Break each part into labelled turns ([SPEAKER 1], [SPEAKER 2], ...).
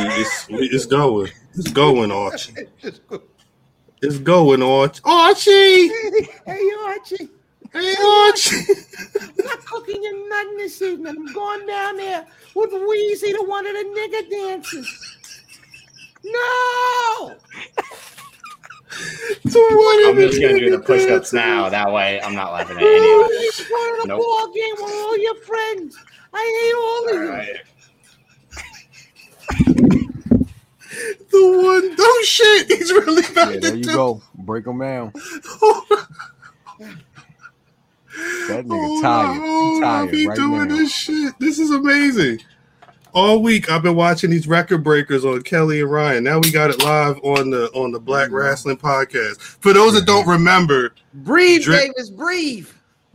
[SPEAKER 1] It's it's going. It's going, Archie. It's going, Archie. Archie.
[SPEAKER 2] hey, Archie.
[SPEAKER 1] Hey, Archie.
[SPEAKER 2] I'm not cooking you nothing this evening. I'm going down there with Wheezy to one of the nigga dances. No!
[SPEAKER 3] I'm just gonna do the push-ups now. That way, I'm not laughing at any of it.
[SPEAKER 2] He's going to
[SPEAKER 3] Nope.
[SPEAKER 2] ball game with all your friends. I hate all
[SPEAKER 3] All
[SPEAKER 2] of you.
[SPEAKER 3] right.
[SPEAKER 1] The one. Oh shit! He's really about
[SPEAKER 4] Yeah,
[SPEAKER 1] to
[SPEAKER 4] there you
[SPEAKER 1] do.
[SPEAKER 4] go. Break them down. That nigga
[SPEAKER 1] Oh,
[SPEAKER 4] tired. He
[SPEAKER 1] oh, I
[SPEAKER 4] tired
[SPEAKER 1] be
[SPEAKER 4] right
[SPEAKER 1] doing
[SPEAKER 4] now.
[SPEAKER 1] this shit. This is amazing. All week I've been watching these record breakers on Kelly and Ryan. Now we got it live on the on the Black
[SPEAKER 4] Mm-hmm.
[SPEAKER 1] Wrestling Podcast. For those that don't remember,
[SPEAKER 2] Breathe,
[SPEAKER 1] Drip.
[SPEAKER 2] Davis, breathe.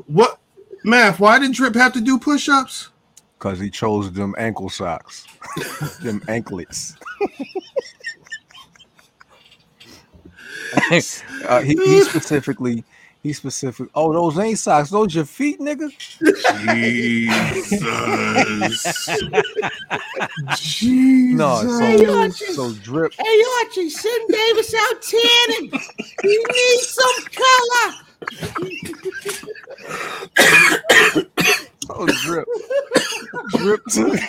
[SPEAKER 1] what math? Why did Drip have to do push-ups?
[SPEAKER 4] Cause he chose them ankle socks. them anklets. Uh, he, he specifically he specific oh those ain't socks, those your feet, nigga.
[SPEAKER 1] Jesus. Jesus.
[SPEAKER 4] No,
[SPEAKER 2] Hey,
[SPEAKER 4] so,
[SPEAKER 2] Archie.
[SPEAKER 4] so drip
[SPEAKER 2] Hey, Archie, send Davis out tanning. He needs some color.
[SPEAKER 4] so drip drip took,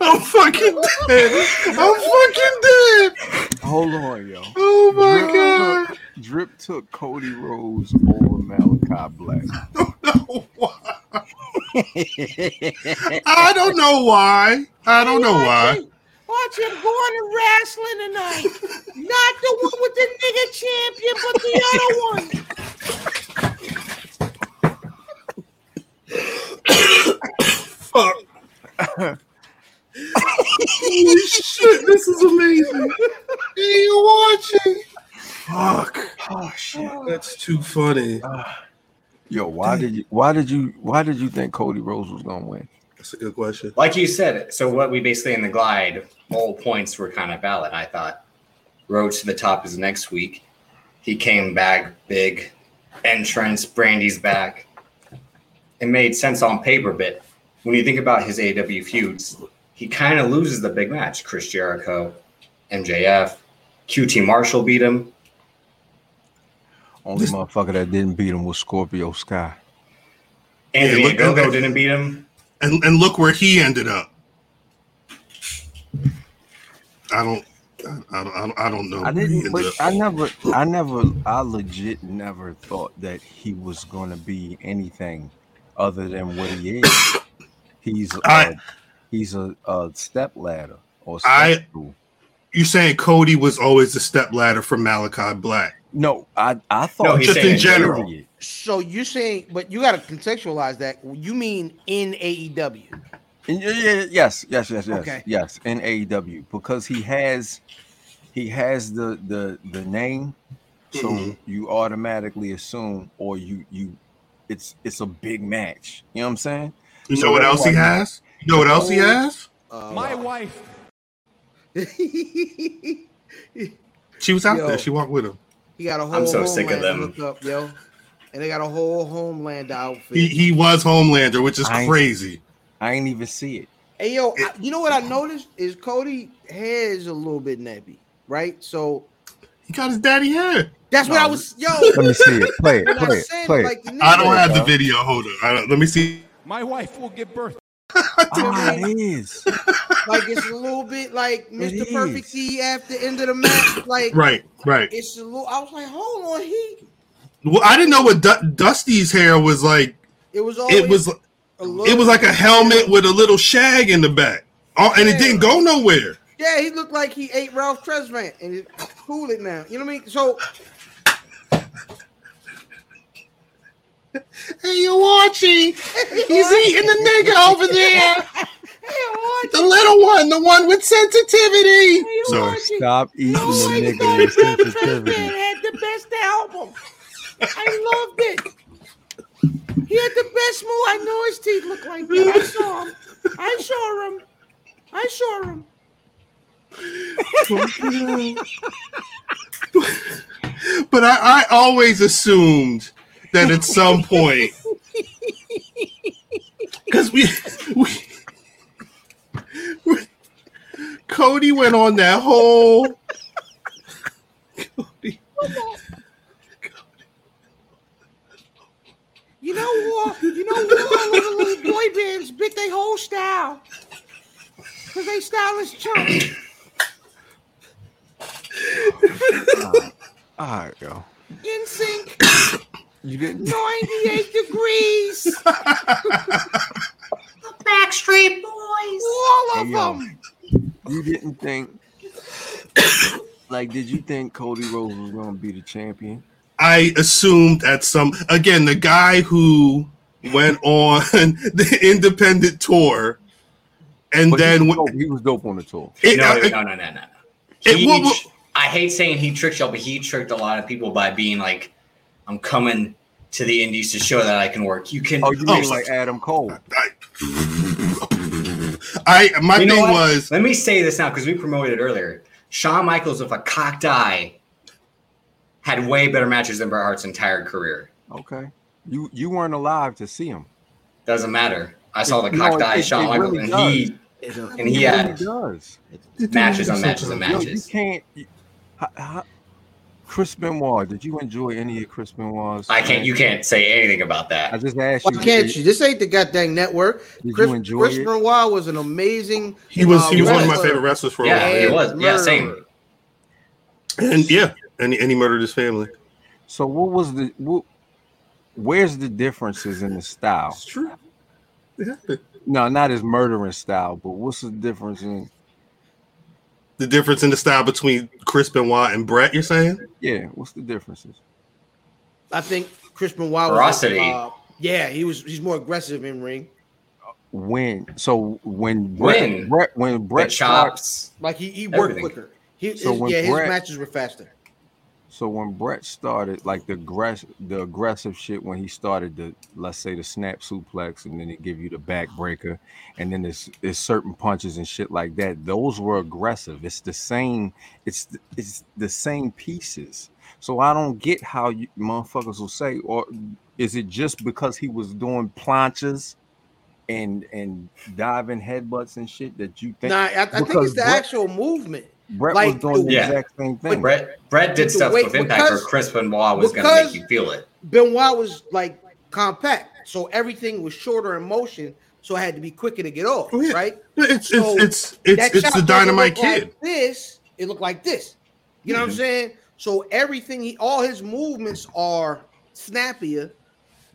[SPEAKER 1] I'm fucking dead. I'm fucking dead.
[SPEAKER 4] hold on, yo.
[SPEAKER 1] Oh my
[SPEAKER 4] Drip
[SPEAKER 1] god.
[SPEAKER 4] took- Drip took Cody Rhodes over Malachi Black.
[SPEAKER 1] know why. I don't know why. I don't know why.
[SPEAKER 2] Archie, Archie, I'm going to wrestling tonight. Not the one with the nigga champion, but the other one.
[SPEAKER 1] Fuck. Holy shit, this is amazing. Are you watching? Fuck.
[SPEAKER 4] Oh shit.
[SPEAKER 1] That's too funny.
[SPEAKER 4] Yo, why did you why did you why did you think Cody Rhodes was gonna win?
[SPEAKER 1] That's a good question.
[SPEAKER 3] Like you said, so what we basically in the glide, all points were kind of valid. I thought Road to the Top is next week. He came back big, entrance, Brandy's back. It made sense on paper, but when you think about his AW feuds, he kind of loses the big match. Chris Jericho, MJF, QT Marshall beat him.
[SPEAKER 4] Only motherfucker that didn't beat him was Scorpio Sky.
[SPEAKER 3] Anthony
[SPEAKER 1] look-
[SPEAKER 3] Gogo didn't beat him.
[SPEAKER 1] And and look where he ended up. I don't I don't I don't, I don't know.
[SPEAKER 4] I
[SPEAKER 1] where he
[SPEAKER 4] didn't.
[SPEAKER 1] ended
[SPEAKER 4] But
[SPEAKER 1] up.
[SPEAKER 4] I never. I never. I legit never thought that he was going to be anything other than what he is. He's. uh
[SPEAKER 1] I-
[SPEAKER 4] he's a, a step ladder or step
[SPEAKER 1] I-
[SPEAKER 4] stool.
[SPEAKER 1] You're saying Cody was always the stepladder for Malachi Black.
[SPEAKER 4] No, I. I thought
[SPEAKER 3] he's
[SPEAKER 1] Just in
[SPEAKER 3] saying-
[SPEAKER 1] general.
[SPEAKER 4] period.
[SPEAKER 2] So you saying, but you got to contextualize that. You mean in E AEW?
[SPEAKER 4] And yeah, yeah, yeah, yes, yes, yes, yes,
[SPEAKER 2] Okay.
[SPEAKER 4] yes. In AEW, because he has, he has the the the name, so
[SPEAKER 1] Mhm.
[SPEAKER 2] Mm-hmm.
[SPEAKER 4] you automatically assume, or you you, it's it's a big match. You know what I'm saying?
[SPEAKER 1] You know what else he has? You know what else he has?
[SPEAKER 5] My wife.
[SPEAKER 2] he
[SPEAKER 1] She was out
[SPEAKER 2] Yo.
[SPEAKER 1] there. She walked with him.
[SPEAKER 2] got a whole.
[SPEAKER 3] I'm so sick of
[SPEAKER 2] Homeland
[SPEAKER 3] them.
[SPEAKER 2] Look up, yo. And they got a whole Homeland outfit.
[SPEAKER 1] He he was Homelander, which is
[SPEAKER 4] I-
[SPEAKER 1] crazy.
[SPEAKER 4] I ain't even see it.
[SPEAKER 2] Hey yo, I, you know what I noticed is Cody hair is a little bit nappy, right? So
[SPEAKER 1] He got his daddy hair.
[SPEAKER 2] that's what
[SPEAKER 4] No,
[SPEAKER 2] I was yo.
[SPEAKER 4] Let me see it. Play it.
[SPEAKER 2] when I
[SPEAKER 4] Play it.
[SPEAKER 2] said,
[SPEAKER 4] Play it.
[SPEAKER 2] like, the
[SPEAKER 1] I don't
[SPEAKER 2] nigga-
[SPEAKER 1] have the video. Hold on. I don't, let me see.
[SPEAKER 5] My wife will give birth.
[SPEAKER 4] Ah, it is.
[SPEAKER 2] like it's a little bit like Mr.
[SPEAKER 4] is.
[SPEAKER 2] Perfect E after end of the match. Like
[SPEAKER 1] Right, right.
[SPEAKER 2] it's a little. I was like, hold on, he.
[SPEAKER 1] Well, I didn't know what Du- Dusty's hair was like.
[SPEAKER 2] It was always
[SPEAKER 4] Oh,
[SPEAKER 1] It was
[SPEAKER 2] a little,
[SPEAKER 1] it was like a helmet with a little shag in the back, oh, and it didn't go nowhere.
[SPEAKER 2] yeah. He looked like he ate Ralph Tresvant and it, cool it now. You know what I mean? So
[SPEAKER 1] Hey, you watching? He's eating the nigga over there.
[SPEAKER 2] hey, Archie,
[SPEAKER 1] The little one, the one with sensitivity.
[SPEAKER 2] hey,
[SPEAKER 1] So
[SPEAKER 2] Archie,
[SPEAKER 4] Stop eating the
[SPEAKER 2] you always
[SPEAKER 4] nigga
[SPEAKER 2] thought
[SPEAKER 4] with
[SPEAKER 2] Ralph Tresvant
[SPEAKER 4] sensitivity.
[SPEAKER 2] had the best album. I loved it. He had the best move. I know his teeth look like that. I saw him. I saw him. I saw him.
[SPEAKER 1] but I, I always assumed that at some point because we we Cody went on that whole. Cody.
[SPEAKER 2] You know what? You know what? All the little boy bands bit they whole style. Because they style is chunk.
[SPEAKER 4] All right, yo.
[SPEAKER 2] In sync,
[SPEAKER 4] You didn't.
[SPEAKER 2] 98 degrees.
[SPEAKER 3] Backstreet Boys.
[SPEAKER 2] All of
[SPEAKER 4] Hey, yo.
[SPEAKER 2] them.
[SPEAKER 4] You didn't think. Like, did you think Cody Rhodes was gonna be the champion?
[SPEAKER 1] I assumed at some again the guy who went on the independent tour, and
[SPEAKER 4] But
[SPEAKER 1] then
[SPEAKER 4] he was,
[SPEAKER 1] when-
[SPEAKER 4] dope. he was dope on the tour.
[SPEAKER 1] it,
[SPEAKER 3] No,
[SPEAKER 1] uh,
[SPEAKER 3] no, no, no, no, no.
[SPEAKER 1] It-
[SPEAKER 3] He-
[SPEAKER 1] what- what-
[SPEAKER 3] I hate saying he tricked y'all, but he tricked a lot of people by being like, "I'm coming to the Indies to show that I can work." You can.
[SPEAKER 4] Oh, you
[SPEAKER 1] Oh,
[SPEAKER 4] mean
[SPEAKER 1] so-
[SPEAKER 4] like Adam Cole?
[SPEAKER 1] I my
[SPEAKER 3] You know
[SPEAKER 1] thing
[SPEAKER 3] what?
[SPEAKER 1] was
[SPEAKER 3] Let me say this now because we promoted it earlier. Shawn Michaels, with a cocked eye, had way better matches than Bret Hart's entire career.
[SPEAKER 4] Okay. You you weren't alive to see him.
[SPEAKER 3] Doesn't matter. I saw the
[SPEAKER 4] No,
[SPEAKER 3] cocked
[SPEAKER 4] it-
[SPEAKER 3] eye
[SPEAKER 4] it-
[SPEAKER 3] Shawn
[SPEAKER 4] it
[SPEAKER 3] Michaels,
[SPEAKER 4] really
[SPEAKER 3] and
[SPEAKER 4] does.
[SPEAKER 3] he
[SPEAKER 4] And
[SPEAKER 3] he had-
[SPEAKER 4] does.
[SPEAKER 3] matches on matches on
[SPEAKER 4] Yo, you
[SPEAKER 3] matches.
[SPEAKER 4] can't. You, how, how, Chris Benoit, did you enjoy any of Chris Benoit's?
[SPEAKER 3] I can't. You can't say anything about
[SPEAKER 4] I
[SPEAKER 3] that.
[SPEAKER 4] just asked
[SPEAKER 2] Why
[SPEAKER 4] you.
[SPEAKER 2] can't you? This ain't the goddamn network.
[SPEAKER 4] Did
[SPEAKER 2] Chris,
[SPEAKER 4] you enjoy
[SPEAKER 2] Chris
[SPEAKER 4] it?
[SPEAKER 2] Benoit was an amazing.
[SPEAKER 1] he was
[SPEAKER 2] uh,
[SPEAKER 1] he was one of my
[SPEAKER 2] wrestler.
[SPEAKER 1] favorite wrestlers for a
[SPEAKER 3] Yeah,
[SPEAKER 1] while,
[SPEAKER 3] it
[SPEAKER 2] And
[SPEAKER 3] was. Yeah, same.
[SPEAKER 1] and yeah, and he- and he murdered his family.
[SPEAKER 4] So what was the? What, where's the differences in the style?
[SPEAKER 1] It's true. It happened.
[SPEAKER 4] No, not his murdering style, but what's the difference in?
[SPEAKER 1] The difference in the style between Chris Benoit and Brett, you're saying?
[SPEAKER 4] Yeah, what's the differences?
[SPEAKER 2] I think Chris Benoit.
[SPEAKER 3] Ferocity.
[SPEAKER 2] Was, uh, yeah, he was. He's more aggressive in ring.
[SPEAKER 4] When? So when?
[SPEAKER 3] When?
[SPEAKER 4] Brett, Brett when
[SPEAKER 3] The
[SPEAKER 4] Brett started,
[SPEAKER 3] chops.
[SPEAKER 2] Like he, he worked
[SPEAKER 3] Everything.
[SPEAKER 2] quicker. He,
[SPEAKER 4] So
[SPEAKER 2] his,
[SPEAKER 4] when
[SPEAKER 2] yeah, his
[SPEAKER 4] Brett-
[SPEAKER 2] matches were faster.
[SPEAKER 4] so when Brett started, like the aggress, the aggressive shit when he started the let's say the snap suplex, and then they give you the backbreaker, and then there's, there's certain punches and shit like that. Those were aggressive. It's the same. It's th- it's the same pieces. So I don't get how you motherfuckers will say, or is it just because he was doing planches and and diving headbutts and shit that you think
[SPEAKER 2] Nah, I, I think
[SPEAKER 4] because
[SPEAKER 2] it's the
[SPEAKER 4] Brett-
[SPEAKER 2] actual movement.
[SPEAKER 4] Brett
[SPEAKER 2] like,
[SPEAKER 4] was doing the
[SPEAKER 3] Yeah.
[SPEAKER 4] exact same thing?
[SPEAKER 3] Brett Brett did
[SPEAKER 2] With the
[SPEAKER 3] stuff
[SPEAKER 2] weight-
[SPEAKER 3] with Impact where
[SPEAKER 2] because-
[SPEAKER 3] Chris Benoit was going to make
[SPEAKER 2] because-
[SPEAKER 3] you feel it.
[SPEAKER 2] Benoit was like compact, so everything was shorter in motion, so it had to be quicker to get off,
[SPEAKER 1] Oh, yeah.
[SPEAKER 2] right?
[SPEAKER 1] It's
[SPEAKER 2] So,
[SPEAKER 1] it's it's it's,
[SPEAKER 2] That
[SPEAKER 1] it's
[SPEAKER 2] shot
[SPEAKER 1] the
[SPEAKER 2] doesn't
[SPEAKER 1] dynamite
[SPEAKER 2] look like
[SPEAKER 1] kid.
[SPEAKER 2] this it looked like this. You know what I'm saying? So everything he, all his movements are snappier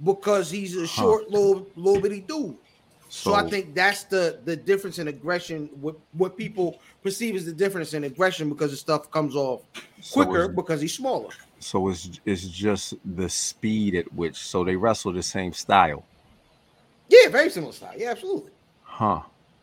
[SPEAKER 2] because he's a short little little bitty dude. So, I think that's the the difference in aggression. What what people perceive as the difference in aggression because the stuff comes off
[SPEAKER 4] so it's-
[SPEAKER 2] quicker because he's smaller.
[SPEAKER 4] So it's it's just the speed at which so they wrestle the same style,
[SPEAKER 2] Yeah, very similar style. Yeah, absolutely.
[SPEAKER 4] huh?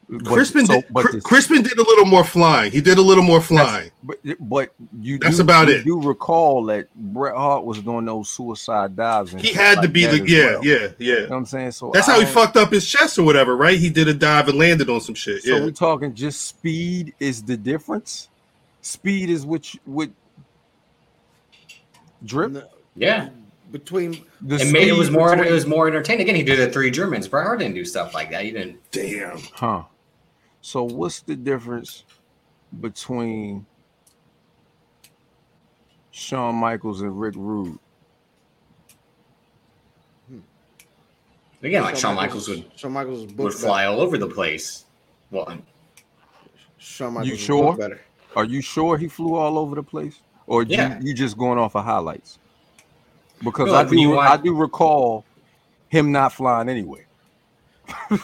[SPEAKER 4] But-
[SPEAKER 1] Crispin,
[SPEAKER 4] so-
[SPEAKER 1] did,
[SPEAKER 4] but,
[SPEAKER 1] Cri-
[SPEAKER 4] this-
[SPEAKER 1] Crispin did a little more flying. He did a little more flying.
[SPEAKER 4] but but you
[SPEAKER 1] That's
[SPEAKER 4] do,
[SPEAKER 1] about
[SPEAKER 4] you
[SPEAKER 1] it.
[SPEAKER 4] Do recall that Bret Hart was doing those suicide dives? And
[SPEAKER 1] He
[SPEAKER 4] shit
[SPEAKER 1] had to
[SPEAKER 4] like
[SPEAKER 1] be
[SPEAKER 4] that
[SPEAKER 1] the
[SPEAKER 4] as
[SPEAKER 1] yeah
[SPEAKER 4] well.
[SPEAKER 1] yeah yeah.
[SPEAKER 4] You know what I'm saying so
[SPEAKER 1] That's how he
[SPEAKER 4] I don't-
[SPEAKER 1] fucked up his chest or whatever, right? He did a dive and landed on some shit.
[SPEAKER 4] So
[SPEAKER 1] yeah.
[SPEAKER 4] we're talking just speed is the difference. Speed is which would drip.
[SPEAKER 2] No,
[SPEAKER 3] Yeah,
[SPEAKER 2] Between
[SPEAKER 4] The
[SPEAKER 3] it made it
[SPEAKER 4] speed
[SPEAKER 3] was more
[SPEAKER 4] between-
[SPEAKER 3] it was more entertaining. Again, he did the three Germans. Bret Hart didn't do stuff like that. He didn't.
[SPEAKER 1] Damn.
[SPEAKER 4] Huh. So what's the difference between Shawn Michaels and Rick Rude?
[SPEAKER 3] Again, like Shawn Michaels would
[SPEAKER 2] Shawn Michaels was
[SPEAKER 3] would
[SPEAKER 2] booked
[SPEAKER 3] fly all over the place. Well,
[SPEAKER 2] better. Shawn Michaels was
[SPEAKER 4] sure?
[SPEAKER 2] booked better.
[SPEAKER 4] Are you sure he flew all over the place, or
[SPEAKER 3] Yeah.
[SPEAKER 4] you, you just going off of highlights? Because
[SPEAKER 3] No,
[SPEAKER 4] I
[SPEAKER 3] like when you
[SPEAKER 4] do, I
[SPEAKER 3] watch-
[SPEAKER 4] do recall him not flying anyway.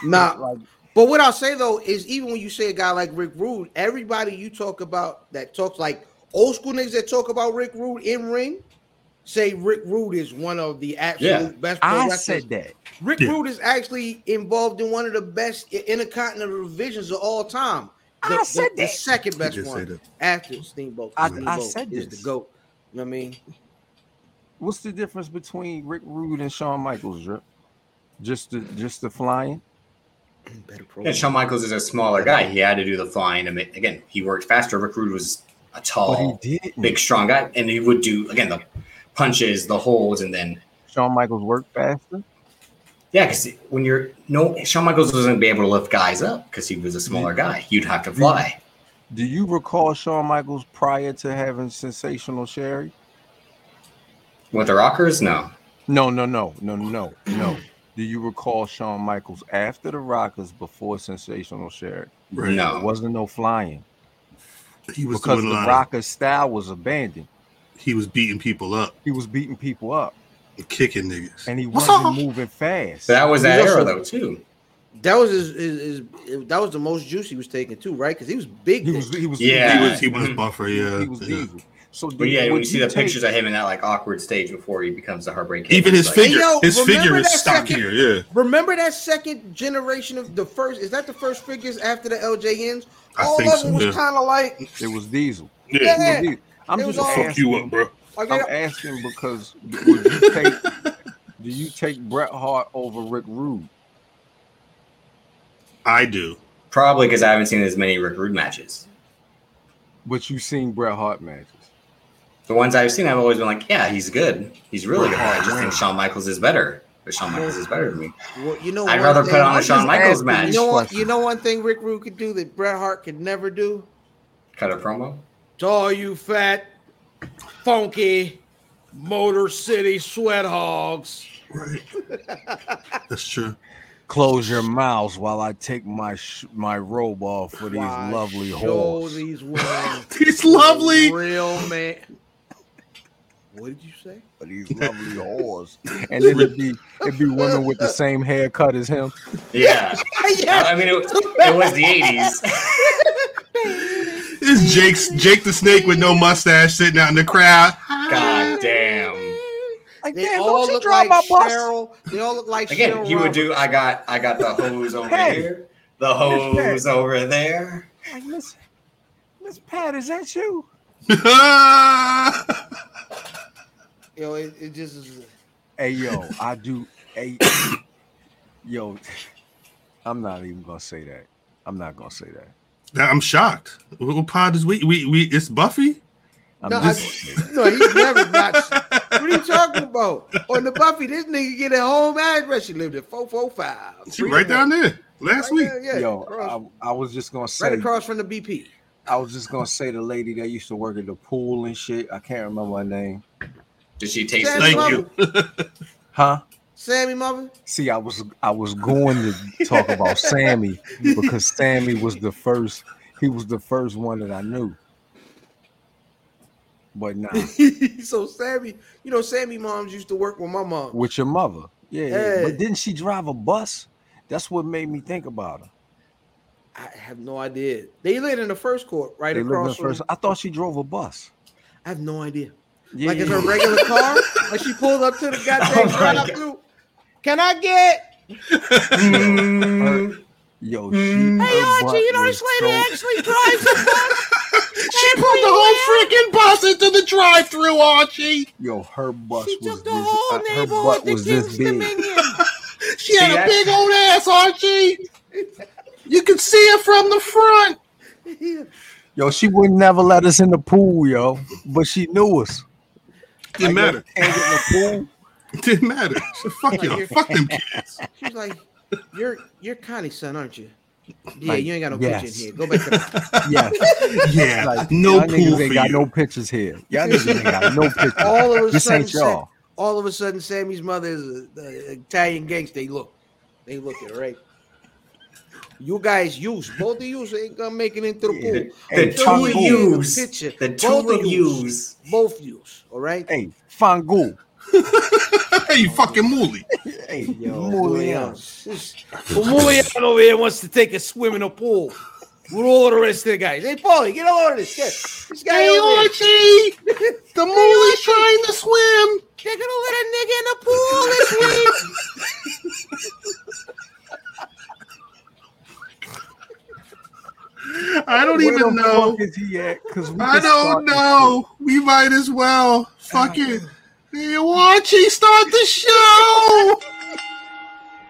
[SPEAKER 2] Nah,
[SPEAKER 4] Like,
[SPEAKER 2] But what I'll say though is, even when you say a guy like Rick Rude, everybody you talk about that talks like old school niggas that talk about Rick Rude in ring say Rick Rude is one of the absolute
[SPEAKER 3] Yeah.
[SPEAKER 2] best. pro
[SPEAKER 4] I
[SPEAKER 2] wrestlers.
[SPEAKER 4] said that.
[SPEAKER 2] Rick
[SPEAKER 1] Yeah.
[SPEAKER 2] Rude is actually involved in one of the best i- intercontinental divisions of all time. The,
[SPEAKER 4] I
[SPEAKER 2] the-
[SPEAKER 4] said
[SPEAKER 2] the
[SPEAKER 4] that.
[SPEAKER 2] second best
[SPEAKER 1] did say
[SPEAKER 2] one
[SPEAKER 1] that.
[SPEAKER 2] after Steamboat.
[SPEAKER 4] I- I
[SPEAKER 2] Steamboat
[SPEAKER 4] said
[SPEAKER 2] is
[SPEAKER 4] this.
[SPEAKER 2] the goat. You know what I mean?
[SPEAKER 4] What's the difference between Rick Rude and Shawn Michaels? Drip? Just the just the flying.
[SPEAKER 2] Better
[SPEAKER 3] again,
[SPEAKER 2] program.
[SPEAKER 3] Shawn Michaels is a smaller guy. He had to do the flying. And again, he worked faster. Rick Rude was a tall,
[SPEAKER 4] But he didn't.
[SPEAKER 3] big, strong guy, and he would do again the punches, the holds, and then
[SPEAKER 4] Shawn Michaels worked faster.
[SPEAKER 3] yeah, because when you're no Shawn Michaels wasn't gonna be able to lift guys up because he was a smaller guy. You'd have to fly.
[SPEAKER 4] Do you recall Shawn Michaels prior to having Sensational Sherry?
[SPEAKER 3] With the Rockers, no.
[SPEAKER 4] No, no, no, no, no, no. Do you recall Shawn Michaels after the Rockers before Sensational Sherry?
[SPEAKER 1] Right.
[SPEAKER 4] There
[SPEAKER 3] No.
[SPEAKER 4] wasn't no flying
[SPEAKER 1] He was
[SPEAKER 4] because
[SPEAKER 1] doing
[SPEAKER 4] the
[SPEAKER 1] a lot. of-
[SPEAKER 4] Rockers style was abandoned.
[SPEAKER 1] he was beating people up,
[SPEAKER 4] He was beating people up
[SPEAKER 1] and kicking niggas.
[SPEAKER 4] and he
[SPEAKER 1] What's
[SPEAKER 4] wasn't
[SPEAKER 1] up?
[SPEAKER 4] moving fast.
[SPEAKER 3] That was that
[SPEAKER 2] He's
[SPEAKER 3] era
[SPEAKER 2] also-
[SPEAKER 3] though too.
[SPEAKER 2] That was his, his, his that was the most juice he was taking too, right? Because he was big.
[SPEAKER 4] he was, he was,
[SPEAKER 3] Yeah.
[SPEAKER 1] He was he was
[SPEAKER 3] Mhm.
[SPEAKER 1] buffer,
[SPEAKER 4] he
[SPEAKER 1] yeah.
[SPEAKER 4] was
[SPEAKER 1] yeah.
[SPEAKER 4] diesel. So,
[SPEAKER 3] But yeah, when you see the
[SPEAKER 4] take,
[SPEAKER 3] pictures of him in that like awkward stage before he becomes a heartbreak, Kid,
[SPEAKER 1] Even his
[SPEAKER 3] it's
[SPEAKER 1] figure,
[SPEAKER 2] yo,
[SPEAKER 1] his
[SPEAKER 2] remember
[SPEAKER 1] figure is
[SPEAKER 2] that
[SPEAKER 1] stuck
[SPEAKER 2] second-
[SPEAKER 1] here. Yeah,
[SPEAKER 2] Remember that second generation of the first? Is that the first figures after the LJNs?
[SPEAKER 1] I
[SPEAKER 2] All
[SPEAKER 1] think
[SPEAKER 2] of
[SPEAKER 1] so.
[SPEAKER 2] them was
[SPEAKER 1] Yeah.
[SPEAKER 2] kind of like,
[SPEAKER 4] it was diesel.
[SPEAKER 1] yeah.
[SPEAKER 2] Yeah.
[SPEAKER 4] It was diesel. I'm
[SPEAKER 2] It
[SPEAKER 4] just
[SPEAKER 2] was all-
[SPEAKER 1] Fuck you up,
[SPEAKER 4] asking.
[SPEAKER 1] bro.
[SPEAKER 2] like
[SPEAKER 4] I'm asking because would you take, do you take Bret Hart over Rick Rude?
[SPEAKER 1] I do.
[SPEAKER 3] Probably because I haven't seen as many Rick Rude matches.
[SPEAKER 4] But you've seen Bret Hart matches.
[SPEAKER 3] The ones I've seen, I've always been like, yeah, he's good. He's really good. I just think Shawn Michaels is better. But Shawn Michaels is better than me.
[SPEAKER 2] well, you know,
[SPEAKER 3] I'd
[SPEAKER 2] one
[SPEAKER 3] rather put
[SPEAKER 2] thing-
[SPEAKER 3] on a Shawn
[SPEAKER 2] You
[SPEAKER 3] Michaels
[SPEAKER 4] asking
[SPEAKER 3] match.
[SPEAKER 2] know what?
[SPEAKER 4] Question.
[SPEAKER 2] You know one thing Rick Rude could do that Bret Hart could never do.
[SPEAKER 3] Cut a promo.
[SPEAKER 2] To all you fat, funky, Motor City sweat hogs.
[SPEAKER 1] Right. That's true.
[SPEAKER 4] Close your mouths while I take my sh- my robe off for these
[SPEAKER 2] Why
[SPEAKER 4] lovely
[SPEAKER 2] show
[SPEAKER 4] hoes.
[SPEAKER 2] these women
[SPEAKER 1] It's lovely.
[SPEAKER 2] Real man. What did you say?
[SPEAKER 4] For these lovely whores. And then it'd be it'd be women with the same haircut as him.
[SPEAKER 3] Yeah.
[SPEAKER 2] Uh,
[SPEAKER 3] I mean, it, it was the 80s.
[SPEAKER 1] It's Jake's Jake the Snake with no mustache sitting out in the crowd.
[SPEAKER 3] God damn.
[SPEAKER 4] Like,
[SPEAKER 2] They
[SPEAKER 4] damn,
[SPEAKER 2] all
[SPEAKER 4] don't you
[SPEAKER 2] look
[SPEAKER 4] drive
[SPEAKER 2] like
[SPEAKER 4] my bus?
[SPEAKER 2] Cheryl. They all look like
[SPEAKER 3] Again,
[SPEAKER 2] Cheryl
[SPEAKER 3] he would
[SPEAKER 2] Roberts.
[SPEAKER 3] do, I got I got the hose over
[SPEAKER 4] Hey.
[SPEAKER 3] here, the hose over there.
[SPEAKER 4] Like, Miss, Miss Pat, is that you?
[SPEAKER 2] You know, it, it just is.
[SPEAKER 4] Hey yo, I do. Hey, yo, I'm not even gonna say that. I'm not gonna say that.
[SPEAKER 1] I'm shocked. What what pod is we? We we it's Buffy.
[SPEAKER 4] I'm
[SPEAKER 2] No, I,
[SPEAKER 4] not gonna say that.
[SPEAKER 2] no, he's never watched. What are you talking about? On the Buffy, this nigga get a home address. She lived at four four five.
[SPEAKER 1] She right down there last week.
[SPEAKER 2] yeah, across-
[SPEAKER 4] Yo, I, I was just gonna
[SPEAKER 2] right
[SPEAKER 4] say,
[SPEAKER 2] across from the BP.
[SPEAKER 4] I was just gonna say the lady that used to work at the pool and shit. I can't remember her name,
[SPEAKER 3] Did she taste
[SPEAKER 2] Sammy
[SPEAKER 3] it?
[SPEAKER 1] Thank you.
[SPEAKER 2] Muffin.
[SPEAKER 4] huh?
[SPEAKER 2] Sammy Muffin.
[SPEAKER 4] See, I was I was going to talk about Sammy because Sammy was the first. He was the first one that I knew. But nah,
[SPEAKER 2] so Sammy, you know, Sammy moms used to work with my mom.
[SPEAKER 4] with your mother. Yeah, yeah.
[SPEAKER 2] Yeah.
[SPEAKER 4] But didn't she drive a bus? That's what made me think about her.
[SPEAKER 2] I have no idea. They lived in the first court, right
[SPEAKER 4] They lived in the
[SPEAKER 2] across from.
[SPEAKER 4] first. I thought she drove a bus.
[SPEAKER 2] I have no idea.
[SPEAKER 4] Yeah,
[SPEAKER 2] Like
[SPEAKER 4] yeah,
[SPEAKER 2] it's her regular car. Like she pulled up to the goddamn
[SPEAKER 3] Oh my
[SPEAKER 2] drive through. Can I get?
[SPEAKER 3] Mm.
[SPEAKER 4] yo, she,
[SPEAKER 2] Mm.
[SPEAKER 4] hey, Archie, you know this lady
[SPEAKER 2] Actually, drives a bus.
[SPEAKER 1] She put the whole freaking bus into the drive-through, Archie.
[SPEAKER 4] Yo, her bus
[SPEAKER 2] She
[SPEAKER 4] was
[SPEAKER 2] took the
[SPEAKER 4] this,
[SPEAKER 2] whole
[SPEAKER 4] uh, her
[SPEAKER 2] neighborhood
[SPEAKER 4] butt
[SPEAKER 2] to
[SPEAKER 4] was this
[SPEAKER 2] King's
[SPEAKER 4] big.
[SPEAKER 2] Dominion.
[SPEAKER 1] She had
[SPEAKER 3] See
[SPEAKER 1] a
[SPEAKER 3] that?
[SPEAKER 1] big old ass, Archie. You can see it from the front.
[SPEAKER 4] Yo, she would never let us in the pool, yo. But she knew us.
[SPEAKER 1] Didn't
[SPEAKER 4] Like, yo,
[SPEAKER 1] matter.
[SPEAKER 4] can't get in the pool.
[SPEAKER 1] Didn't matter. So fuck y'all. Fuck them kids.
[SPEAKER 2] She was like, "You're you're Connie's son, aren't you?" Yeah,
[SPEAKER 4] Like,
[SPEAKER 2] you ain't got no
[SPEAKER 4] yes.
[SPEAKER 2] kitchen here. Go back to the
[SPEAKER 4] Yes.
[SPEAKER 1] Yeah,
[SPEAKER 4] Like,
[SPEAKER 1] no
[SPEAKER 4] y'all niggas
[SPEAKER 1] pool for
[SPEAKER 4] ain't got
[SPEAKER 1] you.
[SPEAKER 4] no pictures here. Y'all niggas ain't got no pictures.
[SPEAKER 2] all of a
[SPEAKER 4] this
[SPEAKER 2] sudden.
[SPEAKER 4] ain't
[SPEAKER 2] Sa-
[SPEAKER 4] y'all.
[SPEAKER 2] all of a sudden, Sammy's mother is a, a- Italian gangster. They look, they look at her, right. You guys use both of you ain't gonna make it into the
[SPEAKER 4] Yeah.
[SPEAKER 2] pool.
[SPEAKER 3] The
[SPEAKER 4] Hey,
[SPEAKER 3] two
[SPEAKER 2] Joey
[SPEAKER 3] of
[SPEAKER 2] in the
[SPEAKER 3] yous.
[SPEAKER 2] picture.
[SPEAKER 3] The
[SPEAKER 2] Both
[SPEAKER 3] two
[SPEAKER 2] of
[SPEAKER 3] of
[SPEAKER 2] yous.
[SPEAKER 3] yous.
[SPEAKER 2] Both yous, all right.
[SPEAKER 4] Hey, Fangu.
[SPEAKER 1] Hey, you fucking mooly.
[SPEAKER 4] Hey,
[SPEAKER 2] Julian.
[SPEAKER 4] Julian.
[SPEAKER 2] Julian over here wants to take a swim in a pool with all the rest of the guys. Hey, Paulie, get all of this. Get this guy
[SPEAKER 1] Hey,
[SPEAKER 2] over here.
[SPEAKER 1] Archie. The mooly's trying to swim.
[SPEAKER 2] They're gonna let a nigga in the pool this week.
[SPEAKER 1] I don't
[SPEAKER 4] Where
[SPEAKER 1] even
[SPEAKER 4] the
[SPEAKER 1] know.
[SPEAKER 4] Fuck is he at? 'Cause we
[SPEAKER 1] I
[SPEAKER 4] can
[SPEAKER 1] don't
[SPEAKER 4] start this shit.
[SPEAKER 1] know. We might as well. Fuck it. Hey, Archie, start the show.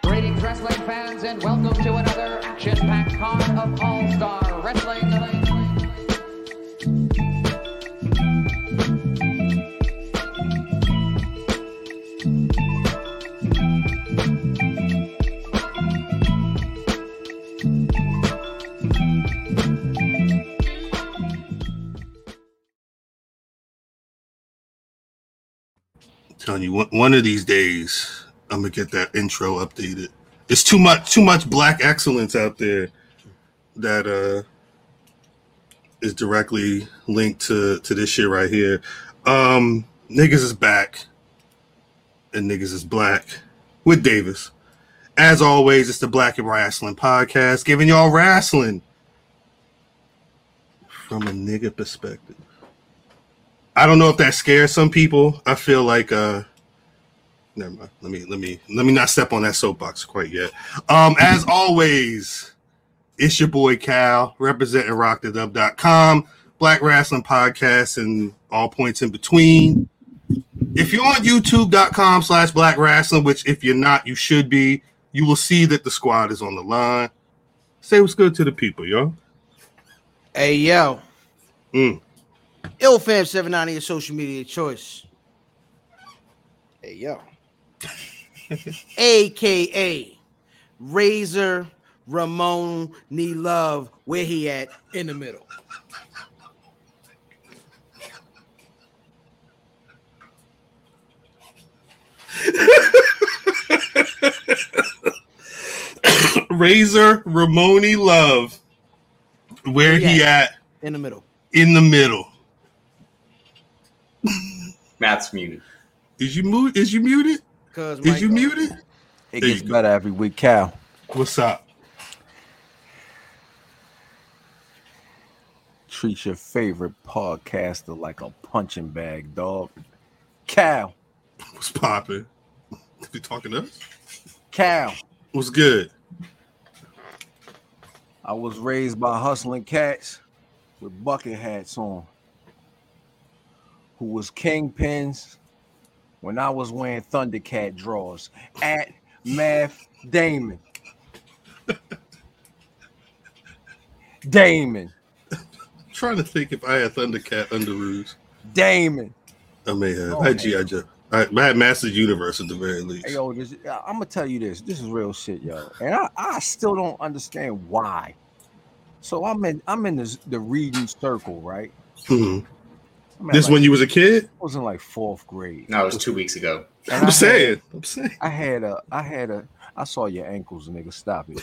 [SPEAKER 6] Greetings, wrestling fans, and welcome to another action-packed card of All-Star Wrestling.
[SPEAKER 1] telling you, one, one of these days, I'm gonna get that intro updated. It's too much, too much black excellence out there that uh is directly linked to to this shit right here. Um, niggas is back, and niggas is black with Davis. As always, it's the Black and Wrestling podcast, giving y'all wrestling from a nigga perspective. I don't know if that scares some people. I feel like uh never mind. Let me let me let me not step on that soapbox quite yet. Um as always, it's your boy Cal representing rockthedup.com, Black Wrestling Podcast and all points in between. If you're on youtube.com slash black wrestling, which if you're not, you should be, you will see that the squad is on the line. Say what's good to the people, yo.
[SPEAKER 2] Hey yo, Hmm.
[SPEAKER 1] Mm.
[SPEAKER 2] Ilfam seven ninety is social media choice. Hey yo, AKA Razor Ramon Nee Love, where he at in the middle.
[SPEAKER 1] Razor Ramoni Love, where he
[SPEAKER 2] Yeah.
[SPEAKER 1] at
[SPEAKER 2] In the middle.
[SPEAKER 1] in the middle.
[SPEAKER 3] Matt's muted.
[SPEAKER 1] Is you mute? Is you muted?
[SPEAKER 2] Cause
[SPEAKER 1] Is you
[SPEAKER 2] Michael-
[SPEAKER 1] muted?
[SPEAKER 4] It
[SPEAKER 1] There
[SPEAKER 4] gets
[SPEAKER 1] you go.
[SPEAKER 4] better every week, Cal.
[SPEAKER 1] What's up?
[SPEAKER 4] Treat your favorite podcaster like a punching bag, dog. Cal,
[SPEAKER 1] What's popping? You talking to us?
[SPEAKER 4] Cal.
[SPEAKER 1] What's good?
[SPEAKER 4] I was raised by hustling cats with bucket hats on, who was kingpins when I was wearing Thundercat draws at Math Damon. Damon,
[SPEAKER 1] I'm trying to think if I had Thundercat Underoos.
[SPEAKER 4] Damon.
[SPEAKER 1] I may have.
[SPEAKER 4] Oh,
[SPEAKER 1] I had
[SPEAKER 4] man.
[SPEAKER 1] G.I. Joe. I, I had Master Universe at the very least.
[SPEAKER 4] Hey, yo, this, I'm gonna tell you this. This is real shit, yo. And I, I still don't understand why. So I'm in I'm in this, the reading circle, right?
[SPEAKER 1] Hmm.
[SPEAKER 4] I'm at
[SPEAKER 1] This
[SPEAKER 4] like,
[SPEAKER 1] when you was a kid?
[SPEAKER 4] I was in like fourth grade.
[SPEAKER 3] No, it was two weeks ago.
[SPEAKER 4] And I
[SPEAKER 1] I'm
[SPEAKER 4] had-
[SPEAKER 1] saying. I'm saying.
[SPEAKER 4] I had a, I had a, I saw your ankles, nigga. Stop it.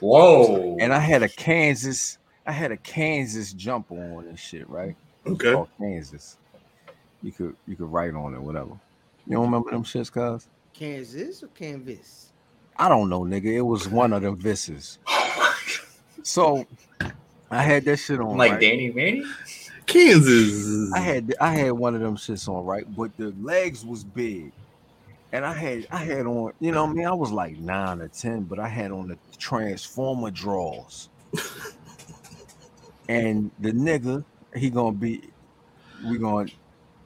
[SPEAKER 3] Whoa.
[SPEAKER 4] And I had a Kansas, I had a Kansas jumper on and shit, right?
[SPEAKER 1] Okay.
[SPEAKER 4] Oh, Kansas. You could, you could write on it, whatever. You don't remember them shits, cuz?
[SPEAKER 2] Kansas or Canvas?
[SPEAKER 4] I don't know, nigga. It was one of them visses. So I had that shit on.
[SPEAKER 3] I'm like
[SPEAKER 4] right?
[SPEAKER 3] Danny Manny?
[SPEAKER 1] Kansas.
[SPEAKER 4] I had I had one of them shits on, right? But the legs was big. And I had I had on, you know, what I mean, I was like nine or ten, but I had on the transformer draws. and the nigga, he gonna be we gonna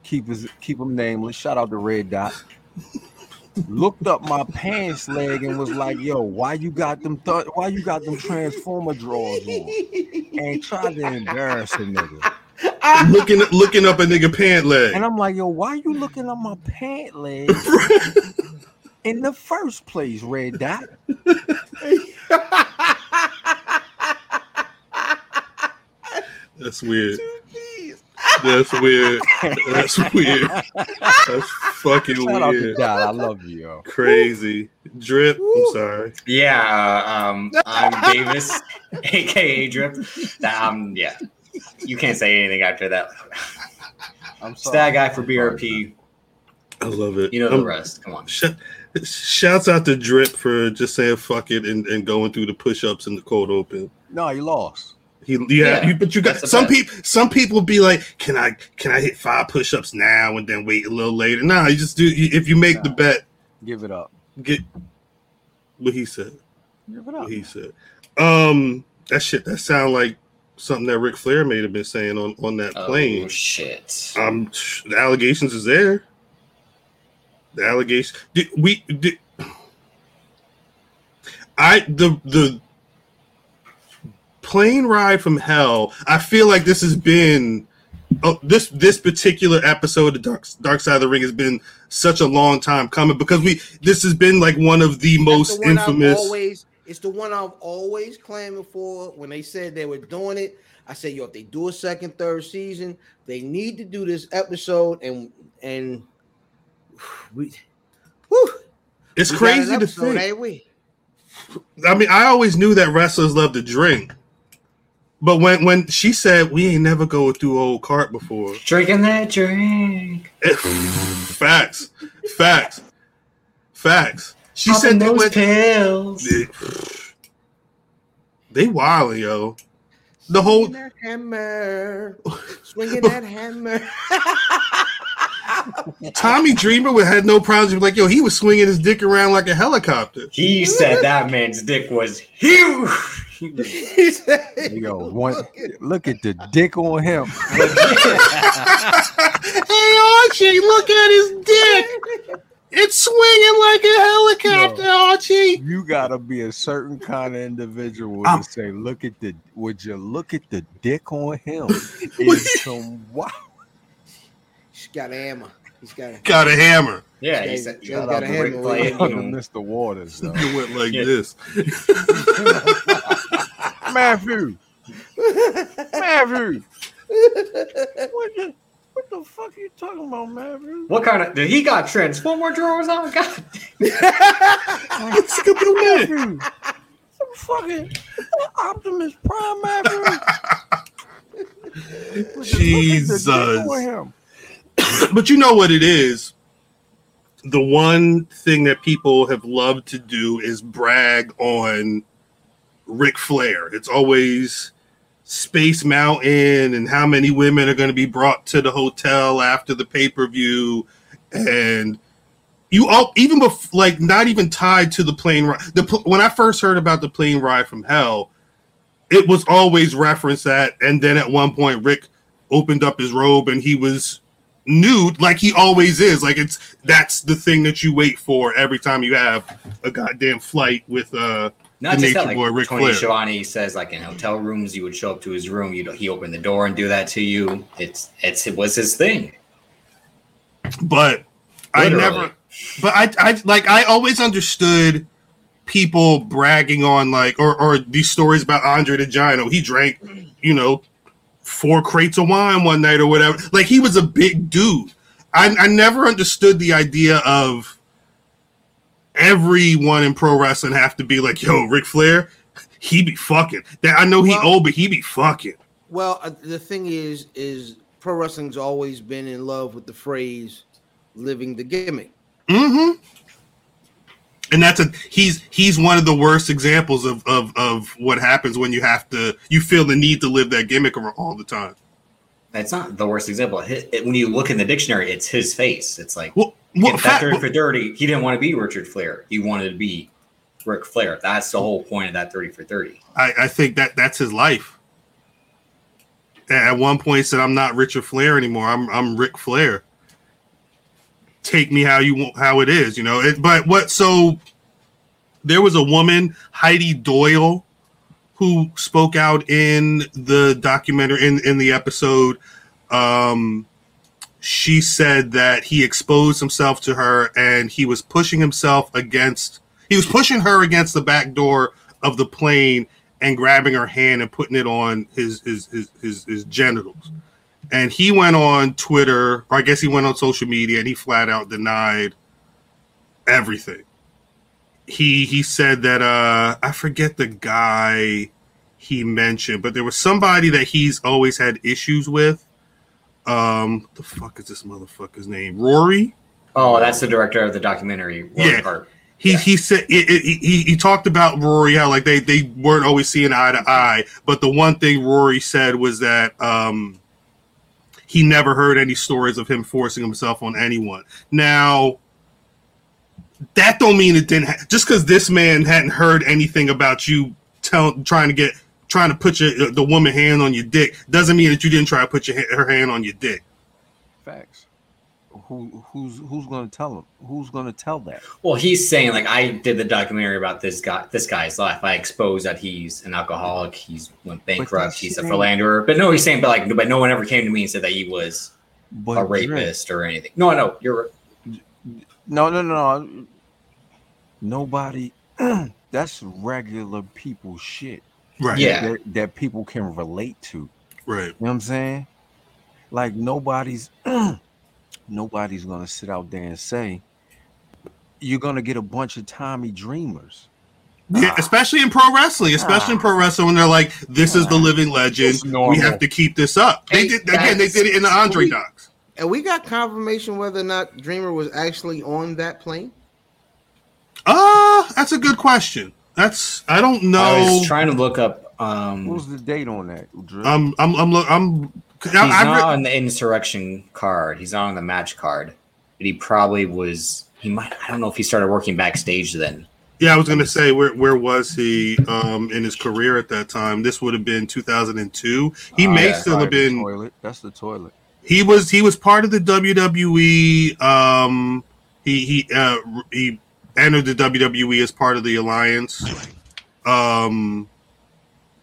[SPEAKER 4] keep his keep him nameless. Shout out to Red Dot. Looked up my pants leg and was like, "Yo, why you got them? Th- why you got them transformer draws on?" And tried to embarrass a nigga.
[SPEAKER 1] looking looking up a nigga pant leg.
[SPEAKER 4] And I'm like, yo, why you looking at my pant leg in the first place, Red Dot?
[SPEAKER 1] That's weird. That's weird. That's weird. That's fucking
[SPEAKER 4] Shout out to
[SPEAKER 1] weird.
[SPEAKER 4] Dot. I love you, yo.
[SPEAKER 1] Crazy. Drip. I'm sorry.
[SPEAKER 3] Yeah. Um, I'm Davis, aka Drip. Um, yeah. You can't say anything after that.
[SPEAKER 4] I'm
[SPEAKER 3] It's
[SPEAKER 4] sorry.
[SPEAKER 3] that guy for
[SPEAKER 4] I'm sorry,
[SPEAKER 3] BRP.
[SPEAKER 1] I love it.
[SPEAKER 3] You know the
[SPEAKER 1] Um,
[SPEAKER 3] rest. Come on.
[SPEAKER 1] sh- shouts out to Drip for just saying fuck it and, and going through the push ups in the cold open.
[SPEAKER 4] bro. No, you lost.
[SPEAKER 1] He, yeah,
[SPEAKER 3] Yeah,
[SPEAKER 1] you, but you got
[SPEAKER 3] that's the
[SPEAKER 1] some
[SPEAKER 3] best.
[SPEAKER 1] people. Some people be like, "Can I can I hit five push ups now and then wait a little later?" Nah, you just do. You, if you make the
[SPEAKER 4] Nah.
[SPEAKER 1] bet,
[SPEAKER 4] Give it up.
[SPEAKER 1] get what he said.
[SPEAKER 4] Give it up.
[SPEAKER 1] what he said. Um, that shit that sound like something that Ric Flair may have been saying on on that
[SPEAKER 3] Oh,
[SPEAKER 1] plane.
[SPEAKER 3] shit.
[SPEAKER 1] Um, sh- the allegations is there. The allegations. Did we? Did, I the the plane ride from hell. I feel like this has been. Oh, this this particular episode of Dark, Dark Side of the Ring has been such a long time coming because we this has been like one of the most
[SPEAKER 2] That's the one I've
[SPEAKER 1] infamous.
[SPEAKER 2] Always, it's the one I've always clamored for. When they said they were doing it, I said, "Yo, if they do a second, third season, they need to do this episode." And and we, whew,
[SPEAKER 1] It's
[SPEAKER 2] we got an
[SPEAKER 1] crazy to
[SPEAKER 2] episode, eh?
[SPEAKER 1] think.
[SPEAKER 2] ain't we?
[SPEAKER 1] I mean, I always knew that wrestlers love to drink, but when when she said we ain't never go through old cart before, Eh,
[SPEAKER 3] Drinking that drink.
[SPEAKER 1] facts, facts, facts. She
[SPEAKER 3] popping
[SPEAKER 1] said they
[SPEAKER 3] those
[SPEAKER 1] went.
[SPEAKER 3] pills.
[SPEAKER 1] They wilding, yo. The whole
[SPEAKER 2] Swinging that hammer, swinging that hammer.
[SPEAKER 1] Tommy Dreamer would had no problems. He was Like, yo, he was swinging his dick around like a helicopter.
[SPEAKER 3] He said that man's dick was huge. He was-
[SPEAKER 2] He said-
[SPEAKER 4] Yo, one look at the dick on him.
[SPEAKER 1] Hey, Archie, look at his dick. It's swinging like a helicopter, Archie.
[SPEAKER 4] You gotta be a certain kind of individual
[SPEAKER 1] I'm-
[SPEAKER 4] to say, look at the would you look at the dick on him? It's some wow.
[SPEAKER 2] She's got a hammer. He's got a
[SPEAKER 1] Got a hammer.
[SPEAKER 3] yeah, he said you
[SPEAKER 2] Shout
[SPEAKER 3] gotta
[SPEAKER 2] out to
[SPEAKER 3] break
[SPEAKER 2] Ric
[SPEAKER 3] play
[SPEAKER 2] Flair.
[SPEAKER 3] it, you know.
[SPEAKER 4] Mr. Waters, though.
[SPEAKER 1] It went like
[SPEAKER 3] Yeah.
[SPEAKER 1] this.
[SPEAKER 4] Matthew. Matthew. What the, what the fuck are you talking about, Matthew?
[SPEAKER 3] What kind of dude, he got transformer drawers on? God
[SPEAKER 1] It's Scooby-Doo Man.
[SPEAKER 4] Matthew. Some fucking Optimus Prime, Matthew. Look at the
[SPEAKER 1] Jesus.
[SPEAKER 4] dick on him.
[SPEAKER 1] But you know what it is? The one thing that people have loved to do is brag on Ric Flair. It's always Space Mountain and how many women are going to be brought to the hotel after the pay per view. And you all, even bef- like, not even tied to the plane ride. The, pl- when I first heard about the plane ride from hell, it was always referenced that. And then at one point, Rick opened up his robe and he was nude like he always is like it's that's the thing that you wait for every time you have a goddamn flight with uh
[SPEAKER 3] Not
[SPEAKER 1] The
[SPEAKER 3] just
[SPEAKER 1] Nature
[SPEAKER 3] that, like
[SPEAKER 1] Boy, Ric
[SPEAKER 3] Tony
[SPEAKER 1] Flair.
[SPEAKER 3] Schiavone says, like in hotel rooms, you would show up to his room, you he opened the door and do that to you. It's it's it was his thing.
[SPEAKER 1] but
[SPEAKER 3] Literally.
[SPEAKER 1] I never but I I like I always understood people bragging on like or or these stories about Andre the Giant oh he drank you know four crates of wine one night or whatever like he was a big dude I I never understood the idea of everyone in pro wrestling have to be like yo Ric Flair he be fucking that I know he
[SPEAKER 2] Well-
[SPEAKER 1] old but he be fucking
[SPEAKER 2] Well, uh, the thing is, is pro wrestling's always been in love with the phrase "living the gimmick."
[SPEAKER 1] hmm And that's a he's he's one of the worst examples of of of what happens when you have to you feel the need to live that gimmick ar- all the time.
[SPEAKER 3] That's not the worst example. Hi- it- when you look in the dictionary, it's his face. It's like
[SPEAKER 1] Well, well,
[SPEAKER 3] in fact,
[SPEAKER 1] fa-
[SPEAKER 3] dirty for dirty. He didn't want to be Richard Flair. He wanted to be Ric Flair. That's the whole point of that thirty for thirty.
[SPEAKER 1] I, I think that that's his life. A- At one point, he said, "I'm not Richard Flair anymore. I'm I'm Rick Flair. Take me how you want, how it is, you know." It, but what? So there was a woman, Heidi Doyle, who spoke out in the documentary in in the episode. Um, she said that he exposed himself to her, and he was pushing himself against. He was pushing her against the back door of the plane and grabbing her hand and putting it on his his his his, his genitals. And he went on Twitter, or I guess he went on social media, and he flat out denied everything. He he said that uh I forget the guy he mentioned, but there was somebody that he's always had issues with. Um, what the fuck is this motherfucker's name? Rory.
[SPEAKER 3] Oh, that's the director of the documentary. Warren
[SPEAKER 1] Yeah.
[SPEAKER 3] Hart.
[SPEAKER 1] he
[SPEAKER 3] Yeah.
[SPEAKER 1] he said it, it, he- he he talked about Rory how like they they weren't always seeing eye to eye, but the one thing Rory said was that um he never heard any stories of him forcing himself on anyone. Now that don't mean it didn't ha- just because this man hadn't heard anything about you tell trying to get trying to put your the woman hand on your dick doesn't mean that you didn't try to put your ha- her hand on your dick.
[SPEAKER 4] Facts. Who who's who's gonna tell him? Who's gonna tell that?
[SPEAKER 3] Well, he's saying like I did the documentary about this guy, this guy's life. I exposed that he's an alcoholic. He's went bankrupt.
[SPEAKER 4] that's
[SPEAKER 3] He's a
[SPEAKER 4] saying-
[SPEAKER 3] philanderer. But no, he's saying, but like, but no one ever came to me and said that he was
[SPEAKER 4] But
[SPEAKER 3] a
[SPEAKER 4] Dre-
[SPEAKER 3] rapist or anything. No, no, you're
[SPEAKER 4] No, no, no. Nobody. that's regular people shit
[SPEAKER 1] Right.
[SPEAKER 3] Yeah.
[SPEAKER 4] that, that people can relate to. You
[SPEAKER 1] Right.
[SPEAKER 4] know what I'm saying? Like nobody's nobody's gonna sit out there and say you're gonna get a bunch of Tommy Dreamers.
[SPEAKER 1] Yeah, especially in pro wrestling, especially in pro wrestling, when they're like, "This is the living legend.
[SPEAKER 4] It's normal.
[SPEAKER 1] We have to keep this up." They
[SPEAKER 3] Hey,
[SPEAKER 1] did again. They
[SPEAKER 3] that's
[SPEAKER 1] did it in the Andre
[SPEAKER 2] sweet.
[SPEAKER 1] docs.
[SPEAKER 2] And we got confirmation whether or not Dreamer was actually on that plane.
[SPEAKER 1] Uh, that's a good question. That's I don't
[SPEAKER 3] I
[SPEAKER 1] know.
[SPEAKER 3] was Oh, trying to look up.
[SPEAKER 4] What was
[SPEAKER 3] Um,
[SPEAKER 4] the date on that? Drew?
[SPEAKER 1] Mm. I'm I'm I'm look I'm. 'cause
[SPEAKER 3] he's
[SPEAKER 1] I, I,
[SPEAKER 3] not
[SPEAKER 1] re-
[SPEAKER 3] on the insurrection card. He's not on the match card. But he probably was. He might. I don't know if he started working backstage then.
[SPEAKER 1] yeah, I was gonna say where where was he um in his career at that time? This would have been 2002. He
[SPEAKER 3] Oh,
[SPEAKER 4] Ah,
[SPEAKER 1] may
[SPEAKER 4] that's
[SPEAKER 1] still have
[SPEAKER 4] probably the
[SPEAKER 1] been.
[SPEAKER 4] toilet. That's the toilet.
[SPEAKER 1] He was he was part of the WWE. Um, he he uh he entered the WWE as part of the alliance. Um,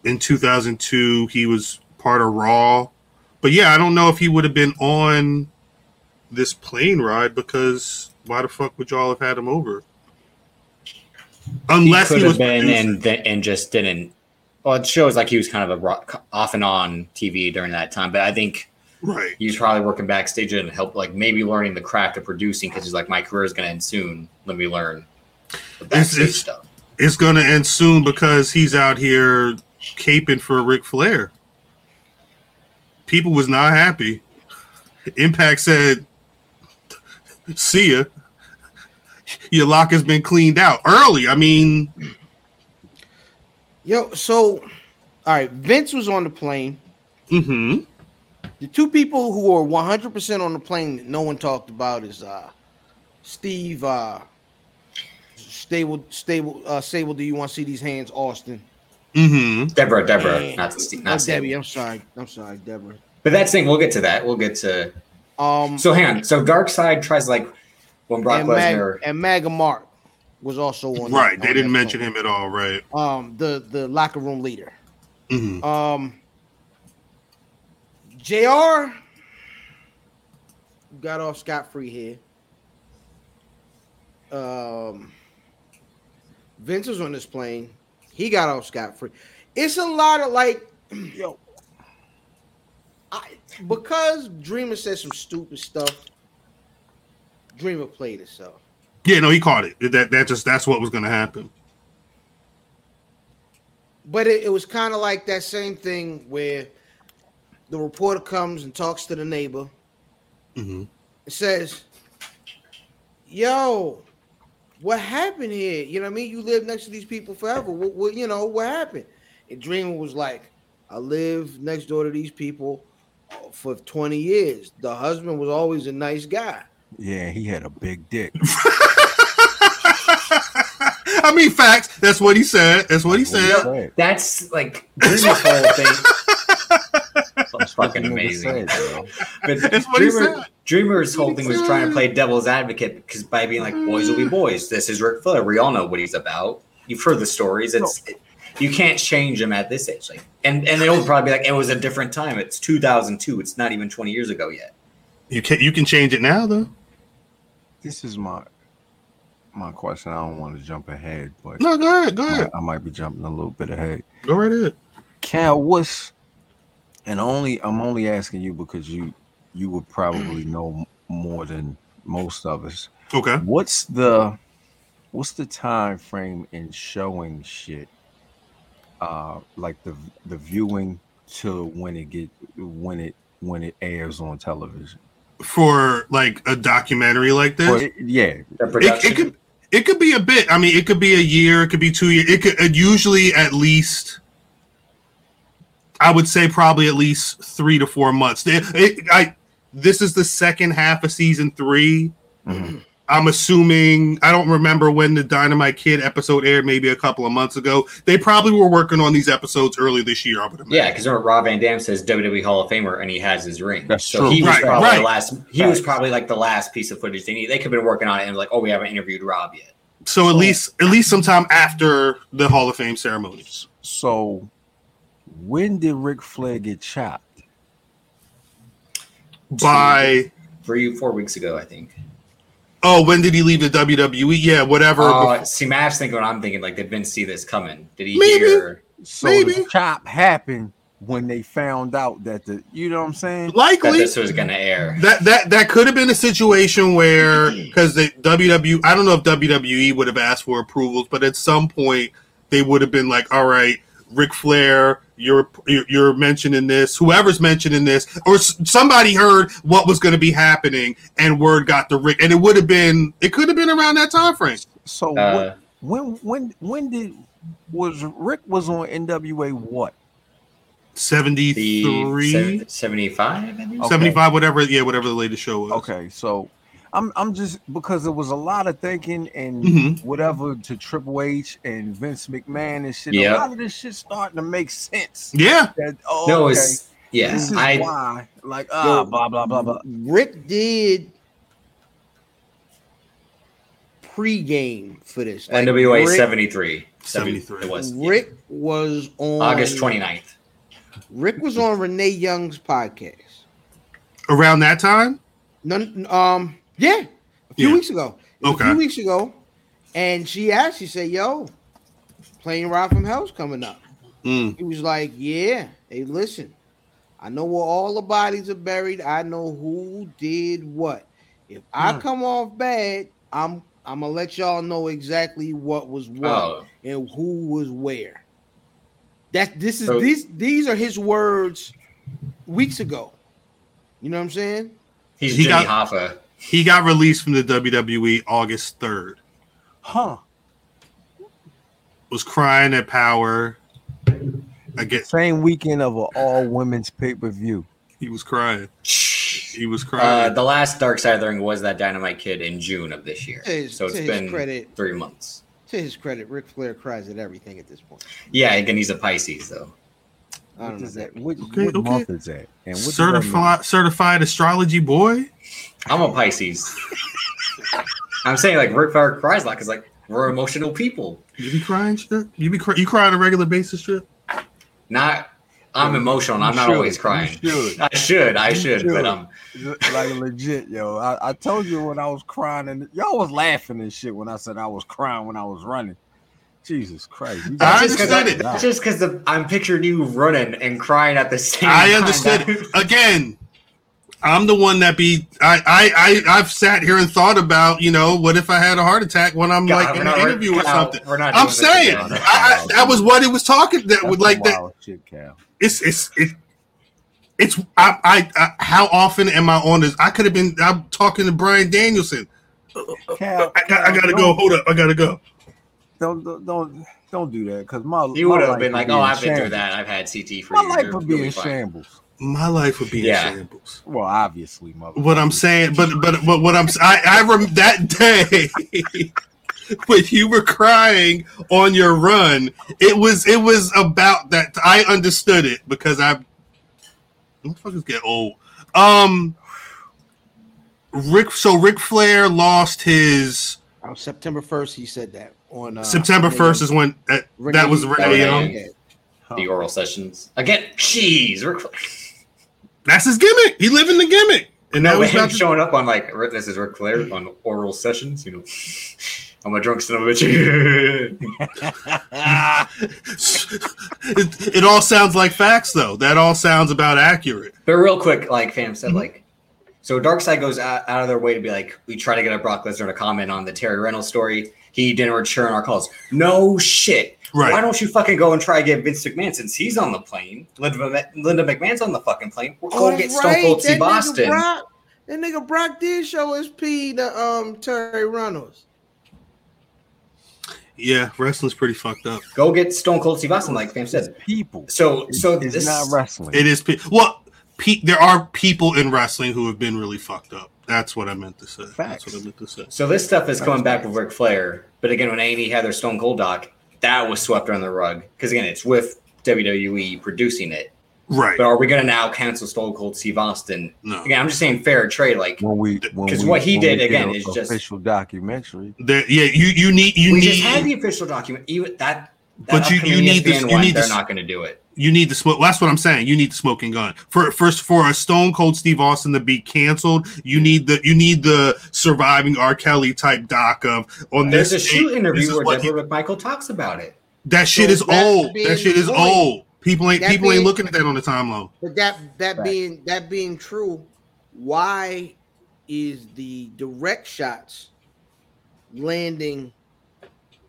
[SPEAKER 1] in 2002, he was part of Raw. But yeah, I don't know if he would have been on this plane ride because why the fuck would y'all have had him over? Unless
[SPEAKER 3] he
[SPEAKER 1] he,
[SPEAKER 3] could
[SPEAKER 1] was
[SPEAKER 3] have been
[SPEAKER 1] producing.
[SPEAKER 3] and th- and just didn't. Well, it shows like he was kind of a rock, off and on TV during that time. But I think
[SPEAKER 1] right.
[SPEAKER 3] he was probably working backstage and helped like maybe learning the craft of producing because he's like my career is going to end soon. Let me learn the backstage
[SPEAKER 1] it's-
[SPEAKER 3] stuff.
[SPEAKER 1] It's gonna end soon because he's out here caping for Ric Flair. People was not happy. Impact said, "See ya. Your lock has been cleaned out early." I mean,
[SPEAKER 2] Yo, so all right, Vince was on the plane.
[SPEAKER 1] hmm
[SPEAKER 2] The two people who were 100% on the plane that no one talked about is uh Steve uh Stable Stable uh Stable Do You Want to See These Hands Austin.
[SPEAKER 1] hmm
[SPEAKER 3] Deborah, Deborah,
[SPEAKER 2] And-
[SPEAKER 3] not Steve,
[SPEAKER 2] Oh,
[SPEAKER 3] not Steve.
[SPEAKER 2] Debbie, I'm sorry. I'm sorry, Deborah.
[SPEAKER 3] But that's the thing. We'll get to that. We'll get to.
[SPEAKER 2] Um
[SPEAKER 3] So hang on. So Dark Side tries like when Brock
[SPEAKER 2] and, Mag-
[SPEAKER 3] Lesnar.
[SPEAKER 2] and Maga Mark was also on that-
[SPEAKER 1] Right? They
[SPEAKER 2] on
[SPEAKER 1] didn't
[SPEAKER 2] that
[SPEAKER 1] mention
[SPEAKER 2] plane.
[SPEAKER 1] him at all, right?
[SPEAKER 2] Um the the locker room leader.
[SPEAKER 1] Mhm.
[SPEAKER 2] Um, Jr. got off scot free here. Um, Vince was on this plane. He got off scot free. It's a lot of like, yo, I because Dreamer said some stupid stuff. Dreamer played itself.
[SPEAKER 1] Yeah, no, he caught it. That that just that's what was gonna happen.
[SPEAKER 2] But it, it was kind of like that same thing where the reporter comes and talks to the neighbor.
[SPEAKER 1] hmm
[SPEAKER 2] It says, "Yo, what happened here? You know what I mean? You live next to these people forever. What, what you know? What happened?" And Dreamer was like, "I live next door to these people for 20 years. The husband was always a nice guy."
[SPEAKER 4] Yeah, he had a big dick.
[SPEAKER 1] I mean, facts. That's what he said. That's what he said.
[SPEAKER 4] What
[SPEAKER 3] That's like Dreamer's whole thing. That's
[SPEAKER 4] the
[SPEAKER 3] fucking
[SPEAKER 4] nigga
[SPEAKER 3] amazing.
[SPEAKER 4] said, bro.
[SPEAKER 3] But
[SPEAKER 1] That's what he
[SPEAKER 3] Dreamer-
[SPEAKER 1] said.
[SPEAKER 3] Dreamer's whole thing was trying to play devil's advocate because by being like, boys
[SPEAKER 1] Mm.
[SPEAKER 3] will be boys. This is Ric Flair. We all know what he's about. You've heard the stories. It's you can't change him at this age. Like, and and they'll probably be like, it was a different time. It's 2002. It's not even 20 years ago yet.
[SPEAKER 1] You can you can change it now though.
[SPEAKER 4] This is my my question. I don't want to jump ahead, but
[SPEAKER 1] No, go ahead. Go
[SPEAKER 4] I
[SPEAKER 1] ahead.
[SPEAKER 4] might- I might be jumping a little bit ahead.
[SPEAKER 1] Go right ahead.
[SPEAKER 4] Cal, what's and only I'm only asking you because you you would probably know m- more than most of us.
[SPEAKER 1] Okay.
[SPEAKER 4] What's the what's the time frame in showing shit? Uh like the the viewing to when it get when it when it airs on television.
[SPEAKER 1] For like a documentary like this,
[SPEAKER 4] Or
[SPEAKER 1] it,
[SPEAKER 4] it- yeah,
[SPEAKER 3] The
[SPEAKER 1] it,
[SPEAKER 3] production.
[SPEAKER 1] could it could be a bit. I mean, it could be a year. It could be two years. It could uh, usually at least. I would say probably at least three to four months. It- it- I this is the second half of season three.
[SPEAKER 3] Mm-hmm.
[SPEAKER 4] Mhm.
[SPEAKER 1] I'm assuming I don't remember when the Dynamite Kid episode aired. Maybe a couple of months ago. They probably were working on these episodes early this year. I would imagine.
[SPEAKER 3] yeah, because Rob Van Dam says WWE Hall of Famer and he has his ring.
[SPEAKER 4] That's
[SPEAKER 3] so
[SPEAKER 4] true.
[SPEAKER 3] he was
[SPEAKER 1] Right,
[SPEAKER 3] probably
[SPEAKER 1] right.
[SPEAKER 3] the last he was
[SPEAKER 4] Facts.
[SPEAKER 3] probably like the last piece of footage they need. They could have been working on it and like, oh, we haven't interviewed Rob yet.
[SPEAKER 1] So at least at least sometime after the Hall of Fame ceremonies.
[SPEAKER 4] So when did Ric Flair get chopped?
[SPEAKER 1] By
[SPEAKER 3] Three, four weeks ago, I think.
[SPEAKER 1] oh, when did he leave the WWE? Yeah, whatever.
[SPEAKER 4] Uh,
[SPEAKER 3] Oh, see, Matt's thinking what I'm thinking. Like, did Vince see this coming? Did he
[SPEAKER 1] Maybe.
[SPEAKER 3] hear?
[SPEAKER 4] So the
[SPEAKER 1] Maybe.
[SPEAKER 4] chop happened when they found out that the you know what I'm saying.
[SPEAKER 3] that
[SPEAKER 1] Likely
[SPEAKER 3] this was gonna air.
[SPEAKER 1] that that that could have been a situation where because the WWE I don't know if WWE would have asked for approvals, but at some point they would have been like, "All right, Ric Flair, you're you're, you're mentioning this. Whoever's mentioning this, or s- somebody heard what was going to be happening, and word got to Rick, and it would have been it could have been around that time frame.
[SPEAKER 4] So
[SPEAKER 3] Uh,
[SPEAKER 4] when when when did was Rick was on NWA what?
[SPEAKER 1] Seventy three.
[SPEAKER 3] the 75, I think.
[SPEAKER 4] Okay.
[SPEAKER 1] 75 whatever yeah whatever the latest show was
[SPEAKER 4] Okay, so I'm I'm just because there was a lot of thinking and
[SPEAKER 1] Mhm.
[SPEAKER 4] whatever to Triple H and Vince McMahon and shit.
[SPEAKER 3] Yeah.
[SPEAKER 4] A lot of this shit starting to make sense.
[SPEAKER 1] yeah
[SPEAKER 4] That, oh,
[SPEAKER 3] No,
[SPEAKER 4] okay,
[SPEAKER 3] it's yeah.
[SPEAKER 4] this is
[SPEAKER 3] I
[SPEAKER 4] why like ah
[SPEAKER 2] Yo,
[SPEAKER 4] blah blah blah blah.
[SPEAKER 2] Rick did pregame for this. Like,
[SPEAKER 3] NWA
[SPEAKER 2] Rick-
[SPEAKER 3] 73.
[SPEAKER 1] 73.
[SPEAKER 3] It was yeah.
[SPEAKER 2] Rick was on
[SPEAKER 3] August 29th.
[SPEAKER 2] Rick was on Renee Young's podcast.
[SPEAKER 1] around that time
[SPEAKER 2] None, um, yeah, a few
[SPEAKER 1] Yeah.
[SPEAKER 2] weeks ago. It was
[SPEAKER 1] Okay.
[SPEAKER 2] a few weeks ago, and she asked, she said, "Yo, plane ride from hell's coming up."
[SPEAKER 1] Mm,
[SPEAKER 2] He was like, "Yeah, hey, listen, I know where all the bodies are buried. I know who did what. If
[SPEAKER 3] Hmm.
[SPEAKER 2] I come off bad, I'm I'm gonna let y'all know exactly what was what
[SPEAKER 3] Oh,
[SPEAKER 2] and who was where." That this is
[SPEAKER 3] So-
[SPEAKER 2] these these are his words weeks ago. You know what I'm saying?
[SPEAKER 3] he's
[SPEAKER 1] He
[SPEAKER 3] Jimmy
[SPEAKER 1] got-
[SPEAKER 3] Hoffa.
[SPEAKER 1] he got released from the wwe august 3rd
[SPEAKER 4] Huh?
[SPEAKER 1] was crying at power. I guess
[SPEAKER 4] Same weekend of an all women's pay per view.
[SPEAKER 1] he was crying. He was
[SPEAKER 3] Uh,
[SPEAKER 1] crying.
[SPEAKER 3] the last Dark Side of the Ring was that Dynamite Kid in June of this year.
[SPEAKER 2] To his,
[SPEAKER 3] So it's
[SPEAKER 2] to his
[SPEAKER 3] been
[SPEAKER 2] credit,
[SPEAKER 3] three months.
[SPEAKER 2] to his credit, Ric Flair cries at everything at this point.
[SPEAKER 3] Yeah, again, he's a Pisces, though.
[SPEAKER 2] I don't
[SPEAKER 4] What
[SPEAKER 2] know
[SPEAKER 4] is
[SPEAKER 2] that.
[SPEAKER 4] that? What,
[SPEAKER 1] Okay,
[SPEAKER 4] what
[SPEAKER 1] okay.
[SPEAKER 4] month is that? And what does that mean?
[SPEAKER 1] certified certified astrology boy.
[SPEAKER 3] I'm a Pisces. I'm saying, like, Rick Flair cries a lot because, like, we're emotional people.
[SPEAKER 1] You be crying, Strip? You be cry- you cry on a regular basis, Strip?
[SPEAKER 3] Not, I'm emotional. and I'm
[SPEAKER 4] You
[SPEAKER 3] not
[SPEAKER 4] should.
[SPEAKER 3] always
[SPEAKER 4] You
[SPEAKER 3] crying.
[SPEAKER 4] should.
[SPEAKER 3] I should. I
[SPEAKER 4] You
[SPEAKER 3] should. But
[SPEAKER 4] should.
[SPEAKER 3] um,
[SPEAKER 4] like legit, yo. I, I told you when I was crying, and y'all was laughing and shit when I said I was crying when I was running. Jesus Christ! you
[SPEAKER 1] I
[SPEAKER 4] guys-
[SPEAKER 3] just 'cause
[SPEAKER 1] understand
[SPEAKER 4] Nah.
[SPEAKER 3] It's just because I'm picturing you running and crying at the same
[SPEAKER 1] I
[SPEAKER 3] time.
[SPEAKER 1] understand again. I'm the one that be I, I I I've sat here and thought about you know what if I had a heart attack when I'm
[SPEAKER 3] God,
[SPEAKER 1] like
[SPEAKER 3] we're
[SPEAKER 1] in
[SPEAKER 3] not-
[SPEAKER 1] an interview or
[SPEAKER 3] Cal,
[SPEAKER 1] something.
[SPEAKER 3] We're not
[SPEAKER 1] I'm
[SPEAKER 3] doing this
[SPEAKER 1] saying
[SPEAKER 3] again.
[SPEAKER 1] I, I, that was what it was talking that
[SPEAKER 4] That's
[SPEAKER 1] would
[SPEAKER 4] some
[SPEAKER 1] like that
[SPEAKER 4] wild Shit, Cal.
[SPEAKER 1] it's it's it, it's I, I I how often am I on this? I could have been I'm talking to Brian Danielson.
[SPEAKER 4] Cal,
[SPEAKER 1] I, got, I
[SPEAKER 4] Cal,
[SPEAKER 1] gotta go.
[SPEAKER 4] don't-
[SPEAKER 1] Hold up, I gotta go.
[SPEAKER 4] Don't don't don't, don't do that because my
[SPEAKER 3] You
[SPEAKER 4] my
[SPEAKER 3] would have
[SPEAKER 4] life
[SPEAKER 3] been
[SPEAKER 4] would
[SPEAKER 3] like,
[SPEAKER 4] be
[SPEAKER 3] "Oh,
[SPEAKER 4] in
[SPEAKER 3] I've been through
[SPEAKER 4] shambles.
[SPEAKER 3] that. I've had CT for
[SPEAKER 4] My
[SPEAKER 3] years.
[SPEAKER 4] life
[SPEAKER 3] You're-
[SPEAKER 4] would
[SPEAKER 3] you'll
[SPEAKER 4] be
[SPEAKER 3] be
[SPEAKER 4] in
[SPEAKER 3] fine."
[SPEAKER 4] shambles.
[SPEAKER 1] My life would be
[SPEAKER 3] Yeah.
[SPEAKER 1] in shambles.
[SPEAKER 4] Well, obviously, mother.
[SPEAKER 1] What I'm saying, but but but what I'm s- I I rem that day when you were crying on your run. It was it was about that. I understood it because I motherfuckers get old. Um, Rick. So Rick Flair lost his.
[SPEAKER 2] Oh, September first, he said that on uh,
[SPEAKER 1] September
[SPEAKER 2] Renee-
[SPEAKER 1] first is when uh, that was
[SPEAKER 2] Renee- Oh,
[SPEAKER 1] Renee
[SPEAKER 3] Young.
[SPEAKER 1] Young.
[SPEAKER 2] Yeah.
[SPEAKER 3] The oral sessions again. Jeez, we're
[SPEAKER 1] That's his gimmick. He living the gimmick, and that
[SPEAKER 3] now
[SPEAKER 1] was
[SPEAKER 3] him
[SPEAKER 1] about to,
[SPEAKER 3] showing up on like Rick- this is Ric Flair on oral sessions. You know, I'm a drunk son of a bitch.
[SPEAKER 1] it, it all sounds like facts, though. That all sounds about accurate.
[SPEAKER 3] but real quick, like fam said, like so Dark Side goes out, out of their way to be like, we try to get a Brock Lesnar to comment on the Terry Reynolds story. He didn't return our calls. No shit.
[SPEAKER 1] Right.
[SPEAKER 3] Why don't you fucking go and try to get Vince McMahon since he's on the plane? Linda, Linda McMahon's on the fucking plane. We'll
[SPEAKER 2] Oh,
[SPEAKER 3] go get
[SPEAKER 2] that's
[SPEAKER 3] Stone Cold
[SPEAKER 2] That
[SPEAKER 3] Steve
[SPEAKER 2] nigga
[SPEAKER 3] Austin.
[SPEAKER 2] Brock- that nigga Brock did show his P to um Terry Reynolds.
[SPEAKER 1] Yeah, wrestling's pretty fucked up.
[SPEAKER 3] Go get Stone Cold Steve Austin, like fam said.
[SPEAKER 4] people.
[SPEAKER 3] So, so
[SPEAKER 4] it's
[SPEAKER 3] this
[SPEAKER 4] not wrestling.
[SPEAKER 1] It is. pe- Well, pe- there are people in wrestling who have been really fucked up. That's what I meant to say.
[SPEAKER 4] Facts.
[SPEAKER 1] That's what I meant to say.
[SPEAKER 3] so this stuff is coming back with Ric Flair. But again, when A&E had their Stone Cold doc, that was swept under the rug because again, it's with WWE producing it.
[SPEAKER 1] Right.
[SPEAKER 3] But are we going to now cancel Stone Cold Steve Austin?
[SPEAKER 1] No.
[SPEAKER 3] Again, I'm just saying fair trade. Like
[SPEAKER 4] when we
[SPEAKER 3] 'Cause
[SPEAKER 4] because
[SPEAKER 3] what he did, again, is just-
[SPEAKER 4] official documentary.
[SPEAKER 1] There, yeah. You you need you
[SPEAKER 3] we
[SPEAKER 1] need
[SPEAKER 3] just had the official document. Even that, that
[SPEAKER 1] But you- you
[SPEAKER 3] upcoming
[SPEAKER 1] need this-
[SPEAKER 3] ESPN
[SPEAKER 1] you
[SPEAKER 3] one,
[SPEAKER 1] need
[SPEAKER 3] They're
[SPEAKER 1] this-
[SPEAKER 3] not going to do it.
[SPEAKER 1] you need the smoke. That's what I'm saying. You need the smoking gun for first for a Stone Cold Steve Austin to be canceled. You need the you need the surviving R. Kelly type doc of on
[SPEAKER 3] There's a
[SPEAKER 1] this.
[SPEAKER 3] shoot
[SPEAKER 1] date,
[SPEAKER 3] interview
[SPEAKER 1] this is
[SPEAKER 3] where
[SPEAKER 1] what he-
[SPEAKER 3] Deborah McMichael talks about it.
[SPEAKER 1] that shit
[SPEAKER 2] So
[SPEAKER 1] is
[SPEAKER 2] that's
[SPEAKER 1] old.
[SPEAKER 2] being
[SPEAKER 1] That shit is
[SPEAKER 2] the point.
[SPEAKER 1] old. People ain't
[SPEAKER 2] That
[SPEAKER 1] people ain't
[SPEAKER 2] being-
[SPEAKER 1] looking at that on the timeline.
[SPEAKER 2] But that that
[SPEAKER 3] Right.
[SPEAKER 2] being that being true, why is the direct shots landing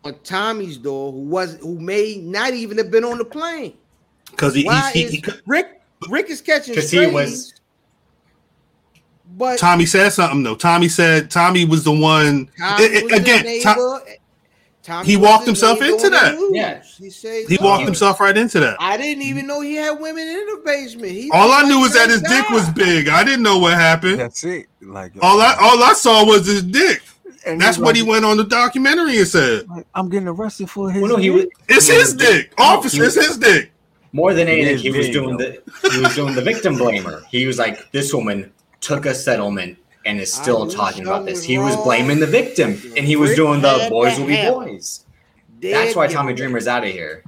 [SPEAKER 2] on Tommy's door, who was who may not even have been on the plane?
[SPEAKER 1] Because he,
[SPEAKER 2] Why
[SPEAKER 1] he,
[SPEAKER 2] is
[SPEAKER 1] he, he-
[SPEAKER 2] Rick Rick is catching
[SPEAKER 3] Because he
[SPEAKER 2] strays,
[SPEAKER 3] was
[SPEAKER 2] but
[SPEAKER 1] Tommy said something though. Tommy said Tommy was the one.
[SPEAKER 2] Tommy
[SPEAKER 1] it- it-
[SPEAKER 2] was the
[SPEAKER 1] again, Tom-
[SPEAKER 2] neighbor- Tommy
[SPEAKER 1] he
[SPEAKER 2] was
[SPEAKER 1] walked
[SPEAKER 2] the
[SPEAKER 1] himself
[SPEAKER 2] neighbor
[SPEAKER 1] into
[SPEAKER 2] on the
[SPEAKER 1] that.
[SPEAKER 2] news.
[SPEAKER 3] Yeah.
[SPEAKER 2] he said
[SPEAKER 1] he
[SPEAKER 2] no.
[SPEAKER 1] walked
[SPEAKER 3] He-
[SPEAKER 1] himself right into that.
[SPEAKER 2] I didn't even know he had women in the basement. He
[SPEAKER 1] All I
[SPEAKER 2] thought
[SPEAKER 1] knew
[SPEAKER 2] my
[SPEAKER 1] was that
[SPEAKER 2] friend
[SPEAKER 1] his dick
[SPEAKER 2] died.
[SPEAKER 1] was big. I didn't know what happened.
[SPEAKER 4] That's it. Like uh,
[SPEAKER 1] All I all I saw was his dick.
[SPEAKER 4] and
[SPEAKER 1] That's
[SPEAKER 4] he's
[SPEAKER 1] what he
[SPEAKER 4] like-
[SPEAKER 1] went on the documentary and said.
[SPEAKER 4] like, I'm getting arrested for his.
[SPEAKER 3] Well, no, he
[SPEAKER 4] dick."
[SPEAKER 3] was
[SPEAKER 1] It's
[SPEAKER 3] he
[SPEAKER 1] his
[SPEAKER 3] was-
[SPEAKER 1] dick,
[SPEAKER 3] no,
[SPEAKER 1] officer.
[SPEAKER 3] he
[SPEAKER 1] It's
[SPEAKER 3] was-
[SPEAKER 1] his dick.
[SPEAKER 3] More than anything,
[SPEAKER 4] is
[SPEAKER 3] he was
[SPEAKER 4] big,
[SPEAKER 3] doing the he was doing the victim blamer. He was like, "This woman took a settlement and is
[SPEAKER 2] I
[SPEAKER 3] still
[SPEAKER 2] knew
[SPEAKER 3] talking about
[SPEAKER 2] something
[SPEAKER 3] this."
[SPEAKER 2] was
[SPEAKER 3] He was
[SPEAKER 2] wrong.
[SPEAKER 3] blaming the victim, and he was
[SPEAKER 2] Rick
[SPEAKER 3] doing the
[SPEAKER 2] had
[SPEAKER 3] "boys
[SPEAKER 2] to
[SPEAKER 3] will be
[SPEAKER 2] have it.
[SPEAKER 3] boys."
[SPEAKER 2] Dead
[SPEAKER 3] That's why Tommy
[SPEAKER 2] giveaway.
[SPEAKER 3] Dreamer's out of here.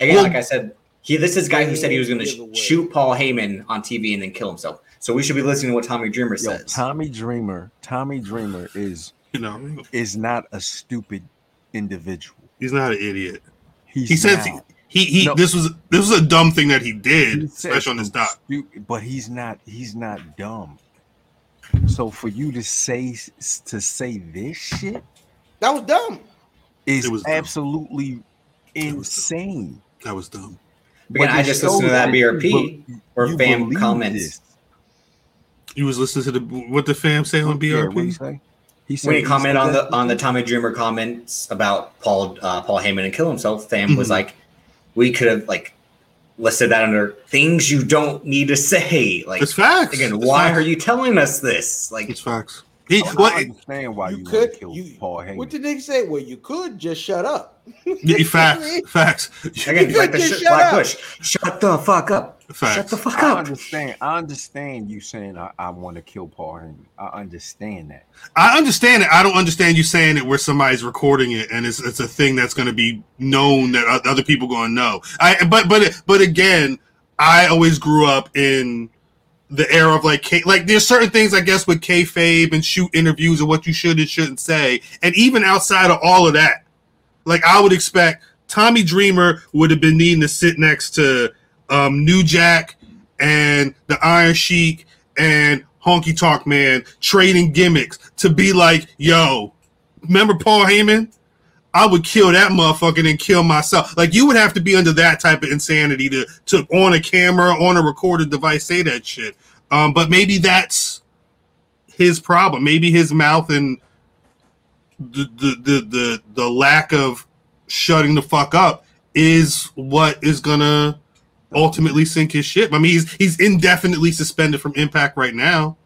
[SPEAKER 3] Again,
[SPEAKER 1] Well-
[SPEAKER 3] like I said, he this is a guy who said he was going
[SPEAKER 2] Give away.
[SPEAKER 3] to shoot Paul Heyman on TV and then kill himself. So we should be listening to what Tommy Dreamer
[SPEAKER 4] Yo,
[SPEAKER 3] says.
[SPEAKER 4] Tommy Dreamer. Tommy Dreamer is
[SPEAKER 1] You know,
[SPEAKER 4] is not a stupid individual.
[SPEAKER 1] he's not an idiot.
[SPEAKER 4] He's
[SPEAKER 1] He says he
[SPEAKER 4] not.
[SPEAKER 1] he, he
[SPEAKER 4] No.
[SPEAKER 1] this was this was a dumb thing that he did,
[SPEAKER 4] He said
[SPEAKER 1] especially on this
[SPEAKER 4] some
[SPEAKER 1] doc.
[SPEAKER 4] stupid- but he's not. He's not dumb. So for you to say s- to say this shit
[SPEAKER 2] That was dumb.
[SPEAKER 4] is
[SPEAKER 1] It was dumb.
[SPEAKER 4] absolutely
[SPEAKER 1] dumb.
[SPEAKER 4] insane.
[SPEAKER 1] That was dumb.
[SPEAKER 3] Again,
[SPEAKER 4] But
[SPEAKER 3] I
[SPEAKER 4] it
[SPEAKER 3] just listened to
[SPEAKER 4] shows
[SPEAKER 3] that
[SPEAKER 4] you
[SPEAKER 3] BRP
[SPEAKER 4] be-
[SPEAKER 3] where
[SPEAKER 4] you
[SPEAKER 3] fam
[SPEAKER 4] believe
[SPEAKER 3] comments.
[SPEAKER 4] this.
[SPEAKER 1] You was listening to the what the fam say on
[SPEAKER 4] Yeah, what'd he
[SPEAKER 1] BRP.
[SPEAKER 4] say? He said
[SPEAKER 3] when he
[SPEAKER 4] he's
[SPEAKER 3] commented on the on the
[SPEAKER 4] possessed
[SPEAKER 3] Tommy Dreamer comments about Paul uh, Paul Heyman and kill himself, fam was
[SPEAKER 1] Mhm.
[SPEAKER 3] like, we could have like listed that under things you don't need to say. Like
[SPEAKER 1] It's facts.
[SPEAKER 3] again,
[SPEAKER 1] It's
[SPEAKER 3] why
[SPEAKER 1] facts.
[SPEAKER 3] are you telling us this? Like
[SPEAKER 1] It's facts. He,
[SPEAKER 4] with- I
[SPEAKER 1] well,
[SPEAKER 4] don't understand why
[SPEAKER 2] you
[SPEAKER 4] you, want
[SPEAKER 2] could-
[SPEAKER 4] to kill
[SPEAKER 2] you-
[SPEAKER 4] Paul Heyman.
[SPEAKER 2] What did nigga say? Well, you could just shut up.
[SPEAKER 1] yeah, facts, facts,
[SPEAKER 3] again,
[SPEAKER 2] could
[SPEAKER 3] like the
[SPEAKER 2] just
[SPEAKER 3] sh-
[SPEAKER 2] shut
[SPEAKER 3] Black
[SPEAKER 2] up.
[SPEAKER 3] Bush, shut the fuck up. Shut
[SPEAKER 1] facts.
[SPEAKER 3] the fuck
[SPEAKER 4] I
[SPEAKER 3] up.
[SPEAKER 4] understand. I understand you saying I, I want to kill Paul Heyman. I understand that.
[SPEAKER 1] I understand it. I don't understand you saying it where somebody's recording it and it's it's a thing that's going to be known that o- other people going to know. I but but but again, I always grew up in the era of like K, like there's certain things I guess with kayfabe and shoot interviews and what you should and shouldn't say, and even outside of all of that, like I would expect Tommy Dreamer would have been needing to sit next to um, New Jack and the Iron Sheik and Honky Talk Man trading gimmicks to be like, yo, remember Paul Heyman? I would kill that motherfucker and kill myself. Like you would have to be under that type of insanity to to on a camera, on a recorded device, say that shit. Um, but maybe that's his problem. Maybe his mouth and the the the the, the lack of shutting the fuck up is what is gonna ultimately sink his ship. I mean, he's he's indefinitely suspended from Impact right now,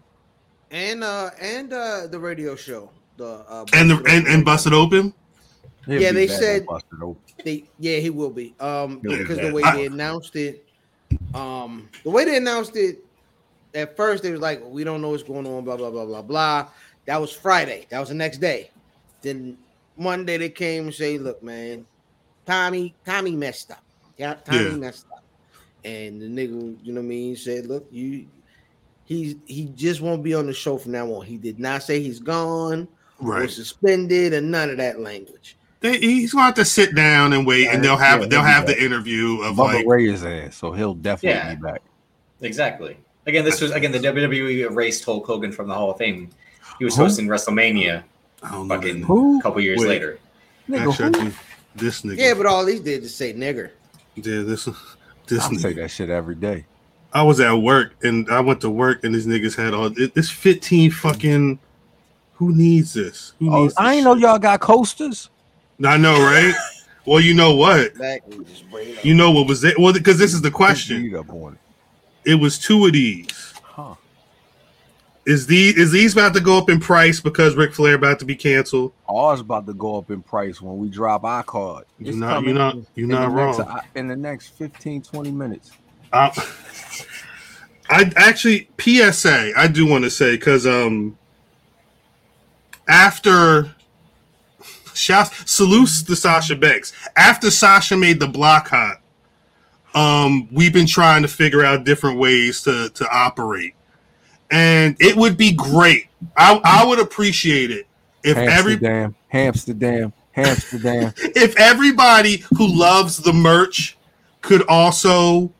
[SPEAKER 2] And uh and uh the radio show. The uh
[SPEAKER 1] and the and,
[SPEAKER 2] Busted
[SPEAKER 1] and
[SPEAKER 2] Open Radio.
[SPEAKER 1] busted open.
[SPEAKER 4] He'll
[SPEAKER 2] Yeah,
[SPEAKER 4] be
[SPEAKER 2] they
[SPEAKER 4] back
[SPEAKER 2] said-
[SPEAKER 4] and busted open.
[SPEAKER 2] They, yeah, he will be. Um
[SPEAKER 1] He'll be
[SPEAKER 2] because
[SPEAKER 1] back.
[SPEAKER 2] the way
[SPEAKER 1] I-
[SPEAKER 2] they announced it, um the way they announced it at first they was like, We don't know what's going on, blah blah blah blah blah. That was Friday, that was the next day. Then Monday they came and say, Look, man, Tommy, Tommy messed up. Yeah, Tommy
[SPEAKER 1] Yeah.
[SPEAKER 2] messed up. And the nigga, you know what I mean, said, Look, you he's he just won't be on the show from now on. He did not say he's gone or
[SPEAKER 1] Right,
[SPEAKER 2] suspended and none of that language.
[SPEAKER 1] they, he's gonna have to sit down and wait, and they'll have
[SPEAKER 4] Yeah,
[SPEAKER 1] they'll
[SPEAKER 4] he'll be
[SPEAKER 1] have
[SPEAKER 4] back.
[SPEAKER 1] the interview of
[SPEAKER 4] Bubba
[SPEAKER 1] like
[SPEAKER 4] Ray is ass, so he'll definitely
[SPEAKER 3] Yeah.
[SPEAKER 4] be back.
[SPEAKER 3] Exactly. Again, this was again the WWE erased Hulk Hogan from the Hall of Fame. He was
[SPEAKER 4] Who?
[SPEAKER 3] hosting WrestleMania
[SPEAKER 1] I don't know
[SPEAKER 3] fucking
[SPEAKER 1] that
[SPEAKER 4] Who?
[SPEAKER 3] a couple years
[SPEAKER 1] Wait.
[SPEAKER 3] later.
[SPEAKER 1] nigga.
[SPEAKER 4] Nigga,
[SPEAKER 1] Actually, I
[SPEAKER 4] who?
[SPEAKER 1] do- this nigga,
[SPEAKER 2] Yeah, but all these did is say nigger.
[SPEAKER 1] yeah, this this
[SPEAKER 4] I say
[SPEAKER 1] nigga.
[SPEAKER 4] that shit every day.
[SPEAKER 1] I was at work and I went to work and these niggas had all it- this fifteen fucking. Who needs this? Who
[SPEAKER 4] Oh,
[SPEAKER 1] needs
[SPEAKER 4] I
[SPEAKER 1] this
[SPEAKER 4] ain't know
[SPEAKER 1] shit?
[SPEAKER 4] y'all got coasters.
[SPEAKER 1] I know, right? well, you know what?
[SPEAKER 2] Back and just bring it up.
[SPEAKER 1] You know what was it? Well, because this is the question.
[SPEAKER 4] Beat up on it.
[SPEAKER 1] It was two of these.
[SPEAKER 4] Huh.
[SPEAKER 1] Is these is these about to go up in price because Ric Flair about to be canceled?
[SPEAKER 4] Ours about to go up in price when we drop our card.
[SPEAKER 1] You're
[SPEAKER 4] It's
[SPEAKER 1] not
[SPEAKER 4] coming
[SPEAKER 1] you're not
[SPEAKER 4] in
[SPEAKER 1] you're
[SPEAKER 4] the
[SPEAKER 1] not
[SPEAKER 4] next-
[SPEAKER 1] wrong.
[SPEAKER 4] I- in the next 15, 20 minutes.
[SPEAKER 1] I, I actually PSA I do want to say because um after shout salutes to Sasha Banks after Sasha made the block hot um we've been trying to figure out different ways to to operate and it would be great I I would appreciate it if every
[SPEAKER 4] Amsterdam, Amsterdam, Amsterdam.
[SPEAKER 1] if everybody who loves the merch could also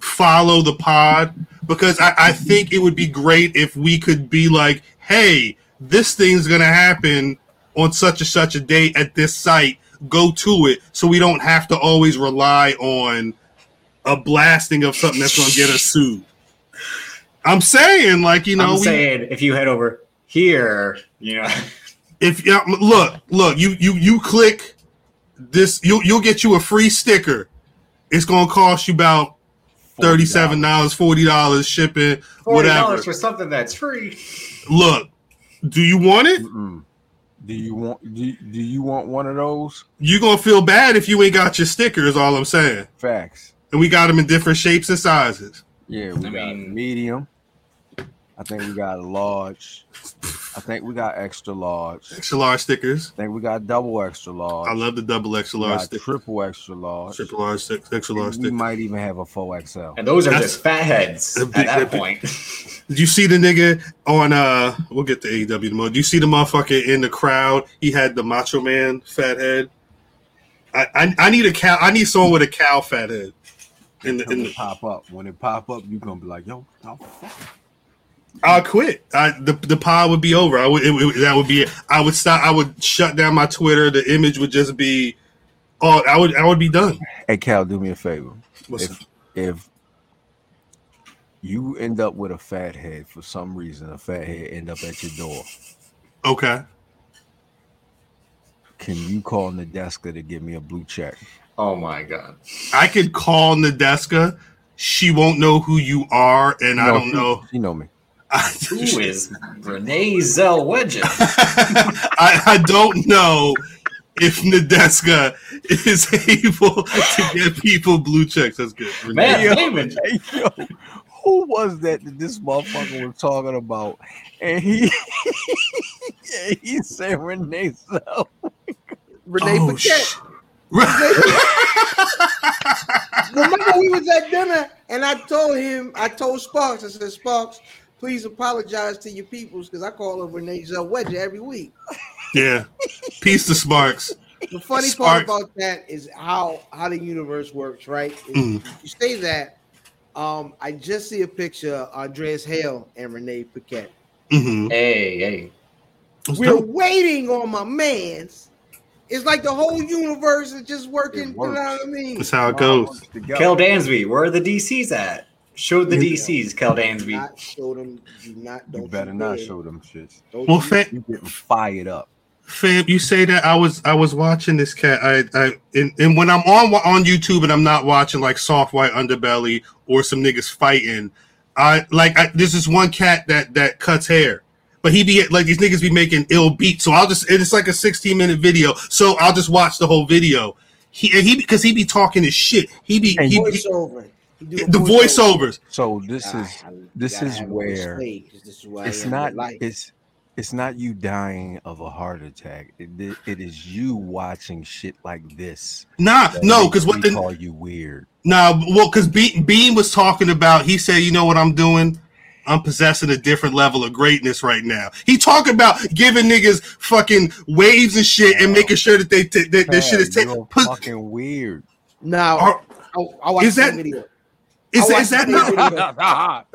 [SPEAKER 1] follow the pod because I, I think it would be great if we could be like, hey, this thing's gonna happen on such and such a date at this site. Go to it so we don't have to always rely on a blasting of something that's gonna get us sued. I'm saying, like, you know,
[SPEAKER 3] I'm
[SPEAKER 1] we,
[SPEAKER 3] saying if you head over here, you know,
[SPEAKER 1] if yeah, m- look, look, you you you click this, you'll you'll get you a free sticker. It's gonna cost you about thirty-seven dollars, forty dollars shipping,
[SPEAKER 3] forty
[SPEAKER 1] whatever.
[SPEAKER 3] dollars for something that's free.
[SPEAKER 1] Look, do you want it?
[SPEAKER 4] Mm-mm. Do you want do, do you want one of those?
[SPEAKER 1] You're gonna feel bad if you ain't got your sticker. Is all I'm saying.
[SPEAKER 4] Facts.
[SPEAKER 1] And we got them in different shapes and sizes.
[SPEAKER 4] Yeah, we
[SPEAKER 3] I
[SPEAKER 4] got
[SPEAKER 3] mean-
[SPEAKER 4] medium. I think we got a large. I think we got extra large. I
[SPEAKER 1] Extra large stickers.
[SPEAKER 4] think we got double extra large.
[SPEAKER 1] I love the double extra
[SPEAKER 4] we
[SPEAKER 1] large
[SPEAKER 4] got
[SPEAKER 1] sticker.
[SPEAKER 4] triple extra large.
[SPEAKER 1] Triple large, stick- extra
[SPEAKER 4] and
[SPEAKER 1] large
[SPEAKER 4] we
[SPEAKER 1] sticker.
[SPEAKER 4] might even have a four XL.
[SPEAKER 3] And those are
[SPEAKER 1] That's-
[SPEAKER 3] just fat heads
[SPEAKER 1] They're
[SPEAKER 3] at
[SPEAKER 1] big-
[SPEAKER 3] that
[SPEAKER 1] they're
[SPEAKER 3] point.
[SPEAKER 1] Did you see the nigga on uh we'll get to AEW tomorrow. Do you see the motherfucker in the crowd? He had the macho man fat head. I I, I need a cow I need someone with a cow fat head. In the, in
[SPEAKER 4] Come to
[SPEAKER 1] the,
[SPEAKER 4] pop up. When it pop up, you gonna be like, yo, what the fuck?
[SPEAKER 1] I'll quit. I, the the pod would be over. I would it, would- that would be it. I would stop. I would shut down my Twitter. The image would just be, oh, I would I would be done.
[SPEAKER 4] Hey Cal, do me a favor.
[SPEAKER 1] What's-
[SPEAKER 4] If- if you end up with a fat head for some reason, a fat head end up at your door,
[SPEAKER 1] okay,
[SPEAKER 4] can you call Nadeska to give me a blue check?
[SPEAKER 3] oh my god.
[SPEAKER 1] I could call Nadeska. She won't know who you are, and I
[SPEAKER 4] No,
[SPEAKER 1] don't
[SPEAKER 4] she-
[SPEAKER 1] know.
[SPEAKER 4] She know me.
[SPEAKER 3] Who is Renee Zellweger?
[SPEAKER 1] I, I don't know if Nadeska is able to get people blue checks. That's good.
[SPEAKER 3] Man, Damon.
[SPEAKER 4] Hey, yo, who was that that this motherfucker was talking about? And he and he said Renee Zellweger.
[SPEAKER 2] Renee
[SPEAKER 1] Oh,
[SPEAKER 2] Paquette.
[SPEAKER 1] sh- Right.
[SPEAKER 2] Remember we was at dinner and I told him, I told Sparks, I said, Sparks, please apologize to your peoples because I call her Renee Zellweger every week.
[SPEAKER 1] yeah. Peace to Sparks.
[SPEAKER 2] The funny
[SPEAKER 1] Sparks.
[SPEAKER 2] part about that is how how the universe works, right? Is
[SPEAKER 1] Mm.
[SPEAKER 2] You say that. Um, I just see a picture of Andreas Hale and Renee Paquette.
[SPEAKER 1] hmm
[SPEAKER 3] Hey, hey.
[SPEAKER 2] We're waiting on my man's. It's like the whole universe is just working.
[SPEAKER 4] It
[SPEAKER 2] You know
[SPEAKER 4] works.
[SPEAKER 2] what I mean?
[SPEAKER 1] That's how it goes.
[SPEAKER 3] Kel Dansby, where are the DCs at? Show the DCs, Kel
[SPEAKER 2] Do
[SPEAKER 3] Dansby.
[SPEAKER 2] not show them. Do not. Don't
[SPEAKER 4] You better not show them shits.
[SPEAKER 2] Them.
[SPEAKER 1] Well, fa-
[SPEAKER 4] You getting fired up.
[SPEAKER 1] fam, you say that I was I was watching this cat. I I and, and when I'm on on YouTube and I'm not watching like soft white underbelly or some niggas fighting, I like I, this is one cat that that cuts hair. But he be like these niggas be making ill beats, so I'll just and it's like a 16 minute video, so I'll just watch the whole video. He and he because he be talking his shit. He be
[SPEAKER 4] And
[SPEAKER 1] he, he-
[SPEAKER 2] voiceover. You do a
[SPEAKER 1] the voiceovers.
[SPEAKER 4] So this
[SPEAKER 2] Ah,
[SPEAKER 4] is
[SPEAKER 2] I
[SPEAKER 4] this
[SPEAKER 2] gotta
[SPEAKER 4] is
[SPEAKER 2] have it
[SPEAKER 4] where
[SPEAKER 2] displayed 'cause this is where I
[SPEAKER 4] it's
[SPEAKER 2] am in
[SPEAKER 4] not
[SPEAKER 2] life.
[SPEAKER 4] it's it's not you dying of a heart attack. It, i- it is you watching shit like this.
[SPEAKER 1] Nah,
[SPEAKER 4] that
[SPEAKER 1] no,
[SPEAKER 4] makes
[SPEAKER 1] because what
[SPEAKER 4] me
[SPEAKER 1] the
[SPEAKER 4] call you weird.
[SPEAKER 1] Nah, well, because Be- Beam was talking about, he said, you know what I'm doing? I'm possessing a different level of greatness right now. He talking about giving niggas fucking waves and shit and making sure that they t- that this shit is
[SPEAKER 4] Fam,
[SPEAKER 1] taken.
[SPEAKER 4] you're fucking weird.
[SPEAKER 2] now.
[SPEAKER 1] Are-
[SPEAKER 2] I, I watched
[SPEAKER 1] Is that-
[SPEAKER 2] that video.
[SPEAKER 1] Is,
[SPEAKER 2] I
[SPEAKER 1] is that
[SPEAKER 2] watched
[SPEAKER 1] not?
[SPEAKER 2] the video.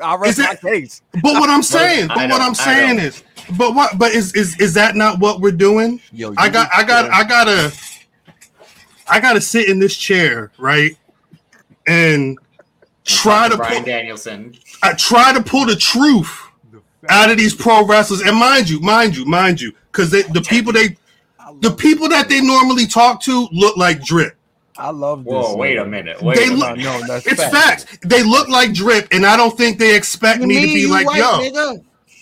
[SPEAKER 4] I rest
[SPEAKER 1] Is
[SPEAKER 4] my
[SPEAKER 1] it-
[SPEAKER 4] case.
[SPEAKER 1] But what I'm saying,
[SPEAKER 3] I
[SPEAKER 1] but what
[SPEAKER 3] don't-
[SPEAKER 1] I'm
[SPEAKER 3] I
[SPEAKER 1] saying
[SPEAKER 3] don't.
[SPEAKER 1] is, but what? But is is is that not what we're doing?
[SPEAKER 4] Yo,
[SPEAKER 1] I
[SPEAKER 4] you uh,
[SPEAKER 1] got, I got, I gotta, I gotta sit in this chair, right, and try to
[SPEAKER 3] Brian
[SPEAKER 1] pull,
[SPEAKER 3] Danielson.
[SPEAKER 1] I try to pull the truth out of these pro wrestlers. And mind you, mind you, mind you, because they the people they
[SPEAKER 4] I love
[SPEAKER 1] the people that they normally talk to look like drip.
[SPEAKER 4] I love this.
[SPEAKER 3] Whoa, wait a
[SPEAKER 4] nigga.
[SPEAKER 3] minute. Wait
[SPEAKER 1] They
[SPEAKER 3] a
[SPEAKER 1] look-
[SPEAKER 3] minute.
[SPEAKER 4] No, no, that's
[SPEAKER 1] It's
[SPEAKER 4] fact.
[SPEAKER 1] facts. They look like drip, and I don't think they expect
[SPEAKER 2] You
[SPEAKER 1] me to
[SPEAKER 2] mean
[SPEAKER 1] be
[SPEAKER 2] you
[SPEAKER 1] like
[SPEAKER 2] white,
[SPEAKER 1] yo.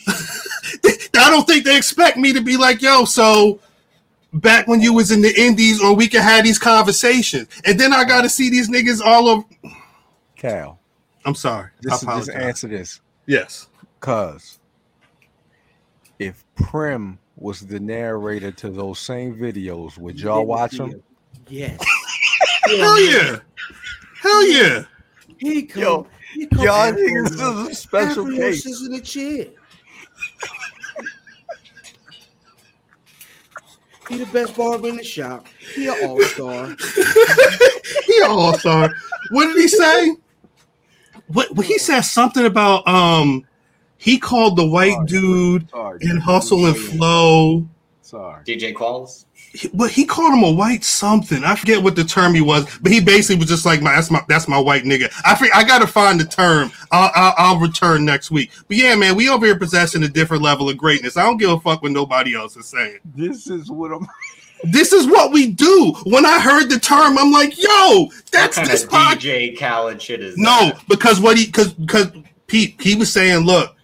[SPEAKER 2] nigga?
[SPEAKER 1] I don't think they expect me to be like yo. So back when you was in the indies, or we could have these conversations, and then I got to see these niggas all over.
[SPEAKER 4] Cal,
[SPEAKER 1] I'm sorry. I
[SPEAKER 4] just,
[SPEAKER 1] apologize.
[SPEAKER 4] just answer this.
[SPEAKER 1] Yes.
[SPEAKER 4] Cause if Prim was the narrator to those same videos, would y'all watch them?
[SPEAKER 2] Yes.
[SPEAKER 1] Hell yeah. Hell yeah.
[SPEAKER 2] He come.
[SPEAKER 4] Yo,
[SPEAKER 2] he come
[SPEAKER 4] Y'all
[SPEAKER 2] after
[SPEAKER 4] niggas
[SPEAKER 2] us.
[SPEAKER 4] is a special
[SPEAKER 2] After us
[SPEAKER 4] case.
[SPEAKER 2] is in the chair. He the best barber in the shop. He an all star.
[SPEAKER 1] he all star. What did he say? What what- he said something about um he called the white
[SPEAKER 4] Sorry,
[SPEAKER 1] dude
[SPEAKER 4] sorry,
[SPEAKER 1] in
[SPEAKER 4] dude.
[SPEAKER 1] hustle and flow.
[SPEAKER 4] Sorry.
[SPEAKER 3] DJ Qualls.
[SPEAKER 1] He- What he called him a white something. I forget what the term he was, but he basically was just like my that's my that's my white nigga. I think I gotta find the term. I'll, I'll I'll return next week. But yeah, man, we over here possessing a different level of greatness. I don't give a fuck what nobody else is saying.
[SPEAKER 4] This is what I'm.
[SPEAKER 1] This is what we do. When I heard the term, I'm like, yo, that's
[SPEAKER 3] what kind
[SPEAKER 1] this
[SPEAKER 3] of
[SPEAKER 1] podcast.
[SPEAKER 3] DJ Khaled shit is
[SPEAKER 1] No,
[SPEAKER 3] that?
[SPEAKER 1] because what he because because Pete he was saying, look,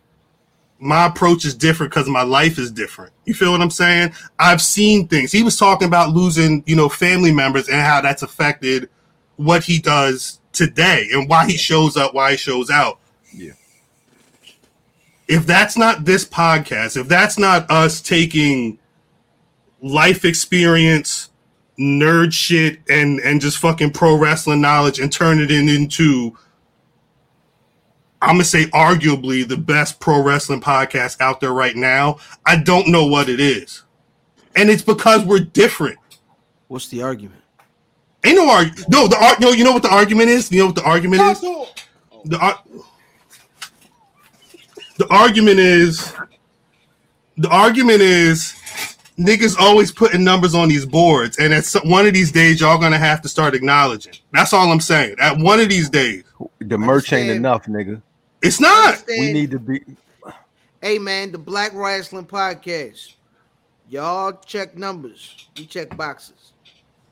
[SPEAKER 1] my approach is different because my life is different. You feel what I'm saying? I've seen things. He was talking about losing, you know, family members and how that's affected what he does today and why he shows up, why he shows out.
[SPEAKER 4] Yeah.
[SPEAKER 1] If that's not this podcast, if that's not us taking life experience, nerd shit, and and just fucking pro wrestling knowledge and turn it in, into I'm gonna say arguably the best pro wrestling podcast out there right now. I don't know what it is, and it's because we're different.
[SPEAKER 7] What's the argument?
[SPEAKER 1] Ain't no argument. No, the ar- no. You know what the argument is? You know what the argument is? The ar- the argument is the argument is niggas always putting numbers on these boards, and at some, one of these days y'all gonna have to start acknowledging. That's all I'm saying. At one of these days,
[SPEAKER 4] The merch ain't
[SPEAKER 2] Understand.
[SPEAKER 4] enough, nigga.
[SPEAKER 1] it's not.
[SPEAKER 4] We
[SPEAKER 2] Understand-
[SPEAKER 4] need to be.
[SPEAKER 2] Hey man, the Black Wrestling Podcast. Y'all check numbers. We check boxes.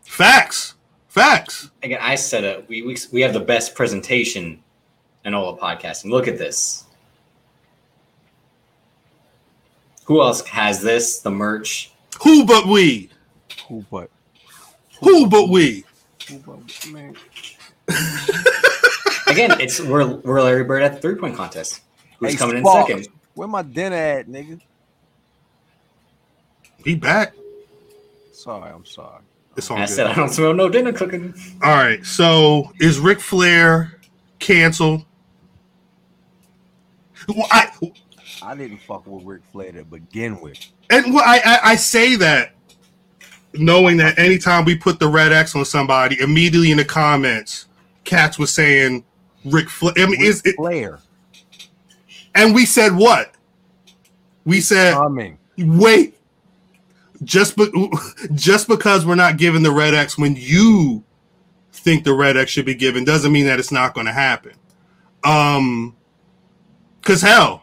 [SPEAKER 1] Facts. Facts.
[SPEAKER 3] Again, I said it. We, we we have the best presentation in all of podcasting. Look at this. Who else has this? The merch.
[SPEAKER 1] Who but we?
[SPEAKER 4] Who but
[SPEAKER 1] Who but we?
[SPEAKER 3] Again, it's we're we're Larry Bird at the three point contest. Who's
[SPEAKER 4] Hey,
[SPEAKER 3] coming
[SPEAKER 4] Sparks,
[SPEAKER 3] in second?
[SPEAKER 4] Where my dinner at, nigga?
[SPEAKER 1] He back.
[SPEAKER 4] Sorry, I'm sorry.
[SPEAKER 1] It's
[SPEAKER 3] And
[SPEAKER 1] all
[SPEAKER 3] I
[SPEAKER 1] Oh, good.
[SPEAKER 3] said I don't smell no dinner cooking.
[SPEAKER 1] All right. So is Ric Flair canceled? Well, I
[SPEAKER 4] I didn't fuck with Ric Flair to begin with.
[SPEAKER 1] and well, I, I I say that knowing that anytime we put the red X on somebody, immediately in the comments, cats was saying Ric Flair. I mean,
[SPEAKER 4] Ric
[SPEAKER 1] is it,
[SPEAKER 4] Flair
[SPEAKER 1] and we said what? We said
[SPEAKER 4] coming?
[SPEAKER 1] wait just but just because we're not given the red x when you think the red x should be given doesn't mean that it's not going to happen um because hell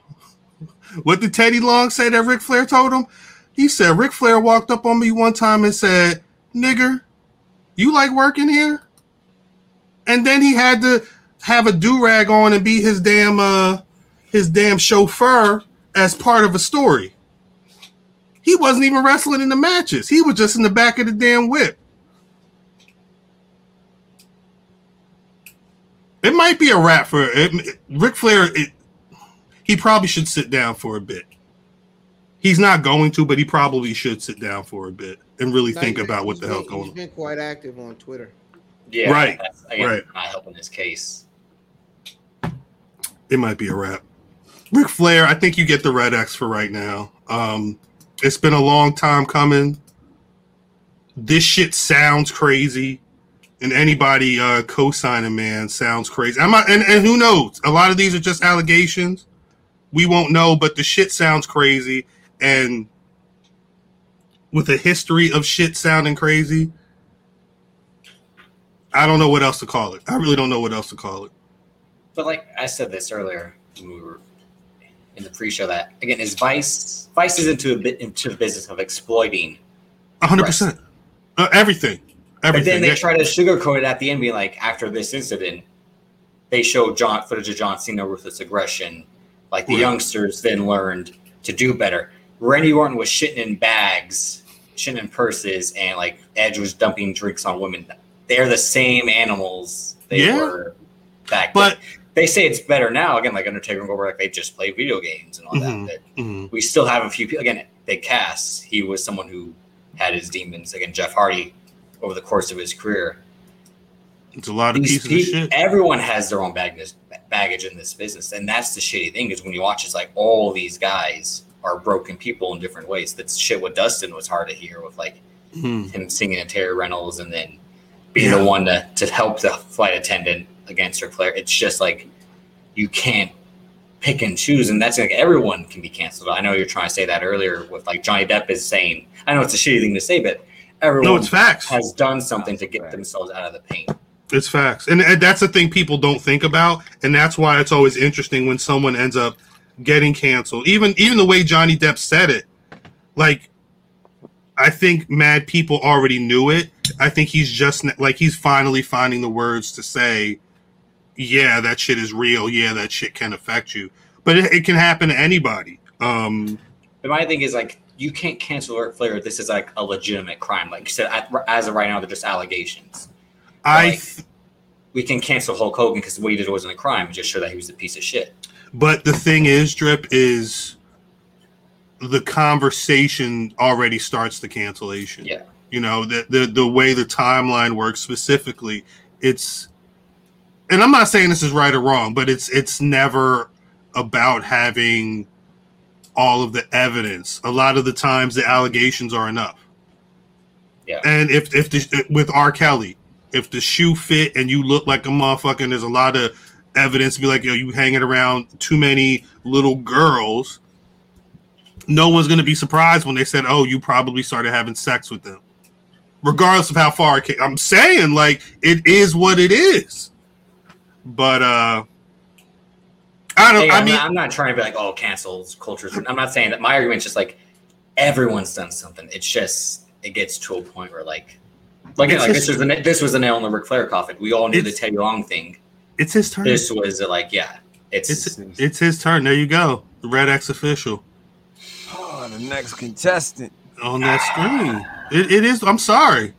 [SPEAKER 1] what did teddy long say that Ric flair told him he said Ric flair walked up on me one time and said nigger you like working here and then he had to have a do-rag on and be his damn uh his damn chauffeur as part of a story he wasn't even wrestling in the matches. He was just in the back of the damn whip. It might be a wrap for it. it Ric Flair. It, he probably should sit down for a bit. He's not going to, but he probably should sit down for a bit and really
[SPEAKER 2] Now,
[SPEAKER 1] think
[SPEAKER 2] he's
[SPEAKER 1] about
[SPEAKER 2] been-
[SPEAKER 1] what the
[SPEAKER 2] he's
[SPEAKER 1] hell's
[SPEAKER 2] been-
[SPEAKER 1] going
[SPEAKER 2] He's
[SPEAKER 1] on.
[SPEAKER 2] been quite active on Twitter.
[SPEAKER 3] Yeah,
[SPEAKER 1] Right,
[SPEAKER 3] That's, again,
[SPEAKER 1] right.
[SPEAKER 3] Not helping his case.
[SPEAKER 1] It might be a wrap. Ric Flair, I think you get the red X for right now. Um, it's been a long time coming. This shit sounds crazy, and anybody uh, co-signing man sounds crazy. I'm not, and, and who knows? A lot of these are just allegations. We won't know, but the shit sounds crazy, and with a history of shit sounding crazy, I don't know what else to call it. I really don't know what else to call it.
[SPEAKER 3] But like I said this earlier when we were in the pre-show, that again is Vice. Vice is into a bit into the business of exploiting
[SPEAKER 1] hundred percent. Uh, everything,
[SPEAKER 3] But
[SPEAKER 1] everything.
[SPEAKER 3] then they
[SPEAKER 1] Yeah.
[SPEAKER 3] try to sugarcoat it at the end, be like, after this incident, they show John footage of John Cena ruthless aggression. Like the
[SPEAKER 1] Right.
[SPEAKER 3] youngsters then learned to do better. Randy Orton was shitting in bags, shitting in purses, and like Edge was dumping drinks on women. They're the same animals they
[SPEAKER 1] Yeah.
[SPEAKER 3] were back
[SPEAKER 1] But-
[SPEAKER 3] then. They say it's better now. Again, like Undertaker and Goldberg, like they just play video games and all
[SPEAKER 1] Mhm.
[SPEAKER 3] that. But
[SPEAKER 1] Mhm.
[SPEAKER 3] we still have a few people. Again, they cast. He was someone who had his demons. Again, Jeff Hardy over the course of his career.
[SPEAKER 1] It's a lot of
[SPEAKER 3] These
[SPEAKER 1] pieces of
[SPEAKER 3] peop-
[SPEAKER 1] shit.
[SPEAKER 3] everyone has their own baggage, baggage in this business, and that's the shitty thing is when you watch, it's like all these guys are broken people in different ways. That's shit. What Dustin was hard to hear with like
[SPEAKER 1] Mhm.
[SPEAKER 3] him singing to Terry Reynolds and then being
[SPEAKER 1] Yeah.
[SPEAKER 3] the one to, to help the flight attendant against Ric Flair. It's just like you can't pick and choose, and that's like everyone can be canceled. I know you're trying to say that earlier with like Johnny Depp is saying. I know it's a shitty thing to say, but everyone
[SPEAKER 1] No, it's facts.
[SPEAKER 3] has done something to
[SPEAKER 4] Right.
[SPEAKER 3] get themselves out of the pain.
[SPEAKER 1] It's facts, and, and that's the thing people don't think about, and that's why it's always interesting when someone ends up getting canceled. Even even the way Johnny Depp said it, like I think mad people already knew it. I think he's just n- like he's finally finding the words to say, "Yeah, that shit is real. Yeah, that shit can affect you." But it, it can happen to anybody. Um,
[SPEAKER 3] But my thing is like you can't cancel Ric Flair. This is like a legitimate crime. Like you said, at- as of right now, they're just allegations.
[SPEAKER 1] I
[SPEAKER 3] Like, we can cancel Hulk Hogan because what he did wasn't a crime. It just showed that he was a piece of shit.
[SPEAKER 1] But the thing is, Drip, is the conversation already starts the cancellation.
[SPEAKER 3] Yeah.
[SPEAKER 1] You know, the the, the way the timeline works specifically, it's and I'm not saying this is right or wrong, but it's it's never about having all of the evidence. A lot of the times the allegations are enough.
[SPEAKER 3] Yeah.
[SPEAKER 1] And if if the, with R. Kelly, if the shoe fit and you look like a motherfucker, and there's a lot of evidence to be like, yo, you hanging around too many little girls. No one's gonna be surprised when they said, oh, you probably started having sex with them, regardless of how far it came. I'm saying like it is what it is. But uh I don't.
[SPEAKER 3] Hey,
[SPEAKER 1] I
[SPEAKER 3] I'm,
[SPEAKER 1] mean,
[SPEAKER 3] not, I'm not trying to be like, oh, cancels cultures. I'm not saying that. My argument's just like everyone's done something. It's just it gets to a point where like, like,
[SPEAKER 1] It's
[SPEAKER 3] like
[SPEAKER 1] just-
[SPEAKER 3] this was the na- this was the nail in the Ric Flair coffin. We all knew the
[SPEAKER 1] It's-
[SPEAKER 3] Teddy Long thing.
[SPEAKER 1] it's his turn.
[SPEAKER 3] This was uh, like, yeah, it's,
[SPEAKER 1] It's it's his turn. There you go. The red X official
[SPEAKER 4] Oh, the next contestant.
[SPEAKER 1] on that screen. It, it is. I'm sorry.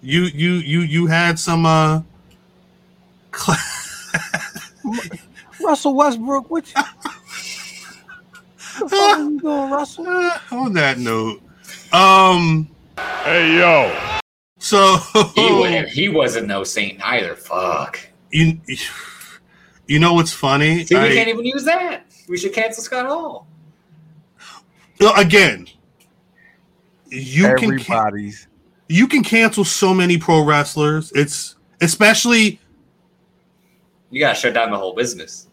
[SPEAKER 1] You you you you had some uh. cla-
[SPEAKER 4] Russell Westbrook, what you, the fuck are you doing, Russell?
[SPEAKER 1] Uh, on that note, um. Hey yo. So
[SPEAKER 3] he,
[SPEAKER 1] Oh.
[SPEAKER 3] wa- he wasn't no saint either. Fuck.
[SPEAKER 1] you you know what's funny?
[SPEAKER 3] See,
[SPEAKER 1] I-
[SPEAKER 3] we can't even use that. We should cancel Scott Hall.
[SPEAKER 1] Well, again, you can ca-
[SPEAKER 4] Everybody's
[SPEAKER 1] you can cancel so many pro wrestlers. It's especially
[SPEAKER 3] You gotta shut down the whole business.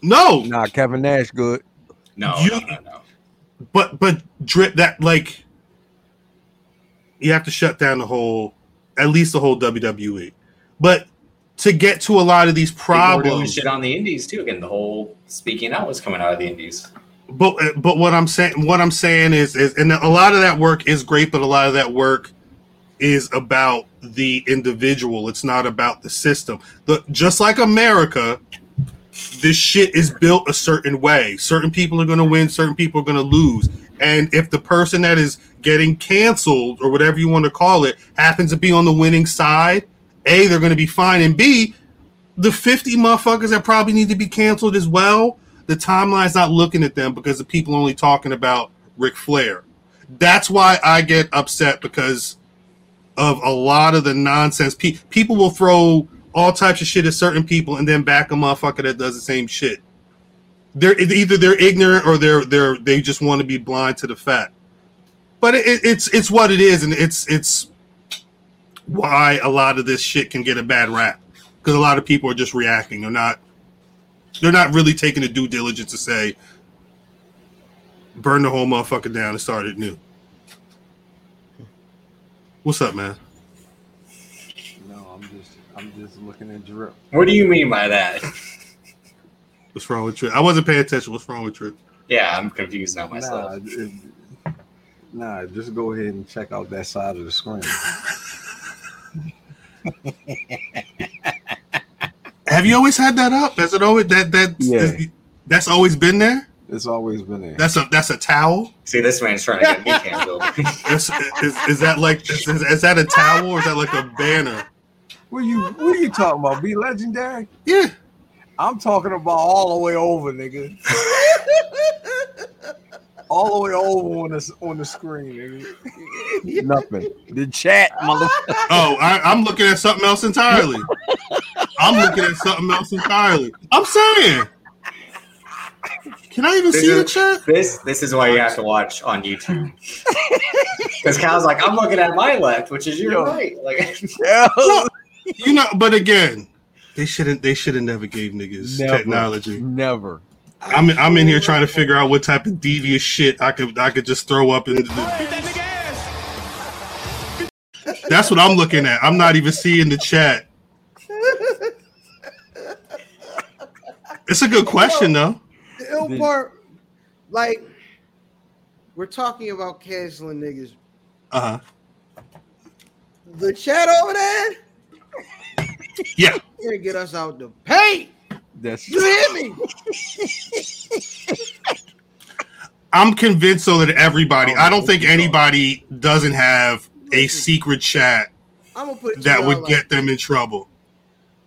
[SPEAKER 1] no,
[SPEAKER 4] nah. Kevin Nash, good.
[SPEAKER 3] No,
[SPEAKER 1] You-
[SPEAKER 3] no, no, no.
[SPEAKER 1] but but drip that like you have to shut down the whole at least the whole WWE. But to get to a lot of these
[SPEAKER 3] People were doing
[SPEAKER 1] problems,
[SPEAKER 3] shit on the indies too. Again, the whole speaking out was coming out of the indies.
[SPEAKER 1] but but what I'm saying what I'm saying is is and a lot of that work is great, but a lot of that work is about the individual. It's not about the system. The just like America, this shit is built a certain way. Certain people are going to win, certain people are going to lose. And if the person that is getting canceled or whatever you want to call it happens to be on the winning side, A, they're going to be fine. And B, the 50 motherfuckers that probably need to be canceled as well, the timeline's not looking at them because the people only talking about Ric Flair. That's why I get upset because of a lot of the nonsense. Pe- people will throw all types of shit at certain people and then back a motherfucker that does the same shit. They're either they're ignorant or they're they're they just want to be blind to the fact. But it, it's it's what it is, and it's it's why a lot of this shit can get a bad rap because a lot of people are just reacting. They're not they're not really taking the due diligence to say burn the whole motherfucker down and start it new. What's up, man?
[SPEAKER 4] No, I'm just, I'm just looking at drip.
[SPEAKER 3] What do you mean by that?
[SPEAKER 1] What's wrong with Trip? I wasn't paying attention. What's wrong with Trip?
[SPEAKER 3] Yeah, I'm confused now myself.
[SPEAKER 4] Nah, it- nah, just go ahead and check out that side of the screen.
[SPEAKER 1] Have you always had that up? Has it always that that
[SPEAKER 4] Yeah.
[SPEAKER 1] that's always been there?
[SPEAKER 4] It's always been there.
[SPEAKER 1] That's a that's a towel.
[SPEAKER 3] See, this man's trying to get me canceled.
[SPEAKER 1] Is, is, is that like is, is that a towel or is that like a banner?
[SPEAKER 4] What you, what are you talking about? Be legendary.
[SPEAKER 1] Yeah,
[SPEAKER 4] I'm talking about all the way over, nigga. all the way over on the on the screen, nigga. Nothing. The chat, motherfucker.
[SPEAKER 1] Oh, I, I'm looking at something else entirely. I'm looking at something else entirely. I'm saying. Can I even
[SPEAKER 3] This
[SPEAKER 1] see
[SPEAKER 3] is-
[SPEAKER 1] the chat?
[SPEAKER 3] this this is why you have to watch on YouTube. Because Kyle's like, I'm looking at my left, which is your
[SPEAKER 4] Yo.
[SPEAKER 3] right. Like,
[SPEAKER 4] Yeah.
[SPEAKER 1] No, you know, but again, They shouldn't. They should have never gave niggas
[SPEAKER 4] Never.
[SPEAKER 1] technology.
[SPEAKER 4] Never.
[SPEAKER 1] I'm I'm in here trying to figure out what type of devious shit I could I could just throw up in. That's what I'm looking at. I'm not even seeing the chat. It's a good question though.
[SPEAKER 2] The ill
[SPEAKER 4] The-
[SPEAKER 2] part, like, we're talking about canceling niggas.
[SPEAKER 1] Uh huh.
[SPEAKER 2] The chat over there,
[SPEAKER 1] Yeah.
[SPEAKER 2] gonna get us out the paint.
[SPEAKER 4] That's
[SPEAKER 2] You hear me?
[SPEAKER 1] I'm convinced so that everybody. I don't think anybody doesn't have a secret chat
[SPEAKER 2] I'm gonna put it to
[SPEAKER 1] that
[SPEAKER 2] y'all
[SPEAKER 1] would
[SPEAKER 2] like,
[SPEAKER 1] get them in trouble.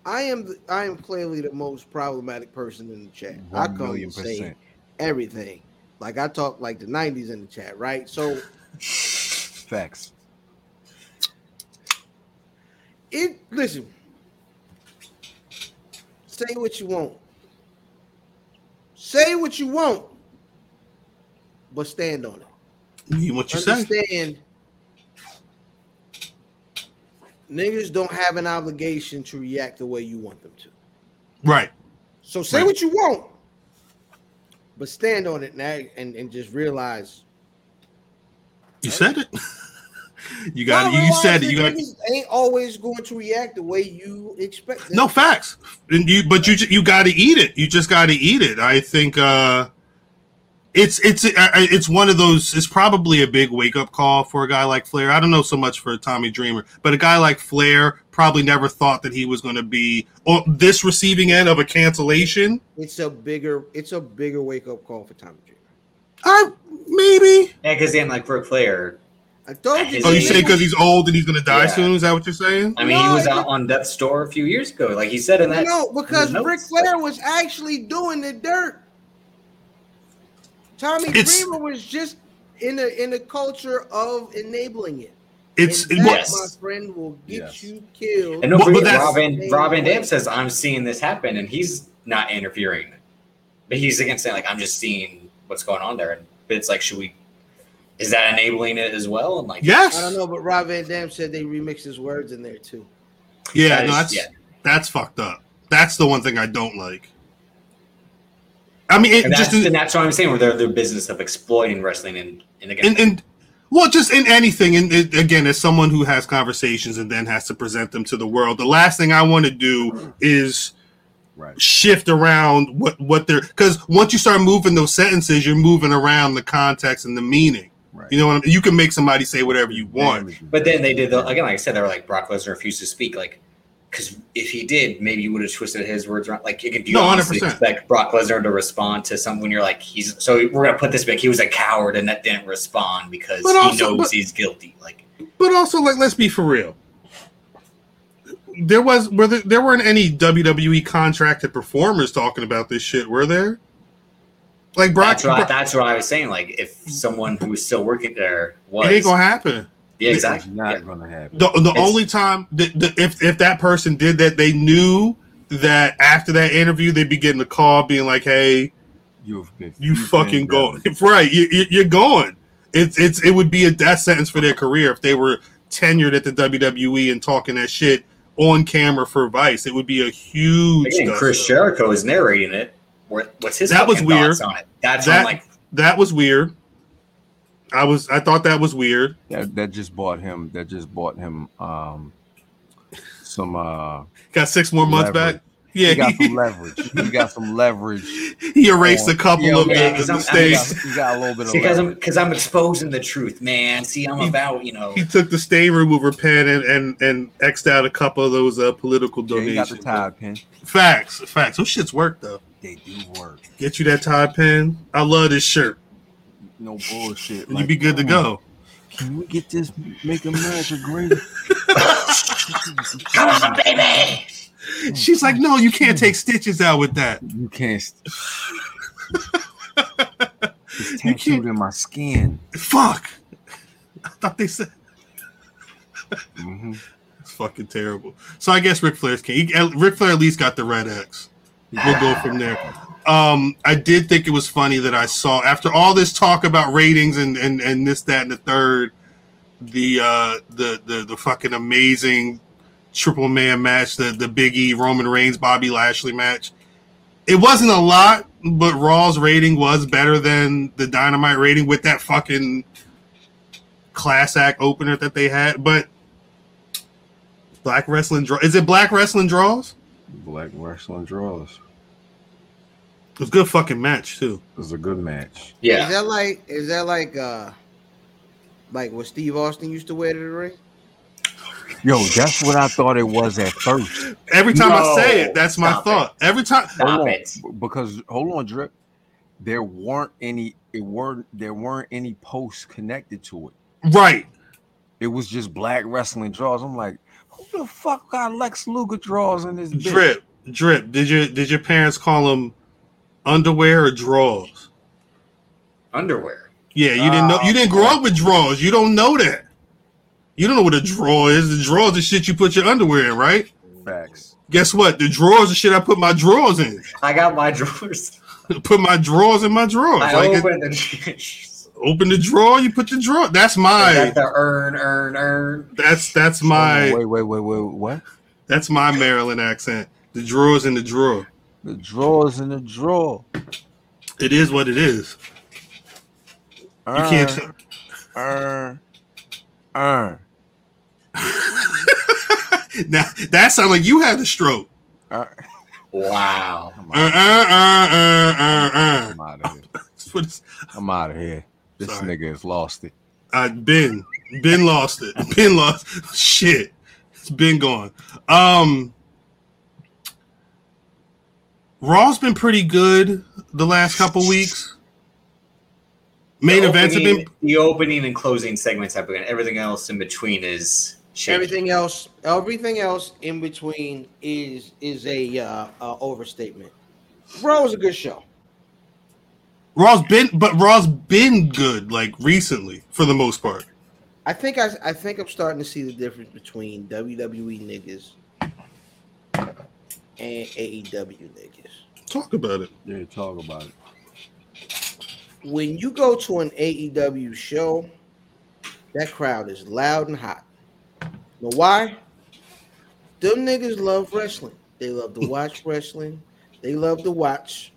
[SPEAKER 2] I am. the- I am clearly the most problematic person in the chat. I
[SPEAKER 4] one
[SPEAKER 2] come
[SPEAKER 4] million
[SPEAKER 2] and say
[SPEAKER 4] percent.
[SPEAKER 2] everything. Like I talk like the '90s in the chat, right? So
[SPEAKER 4] Facts.
[SPEAKER 2] it. Listen, say what you want. Say what you want, but stand on it.
[SPEAKER 1] You what you say?
[SPEAKER 2] understand niggas don't have an obligation to react the way you want them to.
[SPEAKER 1] Right.
[SPEAKER 2] So say
[SPEAKER 1] Right.
[SPEAKER 2] what you want, but stand on it now and, and just realize.
[SPEAKER 1] You said it. you got it. You
[SPEAKER 2] Realize
[SPEAKER 1] said it.
[SPEAKER 2] that
[SPEAKER 1] You got
[SPEAKER 2] niggas ain't always going to react the way you expect. them
[SPEAKER 1] no
[SPEAKER 2] to.
[SPEAKER 1] facts. And you, but you, ju- you got to eat it. You just got to eat it. I think uh, it's it's I- I- it's one of those. It's probably a big wake up call for a guy like Flair. I don't know so much for Tommy Dreamer, but a guy like Flair probably never thought that he was going to be on this receiving end of a cancellation.
[SPEAKER 2] it's a bigger, it's a bigger wake up call for Tommy Dreamer.
[SPEAKER 1] I maybe.
[SPEAKER 3] Yeah, because he ain't like Ric Flair.
[SPEAKER 2] I told you.
[SPEAKER 1] Oh, you say
[SPEAKER 3] think-
[SPEAKER 1] because he's old and he's going to die
[SPEAKER 3] Yeah.
[SPEAKER 1] soon? Is that what you're saying?
[SPEAKER 3] I mean, he
[SPEAKER 2] No,
[SPEAKER 3] was
[SPEAKER 2] I-
[SPEAKER 3] out on death's door a few years ago. Like he said in that.
[SPEAKER 2] No, because
[SPEAKER 3] in the
[SPEAKER 2] Ric
[SPEAKER 3] notes.
[SPEAKER 2] Flair was actually doing the dirt. Tommy
[SPEAKER 1] It's-
[SPEAKER 2] Dreamer was just in the in the culture of enabling it.
[SPEAKER 1] It's
[SPEAKER 2] And that,
[SPEAKER 1] what-
[SPEAKER 2] my friend, will get
[SPEAKER 4] Yes.
[SPEAKER 2] you killed.
[SPEAKER 3] And don't
[SPEAKER 1] But- but
[SPEAKER 3] forget,
[SPEAKER 1] that's-
[SPEAKER 3] Rob Van, Rob Van Dam says, I'm seeing this happen, and he's not interfering. But he's again saying, like, I'm just seeing what's going on there. And but it's like, should we, is that enabling it as well? And like,
[SPEAKER 1] yes.
[SPEAKER 2] I don't know, but Rob Van Dam said they remixed his words in there too.
[SPEAKER 1] Yeah,
[SPEAKER 3] That
[SPEAKER 1] no,
[SPEAKER 3] is-
[SPEAKER 1] that's
[SPEAKER 3] yeah.
[SPEAKER 1] that's fucked up. That's the one thing I don't like. I mean, it
[SPEAKER 3] And that's,
[SPEAKER 1] just in,
[SPEAKER 3] and that's what I'm saying, where they're the business of exploiting wrestling and, and again,
[SPEAKER 1] in, in well, just in anything. And it, again, as someone who has conversations and then has to present them to the world, the last thing I want to do is
[SPEAKER 4] Right.
[SPEAKER 1] shift around what what they're because once you start moving those sentences, you're moving around the context and the meaning.
[SPEAKER 4] Right.
[SPEAKER 1] You know what I mean? You can make somebody say whatever you want.
[SPEAKER 3] But then they did the again, like I said, they were like Brock Lesnar refused to speak, like because if he did, maybe you would have twisted his words around. Like, you could do you
[SPEAKER 1] No,
[SPEAKER 3] honestly
[SPEAKER 1] 100%.
[SPEAKER 3] expect Brock Lesnar to respond to something when you're like, he's so we're gonna put this back. He was a coward and that didn't respond because
[SPEAKER 1] But
[SPEAKER 3] he
[SPEAKER 1] also-
[SPEAKER 3] knows
[SPEAKER 1] but-
[SPEAKER 3] he's guilty. Like,
[SPEAKER 1] But also, like, let's be for real. There was were there, there weren't any WWE contracted performers talking about this shit, were there? Like Brock,
[SPEAKER 3] that's what I,
[SPEAKER 1] Brock-
[SPEAKER 3] that's what I was saying. Like, if someone who was still working there was,
[SPEAKER 1] it ain't gonna happen.
[SPEAKER 3] yeah,
[SPEAKER 1] it's
[SPEAKER 4] It's
[SPEAKER 3] exactly.
[SPEAKER 4] not
[SPEAKER 3] Yeah.
[SPEAKER 4] gonna happen.
[SPEAKER 1] The the
[SPEAKER 3] It's-
[SPEAKER 1] only time that the, if if that person did that, they knew that after that interview, they'd be getting a call being like, "Hey,
[SPEAKER 4] You've been
[SPEAKER 1] you
[SPEAKER 4] you've
[SPEAKER 1] fucking
[SPEAKER 4] been
[SPEAKER 1] going
[SPEAKER 4] grounded.
[SPEAKER 1] right. You, you, you're going. It's it's it would be a death sentence for their career if they were tenured at the WWE and talking that shit on camera for Vice. It would be a huge.
[SPEAKER 3] Again,
[SPEAKER 1] death
[SPEAKER 3] Chris
[SPEAKER 1] sentence.
[SPEAKER 3] Jericho is narrating it. What- What's his
[SPEAKER 1] That was
[SPEAKER 3] fucking thoughts
[SPEAKER 1] weird.
[SPEAKER 3] on it? That's
[SPEAKER 1] That-
[SPEAKER 3] that, like
[SPEAKER 1] That was weird. I was I thought that was weird.
[SPEAKER 4] That, that just bought him. That just bought him. Um, some uh,
[SPEAKER 1] Got six more months
[SPEAKER 4] Leverage.
[SPEAKER 1] back. Yeah,
[SPEAKER 4] he got
[SPEAKER 1] he,
[SPEAKER 4] some leverage. He got some leverage.
[SPEAKER 1] he erased
[SPEAKER 4] on-
[SPEAKER 1] a couple
[SPEAKER 4] Yeah,
[SPEAKER 1] of
[SPEAKER 3] yeah,
[SPEAKER 1] the,
[SPEAKER 3] because
[SPEAKER 1] the
[SPEAKER 3] I'm-
[SPEAKER 4] He
[SPEAKER 1] mistakes.
[SPEAKER 4] got, he got a little bit of
[SPEAKER 3] because I'm
[SPEAKER 4] leverage.
[SPEAKER 3] because I'm exposing the truth, man. See, I'm about you know.
[SPEAKER 1] He took the stain remover pen and and and xed out a couple of those uh, political
[SPEAKER 4] Yeah, he got the
[SPEAKER 1] donations.
[SPEAKER 4] tie pin.
[SPEAKER 1] facts, facts. Those shits work though.
[SPEAKER 4] They do work.
[SPEAKER 1] Get you that tie pin. I love this shirt.
[SPEAKER 4] No bullshit.
[SPEAKER 1] You'd be good to go.
[SPEAKER 4] Can we get this? Make America great.
[SPEAKER 3] Come on, baby.
[SPEAKER 1] She's like, no, you can't take stitches out with that.
[SPEAKER 4] You can't. st- it's
[SPEAKER 1] You
[SPEAKER 4] tattooed
[SPEAKER 1] can't-
[SPEAKER 4] in my skin.
[SPEAKER 1] Fuck. I thought they said
[SPEAKER 4] hmm
[SPEAKER 1] it's fucking terrible. So I guess Ric Flair's king. He- Ric Flair at least got the red X. We'll go from there. Um, I did think it was funny that I saw after all this talk about ratings and and, and this, that, and the third, the uh the, the the fucking amazing triple man match, the the Big E Roman Reigns Bobby Lashley match. It wasn't a lot, but Raw's rating was better than the Dynamite rating with that fucking class act opener that they had. But Black Wrestling Draw is it Black Wrestling Draws?
[SPEAKER 4] Black wrestling draws.
[SPEAKER 1] It was a good fucking match too.
[SPEAKER 4] It was a good match.
[SPEAKER 2] Is
[SPEAKER 3] Yeah.
[SPEAKER 2] that like is that like uh like what Steve Austin used to wear to the ring?
[SPEAKER 4] Yo, that's what I thought it was at first.
[SPEAKER 1] Every time I say
[SPEAKER 3] No,
[SPEAKER 1] it, that's my
[SPEAKER 3] stop
[SPEAKER 1] thought. Every time
[SPEAKER 3] Stop
[SPEAKER 4] Hold on,
[SPEAKER 3] it.
[SPEAKER 4] b- Because hold on, drip. There weren't any. It weren't. There weren't any posts connected to it.
[SPEAKER 1] right.
[SPEAKER 4] It was just black wrestling draws. I'm like, who the fuck got Lex Luger draws in this bitch?
[SPEAKER 1] Drip, drip. Did your did your parents call them underwear or draws?
[SPEAKER 3] Underwear.
[SPEAKER 1] Yeah, you didn't know.
[SPEAKER 3] Oh,
[SPEAKER 1] You didn't grow up with draws. You don't know that. You don't know what a draw is. The draws the shit you put your underwear in, right?
[SPEAKER 4] Facts.
[SPEAKER 1] Guess what? The drawers the shit I put my drawers in.
[SPEAKER 3] I got my drawers.
[SPEAKER 1] put my drawers in my drawers.
[SPEAKER 3] I
[SPEAKER 1] like it-
[SPEAKER 3] opened the drawers.
[SPEAKER 1] open the drawer, you put your drawer. That's my.
[SPEAKER 3] I got the earn, earn, earn.
[SPEAKER 1] that's that's
[SPEAKER 4] Hold on,
[SPEAKER 1] my
[SPEAKER 4] wait, wait, wait, wait. What?
[SPEAKER 1] that's my Maryland accent. The drawers in the drawer.
[SPEAKER 4] The drawers in the drawer.
[SPEAKER 1] It is what it is. You can't.
[SPEAKER 3] Uh-uh.
[SPEAKER 4] Err, err, err,
[SPEAKER 1] now that sounds like you had a stroke.
[SPEAKER 4] err.
[SPEAKER 3] Wow.
[SPEAKER 4] I'm
[SPEAKER 1] Uh, uh, uh,
[SPEAKER 4] out
[SPEAKER 1] uh, uh, uh.
[SPEAKER 4] of here.
[SPEAKER 1] That's what it's-
[SPEAKER 4] I'm out of here. This
[SPEAKER 1] Sorry.
[SPEAKER 4] nigga has lost it.
[SPEAKER 1] I uh, Ben Ben lost it. Ben lost shit. It's been gone. Um Raw's been pretty good the last couple weeks. Main
[SPEAKER 3] The
[SPEAKER 1] events have
[SPEAKER 3] opening-
[SPEAKER 1] been
[SPEAKER 3] the opening and closing segments have been. Everything else in between is shit.
[SPEAKER 2] Everything else, everything else in between is is a uh, uh overstatement. Raw was a good show.
[SPEAKER 1] Raw's been but Raw's been good like recently for the most part.
[SPEAKER 2] I think I I think I'm starting to see the difference between WWE niggas and AEW niggas.
[SPEAKER 1] Talk about it.
[SPEAKER 4] Yeah, talk about it.
[SPEAKER 2] When you go to an AEW show, that crowd is loud and hot. Know why? Them niggas love wrestling. They love to watch wrestling. They love to watch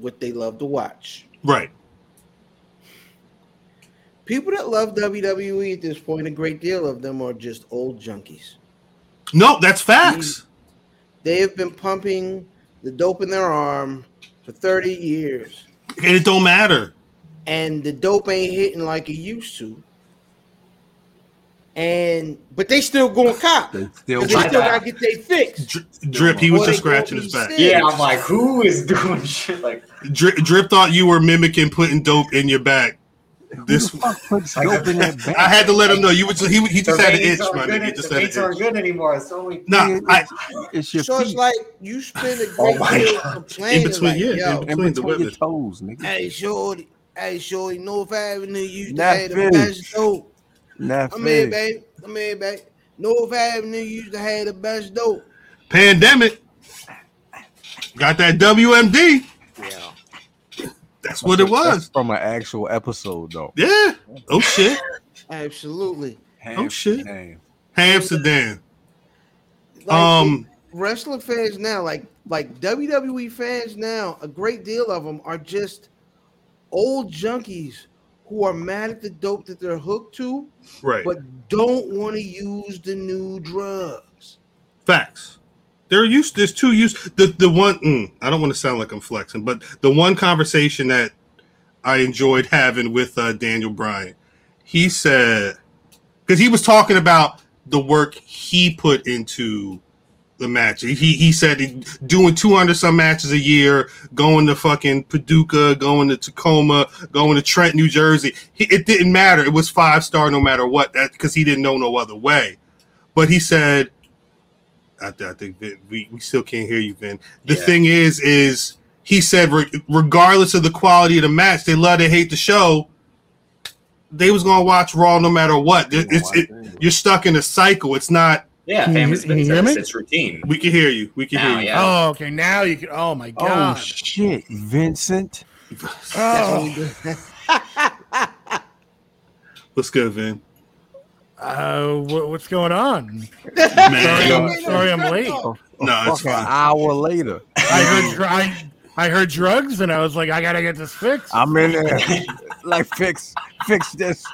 [SPEAKER 2] what they love to watch.
[SPEAKER 1] Right.
[SPEAKER 2] People that love WWE at this point, a great deal of them are just old junkies.
[SPEAKER 1] No, that's facts.
[SPEAKER 2] They have been pumping the dope in their arm for 30 years,
[SPEAKER 4] Mm.
[SPEAKER 1] And it don't matter.
[SPEAKER 2] and the dope ain't hitting like it used to. And but they still going cop.
[SPEAKER 4] They
[SPEAKER 2] 'cause
[SPEAKER 4] still
[SPEAKER 2] They still
[SPEAKER 3] like that.
[SPEAKER 2] gotta get their fix.
[SPEAKER 1] Dri- Drip, he was
[SPEAKER 2] Boy,
[SPEAKER 1] just
[SPEAKER 2] they gonna
[SPEAKER 1] scratching his
[SPEAKER 2] be
[SPEAKER 1] back.
[SPEAKER 2] sick.
[SPEAKER 3] Yeah, I'm like, who is doing shit like
[SPEAKER 1] Drip, Drip thought you were mimicking putting dope in your back. This
[SPEAKER 4] Who the fuck puts dope in that
[SPEAKER 1] I
[SPEAKER 4] bag?
[SPEAKER 1] had to let him know. You was he, he
[SPEAKER 3] The
[SPEAKER 1] just had an itch,
[SPEAKER 3] ratings aren't
[SPEAKER 1] my
[SPEAKER 3] good-
[SPEAKER 1] nigga. He
[SPEAKER 3] the
[SPEAKER 1] just had
[SPEAKER 3] ratings aren't
[SPEAKER 1] an itch.
[SPEAKER 3] good anymore. It's only
[SPEAKER 1] Nah, I,
[SPEAKER 4] it's your
[SPEAKER 2] So it's
[SPEAKER 4] feet
[SPEAKER 2] like you spend a great
[SPEAKER 3] Oh my
[SPEAKER 2] deal
[SPEAKER 3] God.
[SPEAKER 2] complaining.
[SPEAKER 1] In between,
[SPEAKER 2] like,
[SPEAKER 1] yeah,
[SPEAKER 2] yo,
[SPEAKER 1] in
[SPEAKER 4] in
[SPEAKER 1] between
[SPEAKER 4] between
[SPEAKER 1] the
[SPEAKER 4] your
[SPEAKER 1] women.
[SPEAKER 4] toes, nigga.
[SPEAKER 2] hey shorty, hey shorty, North Avenue used
[SPEAKER 4] Not
[SPEAKER 2] to have the
[SPEAKER 4] finished.
[SPEAKER 2] best dope.
[SPEAKER 4] Not
[SPEAKER 2] Come here,
[SPEAKER 4] fair.
[SPEAKER 2] babe. Come here, babe. North Avenue used to have the best dope.
[SPEAKER 1] pandemic. Got that WMD.
[SPEAKER 2] Yeah.
[SPEAKER 1] That's what it
[SPEAKER 4] That's
[SPEAKER 1] was.
[SPEAKER 4] from an actual episode, though.
[SPEAKER 1] Yeah. Oh shit.
[SPEAKER 2] Absolutely.
[SPEAKER 1] Oh, shit.
[SPEAKER 4] Damn.
[SPEAKER 1] Amsterdam.
[SPEAKER 2] Like,
[SPEAKER 1] Um.
[SPEAKER 2] wrestling fans now, like like WWE fans now, a great deal of them are just old junkies who are mad at the dope that they're hooked to,
[SPEAKER 1] Right.
[SPEAKER 2] but don't want to use the new drugs.
[SPEAKER 1] Facts. They're used. There's two use. The the one. Mm, I don't want to sound like I'm flexing, but the one conversation that I enjoyed having with uh, Daniel Bryan, he said, because he was talking about the work he put into the match. He he said he- doing 200 some matches a year, going to fucking Paducah, going to Tacoma, going to Trent, New Jersey. He, it didn't matter. It was five star no matter what. That because he didn't know no other way. But he said, I, th- I think that we, we still can't hear you, Vin. The
[SPEAKER 3] Yeah.
[SPEAKER 1] thing is, is he said, re- regardless of the quality of the match, they love to hate the show. They was gonna watch Raw no matter what. It- It's, it, you're stuck in a cycle. It's not.
[SPEAKER 3] yeah,
[SPEAKER 5] Can you-
[SPEAKER 3] famous
[SPEAKER 5] can you hear me?
[SPEAKER 3] It's routine.
[SPEAKER 1] We can hear you. We can
[SPEAKER 3] Now,
[SPEAKER 1] hear you.
[SPEAKER 3] yeah.
[SPEAKER 5] Oh, okay. Now you can. Oh my
[SPEAKER 4] Oh
[SPEAKER 5] god.
[SPEAKER 4] shit, Vincent.
[SPEAKER 5] Oh.
[SPEAKER 1] What's good, Vin?
[SPEAKER 7] Uh, wha- what's going on? Sorry,
[SPEAKER 1] Man,
[SPEAKER 7] I'm, sorry I'm late.
[SPEAKER 1] no, it's
[SPEAKER 4] Fuck, an
[SPEAKER 1] fine.
[SPEAKER 4] hour later,
[SPEAKER 7] I heard dr- I, I heard drugs, and I was like, I gotta get this fixed.
[SPEAKER 4] I'm in there. like fix, fix this.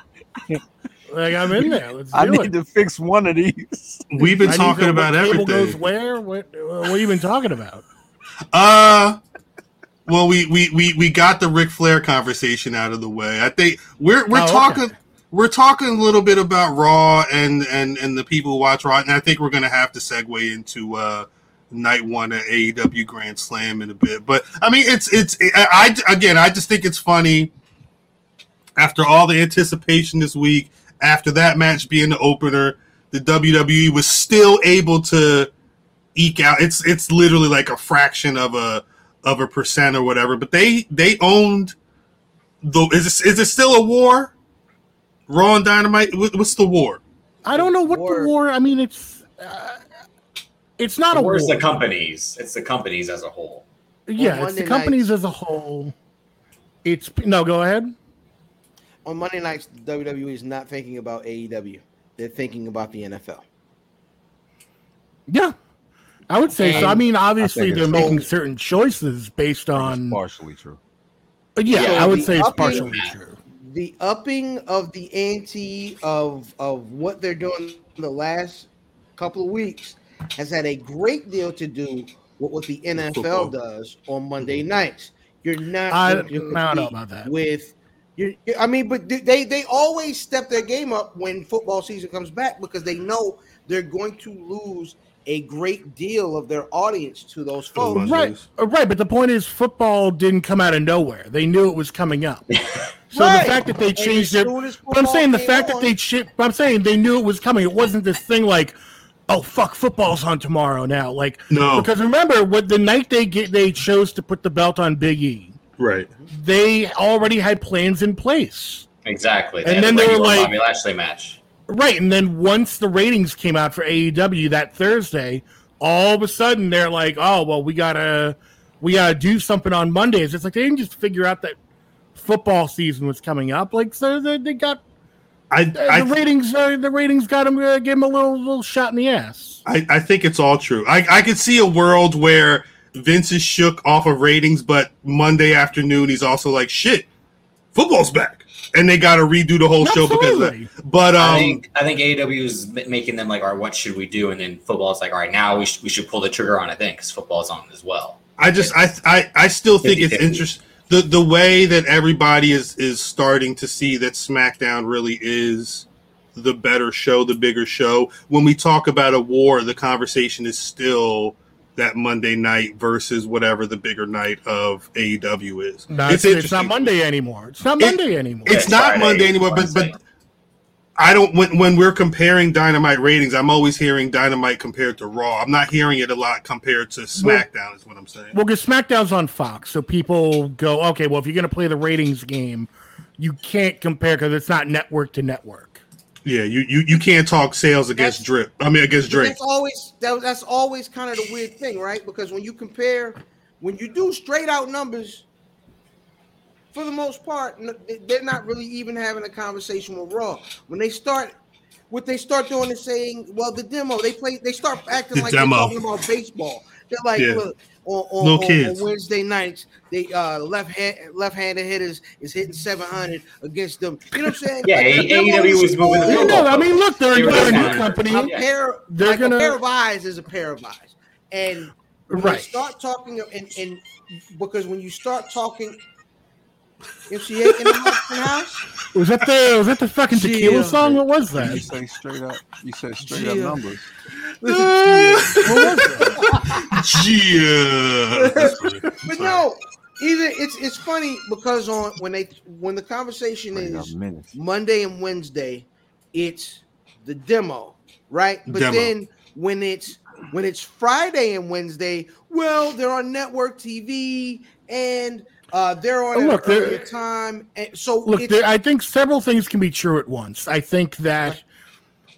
[SPEAKER 7] Like I'm in there. Let's do
[SPEAKER 4] I
[SPEAKER 7] it.
[SPEAKER 4] need to fix one of these.
[SPEAKER 1] We've been
[SPEAKER 7] I need
[SPEAKER 1] talking
[SPEAKER 7] to know
[SPEAKER 1] about
[SPEAKER 7] what cable Goes
[SPEAKER 1] everything.
[SPEAKER 7] where? What? What you been talking about?
[SPEAKER 1] Uh, well, we we we we got the Ric Flair conversation out of the way. I think we're we're
[SPEAKER 7] Oh, okay.
[SPEAKER 1] talking. We're talking a little bit about Raw and, and, and the people who watch Raw, and I think we're going to have to segue into uh, night one at AEW Grand Slam in a bit. But I mean, it's it's I, I again, I just think it's funny after all the anticipation this week, after that match being the opener, the WWE was still able to eke out. It's it's literally like a fraction of a of a percent or whatever. But they they owned the. Is it, is it still a war? Raw and Dynamite. What- What's the war?
[SPEAKER 7] I don't know what the
[SPEAKER 2] War.
[SPEAKER 7] war. I mean, it's uh, it's not a war.
[SPEAKER 3] Where's the companies? It's the companies as a whole.
[SPEAKER 7] yeah,
[SPEAKER 2] On
[SPEAKER 7] it's the
[SPEAKER 2] Monday
[SPEAKER 7] companies as a whole. It's no. Go ahead.
[SPEAKER 2] On Monday nights, WWE is not thinking about AEW. They're thinking about the NFL.
[SPEAKER 7] Yeah, I would say so. I
[SPEAKER 2] And
[SPEAKER 7] mean, obviously
[SPEAKER 4] it's
[SPEAKER 7] they're
[SPEAKER 2] sold.
[SPEAKER 7] making certain choices based on.
[SPEAKER 4] partially true.
[SPEAKER 7] Yeah,
[SPEAKER 2] So
[SPEAKER 7] I would
[SPEAKER 2] the
[SPEAKER 7] say it's
[SPEAKER 2] upping-
[SPEAKER 7] partially true.
[SPEAKER 2] The upping of the ante of of what they're doing the last couple of weeks has had a great deal to do with Mm-hmm. what the NFL
[SPEAKER 1] Football.
[SPEAKER 2] does on Monday nights. You're not.
[SPEAKER 7] I-
[SPEAKER 2] going to
[SPEAKER 7] I don't know
[SPEAKER 2] compete
[SPEAKER 7] about that.
[SPEAKER 2] With you, you- I mean, but they they always step their game up when football season comes back because they know they're going to lose a great deal of their audience to those
[SPEAKER 1] Oh,
[SPEAKER 2] folks.
[SPEAKER 7] Right, uh, right. But the point is, football didn't come out of nowhere. They knew it was coming up. So
[SPEAKER 2] Right.
[SPEAKER 7] the fact that they
[SPEAKER 2] And
[SPEAKER 7] changed
[SPEAKER 2] as
[SPEAKER 7] it,
[SPEAKER 2] soon as
[SPEAKER 7] but I'm saying the
[SPEAKER 2] football
[SPEAKER 7] fact
[SPEAKER 2] came
[SPEAKER 7] that they
[SPEAKER 2] on-
[SPEAKER 7] shit. I'm saying they knew it was coming. It wasn't this thing like, oh fuck, football's on tomorrow now. Like
[SPEAKER 1] No.
[SPEAKER 7] because remember what the night they get they chose to put the belt on Big E.
[SPEAKER 1] Right.
[SPEAKER 7] They already had plans in place.
[SPEAKER 3] Exactly.
[SPEAKER 7] And
[SPEAKER 3] had
[SPEAKER 7] then
[SPEAKER 3] the
[SPEAKER 7] they were
[SPEAKER 3] regular
[SPEAKER 7] like-
[SPEAKER 3] Bobby Lashley match.
[SPEAKER 7] Right, and then once the ratings came out for AEW that Thursday, all of a sudden they're like, "Oh well, we gotta, we gotta do something on Mondays." It's like they didn't just figure out that football season was coming up. Like so, they, they got uh,
[SPEAKER 1] I
[SPEAKER 7] the
[SPEAKER 1] I,
[SPEAKER 7] ratings. Uh, the ratings got them, uh, gave them a little little shot in the ass.
[SPEAKER 1] I, I think it's all true. I, I could see a world where Vince is shook off of ratings, but Monday afternoon he's also like, "Shit, football's back," and they got to redo the whole show because. Of
[SPEAKER 7] Absolutely.
[SPEAKER 1] that. But um,
[SPEAKER 3] I think I think AEW is ma- making them like, all right, what should we do? And then football's like, all right, now we should we should pull the trigger on a thing because football's on as well.
[SPEAKER 1] I just I I, I still think it's
[SPEAKER 3] 50-50.
[SPEAKER 1] interesting the the way that everybody is is starting to see that SmackDown really is the better show, the bigger show. When we talk about a war, the conversation is still that Monday night versus whatever the bigger night of AEW is.
[SPEAKER 7] No, it's, it's not
[SPEAKER 1] interesting.
[SPEAKER 7] Monday anymore. It's not
[SPEAKER 1] It-
[SPEAKER 7] Monday anymore.
[SPEAKER 1] It's
[SPEAKER 3] Yeah,
[SPEAKER 1] not
[SPEAKER 3] Friday,
[SPEAKER 1] Monday anymore, but- but-
[SPEAKER 3] Wednesday.
[SPEAKER 1] I don't when when we're comparing Dynamite ratings, I'm always hearing Dynamite compared to Raw. I'm not hearing it a lot compared to SmackDown. Is what I'm saying.
[SPEAKER 7] Well, because SmackDown's on Fox, so people go, okay, well, if you're going to play the ratings game, you can't compare because it's not network to network.
[SPEAKER 1] Yeah, you you, you can't talk sales against
[SPEAKER 2] That's-
[SPEAKER 1] Drip. I mean against Drake.
[SPEAKER 2] That's always that, that's always kind of the weird thing, right? Because when you compare, when you do straight out numbers, for the most part, n- they- they're not really even having a conversation with Raw. When they start, what they start doing is saying, "Well, the demo." They play. They start acting
[SPEAKER 1] The
[SPEAKER 2] like
[SPEAKER 1] demo.
[SPEAKER 2] they're talking about baseball. They're like,
[SPEAKER 1] Yeah.
[SPEAKER 2] "Look, on, on,
[SPEAKER 1] Little
[SPEAKER 2] on- on
[SPEAKER 1] kids.
[SPEAKER 2] Wednesday nights, they uh, left hand left-handed hitters is hitting 700 against them." You know what I'm saying?
[SPEAKER 3] Yeah,
[SPEAKER 2] Like, the demo
[SPEAKER 3] AEW was
[SPEAKER 2] is
[SPEAKER 3] moving the
[SPEAKER 2] small.
[SPEAKER 7] No,
[SPEAKER 3] football.
[SPEAKER 7] I mean, look, they're,
[SPEAKER 3] They were
[SPEAKER 7] they're a
[SPEAKER 3] just-
[SPEAKER 7] new company.
[SPEAKER 2] A
[SPEAKER 3] Yeah.
[SPEAKER 2] pair,
[SPEAKER 7] They're
[SPEAKER 2] like
[SPEAKER 7] gonna-
[SPEAKER 2] a pair of eyes is a pair of eyes, and when
[SPEAKER 7] Right.
[SPEAKER 2] you start talking and, and because when you start talking, if she ain't in the fucking house,
[SPEAKER 7] Was that the was that the fucking tequila
[SPEAKER 2] Yeah.
[SPEAKER 7] song? What was that?
[SPEAKER 4] You say straight up. You say straight up
[SPEAKER 2] Yeah.
[SPEAKER 4] numbers.
[SPEAKER 1] Yeah. That's funny.
[SPEAKER 2] but
[SPEAKER 1] Sorry.
[SPEAKER 2] no, either it's it's funny because on when they when the conversation
[SPEAKER 4] Straight up
[SPEAKER 2] is
[SPEAKER 4] minutes.
[SPEAKER 2] Monday and Wednesday, it's the demo, right? But
[SPEAKER 1] Demo.
[SPEAKER 2] then when it's when it's Friday and Wednesday, well, they're on network TV and uh, they're on
[SPEAKER 7] Oh, Look,
[SPEAKER 2] look, an
[SPEAKER 7] they're-
[SPEAKER 2] earlier time, and so
[SPEAKER 7] Look,
[SPEAKER 2] it's,
[SPEAKER 7] there, I think several things can be true at once. I think that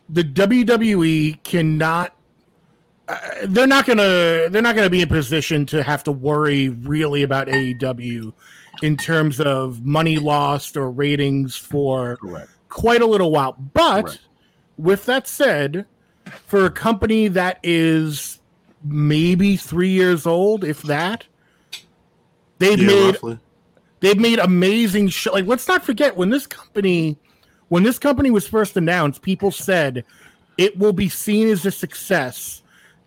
[SPEAKER 7] the WWE cannot. Uh, they're not gonna. They're not gonna be in position to have to worry really about AEW in terms of money lost or ratings for
[SPEAKER 4] Correct.
[SPEAKER 7] quite a little while. But
[SPEAKER 4] Right.
[SPEAKER 7] with that said, for a company that is maybe three years old, if that, they've
[SPEAKER 1] Yeah,
[SPEAKER 7] made
[SPEAKER 1] roughly.
[SPEAKER 7] they've made amazing shit. Like, let's not forget when this company, when this company was first announced, people said it will be seen as a success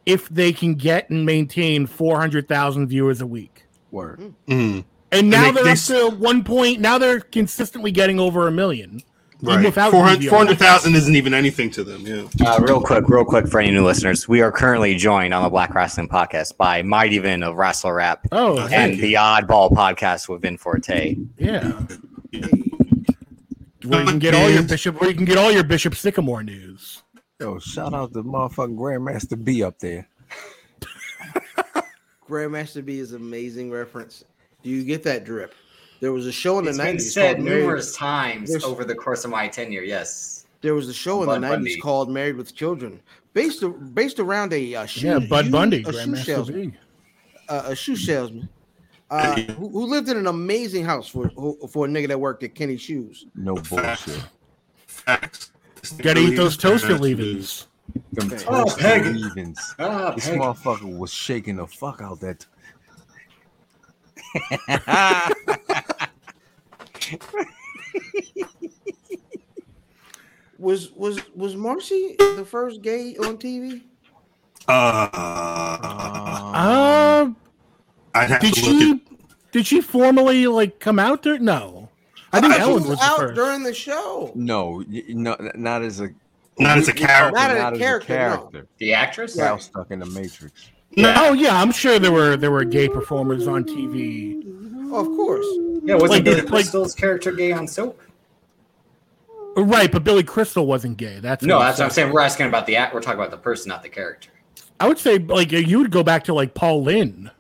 [SPEAKER 7] if they can get and maintain four hundred thousand viewers a week.
[SPEAKER 4] Word.
[SPEAKER 1] Mm,
[SPEAKER 7] And now
[SPEAKER 1] they-
[SPEAKER 7] they, are
[SPEAKER 1] they
[SPEAKER 7] up
[SPEAKER 1] s-
[SPEAKER 7] to one point. Now they're consistently getting over a million. Even
[SPEAKER 1] right.
[SPEAKER 7] without
[SPEAKER 1] 400
[SPEAKER 7] DVR.
[SPEAKER 1] 400,000 isn't even anything to them. Yeah.
[SPEAKER 3] Uh, real quick, real quick for any new listeners, we are currently joined on the Black Wrestling Podcast by Mighty Vin of Wrestle Rap
[SPEAKER 7] Oh,
[SPEAKER 1] Okay.
[SPEAKER 7] hey,
[SPEAKER 3] and the Oddball Podcast with Vin Forte.
[SPEAKER 7] yeah. Where you can get all your bishop, where you can get all your Bishop Sycamore news.
[SPEAKER 4] Yo, shout out to motherfucking Grandmaster B up there.
[SPEAKER 2] Grandmaster B is amazing reference. Do you get that drip? There was a show in the
[SPEAKER 3] It's been
[SPEAKER 2] nineties
[SPEAKER 3] said
[SPEAKER 2] called Married.
[SPEAKER 3] numerous times
[SPEAKER 2] There's-
[SPEAKER 3] over the course of my tenure. Yes.
[SPEAKER 2] There was a show in the
[SPEAKER 3] Bud
[SPEAKER 2] nineties
[SPEAKER 3] Bundy.
[SPEAKER 2] called Married with Children, based a- based around a uh, shoe,
[SPEAKER 7] Yeah, Bud
[SPEAKER 2] shoe- a
[SPEAKER 7] Bundy,
[SPEAKER 2] shoe
[SPEAKER 7] Grandmaster
[SPEAKER 2] salesman,
[SPEAKER 7] B.
[SPEAKER 2] uh, a shoe salesman uh, who, who lived in an amazing house for who- for a nigga that worked at Kenny Shoes.
[SPEAKER 4] No bullshit.
[SPEAKER 1] Facts.
[SPEAKER 7] Gotta eat those toaster
[SPEAKER 1] Facts, dude.
[SPEAKER 7] leavings.
[SPEAKER 4] Them
[SPEAKER 3] Oh,
[SPEAKER 4] toasted
[SPEAKER 3] Peggy.
[SPEAKER 4] leavings.
[SPEAKER 3] Ah,
[SPEAKER 4] This
[SPEAKER 3] Peg.
[SPEAKER 4] motherfucker was shaking the fuck out that.
[SPEAKER 2] Was was was Marcy the first gay on TV?
[SPEAKER 1] Uh,
[SPEAKER 2] um,
[SPEAKER 7] Uh,
[SPEAKER 1] I'd have
[SPEAKER 7] did
[SPEAKER 1] to look at
[SPEAKER 7] she did she formally like come out there? No, I think
[SPEAKER 2] thought she
[SPEAKER 7] Ellen was, the
[SPEAKER 2] out
[SPEAKER 7] first.
[SPEAKER 2] during the show.
[SPEAKER 4] no, y- no, not as a
[SPEAKER 1] Not as a character.
[SPEAKER 2] Not as a character,
[SPEAKER 3] The actress?
[SPEAKER 4] Cow stuck in the matrix.
[SPEAKER 7] Oh yeah, I'm sure there were there were gay performers on TV.
[SPEAKER 2] Oh, of course.
[SPEAKER 3] Yeah, wasn't
[SPEAKER 7] Like,
[SPEAKER 3] Billy
[SPEAKER 7] like-
[SPEAKER 3] Crystal's character gay on soap?
[SPEAKER 7] Right, but Billy Crystal wasn't gay. That's
[SPEAKER 3] No,
[SPEAKER 7] what
[SPEAKER 3] that's what I'm saying. We're asking about the act. We're talking about the person, not the character.
[SPEAKER 7] I would say like you would go back to like Paul Lynn.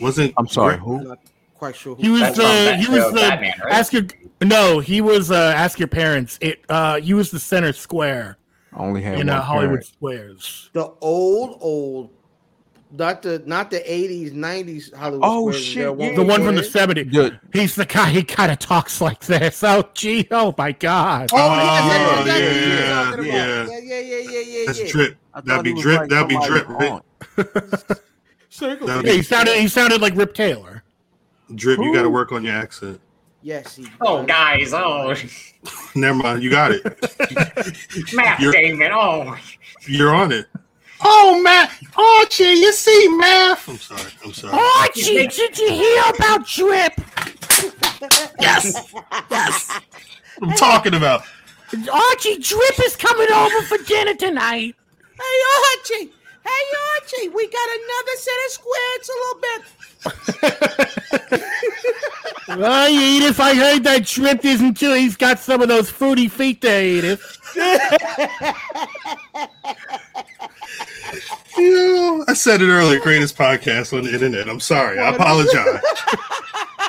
[SPEAKER 1] Wasn't
[SPEAKER 4] I'm sorry, who?
[SPEAKER 2] Not quite sure.
[SPEAKER 7] He
[SPEAKER 2] Who.
[SPEAKER 7] was
[SPEAKER 3] That's
[SPEAKER 7] the
[SPEAKER 3] from Bat-
[SPEAKER 7] he was
[SPEAKER 3] uh,
[SPEAKER 7] the
[SPEAKER 3] Batman, right?
[SPEAKER 7] ask your no he was uh ask your parents it uh he was the center square
[SPEAKER 4] I only had
[SPEAKER 7] in
[SPEAKER 4] one
[SPEAKER 7] uh, Hollywood
[SPEAKER 4] parent.
[SPEAKER 7] squares.
[SPEAKER 2] The old old, not the not the eighties nineties Hollywood.
[SPEAKER 4] Oh,
[SPEAKER 2] squares,
[SPEAKER 4] shit,
[SPEAKER 2] there was
[SPEAKER 4] yeah,
[SPEAKER 7] The one from the
[SPEAKER 2] there.
[SPEAKER 7] 70s.
[SPEAKER 4] Dude.
[SPEAKER 7] He's the guy, he kind of talks like this. Oh, gee, oh my God.
[SPEAKER 2] Oh,
[SPEAKER 1] Oh, yeah,
[SPEAKER 2] yeah, yeah, yeah,
[SPEAKER 1] yeah.
[SPEAKER 2] yeah, yeah, yeah, yeah, yeah,
[SPEAKER 1] that's
[SPEAKER 2] yeah.
[SPEAKER 1] drip?
[SPEAKER 4] I
[SPEAKER 1] That'd
[SPEAKER 4] thought he
[SPEAKER 1] be
[SPEAKER 4] was
[SPEAKER 1] drip.
[SPEAKER 4] like
[SPEAKER 1] That'd be
[SPEAKER 4] somebody
[SPEAKER 1] drip. Right?
[SPEAKER 4] aunt.
[SPEAKER 1] That'd
[SPEAKER 7] Yeah, he
[SPEAKER 1] be
[SPEAKER 7] sounded he sounded like Rip Taylor.
[SPEAKER 1] drip. You got to work on your accent.
[SPEAKER 2] Yes. He
[SPEAKER 3] Oh,
[SPEAKER 2] does.
[SPEAKER 3] guys. Oh,
[SPEAKER 1] Never mind. You got it.
[SPEAKER 3] Matt
[SPEAKER 1] You're-
[SPEAKER 3] Damon. Oh,
[SPEAKER 1] You're on it. Oh, Matt. Oh, gee, you see, math. I'm sorry. I'm sorry.
[SPEAKER 7] gee, did you hear about Drip?
[SPEAKER 1] Yes. Yes. I'm talking about.
[SPEAKER 7] Archie Drip is coming over for dinner tonight.
[SPEAKER 2] Hey Archie. Hey Archie. We got another set of squares a little bit.
[SPEAKER 7] Oh, Edith, I heard that Drip isn't too. He's got some of those fruity feet there, Edith.
[SPEAKER 1] You know, I said it earlier. Greatest podcast on the internet. I'm sorry. I apologize.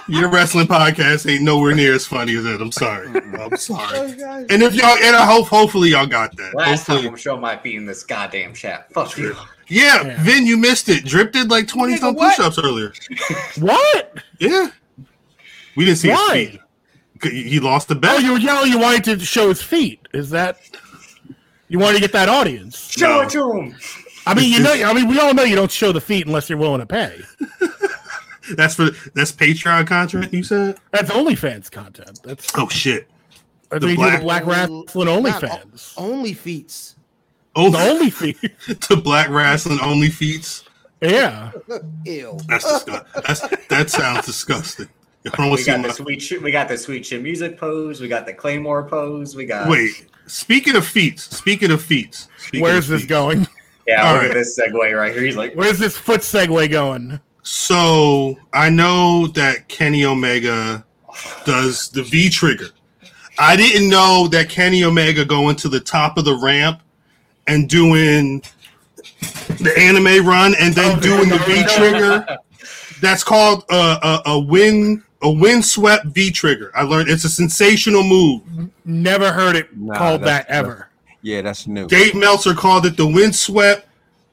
[SPEAKER 1] Your wrestling podcast ain't nowhere near as funny as that. I'm sorry. I'm sorry. And if y'all, and I hope, hopefully y'all got that.
[SPEAKER 3] last time
[SPEAKER 1] Hopefully.
[SPEAKER 3] I'm showing my feet in this goddamn chat. Fuck you.
[SPEAKER 1] Yeah,
[SPEAKER 7] Yeah.
[SPEAKER 1] Vin, you missed it. Drip did like 20 some
[SPEAKER 2] Nigga, what?
[SPEAKER 1] push ups earlier.
[SPEAKER 7] What?
[SPEAKER 1] Yeah. We didn't see
[SPEAKER 7] Why?
[SPEAKER 1] his feet. 'Cause He lost the bet.
[SPEAKER 7] Oh, you were yelling. You wanted to show his feet. Is that? You wanted to get that audience.
[SPEAKER 3] Show
[SPEAKER 1] No.
[SPEAKER 3] it to him.
[SPEAKER 7] I mean, you know. I mean, we all know you don't show the feet unless you're willing to pay.
[SPEAKER 1] That's for that's Patreon contract. You said?
[SPEAKER 7] That's OnlyFans content. That's
[SPEAKER 1] Oh shit!
[SPEAKER 7] that's
[SPEAKER 1] The
[SPEAKER 7] what you do the
[SPEAKER 1] black-
[SPEAKER 7] black wrestling
[SPEAKER 2] Not
[SPEAKER 7] OnlyFans.
[SPEAKER 2] o- Only feats.
[SPEAKER 1] Oh,
[SPEAKER 7] The only feet.
[SPEAKER 1] to black wrestling only feats.
[SPEAKER 7] Yeah.
[SPEAKER 2] Ew.
[SPEAKER 1] That's disgusting. That's that sounds disgusting. I don't want
[SPEAKER 3] We
[SPEAKER 1] to see
[SPEAKER 3] got the
[SPEAKER 1] my
[SPEAKER 3] sweet. Ch- we got the sweet chin music pose. We got the claymore pose. We got.
[SPEAKER 1] wait. Speaking of feats, speaking of feats, speaking
[SPEAKER 7] Where's
[SPEAKER 1] of
[SPEAKER 7] this
[SPEAKER 1] feats.
[SPEAKER 7] going?
[SPEAKER 3] Yeah.
[SPEAKER 1] All
[SPEAKER 3] look
[SPEAKER 1] right.
[SPEAKER 3] at this segue right here. He's like,
[SPEAKER 7] Where's this foot segue going?
[SPEAKER 1] So I know that Kenny Omega does the V trigger. I didn't know that Kenny Omega going to the top of the ramp and doing the anime run and then doing the V trigger. That's called a, a, a win a windswept V trigger. I learned it's a sensational move.
[SPEAKER 7] Never heard it
[SPEAKER 4] Nah,
[SPEAKER 7] called
[SPEAKER 4] that's-
[SPEAKER 7] that ever.
[SPEAKER 4] Yeah, that's new.
[SPEAKER 1] Dave Meltzer called it the windswept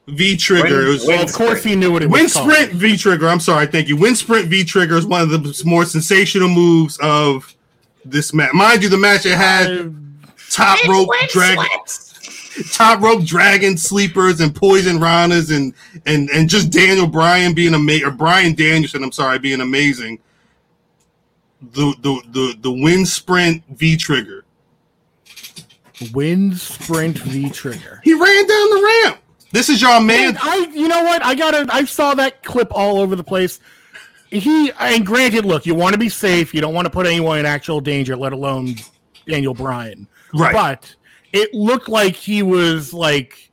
[SPEAKER 1] V trigger. It was
[SPEAKER 3] Wind-
[SPEAKER 7] Well, of course he knew what it
[SPEAKER 1] Wind
[SPEAKER 7] was. called.
[SPEAKER 1] Sprint V Trigger. I'm sorry, thank you. Wind Sprint V Trigger is one of the s- more sensational moves of this match. Mind you, the match it had
[SPEAKER 7] Uh,
[SPEAKER 1] top rope dragon, top rope dragon sleepers and poison ranas and and and just Daniel Bryan being amazing or Brian Danielson, I'm sorry, being amazing. The the the the wind sprint V trigger.
[SPEAKER 7] Wind sprint V trigger.
[SPEAKER 1] He ran down the ramp. This is your man.
[SPEAKER 7] And I, you know what? I got to I saw that clip all over the place. He and granted, look, you want to be safe. You don't want to put anyone in actual danger, let alone Daniel Bryan.
[SPEAKER 1] Right.
[SPEAKER 7] But it looked like he was like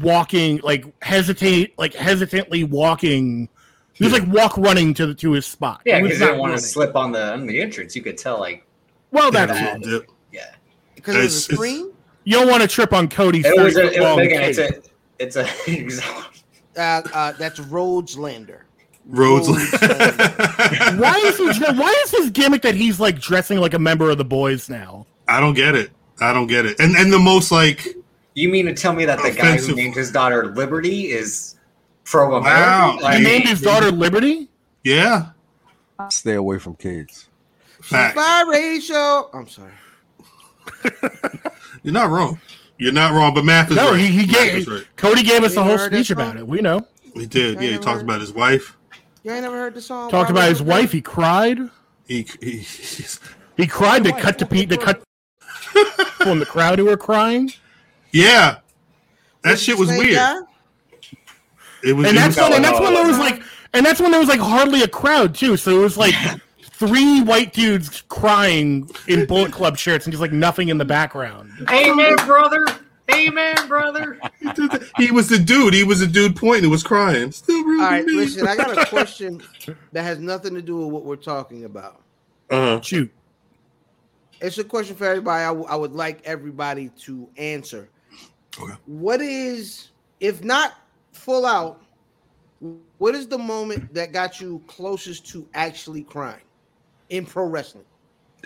[SPEAKER 7] walking, like hesitate, like hesitantly walking. He was like walk running to the to his spot.
[SPEAKER 3] Yeah,
[SPEAKER 7] He was
[SPEAKER 3] because they
[SPEAKER 7] not
[SPEAKER 3] didn't want to
[SPEAKER 7] running.
[SPEAKER 3] slip on the on the entrance. You could tell, like,
[SPEAKER 7] Well,
[SPEAKER 1] Yeah,
[SPEAKER 7] that's
[SPEAKER 3] that.
[SPEAKER 1] that's it.
[SPEAKER 3] yeah,
[SPEAKER 2] because there's a
[SPEAKER 1] It's- it's-
[SPEAKER 2] screen.
[SPEAKER 7] you don't want to trip on Cody.
[SPEAKER 3] it was a, it was, again, it's
[SPEAKER 7] a,
[SPEAKER 3] a, it's a,
[SPEAKER 2] Uh, uh, that's Rhodes Lander.
[SPEAKER 1] Rhodes.
[SPEAKER 7] why is he? Why is his gimmick that he's like dressing like a member of the boys now?
[SPEAKER 1] I don't get it. I don't get it. And and the most like
[SPEAKER 3] you mean to tell me that the guy who
[SPEAKER 1] Offensive.
[SPEAKER 3] named his daughter Liberty is pro American?
[SPEAKER 1] Wow.
[SPEAKER 7] He
[SPEAKER 1] Like-
[SPEAKER 7] named his daughter Liberty.
[SPEAKER 1] yeah,
[SPEAKER 4] Stay away from kids.
[SPEAKER 1] fact.
[SPEAKER 2] Biracial. I'm sorry.
[SPEAKER 1] You're not wrong. You're not wrong. But math is
[SPEAKER 7] No,
[SPEAKER 1] right.
[SPEAKER 7] he, he
[SPEAKER 1] Math is
[SPEAKER 7] gave
[SPEAKER 1] right.
[SPEAKER 7] Cody gave us
[SPEAKER 2] We
[SPEAKER 7] a whole
[SPEAKER 2] heard this
[SPEAKER 7] speech about
[SPEAKER 2] one.
[SPEAKER 7] it. We know.
[SPEAKER 1] He did. Yeah, he talked about his wife.
[SPEAKER 2] You ain't never heard the song.
[SPEAKER 7] Talked about his wife. He cried.
[SPEAKER 1] He, he he's-
[SPEAKER 7] He cried to cut to Pete to cut people in the crowd who were crying.
[SPEAKER 1] yeah. That shit was
[SPEAKER 2] Same
[SPEAKER 1] weird.
[SPEAKER 2] guy?
[SPEAKER 1] It was.
[SPEAKER 7] And
[SPEAKER 1] it was-
[SPEAKER 7] that's when and that's
[SPEAKER 3] no.
[SPEAKER 7] when there was like and that's when there was like hardly a crowd too. So it was like three white dudes crying in Bullet Club shirts and just like nothing in the background.
[SPEAKER 3] Amen, brother. Amen, brother.
[SPEAKER 1] he was the dude. He was the dude pointing. He was crying. Still really
[SPEAKER 2] All right,
[SPEAKER 1] me.
[SPEAKER 2] listen. I got a question that has nothing to do with what we're talking about.
[SPEAKER 1] Uh-huh.
[SPEAKER 7] Shoot.
[SPEAKER 2] It's a question for everybody. I, w- I would like everybody to answer.
[SPEAKER 1] Okay.
[SPEAKER 2] What is, if not full out, what is the moment that got you closest to actually crying in pro wrestling?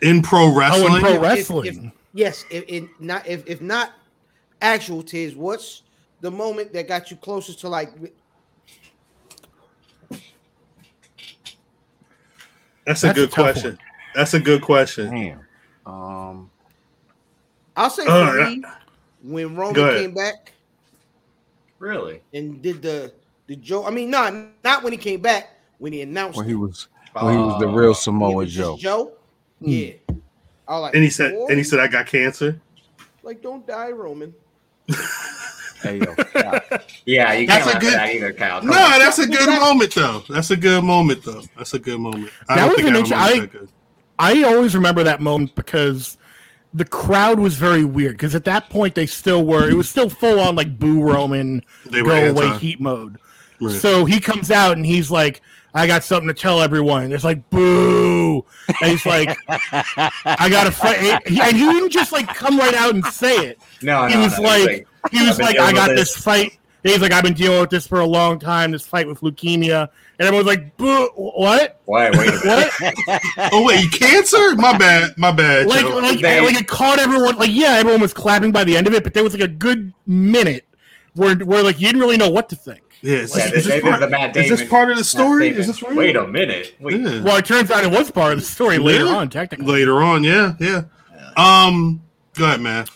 [SPEAKER 1] In pro wrestling.
[SPEAKER 7] Oh, in pro
[SPEAKER 2] If- if-
[SPEAKER 7] wrestling.
[SPEAKER 2] Yes, if, in not if, if not actual tears, what's the moment that got you closest to like
[SPEAKER 1] that's a
[SPEAKER 7] That's
[SPEAKER 1] good
[SPEAKER 7] a tough
[SPEAKER 1] question. That's a good question.
[SPEAKER 4] Damn. Um,
[SPEAKER 2] I'll say
[SPEAKER 1] Uh,
[SPEAKER 2] for
[SPEAKER 1] yeah.
[SPEAKER 2] me, when
[SPEAKER 1] Go
[SPEAKER 2] Roman
[SPEAKER 1] ahead.
[SPEAKER 2] came back
[SPEAKER 3] Really?
[SPEAKER 2] and did the the Joe. I mean, not not when he came back when he announced
[SPEAKER 4] when
[SPEAKER 2] it.
[SPEAKER 4] he was when he was the real Samoa
[SPEAKER 2] He was just
[SPEAKER 4] Joe.
[SPEAKER 2] Joe. Yeah. I was like,
[SPEAKER 1] And he said.
[SPEAKER 2] "Boy,
[SPEAKER 1] And he said, "I got cancer."
[SPEAKER 2] like don't die, Roman.
[SPEAKER 4] Hey, yo, stop.
[SPEAKER 3] Yeah, you
[SPEAKER 1] That's
[SPEAKER 3] can't
[SPEAKER 1] a
[SPEAKER 3] laugh at
[SPEAKER 1] good-
[SPEAKER 3] that either, Kyle. Come
[SPEAKER 1] No,
[SPEAKER 3] on.
[SPEAKER 1] that's a good moment though. That's a good moment though. That's a good moment. I
[SPEAKER 7] That
[SPEAKER 1] don't
[SPEAKER 7] was
[SPEAKER 1] think
[SPEAKER 7] an
[SPEAKER 1] I
[SPEAKER 7] inter-
[SPEAKER 1] remember
[SPEAKER 7] I-
[SPEAKER 1] that good.
[SPEAKER 7] I always remember that moment because the crowd was very weird because at that point they still were it was still full on like boo Roman
[SPEAKER 1] They
[SPEAKER 7] go
[SPEAKER 1] were
[SPEAKER 7] away
[SPEAKER 1] anti.
[SPEAKER 7] heat mode.
[SPEAKER 1] Right.
[SPEAKER 7] So he comes out and he's like, I got something to tell everyone. And it's like, boo. And he's like, I got to fight. And he didn't just like come right out and say it.
[SPEAKER 3] No,
[SPEAKER 7] He
[SPEAKER 3] no,
[SPEAKER 7] was
[SPEAKER 3] no,
[SPEAKER 7] like, he
[SPEAKER 3] I've
[SPEAKER 7] was
[SPEAKER 3] been
[SPEAKER 7] like, I
[SPEAKER 3] dealing
[SPEAKER 7] got
[SPEAKER 3] with
[SPEAKER 7] this
[SPEAKER 3] this."
[SPEAKER 7] fight. He's like, I've been dealing with this for a long time, this fight with leukemia. And everyone's like, boo, what?
[SPEAKER 3] Why? Wait a minute.
[SPEAKER 7] What?
[SPEAKER 1] Oh wait, cancer? My bad. My bad.
[SPEAKER 7] like
[SPEAKER 1] Joe.
[SPEAKER 7] like,
[SPEAKER 3] They-
[SPEAKER 7] like it caught everyone like yeah everyone was clapping by the end of it but there was like a good minute where where like you didn't really know what to think
[SPEAKER 1] yeah, is
[SPEAKER 3] Yeah,
[SPEAKER 1] this,
[SPEAKER 3] they-
[SPEAKER 1] is this
[SPEAKER 3] they did
[SPEAKER 1] part,
[SPEAKER 3] the Matt
[SPEAKER 1] is this
[SPEAKER 3] Damon-
[SPEAKER 1] part of the story?
[SPEAKER 3] Matt
[SPEAKER 1] Is
[SPEAKER 3] Damon.
[SPEAKER 1] this real?
[SPEAKER 3] Wait a minute. Wait.
[SPEAKER 1] Yeah.
[SPEAKER 7] well it turns out it was part of the story later
[SPEAKER 1] Really?
[SPEAKER 7] on technically
[SPEAKER 1] Later on, yeah, yeah. Um, go ahead, man.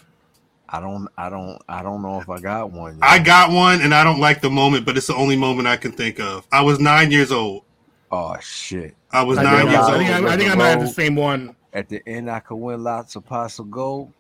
[SPEAKER 4] I don't, I don't, I don't know if I got one.
[SPEAKER 1] I got one, and I don't like the moment, but it's the only moment I can think of. I was nine years old.
[SPEAKER 4] Oh shit!
[SPEAKER 1] I was
[SPEAKER 4] I
[SPEAKER 1] nine
[SPEAKER 4] did
[SPEAKER 1] years
[SPEAKER 4] not.
[SPEAKER 7] I think
[SPEAKER 1] old.
[SPEAKER 7] I, I, think I might have the same one
[SPEAKER 4] At the end, I could win lots of pots of gold.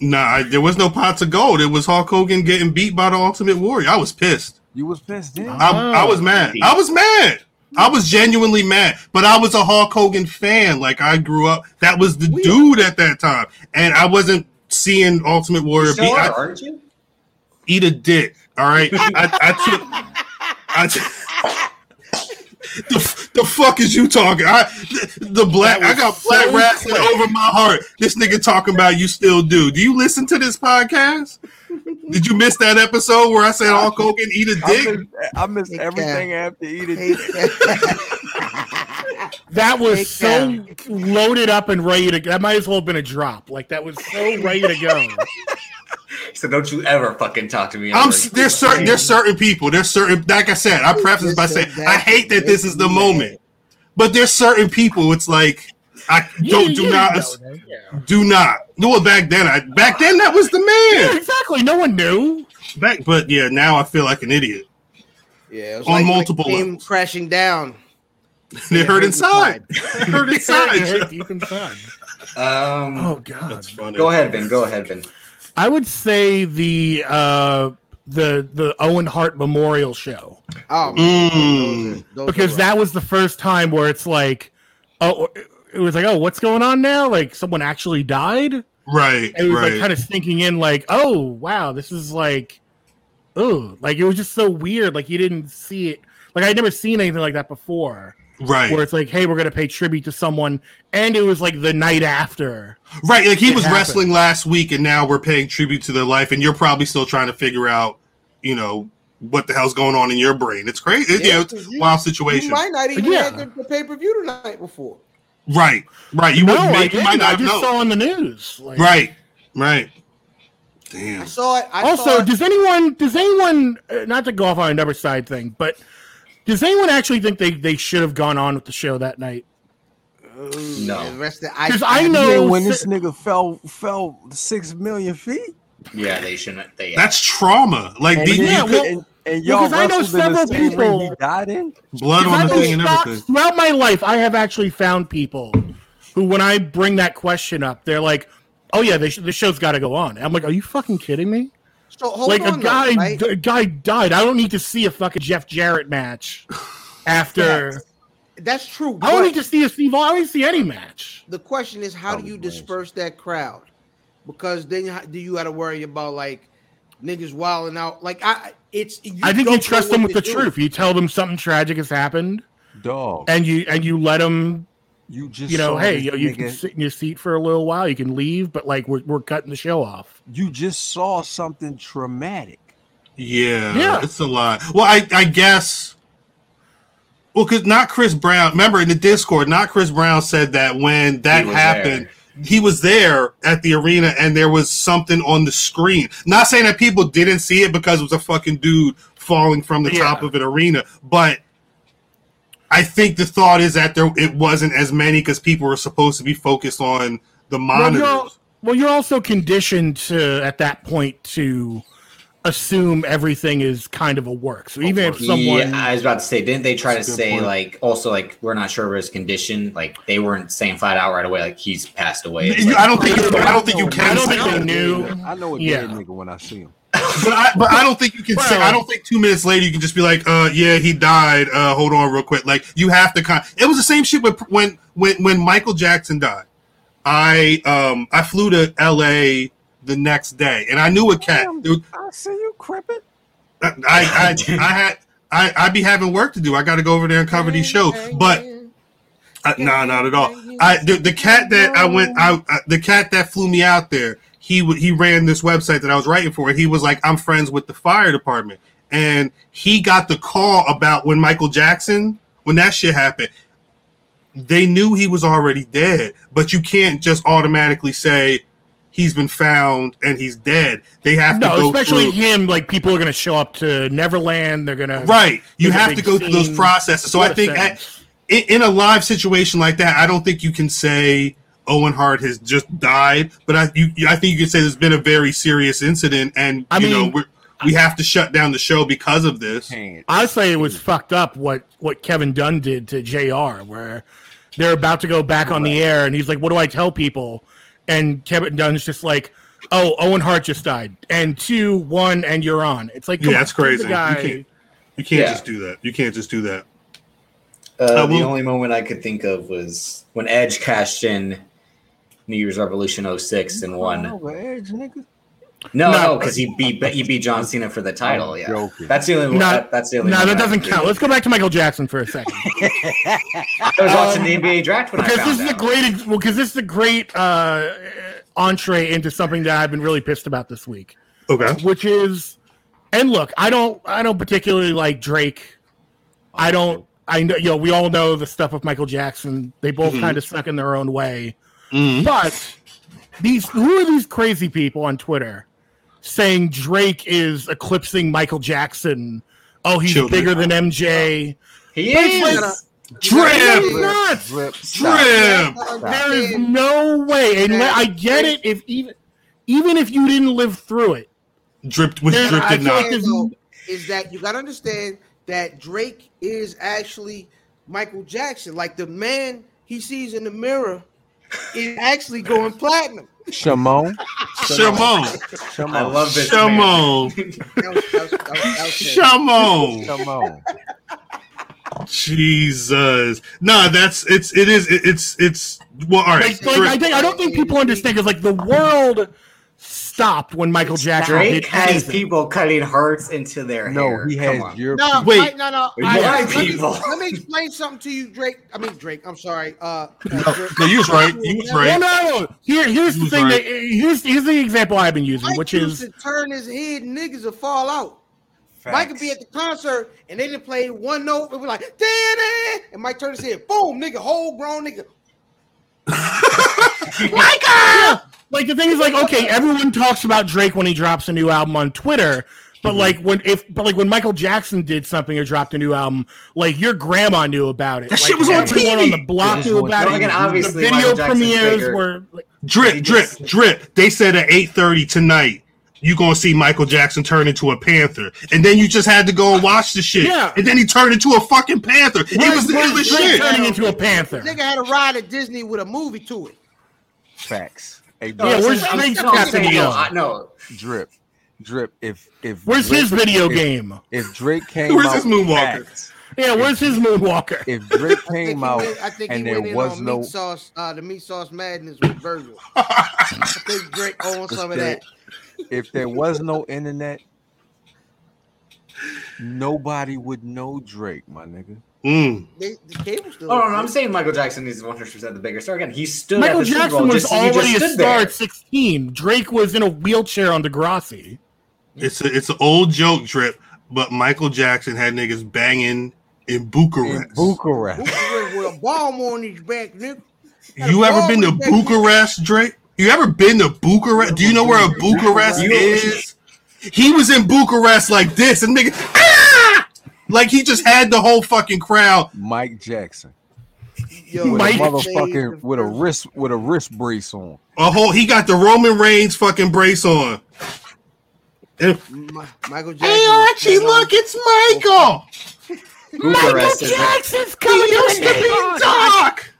[SPEAKER 1] Nah, I, there was no pots of gold. It was Hulk Hogan getting beat by the Ultimate Warrior. I was pissed.
[SPEAKER 4] You was pissed then.
[SPEAKER 1] I, I was mad. I was mad. I was genuinely mad, but I was a Hulk Hogan fan. Like I grew up, that was the dude at that time, and I wasn't seeing Ultimate Warrior
[SPEAKER 3] Sure,
[SPEAKER 1] beat. I-
[SPEAKER 3] aren't you?
[SPEAKER 1] eat a dick. All right, I, I took. I took the, the fuck is you talking? I the, the black I got black rats over my heart. This nigga talking about you still do. Do you listen to this podcast? Did you miss that episode where I said Hulk Hogan eat a
[SPEAKER 4] I
[SPEAKER 1] dick?
[SPEAKER 4] miss, I miss
[SPEAKER 2] Big
[SPEAKER 4] everything after
[SPEAKER 2] Hey,
[SPEAKER 4] eating.
[SPEAKER 7] that
[SPEAKER 2] Take
[SPEAKER 7] was so
[SPEAKER 2] down.
[SPEAKER 7] loaded up and ready to that might as well have been a drop like that was so ready to go
[SPEAKER 3] So don't you ever fucking talk to me.
[SPEAKER 1] I'm
[SPEAKER 3] ever.
[SPEAKER 1] s- there's certain there's certain people there's certain like I said I preface this by saying I hate that this is the moment, but there's certain people it's like I
[SPEAKER 7] You-
[SPEAKER 1] don't
[SPEAKER 7] you
[SPEAKER 1] do
[SPEAKER 7] didn't
[SPEAKER 1] not
[SPEAKER 7] know
[SPEAKER 1] ass-
[SPEAKER 7] that.
[SPEAKER 1] do not. No, well, back then I back then that was the
[SPEAKER 7] Yeah,
[SPEAKER 1] man.
[SPEAKER 7] exactly. No one knew.
[SPEAKER 1] Back, but yeah, now I feel like an idiot.
[SPEAKER 2] Yeah, it was
[SPEAKER 1] On
[SPEAKER 2] like- like
[SPEAKER 1] multiple
[SPEAKER 2] it came
[SPEAKER 1] levels.
[SPEAKER 2] crashing down.
[SPEAKER 1] They
[SPEAKER 2] It
[SPEAKER 1] hurt
[SPEAKER 2] hurt
[SPEAKER 1] inside. It hurt
[SPEAKER 7] Yeah,
[SPEAKER 1] inside.
[SPEAKER 7] you can find.
[SPEAKER 3] Um,
[SPEAKER 7] Oh god.
[SPEAKER 1] That's funny.
[SPEAKER 3] Go ahead, Ben. Go ahead, Ben.
[SPEAKER 7] I would say the uh the the Owen Hart Memorial Show
[SPEAKER 2] Oh,
[SPEAKER 1] Mm.
[SPEAKER 2] those are
[SPEAKER 7] because
[SPEAKER 2] rough.
[SPEAKER 7] that was the first time where it's like, oh, it was like, oh, what's going on now? Like someone actually died. And
[SPEAKER 1] Right,
[SPEAKER 7] it was like
[SPEAKER 1] right.
[SPEAKER 7] kind of sinking in, like, oh wow, this is like, oh, like it was just so weird. Like you didn't see it. Like I'd never seen anything like that before,
[SPEAKER 1] right.
[SPEAKER 7] where it's like, hey, we're gonna pay tribute to someone, and it was like the night after.
[SPEAKER 1] Right, like he
[SPEAKER 7] It
[SPEAKER 1] was
[SPEAKER 7] happened.
[SPEAKER 1] wrestling last week, and now we're paying tribute to their life, and you're probably still trying to figure out, you know, what the hell's going on in your brain. It's crazy. It-
[SPEAKER 2] Yeah,
[SPEAKER 1] yeah, it's
[SPEAKER 2] because
[SPEAKER 1] a
[SPEAKER 2] you-
[SPEAKER 1] wild
[SPEAKER 2] You
[SPEAKER 1] situation.
[SPEAKER 2] might not even
[SPEAKER 7] Yeah.
[SPEAKER 2] had the, the pay per view the night before.
[SPEAKER 1] Right, right. You
[SPEAKER 7] no,
[SPEAKER 1] wouldn't
[SPEAKER 7] I
[SPEAKER 1] make, you
[SPEAKER 7] didn't.
[SPEAKER 1] might
[SPEAKER 7] I
[SPEAKER 1] not
[SPEAKER 7] just
[SPEAKER 1] know.
[SPEAKER 7] saw on the news. Like,
[SPEAKER 1] Right, right.
[SPEAKER 2] I
[SPEAKER 1] Damn.
[SPEAKER 2] saw it. I saw
[SPEAKER 7] also,
[SPEAKER 2] it.
[SPEAKER 7] does anyone does anyone uh, not to go off on another side thing, but does anyone actually think they they should have gone on with the show that night?
[SPEAKER 2] Ooh,
[SPEAKER 3] No.
[SPEAKER 2] Oh, the rest of-
[SPEAKER 7] Because I know
[SPEAKER 4] Yeah, when
[SPEAKER 7] si-
[SPEAKER 4] this nigga fell fell six million feet.
[SPEAKER 3] Yeah, they shouldn't. They
[SPEAKER 1] That's trauma. Like
[SPEAKER 4] And
[SPEAKER 1] the
[SPEAKER 4] then
[SPEAKER 7] yeah,
[SPEAKER 4] you
[SPEAKER 7] well,
[SPEAKER 4] could- and, and y'all
[SPEAKER 7] because I know
[SPEAKER 4] wrestled in the
[SPEAKER 7] several
[SPEAKER 4] same ring he
[SPEAKER 7] people-
[SPEAKER 4] died in.
[SPEAKER 1] blood on
[SPEAKER 7] Because I
[SPEAKER 1] the
[SPEAKER 7] know
[SPEAKER 1] thing and
[SPEAKER 7] stocks-
[SPEAKER 1] everything.
[SPEAKER 7] Throughout my life, I have actually found people who, when I bring that question up, they're like, "Oh yeah, they sh- the show's got to go on." I'm like, "Are you fucking kidding me?"
[SPEAKER 2] so hold
[SPEAKER 7] like
[SPEAKER 2] on
[SPEAKER 7] a
[SPEAKER 2] though,
[SPEAKER 7] guy,
[SPEAKER 2] right?
[SPEAKER 7] a guy died. I don't need to see a fucking Jeff Jarrett match after.
[SPEAKER 2] That's true.
[SPEAKER 7] I
[SPEAKER 2] but
[SPEAKER 7] don't need to see a Steve. I don't need to see any match.
[SPEAKER 2] the question is, how
[SPEAKER 1] Oh,
[SPEAKER 2] do
[SPEAKER 4] Probably
[SPEAKER 2] you
[SPEAKER 4] Blaze.
[SPEAKER 2] disperse that crowd? Because then you- do you got to worry about like niggas wilding out? Like I, it's. You
[SPEAKER 7] I think
[SPEAKER 2] don't
[SPEAKER 7] you
[SPEAKER 2] know
[SPEAKER 7] trust
[SPEAKER 2] what
[SPEAKER 7] them with
[SPEAKER 2] to
[SPEAKER 7] the
[SPEAKER 2] do.
[SPEAKER 7] truth. You tell them something tragic has happened,
[SPEAKER 4] Dog,
[SPEAKER 7] and you and you let them.
[SPEAKER 4] you just
[SPEAKER 7] You know,
[SPEAKER 4] saw
[SPEAKER 7] hey,
[SPEAKER 4] this
[SPEAKER 7] you, you
[SPEAKER 4] nigga-
[SPEAKER 7] can sit in your seat for a little while. You can leave, but like we're we're cutting the show off.
[SPEAKER 4] you just saw something traumatic.
[SPEAKER 1] Yeah,
[SPEAKER 7] Yeah.
[SPEAKER 1] it's a lot. Well, I, I guess. Well, because not Chris Brown. Remember in the Discord, not Chris Brown said that when that
[SPEAKER 3] was
[SPEAKER 1] happened, he was there at the arena and there was something on the screen. Not saying that people didn't see it because it was a fucking dude falling from the
[SPEAKER 7] Yeah.
[SPEAKER 1] top of an arena, but I think the thought is that there it wasn't as many because people were supposed to be focused on the
[SPEAKER 7] Well
[SPEAKER 1] monitors.
[SPEAKER 7] you're, well, you're also conditioned to at that point to assume everything is kind of a work. So even if someone,
[SPEAKER 3] Yeah, I was about to say, didn't they try
[SPEAKER 1] That's a
[SPEAKER 3] to
[SPEAKER 1] good
[SPEAKER 3] say
[SPEAKER 1] point.
[SPEAKER 3] like also like we're not sure of his condition? Like they weren't saying flat out right away like he's passed away. It's like-
[SPEAKER 1] I don't think you, I don't think you can.
[SPEAKER 7] I don't think
[SPEAKER 1] say
[SPEAKER 7] they
[SPEAKER 1] that.
[SPEAKER 7] knew.
[SPEAKER 4] I know a
[SPEAKER 7] Yeah.
[SPEAKER 4] dead nigga when I see him.
[SPEAKER 1] But I, but I don't think you can say.
[SPEAKER 7] Well-
[SPEAKER 1] I don't think two minutes later you can just be like, "Uh, yeah, he died. Uh, hold on, real quick." Like you have to. Con- it was the same shit with when when when Michael Jackson died. I um I flew to L.A. the next day, and I knew a cat.
[SPEAKER 4] Damn,
[SPEAKER 1] Dude,
[SPEAKER 4] I see you crippin'.
[SPEAKER 1] I I I, I had. I, I'd be having work to do. I got to go over there and cover these shows. But uh, no, not at all. I the, the cat that I went, I, I the cat that flew me out there. He w- he ran this website that I was writing for, and he was like, "I'm friends with the fire department," and he got the call about when Michael Jackson when that shit happened. They knew he was already dead, but you can't just automatically say he's been found and he's dead. They have to
[SPEAKER 7] no,
[SPEAKER 1] go
[SPEAKER 7] especially
[SPEAKER 1] through-
[SPEAKER 7] him, like people are going to show up to Neverland. They're going to
[SPEAKER 1] right. You
[SPEAKER 7] There's a
[SPEAKER 1] have
[SPEAKER 7] big
[SPEAKER 1] to go through those
[SPEAKER 7] scene.
[SPEAKER 1] processes. So I think at, in, in a live situation like that, I don't think you can say Owen Hart has just died, but I you, I think you can say there's been a very serious incident, and
[SPEAKER 7] I
[SPEAKER 1] you know
[SPEAKER 7] mean-
[SPEAKER 1] we're, we have to shut down the show because of this.
[SPEAKER 4] Can't.
[SPEAKER 7] I say it was fucked up what what Kevin Dunn did to Jr. Where they're about to go back on the air, and he's like, "What do I tell people?" And Kevin Dunn's just like, "Oh, Owen Hart just died, and two, one, and you're on." It's like,
[SPEAKER 1] Yeah,
[SPEAKER 7] come
[SPEAKER 1] that's
[SPEAKER 7] give the
[SPEAKER 1] crazy. You
[SPEAKER 7] guy-
[SPEAKER 1] can't- You can't
[SPEAKER 3] Yeah.
[SPEAKER 1] just do that. You can't just do that. I
[SPEAKER 3] Uh, the
[SPEAKER 1] will-
[SPEAKER 3] only moment I could think of was when Edge cashed in New Year's Revolution 06 and won.
[SPEAKER 4] I know a edge, nigga.
[SPEAKER 3] No,
[SPEAKER 7] No.
[SPEAKER 3] no, because he beat he beat John Cena for the title.
[SPEAKER 4] I'm
[SPEAKER 3] Yeah,
[SPEAKER 4] joking.
[SPEAKER 3] that's the only. one
[SPEAKER 7] No,
[SPEAKER 3] that, that's the only.
[SPEAKER 7] no,
[SPEAKER 3] one
[SPEAKER 7] that
[SPEAKER 3] I
[SPEAKER 7] doesn't
[SPEAKER 3] could
[SPEAKER 7] count. Let's go back to Michael Jackson for a second,
[SPEAKER 3] think of. I was watching the NBA draft when I
[SPEAKER 7] because
[SPEAKER 3] found
[SPEAKER 7] this is a
[SPEAKER 3] out.
[SPEAKER 7] great, ex- well, because this is a great uh, entree into something that I've been really pissed about this week.
[SPEAKER 1] Okay.
[SPEAKER 7] which is and look i don't i don't particularly like drake i don't i know you know we all know the stuff with michael jackson they both
[SPEAKER 1] Mhm.
[SPEAKER 7] kind of suck in their own way
[SPEAKER 1] Mhm.
[SPEAKER 7] Mm-hmm. but these who are these crazy people on twitter saying drake is eclipsing michael jackson oh he's
[SPEAKER 1] Children.
[SPEAKER 7] bigger than mj
[SPEAKER 3] He
[SPEAKER 7] But it's
[SPEAKER 3] is.
[SPEAKER 7] like- It's
[SPEAKER 1] Drip,
[SPEAKER 7] nuts.
[SPEAKER 4] Drip, stop.
[SPEAKER 1] drip.
[SPEAKER 7] There is no way. And let- I get it if even even if you didn't live through it.
[SPEAKER 1] Drip was
[SPEAKER 7] There-
[SPEAKER 1] drip
[SPEAKER 7] I
[SPEAKER 1] did not.
[SPEAKER 7] can't-
[SPEAKER 2] though, is that you gotta understand that Drake is actually Michael Jackson. Like the man he sees in the mirror is actually going platinum.
[SPEAKER 4] Shamon.
[SPEAKER 1] Shamon,
[SPEAKER 4] Shamon.
[SPEAKER 3] I love this. man.
[SPEAKER 1] Shamon,
[SPEAKER 2] That was- that was- that was- that was it.
[SPEAKER 1] Shamon.
[SPEAKER 4] Shamon.
[SPEAKER 1] Jesus. No, that's it's it is it, it's it's well. All right,
[SPEAKER 7] Like, like, I
[SPEAKER 1] drip,
[SPEAKER 7] think I don't think people understand because like the world stopped when Michael Jackson did
[SPEAKER 3] Drake has
[SPEAKER 7] anything.
[SPEAKER 3] people cutting hearts into their hair.
[SPEAKER 4] No, he
[SPEAKER 3] Come
[SPEAKER 4] has
[SPEAKER 3] on.
[SPEAKER 4] your.
[SPEAKER 2] No,
[SPEAKER 1] Wait.
[SPEAKER 2] I, no, no.
[SPEAKER 3] Why
[SPEAKER 2] I- let, me,
[SPEAKER 3] people?
[SPEAKER 2] let me explain something to you, Drake. I mean, Drake. I'm sorry. Uh,
[SPEAKER 1] No, no, you was right. You was right.
[SPEAKER 7] Well, no, no. Here, here's the
[SPEAKER 1] Who's
[SPEAKER 7] thing.
[SPEAKER 1] right?
[SPEAKER 7] That, here's here's the example I've been using,
[SPEAKER 2] Mike
[SPEAKER 7] which
[SPEAKER 2] used
[SPEAKER 7] is
[SPEAKER 2] to turn his head, niggas would fall out. Mike could be at the concert and they didn't play one note. It was like, "Da-da," and Mike turned his head, boom, nigga, whole grown nigga.
[SPEAKER 7] like the thing is like okay, everyone talks about Drake when he drops a new album on Twitter. But
[SPEAKER 1] Mhm.
[SPEAKER 7] like when if but like when Michael Jackson did something or dropped a new album, like your grandma knew about it.
[SPEAKER 1] That
[SPEAKER 7] Like,
[SPEAKER 1] shit was on
[SPEAKER 7] everyone
[SPEAKER 1] TV.
[SPEAKER 7] on the block
[SPEAKER 4] was
[SPEAKER 7] knew
[SPEAKER 4] on
[SPEAKER 7] about
[SPEAKER 4] TV.
[SPEAKER 7] it.
[SPEAKER 3] Again,
[SPEAKER 7] The
[SPEAKER 3] obviously,
[SPEAKER 7] video
[SPEAKER 3] Michael Jackson's
[SPEAKER 7] premieres
[SPEAKER 3] bigger.
[SPEAKER 7] were like,
[SPEAKER 1] Drip, drip, drip. They said at eight thirty tonight, you gonna see Michael Jackson turn into a panther, and then you just had to go and watch the shit.
[SPEAKER 7] Yeah.
[SPEAKER 1] And then he turned into a fucking panther. it was
[SPEAKER 7] Drake-
[SPEAKER 1] it was
[SPEAKER 7] Drake
[SPEAKER 1] shit.
[SPEAKER 7] turning into a panther.
[SPEAKER 2] Nigga had a ride at Disney with a movie to it.
[SPEAKER 4] Facts. Hey,
[SPEAKER 3] No,
[SPEAKER 7] Yeah,
[SPEAKER 3] so
[SPEAKER 7] where's
[SPEAKER 3] I'm
[SPEAKER 7] Drake's
[SPEAKER 3] still
[SPEAKER 7] Captain
[SPEAKER 3] saying, no,
[SPEAKER 7] Young?
[SPEAKER 3] I- no,
[SPEAKER 4] drip, drip. If if
[SPEAKER 7] Where's
[SPEAKER 4] Drake-
[SPEAKER 7] his video
[SPEAKER 4] if-
[SPEAKER 7] game?
[SPEAKER 4] If Drake came
[SPEAKER 1] Where's
[SPEAKER 4] out,
[SPEAKER 1] his moonwalker?
[SPEAKER 4] facts.
[SPEAKER 7] Yeah, where's his Moonwalker?
[SPEAKER 4] If Drake
[SPEAKER 2] I think
[SPEAKER 4] came
[SPEAKER 2] he
[SPEAKER 4] out
[SPEAKER 2] went- I think he
[SPEAKER 4] and
[SPEAKER 2] went
[SPEAKER 4] there
[SPEAKER 2] in
[SPEAKER 4] was
[SPEAKER 2] on
[SPEAKER 4] no,
[SPEAKER 2] meat sauce, uh, the meat sauce madness with Virgil. I think Drake owns some of that.
[SPEAKER 4] if there was no internet, nobody would know Drake, my nigga.
[SPEAKER 1] Mm.
[SPEAKER 2] They, the cable still.
[SPEAKER 3] Oh, no, no, I'm saying Michael Jackson is 100% the bigger star. Again, he stood
[SPEAKER 7] Michael
[SPEAKER 3] at the Super
[SPEAKER 7] Jackson
[SPEAKER 3] Bowl
[SPEAKER 7] was
[SPEAKER 3] just, he
[SPEAKER 7] already
[SPEAKER 3] just
[SPEAKER 7] a
[SPEAKER 3] stood
[SPEAKER 7] star
[SPEAKER 3] there.
[SPEAKER 7] at 16. Drake was in a wheelchair on Degrassi.
[SPEAKER 1] It's a, it's an old joke, drip. But Michael Jackson had niggas banging in
[SPEAKER 4] In
[SPEAKER 1] Bucharest.
[SPEAKER 4] Bucharest,
[SPEAKER 2] With, with a bomb on his back, nigga.
[SPEAKER 1] you ever been to Bucharest, Drake? You ever been to Bucharest? Do you know where a Bucharest
[SPEAKER 3] You-
[SPEAKER 1] is? He was in Bucharest like this, and nigga, ah! like he just had the whole fucking crowd.
[SPEAKER 4] Mike Jackson
[SPEAKER 2] Yo,
[SPEAKER 4] with
[SPEAKER 7] Mike-
[SPEAKER 4] a
[SPEAKER 2] he
[SPEAKER 4] motherfucking
[SPEAKER 2] saved
[SPEAKER 4] with a
[SPEAKER 2] the-
[SPEAKER 4] wrist with a wrist brace on.
[SPEAKER 1] A whole he got the Roman Reigns fucking brace on. And-
[SPEAKER 2] Mi- Michael Jackson.
[SPEAKER 1] hey
[SPEAKER 2] was
[SPEAKER 1] Archie,
[SPEAKER 2] playing on-
[SPEAKER 1] look, it's Michael.
[SPEAKER 3] Bucharest is, the,
[SPEAKER 1] He used to be dark.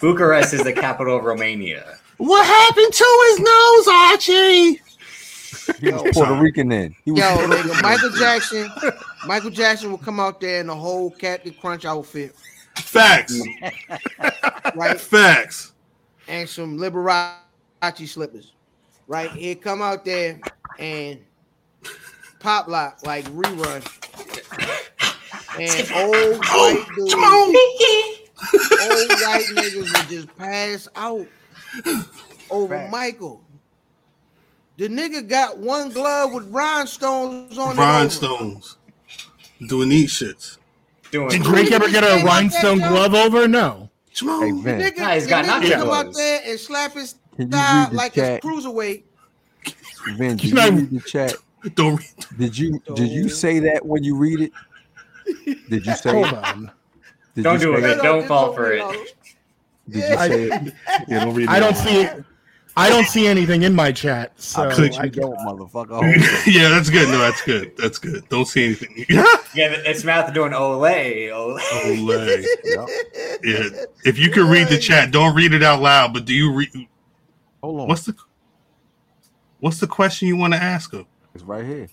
[SPEAKER 3] Bucharest is the capital of Romania.
[SPEAKER 1] What happened to his nose, Archie?
[SPEAKER 4] He was Puerto Rican then. He was
[SPEAKER 2] Yo,
[SPEAKER 4] Puerto Rican.
[SPEAKER 2] nigga, Michael Jackson, Michael Jackson will come out there in the whole Captain Crunch outfit,
[SPEAKER 1] Facts,
[SPEAKER 2] right?
[SPEAKER 1] facts.
[SPEAKER 2] and some Liberace slippers, right? He'd come out there and pop lock like rerun. And old
[SPEAKER 3] Oh,
[SPEAKER 2] white dudes,
[SPEAKER 1] Come on,
[SPEAKER 2] old white niggas would just pass out over Michael. The nigga got one glove with rhinestones on it. over.
[SPEAKER 1] rhinestones, doing these shits.
[SPEAKER 3] Doing
[SPEAKER 7] Drake ever get a rhinestone glove over? No.
[SPEAKER 1] Come
[SPEAKER 4] Hey
[SPEAKER 1] on,
[SPEAKER 4] Vin,
[SPEAKER 2] Nigga,
[SPEAKER 3] Nah, he's
[SPEAKER 2] the
[SPEAKER 3] got
[SPEAKER 2] nigga
[SPEAKER 3] knockout
[SPEAKER 2] come out
[SPEAKER 3] gloves.
[SPEAKER 2] there and slap his
[SPEAKER 4] Can you
[SPEAKER 2] thigh
[SPEAKER 4] read the
[SPEAKER 2] like it's
[SPEAKER 4] chat?
[SPEAKER 2] cruiserweight.
[SPEAKER 4] Vin, did
[SPEAKER 7] Can I-
[SPEAKER 4] you read the chat?
[SPEAKER 1] don't
[SPEAKER 4] Did you did you say that when you read it? Did you say
[SPEAKER 7] Hold
[SPEAKER 4] it?
[SPEAKER 7] on.
[SPEAKER 4] Did
[SPEAKER 3] Don't
[SPEAKER 4] you
[SPEAKER 3] do
[SPEAKER 4] say
[SPEAKER 3] it. don't fall for it.
[SPEAKER 4] Did you
[SPEAKER 7] I-
[SPEAKER 4] say it?
[SPEAKER 1] yeah, don't read
[SPEAKER 7] I don't see I don't see anything in my chat. So
[SPEAKER 3] Uh,
[SPEAKER 4] I
[SPEAKER 1] clicked
[SPEAKER 4] bet
[SPEAKER 1] I-
[SPEAKER 4] you don't, motherfucker. I hope so.
[SPEAKER 1] yeah, that's good. No, that's good. That's good. Don't see anything. Yeah.
[SPEAKER 3] Yeah, it's math doing ole, ole.
[SPEAKER 1] Olay.
[SPEAKER 4] Yup.
[SPEAKER 1] Yeah. If you can read the chat, don't read it out loud. But do you read?
[SPEAKER 4] Hold on.
[SPEAKER 1] What's the What's the question you want to ask him?
[SPEAKER 4] It's right here.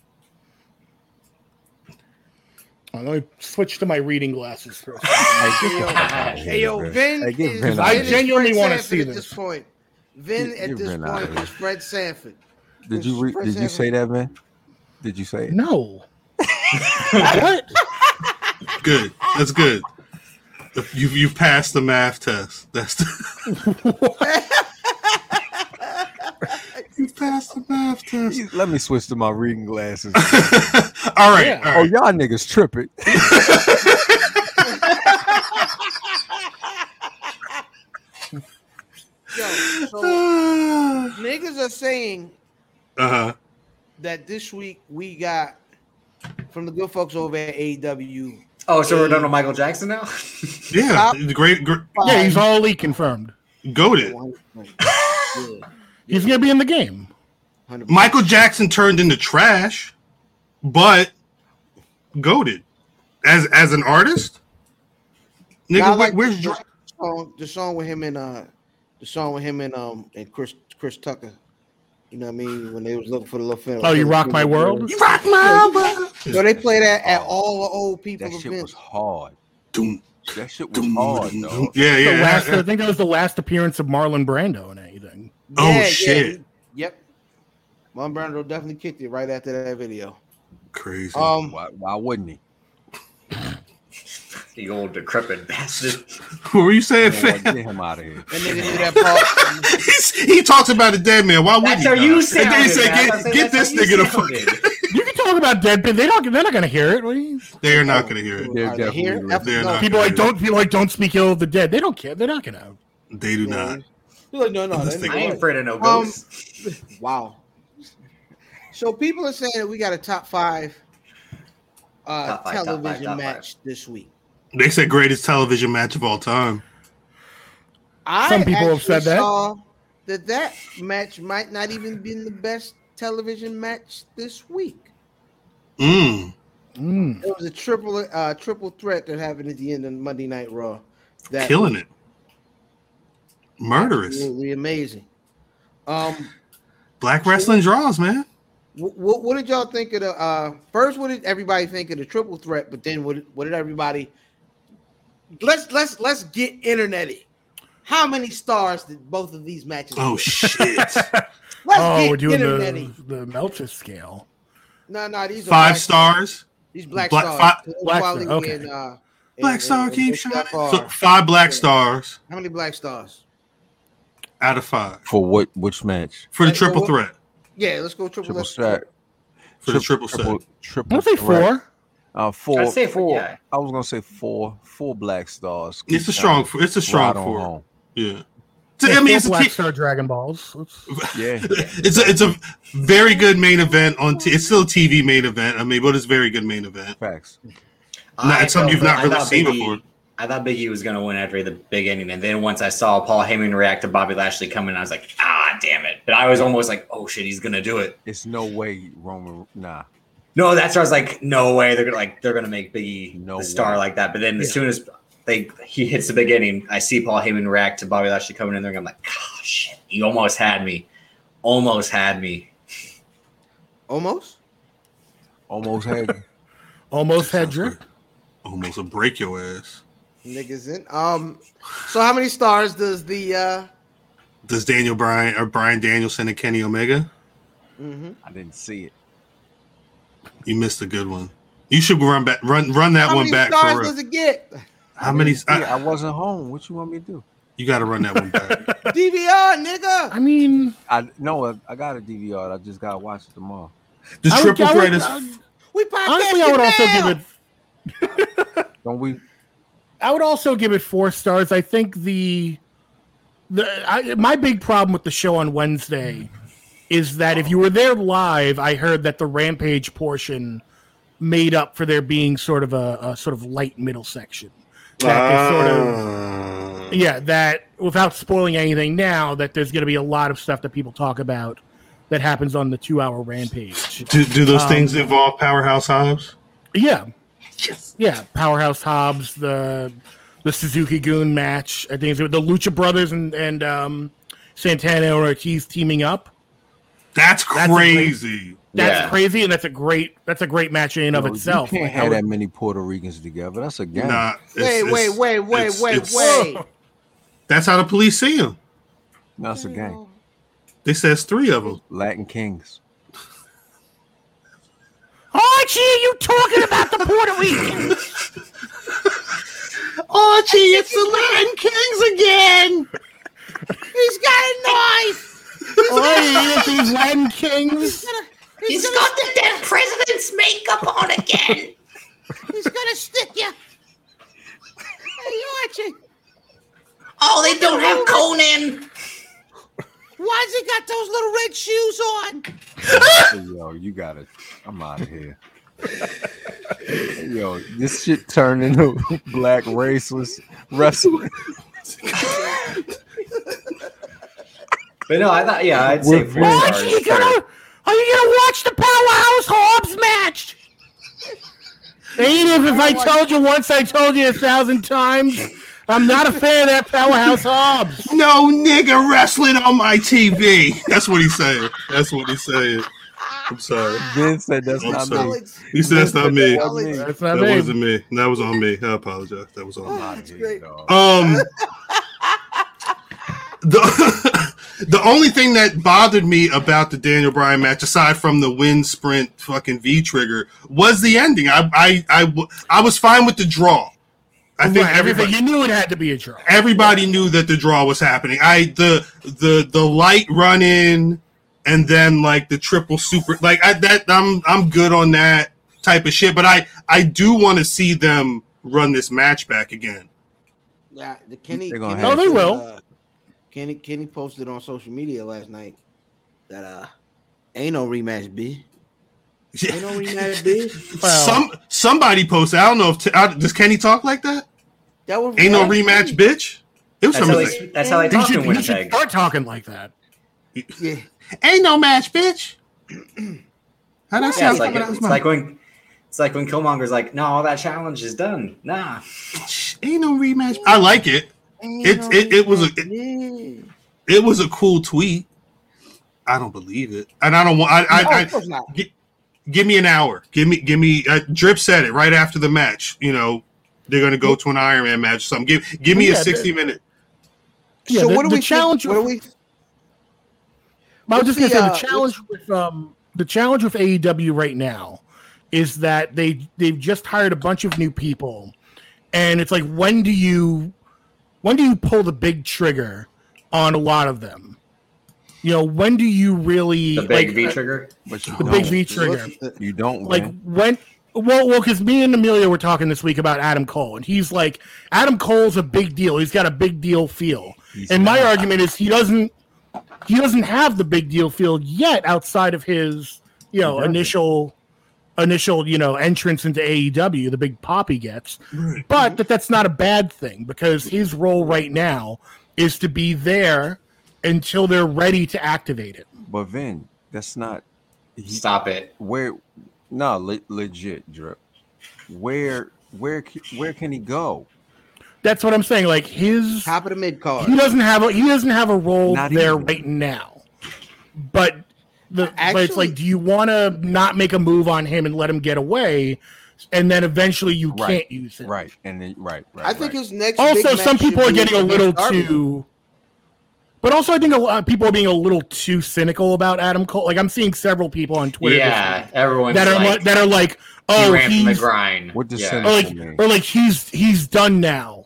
[SPEAKER 7] let me switch to my reading glasses for a second.
[SPEAKER 4] Hey, get the fuck outta here,
[SPEAKER 2] Hey yo,
[SPEAKER 4] Vin.
[SPEAKER 2] Vin
[SPEAKER 4] Hey, get
[SPEAKER 2] is,
[SPEAKER 4] Vin
[SPEAKER 2] Vin
[SPEAKER 4] out
[SPEAKER 7] I
[SPEAKER 4] of
[SPEAKER 2] is
[SPEAKER 4] here.
[SPEAKER 7] genuinely
[SPEAKER 2] Fred
[SPEAKER 7] wanna
[SPEAKER 2] Sanford
[SPEAKER 7] see
[SPEAKER 2] at
[SPEAKER 7] this.
[SPEAKER 2] this point. Vin
[SPEAKER 4] Get-
[SPEAKER 2] at
[SPEAKER 4] get
[SPEAKER 2] this
[SPEAKER 4] Vin out of
[SPEAKER 2] point
[SPEAKER 4] here.
[SPEAKER 2] is Fred Sanford.
[SPEAKER 4] Did you read? Did you say that, man? Did you say it?
[SPEAKER 7] No. what?
[SPEAKER 1] Good. That's good. You you passed the math test. That's the. you passed the math test.
[SPEAKER 4] You- Let me switch to my reading glasses.
[SPEAKER 1] all right.
[SPEAKER 7] Yeah.
[SPEAKER 1] All
[SPEAKER 4] Oh,
[SPEAKER 1] right.
[SPEAKER 4] y'all niggas tripping.
[SPEAKER 2] Yo, so
[SPEAKER 1] Uh
[SPEAKER 2] niggas are saying
[SPEAKER 1] huh.
[SPEAKER 2] that this week we got from the good folks over at E AEW.
[SPEAKER 3] Oh, so we're done with Michael Jackson now?
[SPEAKER 1] Yeah, the great, great
[SPEAKER 7] Yeah, he's all elite confirmed.
[SPEAKER 1] goaded.
[SPEAKER 7] He's gonna be in the game.
[SPEAKER 1] Michael Jackson turned into trash, but goaded as as an artist. Nigga,
[SPEAKER 2] Now, I
[SPEAKER 1] wh-
[SPEAKER 2] like
[SPEAKER 1] where's
[SPEAKER 2] the
[SPEAKER 1] Drake?
[SPEAKER 2] song, the song with him and uh, the song with him and um and Chris Chris Tucker. You know what I mean? When they was looking for the little film.
[SPEAKER 7] Oh, you rock my world.
[SPEAKER 1] You rock my world.
[SPEAKER 2] So they play that at all the old people
[SPEAKER 4] That shit was
[SPEAKER 2] events.
[SPEAKER 4] hard.
[SPEAKER 1] Doom,
[SPEAKER 4] That shit was
[SPEAKER 1] doom,
[SPEAKER 4] hard,
[SPEAKER 1] doom,
[SPEAKER 4] though.
[SPEAKER 1] doom. Yeah,
[SPEAKER 7] The
[SPEAKER 1] yeah.
[SPEAKER 7] last, I
[SPEAKER 1] that-
[SPEAKER 7] think that was the last appearance of Marlon Brando in anything.
[SPEAKER 1] oh
[SPEAKER 2] Yeah, yeah,
[SPEAKER 1] shit,
[SPEAKER 2] he- yep. Mom Brando definitely kicked it right after that video.
[SPEAKER 1] crazy.
[SPEAKER 2] Um,
[SPEAKER 4] Why, why wouldn't he?
[SPEAKER 3] The old decrepit bastard.
[SPEAKER 1] what were you saying,
[SPEAKER 4] You know what?
[SPEAKER 1] fam?
[SPEAKER 4] Get him out of here.
[SPEAKER 2] and nigga did that part.
[SPEAKER 1] He's- he talks about the dead man. Why would
[SPEAKER 3] That's
[SPEAKER 1] he?
[SPEAKER 3] how you
[SPEAKER 1] And
[SPEAKER 3] sounded.
[SPEAKER 1] then he said,
[SPEAKER 3] man. I
[SPEAKER 1] "Get,
[SPEAKER 3] was gonna say,
[SPEAKER 1] get
[SPEAKER 3] that's
[SPEAKER 1] this
[SPEAKER 3] how you
[SPEAKER 1] nigga the fuck."
[SPEAKER 3] sounded.
[SPEAKER 7] You can talk about Deadpan. They don't. They're not gonna hear it. What do you-
[SPEAKER 1] They are not gonna hear it.
[SPEAKER 4] They're
[SPEAKER 2] Are they
[SPEAKER 4] definitely
[SPEAKER 2] here?
[SPEAKER 4] racist.
[SPEAKER 2] F-
[SPEAKER 1] They're
[SPEAKER 2] no.
[SPEAKER 1] not.
[SPEAKER 7] People like don't. People like don't speak ill of the dead. They don't care. They're not gonna.
[SPEAKER 1] They do
[SPEAKER 2] Yeah.
[SPEAKER 1] not.
[SPEAKER 2] He like, no, no,
[SPEAKER 1] This
[SPEAKER 2] that-
[SPEAKER 1] thing-
[SPEAKER 3] I ain't afraid of no
[SPEAKER 2] Um,
[SPEAKER 3] ghosts.
[SPEAKER 2] Wow. So people are saying that we got a top five uh
[SPEAKER 3] Top five, top
[SPEAKER 2] television
[SPEAKER 3] five, top
[SPEAKER 2] match this week.
[SPEAKER 1] They said greatest television match of all time.
[SPEAKER 2] I
[SPEAKER 7] Some people have
[SPEAKER 2] actually
[SPEAKER 7] said that.
[SPEAKER 2] Saw that that match might not even been the best television match this week.
[SPEAKER 1] Mm.
[SPEAKER 7] Mm.
[SPEAKER 2] It was a triple uh triple threat that happened at the end of Monday Night Raw. That
[SPEAKER 1] killing it. Murderous.
[SPEAKER 2] absolutely amazing. Um,
[SPEAKER 1] Black wrestling draws, man.
[SPEAKER 2] what, what did y'all think of the uh first? What did everybody think of the triple threat? But then what, what did everybody? Let's let's let's get internety. How many stars did both of these matches?
[SPEAKER 1] Oh
[SPEAKER 2] get?
[SPEAKER 1] shit.
[SPEAKER 2] let's
[SPEAKER 7] Oh,
[SPEAKER 2] get
[SPEAKER 7] we're doing
[SPEAKER 2] internety.
[SPEAKER 7] the, the Melcher scale.
[SPEAKER 2] No, no, these are
[SPEAKER 1] Five
[SPEAKER 2] black-
[SPEAKER 1] stars.
[SPEAKER 2] These black,
[SPEAKER 1] Black-
[SPEAKER 2] stars.
[SPEAKER 1] fi-
[SPEAKER 2] Kid
[SPEAKER 7] Black
[SPEAKER 2] Wally
[SPEAKER 7] Star, okay.
[SPEAKER 2] and, uh,
[SPEAKER 1] Black
[SPEAKER 2] and-
[SPEAKER 1] star
[SPEAKER 2] and-
[SPEAKER 1] keep
[SPEAKER 2] and
[SPEAKER 1] shining.
[SPEAKER 2] Black
[SPEAKER 1] So
[SPEAKER 2] Star.
[SPEAKER 1] five black stars
[SPEAKER 2] How many black stars?
[SPEAKER 1] out of five
[SPEAKER 4] For what? Which match?
[SPEAKER 1] for the
[SPEAKER 2] Let's go
[SPEAKER 1] triple
[SPEAKER 2] with-
[SPEAKER 1] threat.
[SPEAKER 2] Yeah, let's go triple.
[SPEAKER 4] Triple
[SPEAKER 2] let's-
[SPEAKER 4] stack.
[SPEAKER 1] For the triple set.
[SPEAKER 4] triple, triple
[SPEAKER 7] Don't they
[SPEAKER 4] threat.
[SPEAKER 7] four?
[SPEAKER 4] Uh, four.
[SPEAKER 3] I'd say four,
[SPEAKER 4] four.
[SPEAKER 3] yeah.
[SPEAKER 4] I was gonna say four. Four black stars.
[SPEAKER 1] It's a strong. four- It's a strong
[SPEAKER 4] Right on
[SPEAKER 1] four.
[SPEAKER 4] home.
[SPEAKER 1] Yeah. So, I mean, it's a
[SPEAKER 7] Black
[SPEAKER 1] t-
[SPEAKER 7] Star Dragon Balls. Let's-
[SPEAKER 4] Yeah.
[SPEAKER 1] it's a it's a very good main event on. T- it's still a TV main event. I mean, but it's a very good main event.
[SPEAKER 4] Facts.
[SPEAKER 1] Nah, it's something
[SPEAKER 3] felt
[SPEAKER 1] you've
[SPEAKER 3] that-
[SPEAKER 1] not really
[SPEAKER 3] thought
[SPEAKER 1] seen
[SPEAKER 3] Big E-
[SPEAKER 1] before.
[SPEAKER 3] I thought Big E was going to win after the big ending, and then once I saw Paul Heyman react to Bobby Lashley coming, I was like, ah, damn it! But I was almost like, oh shit, he's going to do it.
[SPEAKER 4] It's no way Roman. Nah.
[SPEAKER 3] No, that's where I was like, no way, they're gonna like they're gonna make Big E
[SPEAKER 4] No
[SPEAKER 3] the star
[SPEAKER 4] way.
[SPEAKER 3] like that. But then as
[SPEAKER 7] Yeah.
[SPEAKER 3] soon as they he hits the big ending, I see Paul Heyman react to Bobby Lashley coming in there, and I'm like, oh shit, you almost had me, almost had me.
[SPEAKER 2] Almost.
[SPEAKER 4] Almost had. you.
[SPEAKER 7] Almost had your.
[SPEAKER 1] Almost a Oh, break your ass.
[SPEAKER 2] Niggas in. Um. So how many stars does the? uh
[SPEAKER 1] Does Daniel Bryan or Brian Danielson and Kenny Omega?
[SPEAKER 2] mhm.
[SPEAKER 4] I didn't see it.
[SPEAKER 1] You missed a good one. You should run back, run, run that
[SPEAKER 2] How
[SPEAKER 1] one
[SPEAKER 2] many
[SPEAKER 1] back
[SPEAKER 2] stars
[SPEAKER 1] for real.
[SPEAKER 2] does it get?
[SPEAKER 1] How many?
[SPEAKER 4] Didn't see it.
[SPEAKER 1] I,
[SPEAKER 4] I wasn't home. What you want me to do?
[SPEAKER 1] you got to run that one back.
[SPEAKER 2] DVR, nigga.
[SPEAKER 7] I mean,
[SPEAKER 4] I no. I, I got a DVR. I just gotta watch it tomorrow.
[SPEAKER 1] The
[SPEAKER 7] I would-
[SPEAKER 1] triple
[SPEAKER 7] I would-
[SPEAKER 1] threat is.
[SPEAKER 7] I-
[SPEAKER 2] We podcast
[SPEAKER 7] honestly, I would also
[SPEAKER 2] now.
[SPEAKER 7] give it.
[SPEAKER 4] Don't we?
[SPEAKER 7] I would also give it four stars. I think the the I, my big problem with the show on Wednesday is that if you were there live, I heard that the Rampage portion made up for there being sort of a, a sort of light middle section. That they sort of
[SPEAKER 1] Ah.
[SPEAKER 7] yeah that without spoiling anything now that there's going to be a lot of stuff that people talk about that happens on the two hour rampage
[SPEAKER 1] Do, do those
[SPEAKER 7] Um,
[SPEAKER 1] things involve powerhouse Hobbs?
[SPEAKER 7] yeah yeah powerhouse hobbs the the suzuki goon match i think it's the lucha brothers and and um santana and ortiz teaming up
[SPEAKER 1] That's
[SPEAKER 7] That's a great-
[SPEAKER 1] crazy.
[SPEAKER 7] that's
[SPEAKER 3] Yeah.
[SPEAKER 7] crazy and that's a great that's a great match in and of
[SPEAKER 4] No,
[SPEAKER 7] itself
[SPEAKER 4] You can't
[SPEAKER 7] Like, I
[SPEAKER 4] have
[SPEAKER 7] would-
[SPEAKER 4] that many Puerto Ricans together. That's a game.
[SPEAKER 1] Nah,
[SPEAKER 2] Wait,
[SPEAKER 1] it's-
[SPEAKER 2] wait,
[SPEAKER 1] it's-
[SPEAKER 2] wait, wait,
[SPEAKER 1] it's-
[SPEAKER 2] wait,
[SPEAKER 1] it's-
[SPEAKER 2] wait.
[SPEAKER 1] That's how the police see him.
[SPEAKER 4] That's a gang.
[SPEAKER 1] They says three of them.
[SPEAKER 4] Latin kings.
[SPEAKER 7] Archie, you talking about the Puerto Ricans?
[SPEAKER 1] Archie, it's the Latin Kings again.
[SPEAKER 2] He's got a knife.
[SPEAKER 7] oh, yeah, these Latin kings.
[SPEAKER 2] He's, gonna,
[SPEAKER 8] got the damn president's makeup on again.
[SPEAKER 2] he's gonna stick you. Hey, Archie,
[SPEAKER 8] Oh, they don't have Conan.
[SPEAKER 2] why's he got those little red shoes on?
[SPEAKER 4] Yo, you got it. I'm out of here. Yo, this shit turned into black raceless wrestling.
[SPEAKER 3] But no, I thought, yeah, I'd say
[SPEAKER 4] We're
[SPEAKER 3] four
[SPEAKER 4] friends.
[SPEAKER 3] stars.
[SPEAKER 7] you gonna, are you gonna watch the powerhouse Hobbs match? Ain't if, if I told you once, I told you a thousand times. I'm not a fan of that powerhouse Hobbs.
[SPEAKER 1] No nigga wrestling on my TV. That's what he's saying. That's what he's saying. I'm sorry.
[SPEAKER 4] Ben said that's
[SPEAKER 1] I'm
[SPEAKER 4] not
[SPEAKER 1] sorry.
[SPEAKER 4] me.
[SPEAKER 2] Alex,
[SPEAKER 1] He said that's not me.
[SPEAKER 4] That wasn't me.
[SPEAKER 7] That's not
[SPEAKER 1] That
[SPEAKER 7] me.
[SPEAKER 1] wasn't me. That was on me. I apologize. That was on me.
[SPEAKER 2] Oh, that's great.
[SPEAKER 1] Um, the the only thing that bothered me about the Daniel Bryan match, aside from the wind sprint fucking V trigger, was the ending. I I I, w- I was fine with the draw. I think
[SPEAKER 7] Right,
[SPEAKER 1] everybody
[SPEAKER 7] everything you knew it had to be a draw.
[SPEAKER 1] everybody knew that the draw was happening. I the the the light run in and then like the triple super like I that I'm I'm good on that type of shit. But I I do want to see them run this match back again.
[SPEAKER 2] Yeah, the Kenny.
[SPEAKER 4] They gonna
[SPEAKER 2] Kenny
[SPEAKER 4] have
[SPEAKER 7] Oh, they
[SPEAKER 2] posted,
[SPEAKER 7] will.
[SPEAKER 2] uh, Kenny Kenny posted on social media last night that uh, ain't no rematch, B. Ain't no rematch, B.
[SPEAKER 7] Well-
[SPEAKER 1] Some somebody posted. I don't know if t- I, does Kenny talk like that.
[SPEAKER 2] That was
[SPEAKER 1] Ain't no
[SPEAKER 2] Kenny.
[SPEAKER 1] rematch, bitch. It was
[SPEAKER 3] That's how,
[SPEAKER 1] somebody.
[SPEAKER 3] they, that's how they
[SPEAKER 7] He
[SPEAKER 3] talk
[SPEAKER 7] should,
[SPEAKER 3] in
[SPEAKER 7] he should
[SPEAKER 3] Winnipeg.
[SPEAKER 7] start talking like that.
[SPEAKER 2] Yeah,
[SPEAKER 1] like, Ain't no match, bitch. How that
[SPEAKER 3] Yeah,
[SPEAKER 1] sound
[SPEAKER 3] it's like,
[SPEAKER 1] coming out
[SPEAKER 3] it's
[SPEAKER 1] his mouth?
[SPEAKER 3] like when it's like when Killmonger's like, no, all that challenge is done. Nah.
[SPEAKER 1] Ain't no rematch. I like it.
[SPEAKER 2] Ain't
[SPEAKER 1] It's-
[SPEAKER 2] no
[SPEAKER 1] it- it was a-
[SPEAKER 2] rematch, B.
[SPEAKER 1] It was a cool tweet. I don't believe it, and I don't want. I,
[SPEAKER 3] Oh,
[SPEAKER 2] No,
[SPEAKER 1] I,
[SPEAKER 2] of course not.
[SPEAKER 1] I gi- give me an hour. Give me, give me. Uh, Drip said it right after the match. You know, they're gonna go to an Iron Man match. or Something. Give, give me
[SPEAKER 7] Yeah,
[SPEAKER 1] a sixty minute.
[SPEAKER 7] Yeah,
[SPEAKER 2] so
[SPEAKER 7] the-
[SPEAKER 2] what do
[SPEAKER 7] the
[SPEAKER 2] we
[SPEAKER 7] challenge-
[SPEAKER 2] challenge? What do we?
[SPEAKER 7] I was
[SPEAKER 2] What's
[SPEAKER 7] just gonna
[SPEAKER 2] the,
[SPEAKER 7] say the
[SPEAKER 2] uh,
[SPEAKER 7] challenge with um the challenge with AEW right now is that they they've just hired a bunch of new people, and it's like when do you when do you pull the big trigger on a lot of them? You know, when do you really
[SPEAKER 3] The big
[SPEAKER 7] like,
[SPEAKER 4] uh,
[SPEAKER 3] V trigger.
[SPEAKER 4] But you
[SPEAKER 7] the
[SPEAKER 4] don't.
[SPEAKER 7] big V trigger?
[SPEAKER 4] You don't
[SPEAKER 7] like
[SPEAKER 4] win.
[SPEAKER 7] when well well because me and amelia were talking this week about adam cole and he's like adam cole's a big deal he's got a big deal feel
[SPEAKER 4] He's
[SPEAKER 7] and my
[SPEAKER 4] not.
[SPEAKER 7] argument is he doesn't he doesn't have the big deal feel yet outside of his you know
[SPEAKER 4] doesn't.
[SPEAKER 7] initial initial you know entrance into aew the big pop he gets but that that's not a bad thing because his role right now is to be there until they're ready to activate it
[SPEAKER 4] But Vin, that's not he-
[SPEAKER 3] Stop it.
[SPEAKER 4] where. No, le- legit drip. Where where c- where can he go?
[SPEAKER 7] that's what i'm saying like his
[SPEAKER 2] Top of the mid card.
[SPEAKER 7] he doesn't have a he doesn't have a role
[SPEAKER 4] Not
[SPEAKER 7] there
[SPEAKER 4] even.
[SPEAKER 7] right now. But the but it's
[SPEAKER 2] Actually-
[SPEAKER 7] like, do you want to not make a move on him and let him get away, and then eventually you
[SPEAKER 4] Right,
[SPEAKER 7] can't use him?
[SPEAKER 4] Right, and then, right, right.
[SPEAKER 2] I think
[SPEAKER 4] right.
[SPEAKER 2] his next.
[SPEAKER 7] Also,
[SPEAKER 2] big match
[SPEAKER 7] some
[SPEAKER 2] should
[SPEAKER 7] people are
[SPEAKER 2] be
[SPEAKER 7] getting a
[SPEAKER 2] against
[SPEAKER 7] little
[SPEAKER 2] Darby.
[SPEAKER 7] too. But also, I think a lot of people are being a little too cynical about Adam Cole. Like I'm seeing several people on Twitter this
[SPEAKER 3] yeah,
[SPEAKER 7] week
[SPEAKER 3] everyone's
[SPEAKER 7] that are
[SPEAKER 3] like,
[SPEAKER 7] like, that are like,
[SPEAKER 3] he
[SPEAKER 7] oh,
[SPEAKER 3] ran from the
[SPEAKER 7] he's
[SPEAKER 3] grind.
[SPEAKER 4] What does
[SPEAKER 3] yeah. Oh,
[SPEAKER 7] or
[SPEAKER 4] Senate-
[SPEAKER 7] like
[SPEAKER 4] Man.
[SPEAKER 7] or like he's he's done now.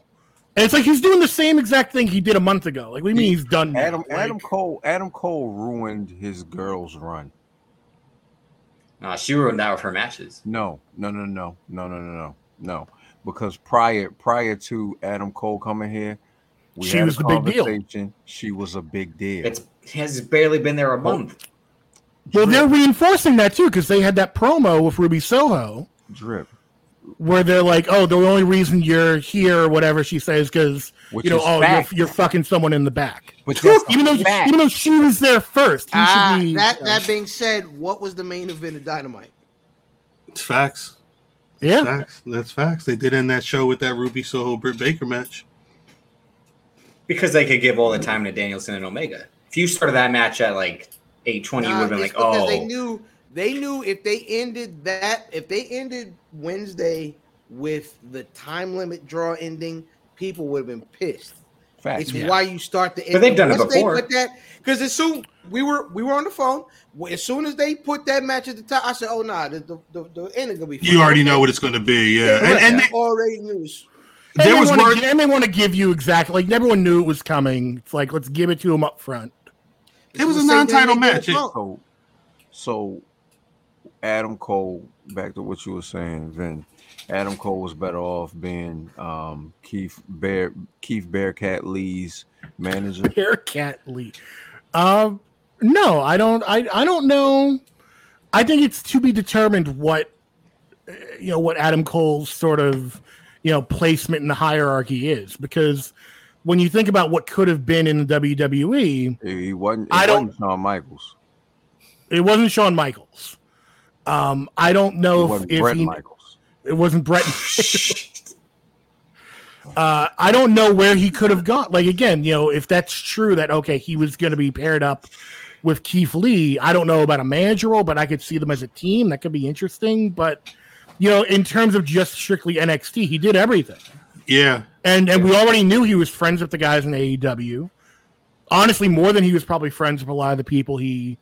[SPEAKER 7] And it's like he's doing the same exact thing he did a month ago. Like, what do you mean he's done now?
[SPEAKER 4] Adam
[SPEAKER 7] Like-
[SPEAKER 4] Adam Cole Adam Cole ruined his girls run.
[SPEAKER 3] Nah, she ruined that with her matches.
[SPEAKER 4] No, no, no, no, no, no, no, no, no. Because prior prior to Adam Cole coming here, we
[SPEAKER 7] She
[SPEAKER 4] had
[SPEAKER 7] was
[SPEAKER 4] a
[SPEAKER 7] the big deal.
[SPEAKER 4] conversation. She was a big deal.
[SPEAKER 3] It's has barely been there a month.
[SPEAKER 7] Well,
[SPEAKER 4] drip,
[SPEAKER 7] they're reinforcing that too because they had that promo with Ruby Soho
[SPEAKER 4] drip.
[SPEAKER 7] where they're like, "Oh, the only reason you're here, or whatever she says, because
[SPEAKER 4] Which
[SPEAKER 7] you know,
[SPEAKER 4] is
[SPEAKER 7] oh, you're,
[SPEAKER 4] fact.
[SPEAKER 7] you're fucking someone in the back."
[SPEAKER 4] But that's
[SPEAKER 7] even though
[SPEAKER 4] fact.
[SPEAKER 7] even though she was there first, he
[SPEAKER 2] Ah,
[SPEAKER 7] should be.
[SPEAKER 2] that that being said, what was the main event of Dynamite?
[SPEAKER 1] It's facts.
[SPEAKER 7] yeah,
[SPEAKER 1] Facts. That's facts. They did end that show with that Ruby Soho Britt Baker match.
[SPEAKER 3] Because they could give all the time to Danielson and Omega. If you started that match at like 820, you
[SPEAKER 2] Nah,
[SPEAKER 3] would have been
[SPEAKER 2] Uh, it's
[SPEAKER 3] like,
[SPEAKER 2] because
[SPEAKER 3] oh,
[SPEAKER 2] they knew they knew if they ended that if they ended Wednesday with the time limit draw ending, people would have been pissed.
[SPEAKER 4] fact.
[SPEAKER 2] It's
[SPEAKER 7] Yeah.
[SPEAKER 2] why you start the.
[SPEAKER 3] But they've done it
[SPEAKER 2] Once
[SPEAKER 3] before.
[SPEAKER 2] They put that because as soon we were we were on the phone. Well, As soon as they put that match at the top, I said, "Oh nah, the the, the, the ending gonna be."
[SPEAKER 1] You already know what it's going to be, yeah. And, and
[SPEAKER 2] they already knew.
[SPEAKER 7] and
[SPEAKER 1] there
[SPEAKER 7] they
[SPEAKER 1] was
[SPEAKER 7] wanna
[SPEAKER 1] word-
[SPEAKER 7] gi- and they want to give you exactly like everyone knew it was coming. It's like let's give it to him up front.
[SPEAKER 1] It was a non-title match. It-
[SPEAKER 4] So, so Adam Cole, back to what you were saying, Vin. Adam Cole was better off being um, Keith Bear Keith Bearcat Lee's manager.
[SPEAKER 7] Bearcat Lee. Um, no, I don't. I I don't know. I think it's to be determined what uh, you know what Adam Cole's sort of you know placement in the hierarchy is because when you think about what could have been in the E, WWE,
[SPEAKER 4] He he wasn't.
[SPEAKER 7] I
[SPEAKER 4] I
[SPEAKER 7] don't-
[SPEAKER 4] don't. Shawn Michaels.
[SPEAKER 7] it wasn't Shawn Michaels. Um, I don't
[SPEAKER 4] He
[SPEAKER 7] know if,
[SPEAKER 4] wasn't
[SPEAKER 7] if
[SPEAKER 4] Brett
[SPEAKER 7] he,
[SPEAKER 4] Michaels.
[SPEAKER 7] it wasn't Brett. uh, I don't know where he could have gone. Like again, you know, if that's true, that okay, he was going to be paired up with Keith Lee. I don't know about a manager role, but I could see them as a team. That could be interesting. But you know, in terms of just strictly NXT, he did everything,
[SPEAKER 1] Yeah,
[SPEAKER 7] and and we already knew he was friends with the guys in AEW. Honestly, more than he was probably friends with a lot of the people he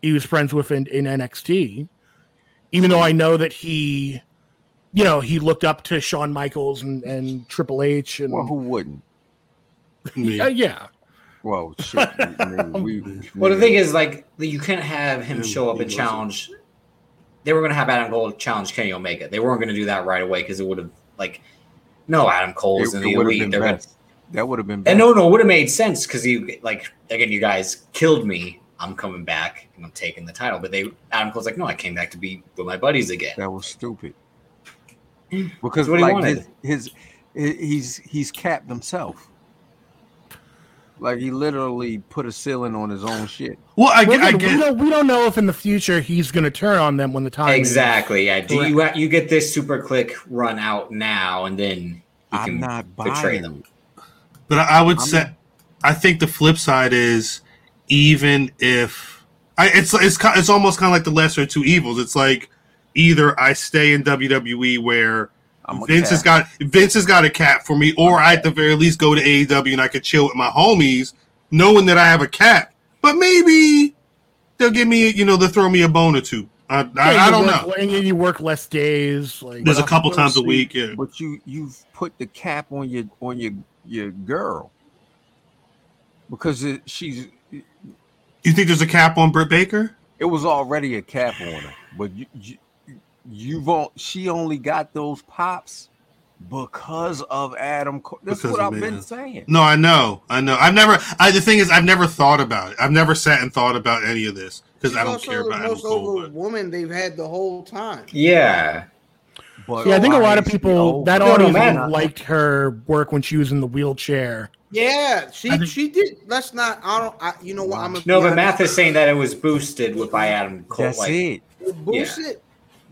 [SPEAKER 7] he was friends with in, in NXT. Even though I know that he, you know, he looked up to Shawn Michaels and, and Triple H and
[SPEAKER 4] Well, who wouldn't?
[SPEAKER 1] Me.
[SPEAKER 7] Uh, yeah.
[SPEAKER 4] Well, shit. I mean, we,
[SPEAKER 3] Well, the thing is, like, you couldn't have him
[SPEAKER 1] Mm,
[SPEAKER 3] show up
[SPEAKER 1] he
[SPEAKER 3] and
[SPEAKER 1] wasn't.
[SPEAKER 3] challenge. They were going to have Adam Cole challenge Kenny Omega. They weren't going to do that right away because it would have, like, no, Adam Cole's
[SPEAKER 4] it,
[SPEAKER 3] in the
[SPEAKER 4] would have
[SPEAKER 3] elite.
[SPEAKER 4] been
[SPEAKER 3] They're gonna,
[SPEAKER 4] best. That would have been best.
[SPEAKER 3] and no, no, it would have made sense because he, like, again, you guys killed me. I'm coming back and I'm taking the title. But they, Adam Cole's like, no, I came back to be with my buddies again.
[SPEAKER 4] That was stupid. Because
[SPEAKER 3] what he
[SPEAKER 4] like his,
[SPEAKER 3] wanted.
[SPEAKER 4] his he- he's he's capped himself. Like he literally put a ceiling on his own shit.
[SPEAKER 1] Well, I,
[SPEAKER 7] Well,
[SPEAKER 1] I
[SPEAKER 7] again, we,
[SPEAKER 1] get.
[SPEAKER 7] don't, we don't know if in the future he's going to turn on them when the time is.
[SPEAKER 3] Exactly. Yeah. Do you you get this super click run out now and then you
[SPEAKER 4] I'm
[SPEAKER 3] can
[SPEAKER 4] not
[SPEAKER 3] betray
[SPEAKER 4] buying
[SPEAKER 3] them?
[SPEAKER 4] it.
[SPEAKER 1] But I, I would
[SPEAKER 4] I'm-
[SPEAKER 1] say, I think the flip side is, even if I, it's it's ki- it's almost kind of like the lesser of two evils. It's like either I stay in WWE where
[SPEAKER 4] I'm a
[SPEAKER 1] Vince has
[SPEAKER 4] cap.
[SPEAKER 1] got Vince has got a cap for me, or I at the very least go to AEW and I could chill with my homies, knowing that I have a cap. But maybe they'll give me, you know, they'll throw me a bone or two. I,
[SPEAKER 7] Yeah,
[SPEAKER 1] I, I
[SPEAKER 7] you
[SPEAKER 1] don't
[SPEAKER 7] work-
[SPEAKER 1] know.
[SPEAKER 7] And you work less days. Like
[SPEAKER 1] There's a
[SPEAKER 4] I
[SPEAKER 1] couple
[SPEAKER 4] still
[SPEAKER 1] times a
[SPEAKER 4] see-
[SPEAKER 1] week. Yeah.
[SPEAKER 4] But you you've put the cap on your on your your girl because it, she's
[SPEAKER 1] You think there's a cap on Britt Baker?
[SPEAKER 4] it was already a cap on her, but you, you you've on, she only got those pops because of Adam. Cole. That's
[SPEAKER 1] Because
[SPEAKER 4] what
[SPEAKER 1] of
[SPEAKER 4] I've been
[SPEAKER 1] man.
[SPEAKER 4] saying.
[SPEAKER 1] No, I know, I know. I've never. I, the thing is, I've never thought about it. I've never sat and thought about any of this because I don't
[SPEAKER 2] also
[SPEAKER 1] care
[SPEAKER 2] the
[SPEAKER 1] about Adam
[SPEAKER 2] most
[SPEAKER 1] Cole.
[SPEAKER 2] over woman they've had the whole time.
[SPEAKER 3] Yeah.
[SPEAKER 4] But oh,
[SPEAKER 7] yeah, I think a
[SPEAKER 4] why
[SPEAKER 7] lot of
[SPEAKER 4] is she
[SPEAKER 7] people
[SPEAKER 4] old?
[SPEAKER 7] that
[SPEAKER 3] No, no,
[SPEAKER 7] audience
[SPEAKER 3] man.
[SPEAKER 7] would've liked her work when she was in the wheelchair.
[SPEAKER 2] Yeah, she
[SPEAKER 7] I think-
[SPEAKER 2] she did. Let's not. I don't. I, you know what? I'm
[SPEAKER 3] No, but Math is saying that it was boosted with by Adam Cole.
[SPEAKER 4] That's
[SPEAKER 3] like,
[SPEAKER 4] it.
[SPEAKER 2] boost it,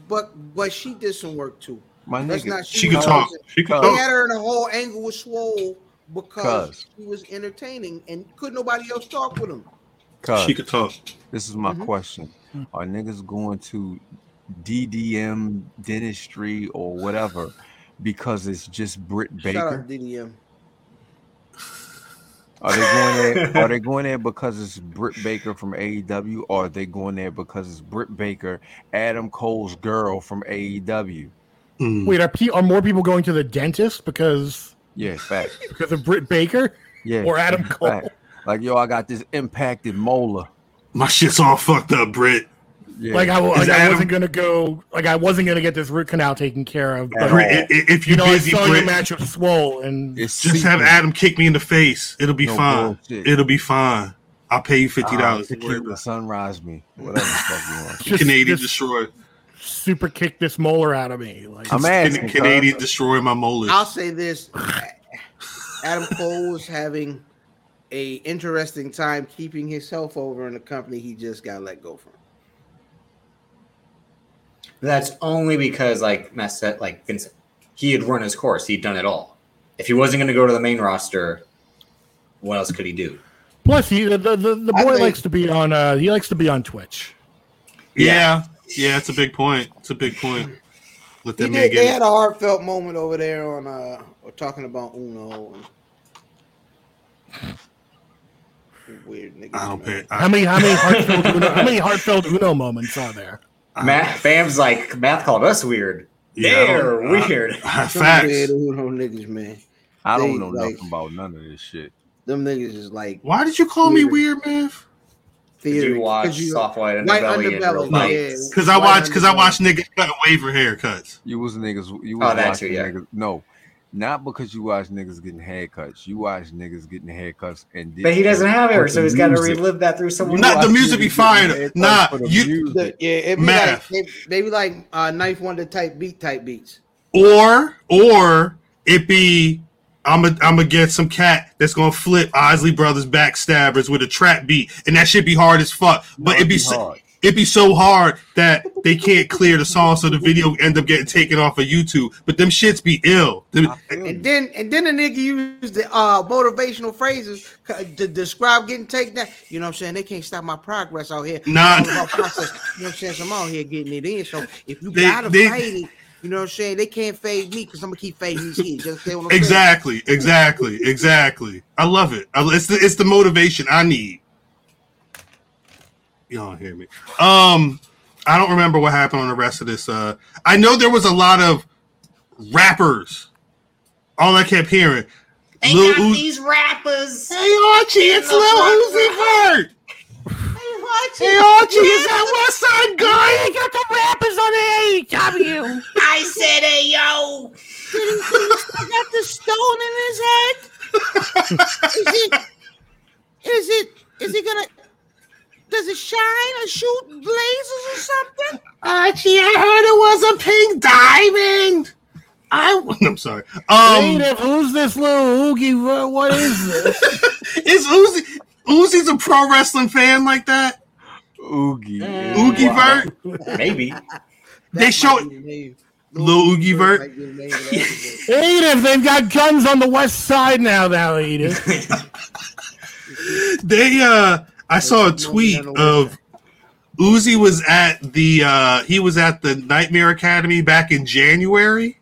[SPEAKER 2] but but she did some work too.
[SPEAKER 4] My
[SPEAKER 2] Let's
[SPEAKER 4] nigga.
[SPEAKER 2] not.
[SPEAKER 1] She could
[SPEAKER 2] was-
[SPEAKER 1] talk. She could
[SPEAKER 4] Cause-
[SPEAKER 2] They
[SPEAKER 1] talk.
[SPEAKER 2] had her in a whole angle with Swole because
[SPEAKER 4] Cuz.
[SPEAKER 2] she was entertaining and could nobody else talk with him.
[SPEAKER 4] Cuz,
[SPEAKER 1] She could talk.
[SPEAKER 4] this is my
[SPEAKER 2] Mhm.
[SPEAKER 4] question.
[SPEAKER 7] Mm.
[SPEAKER 4] Are niggas going to DDM dentistry or whatever because it's just Britt
[SPEAKER 2] Shout out
[SPEAKER 4] Baker?
[SPEAKER 2] DDM.
[SPEAKER 4] Are they going there? Are they going there because it's Britt Baker from AEW? Or are they going there because it's Britt Baker, Adam Cole's girl from E AEW?
[SPEAKER 1] Mm.
[SPEAKER 7] Wait, are, pe- are more people going to the dentist because
[SPEAKER 4] Yeah, fact.
[SPEAKER 7] because of Britt Baker
[SPEAKER 4] Yeah.
[SPEAKER 7] or Adam Cole?
[SPEAKER 4] fact. Like, yo, I got this impacted molar.
[SPEAKER 1] My shit's all fucked up, Britt.
[SPEAKER 4] Yeah.
[SPEAKER 7] Like I, like I
[SPEAKER 1] Adam-
[SPEAKER 7] wasn't gonna go. Like I wasn't gonna get this root canal taken care of.
[SPEAKER 4] Oh.
[SPEAKER 7] But,
[SPEAKER 1] Britt, i- i- if
[SPEAKER 7] you
[SPEAKER 1] you're
[SPEAKER 7] know, I
[SPEAKER 1] busy,
[SPEAKER 7] saw your
[SPEAKER 1] Britt,
[SPEAKER 7] match with Swole, and
[SPEAKER 4] it's
[SPEAKER 1] just have
[SPEAKER 4] seeping.
[SPEAKER 1] Adam kick me in the face. It'll be
[SPEAKER 4] No
[SPEAKER 1] fine.
[SPEAKER 4] bullshit.
[SPEAKER 1] It'll be fine. I'll pay you fifty
[SPEAKER 4] Ah,
[SPEAKER 1] dollars.
[SPEAKER 4] tequila sunrise me. Whatever the fuck you want.
[SPEAKER 7] just,
[SPEAKER 1] Canadian
[SPEAKER 7] just
[SPEAKER 1] destroy.
[SPEAKER 7] super kicked this molar out of me. Like
[SPEAKER 4] I'm asking.
[SPEAKER 1] Canadian
[SPEAKER 4] cuz.
[SPEAKER 1] destroy my molars.
[SPEAKER 2] I'll say this: Adam Cole was having a interesting time keeping himself over in the company he just got let go from.
[SPEAKER 3] That's only because like Matt said, like Vince, he had run his course. He'd done it all. If he wasn't going to go to the main roster, what else could he do?
[SPEAKER 7] Plus, he, the, the the the
[SPEAKER 2] I
[SPEAKER 7] boy
[SPEAKER 2] think-
[SPEAKER 7] likes to be on. Uh, he likes to be on Twitch.
[SPEAKER 1] yeah, yeah, it's a big point. It's a big point. Let
[SPEAKER 2] He
[SPEAKER 1] that man
[SPEAKER 2] did, they
[SPEAKER 1] get.
[SPEAKER 2] had a heartfelt moment over there on uh talking about Uno and weird niggas.
[SPEAKER 1] I don't
[SPEAKER 2] man.
[SPEAKER 1] pay.
[SPEAKER 7] How
[SPEAKER 1] I,
[SPEAKER 7] many how many heartfelt Uno, how many heartfelt Uno moments are there?
[SPEAKER 3] Matt, Bam's like Math called us weird.
[SPEAKER 1] Uh, yeah, oh, uh, I
[SPEAKER 3] They're
[SPEAKER 1] don't- I-
[SPEAKER 3] weird.
[SPEAKER 2] Some weird
[SPEAKER 1] Facts.
[SPEAKER 2] Uno niggas, man.
[SPEAKER 4] I
[SPEAKER 2] They,
[SPEAKER 4] don't know
[SPEAKER 2] like-
[SPEAKER 4] nothing about none of this shit.
[SPEAKER 2] Them niggas is like
[SPEAKER 1] Why did you call me weird, man?
[SPEAKER 3] Did
[SPEAKER 2] theory.
[SPEAKER 3] you watch
[SPEAKER 2] 'cause you-
[SPEAKER 3] Soft White Underbelly?
[SPEAKER 2] White
[SPEAKER 3] and Real
[SPEAKER 2] underbelly,
[SPEAKER 1] No.
[SPEAKER 3] Fights?
[SPEAKER 2] yeah.
[SPEAKER 1] Because I
[SPEAKER 2] White
[SPEAKER 1] watch. Because I
[SPEAKER 2] Underbelly.
[SPEAKER 1] watch niggas cut waiver haircuts.
[SPEAKER 4] You was niggas. You
[SPEAKER 3] Oh,
[SPEAKER 4] was
[SPEAKER 3] that too,
[SPEAKER 4] watching
[SPEAKER 3] yeah.
[SPEAKER 4] niggas. No, Not because you watch niggas getting haircuts. You watch niggas getting haircuts and
[SPEAKER 3] But he doesn't have
[SPEAKER 4] it,
[SPEAKER 3] it, so he's got to relive that through someone
[SPEAKER 1] Not
[SPEAKER 3] else.
[SPEAKER 1] the music be fire. Nah, you-
[SPEAKER 2] The- yeah, it be
[SPEAKER 1] Math.
[SPEAKER 2] like they, they be like uh, knife wonder type beat type beats.
[SPEAKER 1] or or it be I'm a I'm gonna get some cat that's gonna flip Osley Brothers backstabbers with a trap beat, and that shit be hard as fuck. But it be so,
[SPEAKER 4] hard.
[SPEAKER 1] it be so hard that they can't clear the song, so the video end up getting taken off of YouTube. But them shits be ill. Them-
[SPEAKER 4] I feel you.
[SPEAKER 2] And then and then the nigga used the uh, motivational phrases c- to describe getting taken down. You know what I'm saying? They can't stop my progress out here.
[SPEAKER 1] Nah.
[SPEAKER 2] It's all about process. You know what I'm saying? So I'm out here getting it in. So if you
[SPEAKER 1] They-
[SPEAKER 2] gotta
[SPEAKER 1] they-
[SPEAKER 2] fade it, you know what I'm saying? They can't fade me because I'm gonna keep fading these kids. You understand what I'm saying?
[SPEAKER 1] Exactly, exactly, exactly. I love it. I, it's the it's the motivation I need. Y'all don't hear me? Um, I don't remember what happened on the rest of this. Uh, I know there was a lot of rappers. All I kept hearing,
[SPEAKER 8] They
[SPEAKER 1] Lil
[SPEAKER 8] got
[SPEAKER 1] Uzi-
[SPEAKER 8] these rappers.
[SPEAKER 1] "Hey Archie, it's Lil Uzi Vert. Hey Archie, is that West Side Gun?
[SPEAKER 9] got the rappers on the AEW.
[SPEAKER 8] I said, hey, yo.
[SPEAKER 9] I got the stone in his head. Is it? Is it? Is it gonna? Does it shine or shoot blazes or something?
[SPEAKER 1] Archie, I heard it was a pink diamond. I, I'm sorry. Um,
[SPEAKER 7] Native, who's this little Oogie? What, what is this?
[SPEAKER 1] Is Uzi Uzi's a pro wrestling fan like that?
[SPEAKER 4] Oogie.
[SPEAKER 3] Mm.
[SPEAKER 1] Oogie
[SPEAKER 3] Wow.
[SPEAKER 1] Vert?
[SPEAKER 3] Maybe.
[SPEAKER 1] They
[SPEAKER 2] might
[SPEAKER 1] show-
[SPEAKER 2] be the name.
[SPEAKER 1] Lil Uzi Vert?
[SPEAKER 2] might be the name of that.
[SPEAKER 7] Native, they've got guns on the west side now, now, Native.
[SPEAKER 1] They uh I saw a tweet of Uzi was at the uh he was at the Nightmare Academy back in January.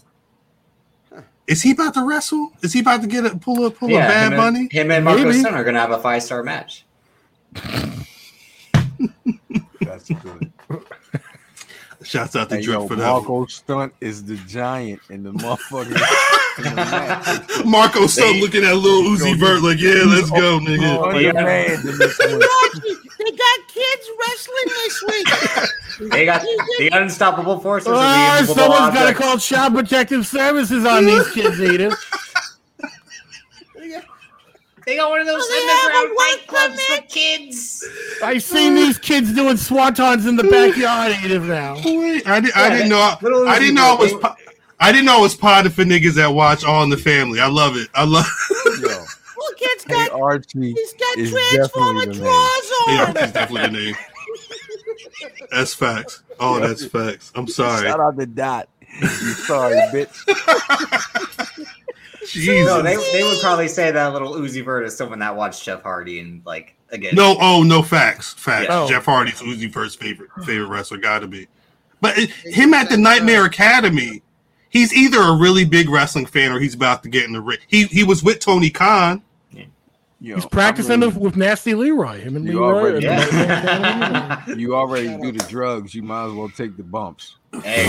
[SPEAKER 1] Is he about to wrestle? Is he about to get a pull a pull a
[SPEAKER 3] him
[SPEAKER 1] bad
[SPEAKER 3] and-
[SPEAKER 1] bunny?
[SPEAKER 3] Him and Marco
[SPEAKER 7] Maybe.
[SPEAKER 3] Stone are going to have a five star match.
[SPEAKER 4] That's good.
[SPEAKER 1] Shouts out to
[SPEAKER 4] Hey, yo,
[SPEAKER 1] Drip for that.
[SPEAKER 4] Marco Stunt is the giant in the motherfucking. in the match.
[SPEAKER 1] Marco Stone
[SPEAKER 3] They-
[SPEAKER 1] looking at Lil Uzi Vert like, yeah, let's go, nigga.
[SPEAKER 4] Under man in this one.
[SPEAKER 9] They got kids wrestling this week.
[SPEAKER 3] They got the unstoppable forces. of the
[SPEAKER 7] Ah,
[SPEAKER 3] invisible
[SPEAKER 7] someone's got to
[SPEAKER 3] object.
[SPEAKER 7] call Child Protective Services on these kids, Native.
[SPEAKER 8] They got one of those
[SPEAKER 9] Oh, they have
[SPEAKER 8] underground
[SPEAKER 9] a
[SPEAKER 8] fight
[SPEAKER 9] white
[SPEAKER 8] clubs for
[SPEAKER 9] clinic.
[SPEAKER 8] kids.
[SPEAKER 7] I've seen these kids doing swatons in the backyard, Native, now.
[SPEAKER 1] Wait, I, did,
[SPEAKER 3] Yeah,
[SPEAKER 1] I didn't know. I,
[SPEAKER 3] Lil
[SPEAKER 1] I
[SPEAKER 3] Uzi
[SPEAKER 1] didn't know I
[SPEAKER 3] Vert,
[SPEAKER 1] was.
[SPEAKER 3] they-
[SPEAKER 1] po- I didn't know I was potted for niggas that watch All in the Family. I love it. I love.
[SPEAKER 4] Yo,
[SPEAKER 9] Well, kid's
[SPEAKER 4] hey,
[SPEAKER 9] got
[SPEAKER 4] Archie.
[SPEAKER 9] he's got
[SPEAKER 4] is
[SPEAKER 9] transformer
[SPEAKER 4] definitely the
[SPEAKER 9] drawers
[SPEAKER 1] Yeah,
[SPEAKER 9] on.
[SPEAKER 1] that's definitely the name. That's facts. Oh, that's facts. I'm sorry.
[SPEAKER 4] Shout out to Dot. You sorry, bitch.
[SPEAKER 1] Jesus.
[SPEAKER 3] No,
[SPEAKER 1] No,
[SPEAKER 3] they, they would probably say that little Uzi Vert is someone that watched Jeff Hardy and like again.
[SPEAKER 1] oh, no facts. Facts.
[SPEAKER 7] Yeah.
[SPEAKER 1] Jeff Hardy's Uzi first favorite favorite wrestler. Gotta be. But it, him at the Nightmare Academy, he's either a really big wrestling fan or he's about to get in the ring. He he was with Tony Khan.
[SPEAKER 4] Yo,
[SPEAKER 7] He's
[SPEAKER 4] I
[SPEAKER 7] practicing
[SPEAKER 4] really-
[SPEAKER 7] with Nasty Leroy. Him and
[SPEAKER 4] You
[SPEAKER 7] Leroy.
[SPEAKER 4] already-
[SPEAKER 3] Yeah.
[SPEAKER 4] You already do the drugs. You might as well take the bumps.
[SPEAKER 3] hey.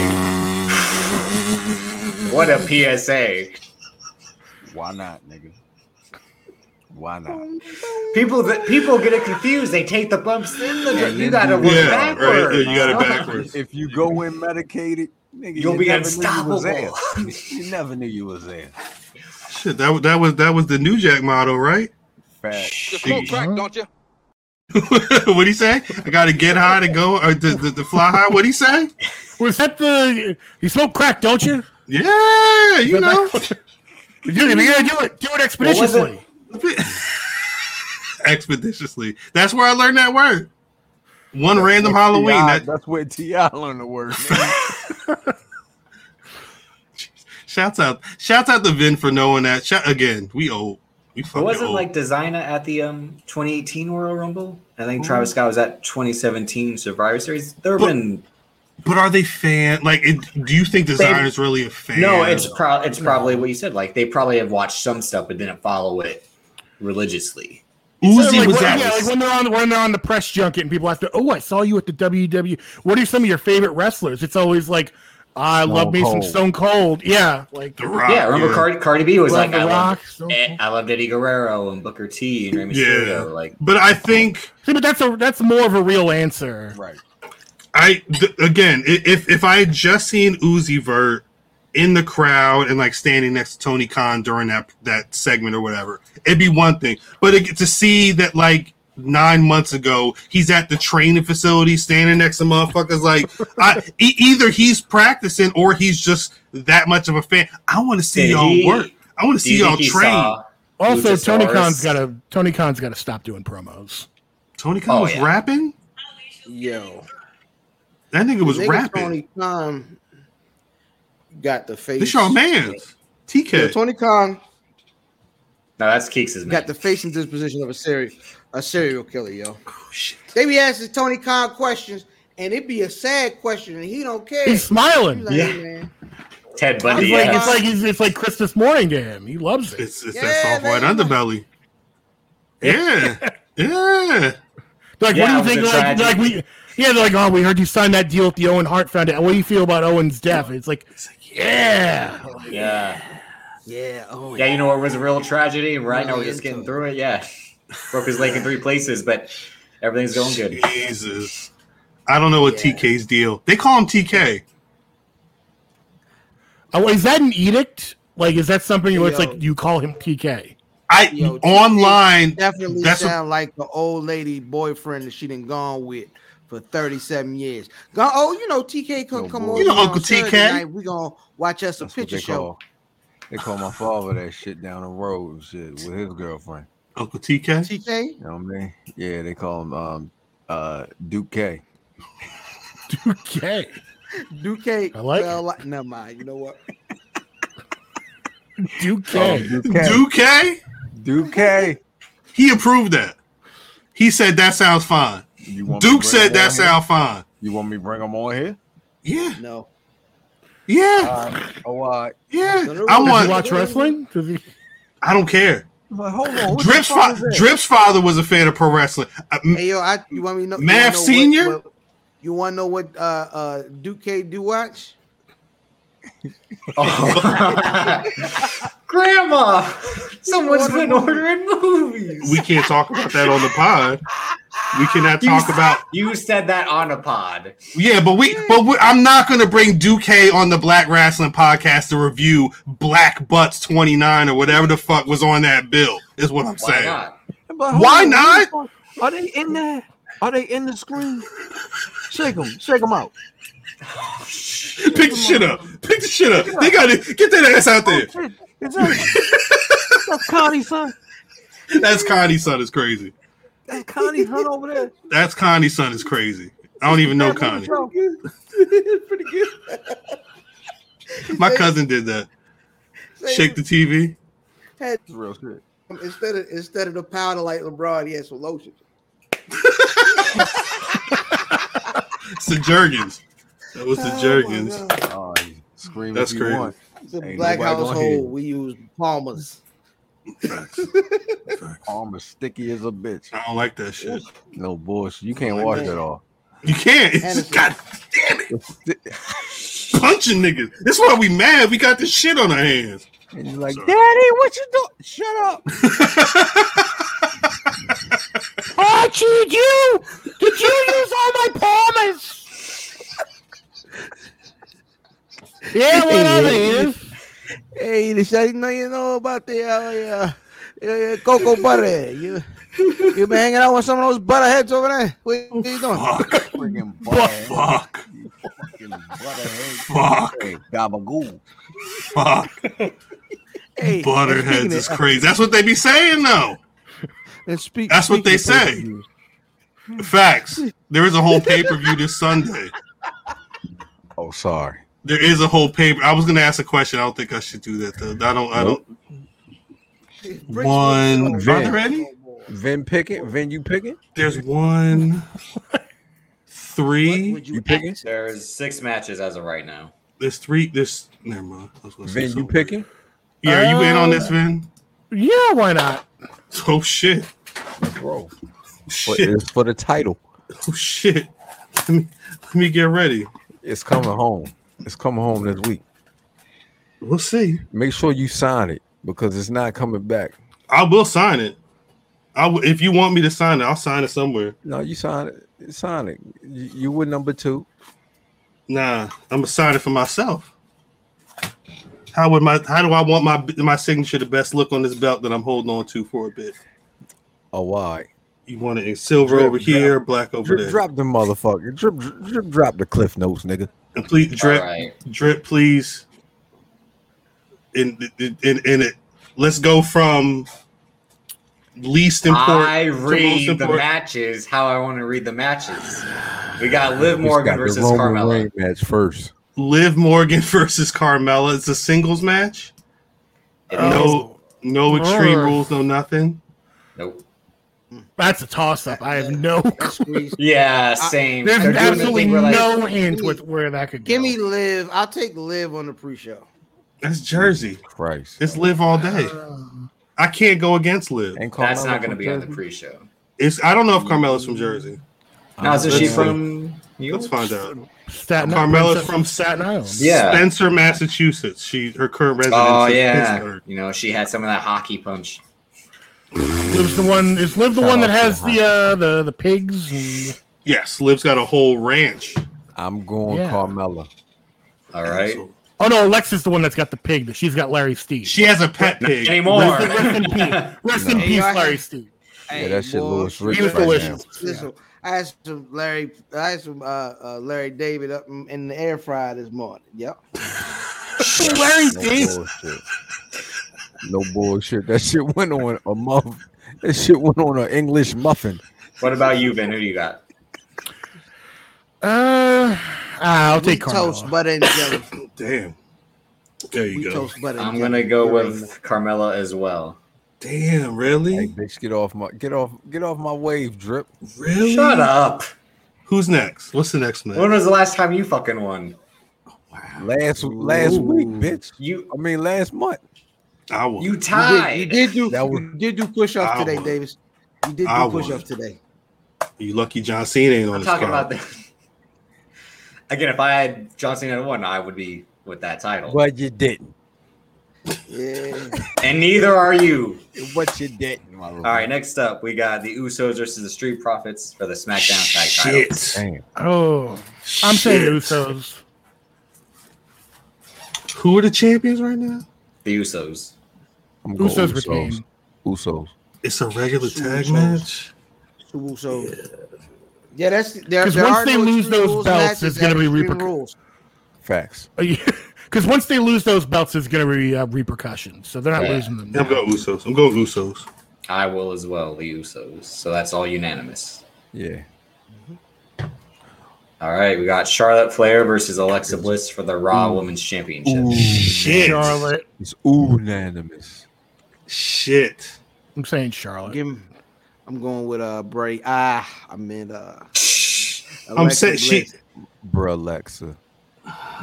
[SPEAKER 3] What a PSA.
[SPEAKER 4] Why not, nigga? Why not?
[SPEAKER 3] People that people get it confused. They take the bumps in the
[SPEAKER 4] And
[SPEAKER 3] you
[SPEAKER 4] then
[SPEAKER 3] gotta
[SPEAKER 4] you-
[SPEAKER 3] work
[SPEAKER 1] Yeah, right.
[SPEAKER 3] backwards.
[SPEAKER 1] Yeah, you gotta backwards.
[SPEAKER 4] If you go in medicated, nigga,
[SPEAKER 3] You'll
[SPEAKER 4] you
[SPEAKER 3] be
[SPEAKER 4] never knew you
[SPEAKER 3] unstoppable.
[SPEAKER 4] was there. You never knew you was there.
[SPEAKER 1] Shit, that wa- that was that was the New Jack motto, right?
[SPEAKER 4] Fact.
[SPEAKER 10] You smoke crack, don't you?
[SPEAKER 1] What'd he say? I gotta get high to go or to, to, to fly high. What'd he say?
[SPEAKER 7] Was that the. You smoke crack, don't you?
[SPEAKER 1] Yeah, you know.
[SPEAKER 7] If you're going to do it, do it expeditiously.
[SPEAKER 3] Well, was
[SPEAKER 1] Expeditiously. That's where I learned that word. One random Halloween.
[SPEAKER 4] T.I.
[SPEAKER 1] That,
[SPEAKER 4] that's where Ti learned the word. nigga.
[SPEAKER 1] shouts out. Shouts out to Vin for knowing that. Shout, again, we old. We
[SPEAKER 3] But
[SPEAKER 1] fucking
[SPEAKER 3] wasn't
[SPEAKER 1] old.
[SPEAKER 3] like designer at the um 2018 Royal Rumble? I think Travis Scott was at 2017 Survivor Series. There have
[SPEAKER 1] But-
[SPEAKER 3] been
[SPEAKER 1] but are they fan? Like, it, do you think designer's really a fan?
[SPEAKER 3] no. It's pro- it's probably what you said. Like they probably have watched some stuff but didn't follow it religiously.
[SPEAKER 7] So,
[SPEAKER 1] Uzi
[SPEAKER 7] like,
[SPEAKER 1] was
[SPEAKER 7] when,
[SPEAKER 1] at.
[SPEAKER 7] yeah, like when they're on when they're on the press junket and people have to, oh, I saw you at the WWE. What are some of your favorite wrestlers? It's always like, "Ah, I
[SPEAKER 4] Stone
[SPEAKER 7] love me some
[SPEAKER 4] Cold.
[SPEAKER 7] Stone Cold. Yeah, like
[SPEAKER 1] the Rock,
[SPEAKER 3] yeah, remember Cardi, Cardi B was
[SPEAKER 7] Love
[SPEAKER 3] like,
[SPEAKER 7] The
[SPEAKER 3] I,
[SPEAKER 7] Rock.
[SPEAKER 3] loved,
[SPEAKER 7] Stone
[SPEAKER 3] eh,
[SPEAKER 7] Cold.
[SPEAKER 3] I loved Eddie Guerrero and Booker T and Rey Mysterio.
[SPEAKER 1] Yeah.
[SPEAKER 3] Like
[SPEAKER 1] But I think
[SPEAKER 7] See, but that's a that's more of a real answer.
[SPEAKER 4] right.
[SPEAKER 1] I th- again, i- if if I had just seen Uzi Vert in the crowd and like standing next to Tony Khan during that that segment or whatever, it'd be one thing. But it, to see that like nine months ago, he's at the training facility standing next to motherfuckers. Like, I, e- either he's practicing or he's just that much of a fan. I want to see
[SPEAKER 3] Did
[SPEAKER 1] y'all
[SPEAKER 3] he-
[SPEAKER 1] work. I want to
[SPEAKER 3] Do you
[SPEAKER 1] see
[SPEAKER 3] think
[SPEAKER 1] y'all
[SPEAKER 3] he
[SPEAKER 1] train.
[SPEAKER 3] saw
[SPEAKER 7] Also,
[SPEAKER 3] Luchasaurus?
[SPEAKER 7] Tony Khan's got to Tony Khan's got to stop doing promos.
[SPEAKER 1] Tony Khan
[SPEAKER 3] Oh,
[SPEAKER 1] was
[SPEAKER 3] yeah.
[SPEAKER 1] rapping.
[SPEAKER 2] Yo,
[SPEAKER 1] That nigga was
[SPEAKER 2] Nigga
[SPEAKER 1] rapping.
[SPEAKER 2] Tony Khan got the face.
[SPEAKER 1] this y'all man's
[SPEAKER 2] Yeah,
[SPEAKER 1] TK.
[SPEAKER 2] Tony Khan
[SPEAKER 3] No, that's Keeks' man.
[SPEAKER 2] got the face and disposition of a serial a serial killer, yo.
[SPEAKER 1] Oh, shit.
[SPEAKER 2] They be asking Tony Khan questions, and it be a sad question, and he don't care.
[SPEAKER 7] He's smiling.
[SPEAKER 2] He's like,
[SPEAKER 3] Yeah.
[SPEAKER 2] "Hey, man,
[SPEAKER 3] Ted
[SPEAKER 7] It's
[SPEAKER 3] Bundy.
[SPEAKER 7] like
[SPEAKER 3] yeah.
[SPEAKER 7] it's like he's, it's like Christmas morning to him. He loves it.
[SPEAKER 1] It's, it's
[SPEAKER 2] Yeah,
[SPEAKER 1] that soft white
[SPEAKER 2] man.
[SPEAKER 1] underbelly. Yeah. yeah.
[SPEAKER 7] Like,
[SPEAKER 3] Yeah,
[SPEAKER 7] what do you
[SPEAKER 3] it
[SPEAKER 7] think?
[SPEAKER 3] was a
[SPEAKER 7] Like, like
[SPEAKER 3] tragedy.
[SPEAKER 7] we, yeah, they're like, oh, we heard you signed that deal with the Owen Hart Foundation. What do you feel about Owen's death? It's like, yeah,
[SPEAKER 3] yeah.
[SPEAKER 2] yeah, oh
[SPEAKER 3] Yeah, you know what was a real tragedy? Right now we're
[SPEAKER 2] Million
[SPEAKER 3] just getting
[SPEAKER 2] times.
[SPEAKER 3] through it. Yeah. Broke his leg in three places, but everything's going good.
[SPEAKER 1] Jesus. I don't know what TK's deal. They call him TK.
[SPEAKER 7] Oh, is that an edict? Like, is that something where it's
[SPEAKER 2] Yo.
[SPEAKER 7] like you call him TK?
[SPEAKER 1] I
[SPEAKER 2] Yo, TK
[SPEAKER 1] online
[SPEAKER 2] definitely
[SPEAKER 1] That's a-
[SPEAKER 2] sound like the old lady boyfriend that she done gone with for 37 years. Go, oh, you know, TK could
[SPEAKER 4] Yo,
[SPEAKER 2] come
[SPEAKER 4] boy.
[SPEAKER 2] over.
[SPEAKER 4] You
[SPEAKER 1] know
[SPEAKER 2] on
[SPEAKER 1] Uncle
[SPEAKER 2] Saturday
[SPEAKER 1] TK.
[SPEAKER 2] night, We gonna watch us a
[SPEAKER 4] That's what
[SPEAKER 2] picture
[SPEAKER 4] they
[SPEAKER 2] show.
[SPEAKER 4] call. They call my father that shit down the road and shit with his girlfriend.
[SPEAKER 1] Uncle TK.
[SPEAKER 2] TK,
[SPEAKER 4] You know what I mean? Yeah, they call him um uh Duke K.
[SPEAKER 7] TK.
[SPEAKER 2] Duque,
[SPEAKER 7] I like
[SPEAKER 2] well, like, never mind. You know what?
[SPEAKER 7] Duke
[SPEAKER 4] Call
[SPEAKER 7] K.
[SPEAKER 4] him Duke K.
[SPEAKER 1] Duke? K?
[SPEAKER 4] Duke K.
[SPEAKER 1] He approved that. He said that sounds fine.
[SPEAKER 4] You want me
[SPEAKER 1] Duke
[SPEAKER 4] to
[SPEAKER 1] said
[SPEAKER 4] bring him
[SPEAKER 1] that
[SPEAKER 4] on here?
[SPEAKER 1] sounds fine.
[SPEAKER 4] You want me to bring him on here?
[SPEAKER 1] Yeah.
[SPEAKER 2] No,
[SPEAKER 1] Yeah.
[SPEAKER 4] Uh, oh, uh,
[SPEAKER 1] Yeah.
[SPEAKER 2] no, no,
[SPEAKER 1] I
[SPEAKER 2] no.
[SPEAKER 7] Does he
[SPEAKER 1] want
[SPEAKER 7] watch wrestling? Does he?
[SPEAKER 1] I don't care.
[SPEAKER 4] like, hold on. what the
[SPEAKER 1] Drip's,
[SPEAKER 4] fuck
[SPEAKER 1] fa-
[SPEAKER 4] is that?
[SPEAKER 1] Drip's father was a fan of pro wrestling. Uh, m-
[SPEAKER 2] hey yo, I you want me to know? you
[SPEAKER 1] Math
[SPEAKER 2] wanna know what-
[SPEAKER 1] Senior?
[SPEAKER 2] What, you want to know what uh uh Duque do watch?
[SPEAKER 3] Oh. Grandma, someone's
[SPEAKER 2] Order
[SPEAKER 3] been ordering movies.
[SPEAKER 1] we can't talk about that on the pod. We cannot
[SPEAKER 3] You
[SPEAKER 1] talk
[SPEAKER 3] s-
[SPEAKER 1] about
[SPEAKER 3] You said that on a pod.
[SPEAKER 1] Yeah, but we, but we, I'm not going to bring Duque on the Black Wrestling Podcast to review Black Butts 29 or whatever the fuck was on that bill. Is what I'm
[SPEAKER 3] Why
[SPEAKER 1] saying.
[SPEAKER 3] not?
[SPEAKER 4] I'm like, hold
[SPEAKER 1] Why
[SPEAKER 4] on,
[SPEAKER 1] not?
[SPEAKER 4] what the fuck? Are they in there? Are they in the screen? Shake them, shake them out.
[SPEAKER 1] Pick the shit up. Pick the shit up. They got to get that ass out there.
[SPEAKER 4] Shit, Is that, that's Connie, son?
[SPEAKER 1] That's Connie's son is crazy.
[SPEAKER 4] That's Connie's son over there.
[SPEAKER 1] That's Connie's son is crazy. I don't even know Connie.
[SPEAKER 2] Pretty good.
[SPEAKER 1] My cousin did that. Shake the TV.
[SPEAKER 2] Had
[SPEAKER 4] It's real shit.
[SPEAKER 2] instead of instead of the powder like LeBron, he had some lotion.
[SPEAKER 1] It's the Jergens. That was the
[SPEAKER 2] Oh my
[SPEAKER 1] Jergens.
[SPEAKER 2] God.
[SPEAKER 4] Oh, scream
[SPEAKER 1] That's
[SPEAKER 4] if you
[SPEAKER 1] crazy.
[SPEAKER 4] want.
[SPEAKER 2] It's a
[SPEAKER 4] Ain't
[SPEAKER 2] black
[SPEAKER 4] nobody gonna hear
[SPEAKER 2] household.
[SPEAKER 4] you.
[SPEAKER 2] We use Palmer's.
[SPEAKER 1] Facts. Facts.
[SPEAKER 4] Arm is sticky as a bitch.
[SPEAKER 1] I don't like that shit.
[SPEAKER 4] No bullshit. You can't wash that off.
[SPEAKER 1] You can't. It's just,
[SPEAKER 2] Anderson.
[SPEAKER 1] God damn it. Punching niggas. That's why we mad. We got this shit on our hands.
[SPEAKER 4] And you're like,
[SPEAKER 1] Sorry.
[SPEAKER 4] Daddy, what you doing? Shut up.
[SPEAKER 7] I cheated you. Did you use all my promise? yeah, whatever it is.
[SPEAKER 2] Hey, the shawty know you know about the uh, yeah, yeah, yeah, cocoa butter. You you been hanging out with some of those butterheads over there. What, what you doing?
[SPEAKER 1] Fuck.
[SPEAKER 4] Freaking butt.
[SPEAKER 1] Fuck.
[SPEAKER 4] Fucking butterhead.
[SPEAKER 1] Fuck.
[SPEAKER 4] Hey, Gabagoo.
[SPEAKER 1] Fuck.
[SPEAKER 2] Hey, and speaking
[SPEAKER 1] Butterheads
[SPEAKER 2] of-
[SPEAKER 1] is crazy. That's what they be saying though.
[SPEAKER 2] and speak-
[SPEAKER 1] That's what they
[SPEAKER 2] speaking
[SPEAKER 1] say.
[SPEAKER 2] of
[SPEAKER 1] Facts. There is a whole pay per view this Sunday.
[SPEAKER 4] Oh, sorry.
[SPEAKER 1] There is a whole paper. I was gonna ask a question. I don't think I should do that though. I don't. I don't.
[SPEAKER 2] Bricks was
[SPEAKER 1] One.
[SPEAKER 2] on-
[SPEAKER 1] Are there any?
[SPEAKER 4] Vin picking? Vin, you picking?
[SPEAKER 1] There's one. Three.
[SPEAKER 2] Would
[SPEAKER 4] You
[SPEAKER 2] you
[SPEAKER 4] picking?
[SPEAKER 3] There's six matches as of right now.
[SPEAKER 1] There's three. There's. Never mind. I was gonna say
[SPEAKER 4] Vin, you
[SPEAKER 1] something.
[SPEAKER 4] picking?
[SPEAKER 1] Yeah. Are you in on
[SPEAKER 2] Oh.
[SPEAKER 1] this, Vin?
[SPEAKER 7] Yeah, why not?
[SPEAKER 1] Oh shit.
[SPEAKER 4] Bro, but
[SPEAKER 1] Shit.
[SPEAKER 4] it's for the title.
[SPEAKER 1] Oh shit. Let me, let me get ready.
[SPEAKER 4] It's coming home. It's coming home this week.
[SPEAKER 1] We'll see.
[SPEAKER 4] Make sure you sign it because it's not coming back.
[SPEAKER 1] I will sign it. I w- if you want me to sign it, I'll sign it somewhere.
[SPEAKER 4] No, you sign it. Sign it. You, you were number two.
[SPEAKER 1] Nah, I'm gonna sign it for myself. How would my? How do I want my my signature the best look on this belt that I'm holding on to for a bit?
[SPEAKER 4] Oh, why?
[SPEAKER 1] You want it in silver
[SPEAKER 4] Drip,
[SPEAKER 1] over here, black over
[SPEAKER 4] Drip,
[SPEAKER 1] there.
[SPEAKER 4] drop the motherfucker. Drip, drip, drip, drop the cliff notes, nigga.
[SPEAKER 1] And please drip,
[SPEAKER 3] All right.
[SPEAKER 1] drip, please. In in in in it, let's go from least important.
[SPEAKER 3] I
[SPEAKER 1] to most
[SPEAKER 3] read the
[SPEAKER 1] important.
[SPEAKER 3] matches how I want to read the matches. We got Liv
[SPEAKER 4] Just
[SPEAKER 3] Morgan
[SPEAKER 4] got the
[SPEAKER 3] versus
[SPEAKER 4] Roman
[SPEAKER 3] Carmella.
[SPEAKER 4] Reigns match first.
[SPEAKER 1] Liv Morgan versus Carmella. It's a singles match.
[SPEAKER 3] It is-
[SPEAKER 4] Oh.
[SPEAKER 1] No, no extreme
[SPEAKER 7] Urgh.
[SPEAKER 1] rules, no nothing.
[SPEAKER 3] Nope.
[SPEAKER 7] That's a toss up. I have no.
[SPEAKER 2] That's crazy.
[SPEAKER 3] Yeah, same.
[SPEAKER 7] There's
[SPEAKER 3] They're doing the
[SPEAKER 7] absolutely
[SPEAKER 3] thing where, like,
[SPEAKER 7] no hint with where that could
[SPEAKER 2] Give
[SPEAKER 7] go.
[SPEAKER 2] me live. I'll take live on the pre-show.
[SPEAKER 1] That's Jersey.
[SPEAKER 4] Christ.
[SPEAKER 1] It's live all day. I can't go against live.
[SPEAKER 4] And
[SPEAKER 3] That's
[SPEAKER 4] Carmella
[SPEAKER 3] not going to
[SPEAKER 4] from
[SPEAKER 3] be on the
[SPEAKER 4] Jersey?
[SPEAKER 3] pre-show.
[SPEAKER 1] It's I don't know if Carmella's from Jersey.
[SPEAKER 4] Uh,
[SPEAKER 3] Now, is
[SPEAKER 1] let's
[SPEAKER 3] she
[SPEAKER 1] see.
[SPEAKER 3] from New York?
[SPEAKER 1] Let's find out.
[SPEAKER 7] Staten
[SPEAKER 1] Carmella's
[SPEAKER 7] Princess-
[SPEAKER 1] from Staten Island.
[SPEAKER 3] Yeah.
[SPEAKER 1] Spencer, Massachusetts. She her current residence
[SPEAKER 3] Oh
[SPEAKER 1] is
[SPEAKER 3] yeah,
[SPEAKER 1] Pittsburgh.
[SPEAKER 3] you know she had some of that hockey punch.
[SPEAKER 7] Liv's the one. Is Liv the
[SPEAKER 4] Shout
[SPEAKER 7] one that
[SPEAKER 4] out to
[SPEAKER 7] has
[SPEAKER 4] her.
[SPEAKER 7] the uh, the the pigs? And,
[SPEAKER 1] Yes, Liv's got a whole ranch.
[SPEAKER 4] I'm going
[SPEAKER 7] Yeah.
[SPEAKER 4] Carmella.
[SPEAKER 3] All right,
[SPEAKER 1] So-
[SPEAKER 7] oh no, Alexa's the one that's got the pig. That she's got Larry Steve.
[SPEAKER 1] She has a pet pig.
[SPEAKER 3] anymore.
[SPEAKER 7] Rest
[SPEAKER 4] No.
[SPEAKER 7] in peace,
[SPEAKER 2] Yeah.
[SPEAKER 7] Larry Steve.
[SPEAKER 4] Yeah, that shit Lewis Rich
[SPEAKER 7] He was
[SPEAKER 4] right now.
[SPEAKER 7] delicious.
[SPEAKER 2] Listen, I had some Larry, I had some uh, uh, Larry David up in in the air fryer this morning. Yep.
[SPEAKER 7] Larry
[SPEAKER 4] No
[SPEAKER 7] Steve.
[SPEAKER 4] bullshit. No bullshit. That shit went on a muff. That shit went on an English muffin.
[SPEAKER 3] what about you, Ben? Who do you got?
[SPEAKER 7] Uh, I'll
[SPEAKER 2] We
[SPEAKER 7] take
[SPEAKER 2] toast
[SPEAKER 7] Carmella.
[SPEAKER 2] butter and jelly.
[SPEAKER 1] Damn. There you
[SPEAKER 2] We
[SPEAKER 1] go.
[SPEAKER 2] toast butter. and
[SPEAKER 3] I'm
[SPEAKER 2] jelly.
[SPEAKER 3] gonna go
[SPEAKER 2] You already
[SPEAKER 3] with Carmella as well.
[SPEAKER 1] Damn,
[SPEAKER 4] Hey,
[SPEAKER 1] really?
[SPEAKER 4] bitch, get off my get off get off my wave, drip.
[SPEAKER 1] Really?
[SPEAKER 3] Shut up.
[SPEAKER 1] Who's next? What's the next man?
[SPEAKER 3] When was the last time you fucking won?
[SPEAKER 4] Last last week, bitch.
[SPEAKER 3] You
[SPEAKER 4] I mean last month.
[SPEAKER 1] I will.
[SPEAKER 3] you
[SPEAKER 2] know. You
[SPEAKER 3] tied.
[SPEAKER 2] did, you did do
[SPEAKER 4] That was-
[SPEAKER 2] you did do push-ups
[SPEAKER 1] I
[SPEAKER 2] today,
[SPEAKER 1] won.
[SPEAKER 2] Davis. You did
[SPEAKER 1] I
[SPEAKER 2] do push-ups today.
[SPEAKER 1] You lucky John Cena ain't on
[SPEAKER 3] I'm
[SPEAKER 1] this
[SPEAKER 3] talking
[SPEAKER 1] card.
[SPEAKER 3] about the. Again, if I had John Cena at one, I would be with that title.
[SPEAKER 4] But you didn't.
[SPEAKER 2] Yeah.
[SPEAKER 3] And neither are you.
[SPEAKER 4] But you didn't.
[SPEAKER 3] All right, next up, we got the Usos versus the Street Profits for the SmackDown Tag Titles.
[SPEAKER 1] Shit.
[SPEAKER 4] Damn.
[SPEAKER 7] Oh, I'm saying
[SPEAKER 1] Shit.
[SPEAKER 7] Usos.
[SPEAKER 1] Who are the champions right now?
[SPEAKER 3] The Usos.
[SPEAKER 4] I'm going
[SPEAKER 7] Usos
[SPEAKER 4] Usos.
[SPEAKER 7] retain.
[SPEAKER 4] Usos.
[SPEAKER 1] It's a regular tag
[SPEAKER 2] Usos.
[SPEAKER 1] match.
[SPEAKER 2] Two so yeah. that's there.
[SPEAKER 7] 'Cause
[SPEAKER 2] there
[SPEAKER 7] once
[SPEAKER 2] are
[SPEAKER 7] they
[SPEAKER 2] no
[SPEAKER 7] lose
[SPEAKER 2] extreme
[SPEAKER 7] those
[SPEAKER 2] rules
[SPEAKER 7] belts,
[SPEAKER 2] matches
[SPEAKER 7] it's gonna
[SPEAKER 2] that
[SPEAKER 7] be
[SPEAKER 2] extreme
[SPEAKER 7] repercu-
[SPEAKER 2] rules.
[SPEAKER 4] Facts.
[SPEAKER 7] Because Uh, once they lose those belts, there's going to be uh, repercussions. So they're not
[SPEAKER 3] Yeah.
[SPEAKER 7] losing them.
[SPEAKER 1] I'm going Usos. I'm going Usos.
[SPEAKER 3] I will as well, the Usos. So that's all unanimous.
[SPEAKER 4] Yeah.
[SPEAKER 3] All right, we got Charlotte Flair versus Alexa Bliss for the Raw Women's Championship.
[SPEAKER 1] Shit.
[SPEAKER 7] Charlotte.
[SPEAKER 4] It's unanimous.
[SPEAKER 1] Shit.
[SPEAKER 7] I'm saying Charlotte.
[SPEAKER 2] Give me- I'm going with uh Bray. Ah, I meant uh.
[SPEAKER 1] I'm saying she.
[SPEAKER 2] Alexa
[SPEAKER 4] Bruh Alexa.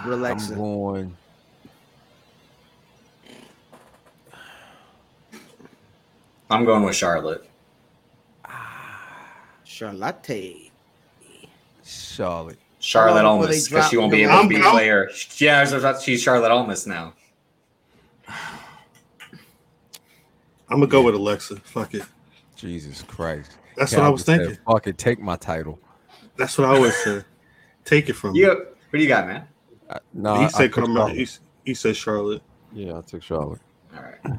[SPEAKER 2] Bliss, Alexa.
[SPEAKER 4] I'm going.
[SPEAKER 3] I'm going with Charlotte.
[SPEAKER 2] Charlotte.
[SPEAKER 4] Charlotte.
[SPEAKER 3] Charlotte
[SPEAKER 2] How long will
[SPEAKER 3] Almas,
[SPEAKER 2] they
[SPEAKER 3] because she
[SPEAKER 2] drop
[SPEAKER 3] won't be
[SPEAKER 1] the-
[SPEAKER 3] able to
[SPEAKER 1] I'm-
[SPEAKER 3] be
[SPEAKER 1] I'm-
[SPEAKER 3] Flair. Yeah, so that's- she's Charlotte Almas now.
[SPEAKER 1] I'm gonna go with Alexa. Fuck it.
[SPEAKER 4] Jesus Christ.
[SPEAKER 1] That's what I was
[SPEAKER 4] Calvin said,
[SPEAKER 1] thinking.
[SPEAKER 4] Fuck it, take my title.
[SPEAKER 1] That's what I always say. Take it from me.
[SPEAKER 3] You, what do you got, man?
[SPEAKER 4] I, no, I-
[SPEAKER 1] he
[SPEAKER 4] I
[SPEAKER 1] said
[SPEAKER 4] took
[SPEAKER 1] Carmella.
[SPEAKER 4] Charlotte.
[SPEAKER 1] He, he said Charlotte.
[SPEAKER 4] Yeah, I took Charlotte.
[SPEAKER 3] All right.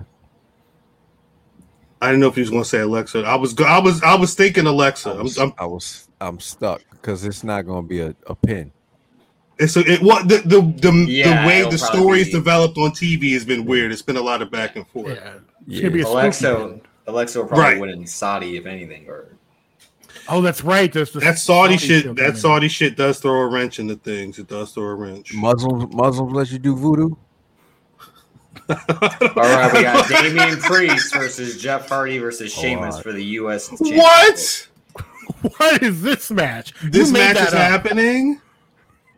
[SPEAKER 1] I didn't know if he was gonna say Alexa. I was. go- I was. I was thinking Alexa.
[SPEAKER 4] I
[SPEAKER 1] I'm,
[SPEAKER 4] was,
[SPEAKER 1] I'm,
[SPEAKER 4] I was I'm stuck because it's not gonna be a, a pin.
[SPEAKER 1] it's a, it. What the the the,
[SPEAKER 3] Yeah,
[SPEAKER 1] the way
[SPEAKER 3] it'll
[SPEAKER 1] the
[SPEAKER 3] probably
[SPEAKER 1] story's
[SPEAKER 3] be-
[SPEAKER 1] developed on TV has been weird. It's been a lot of back and forth.
[SPEAKER 7] Yeah. It's
[SPEAKER 4] Yeah.
[SPEAKER 7] gonna be a spooky
[SPEAKER 3] Alexa,
[SPEAKER 7] one.
[SPEAKER 3] Alexa will probably
[SPEAKER 1] Right.
[SPEAKER 3] win in Saudi, if anything. Or
[SPEAKER 7] Oh, that's right. There's the
[SPEAKER 1] That Saudi,
[SPEAKER 7] show
[SPEAKER 1] shit. That
[SPEAKER 7] coming.
[SPEAKER 1] Saudi shit does throw a wrench into things. It does throw a Oh, wrench.
[SPEAKER 4] Muslims Muslims let you do voodoo?
[SPEAKER 3] all right, we got Damian Priest versus Jeff Hardy versus
[SPEAKER 4] All
[SPEAKER 3] Sheamus
[SPEAKER 4] right.
[SPEAKER 3] for the U.S. Championship.
[SPEAKER 1] What?
[SPEAKER 7] What is this match? You
[SPEAKER 1] This
[SPEAKER 7] made
[SPEAKER 1] match
[SPEAKER 7] that
[SPEAKER 1] is
[SPEAKER 7] up.
[SPEAKER 1] happening.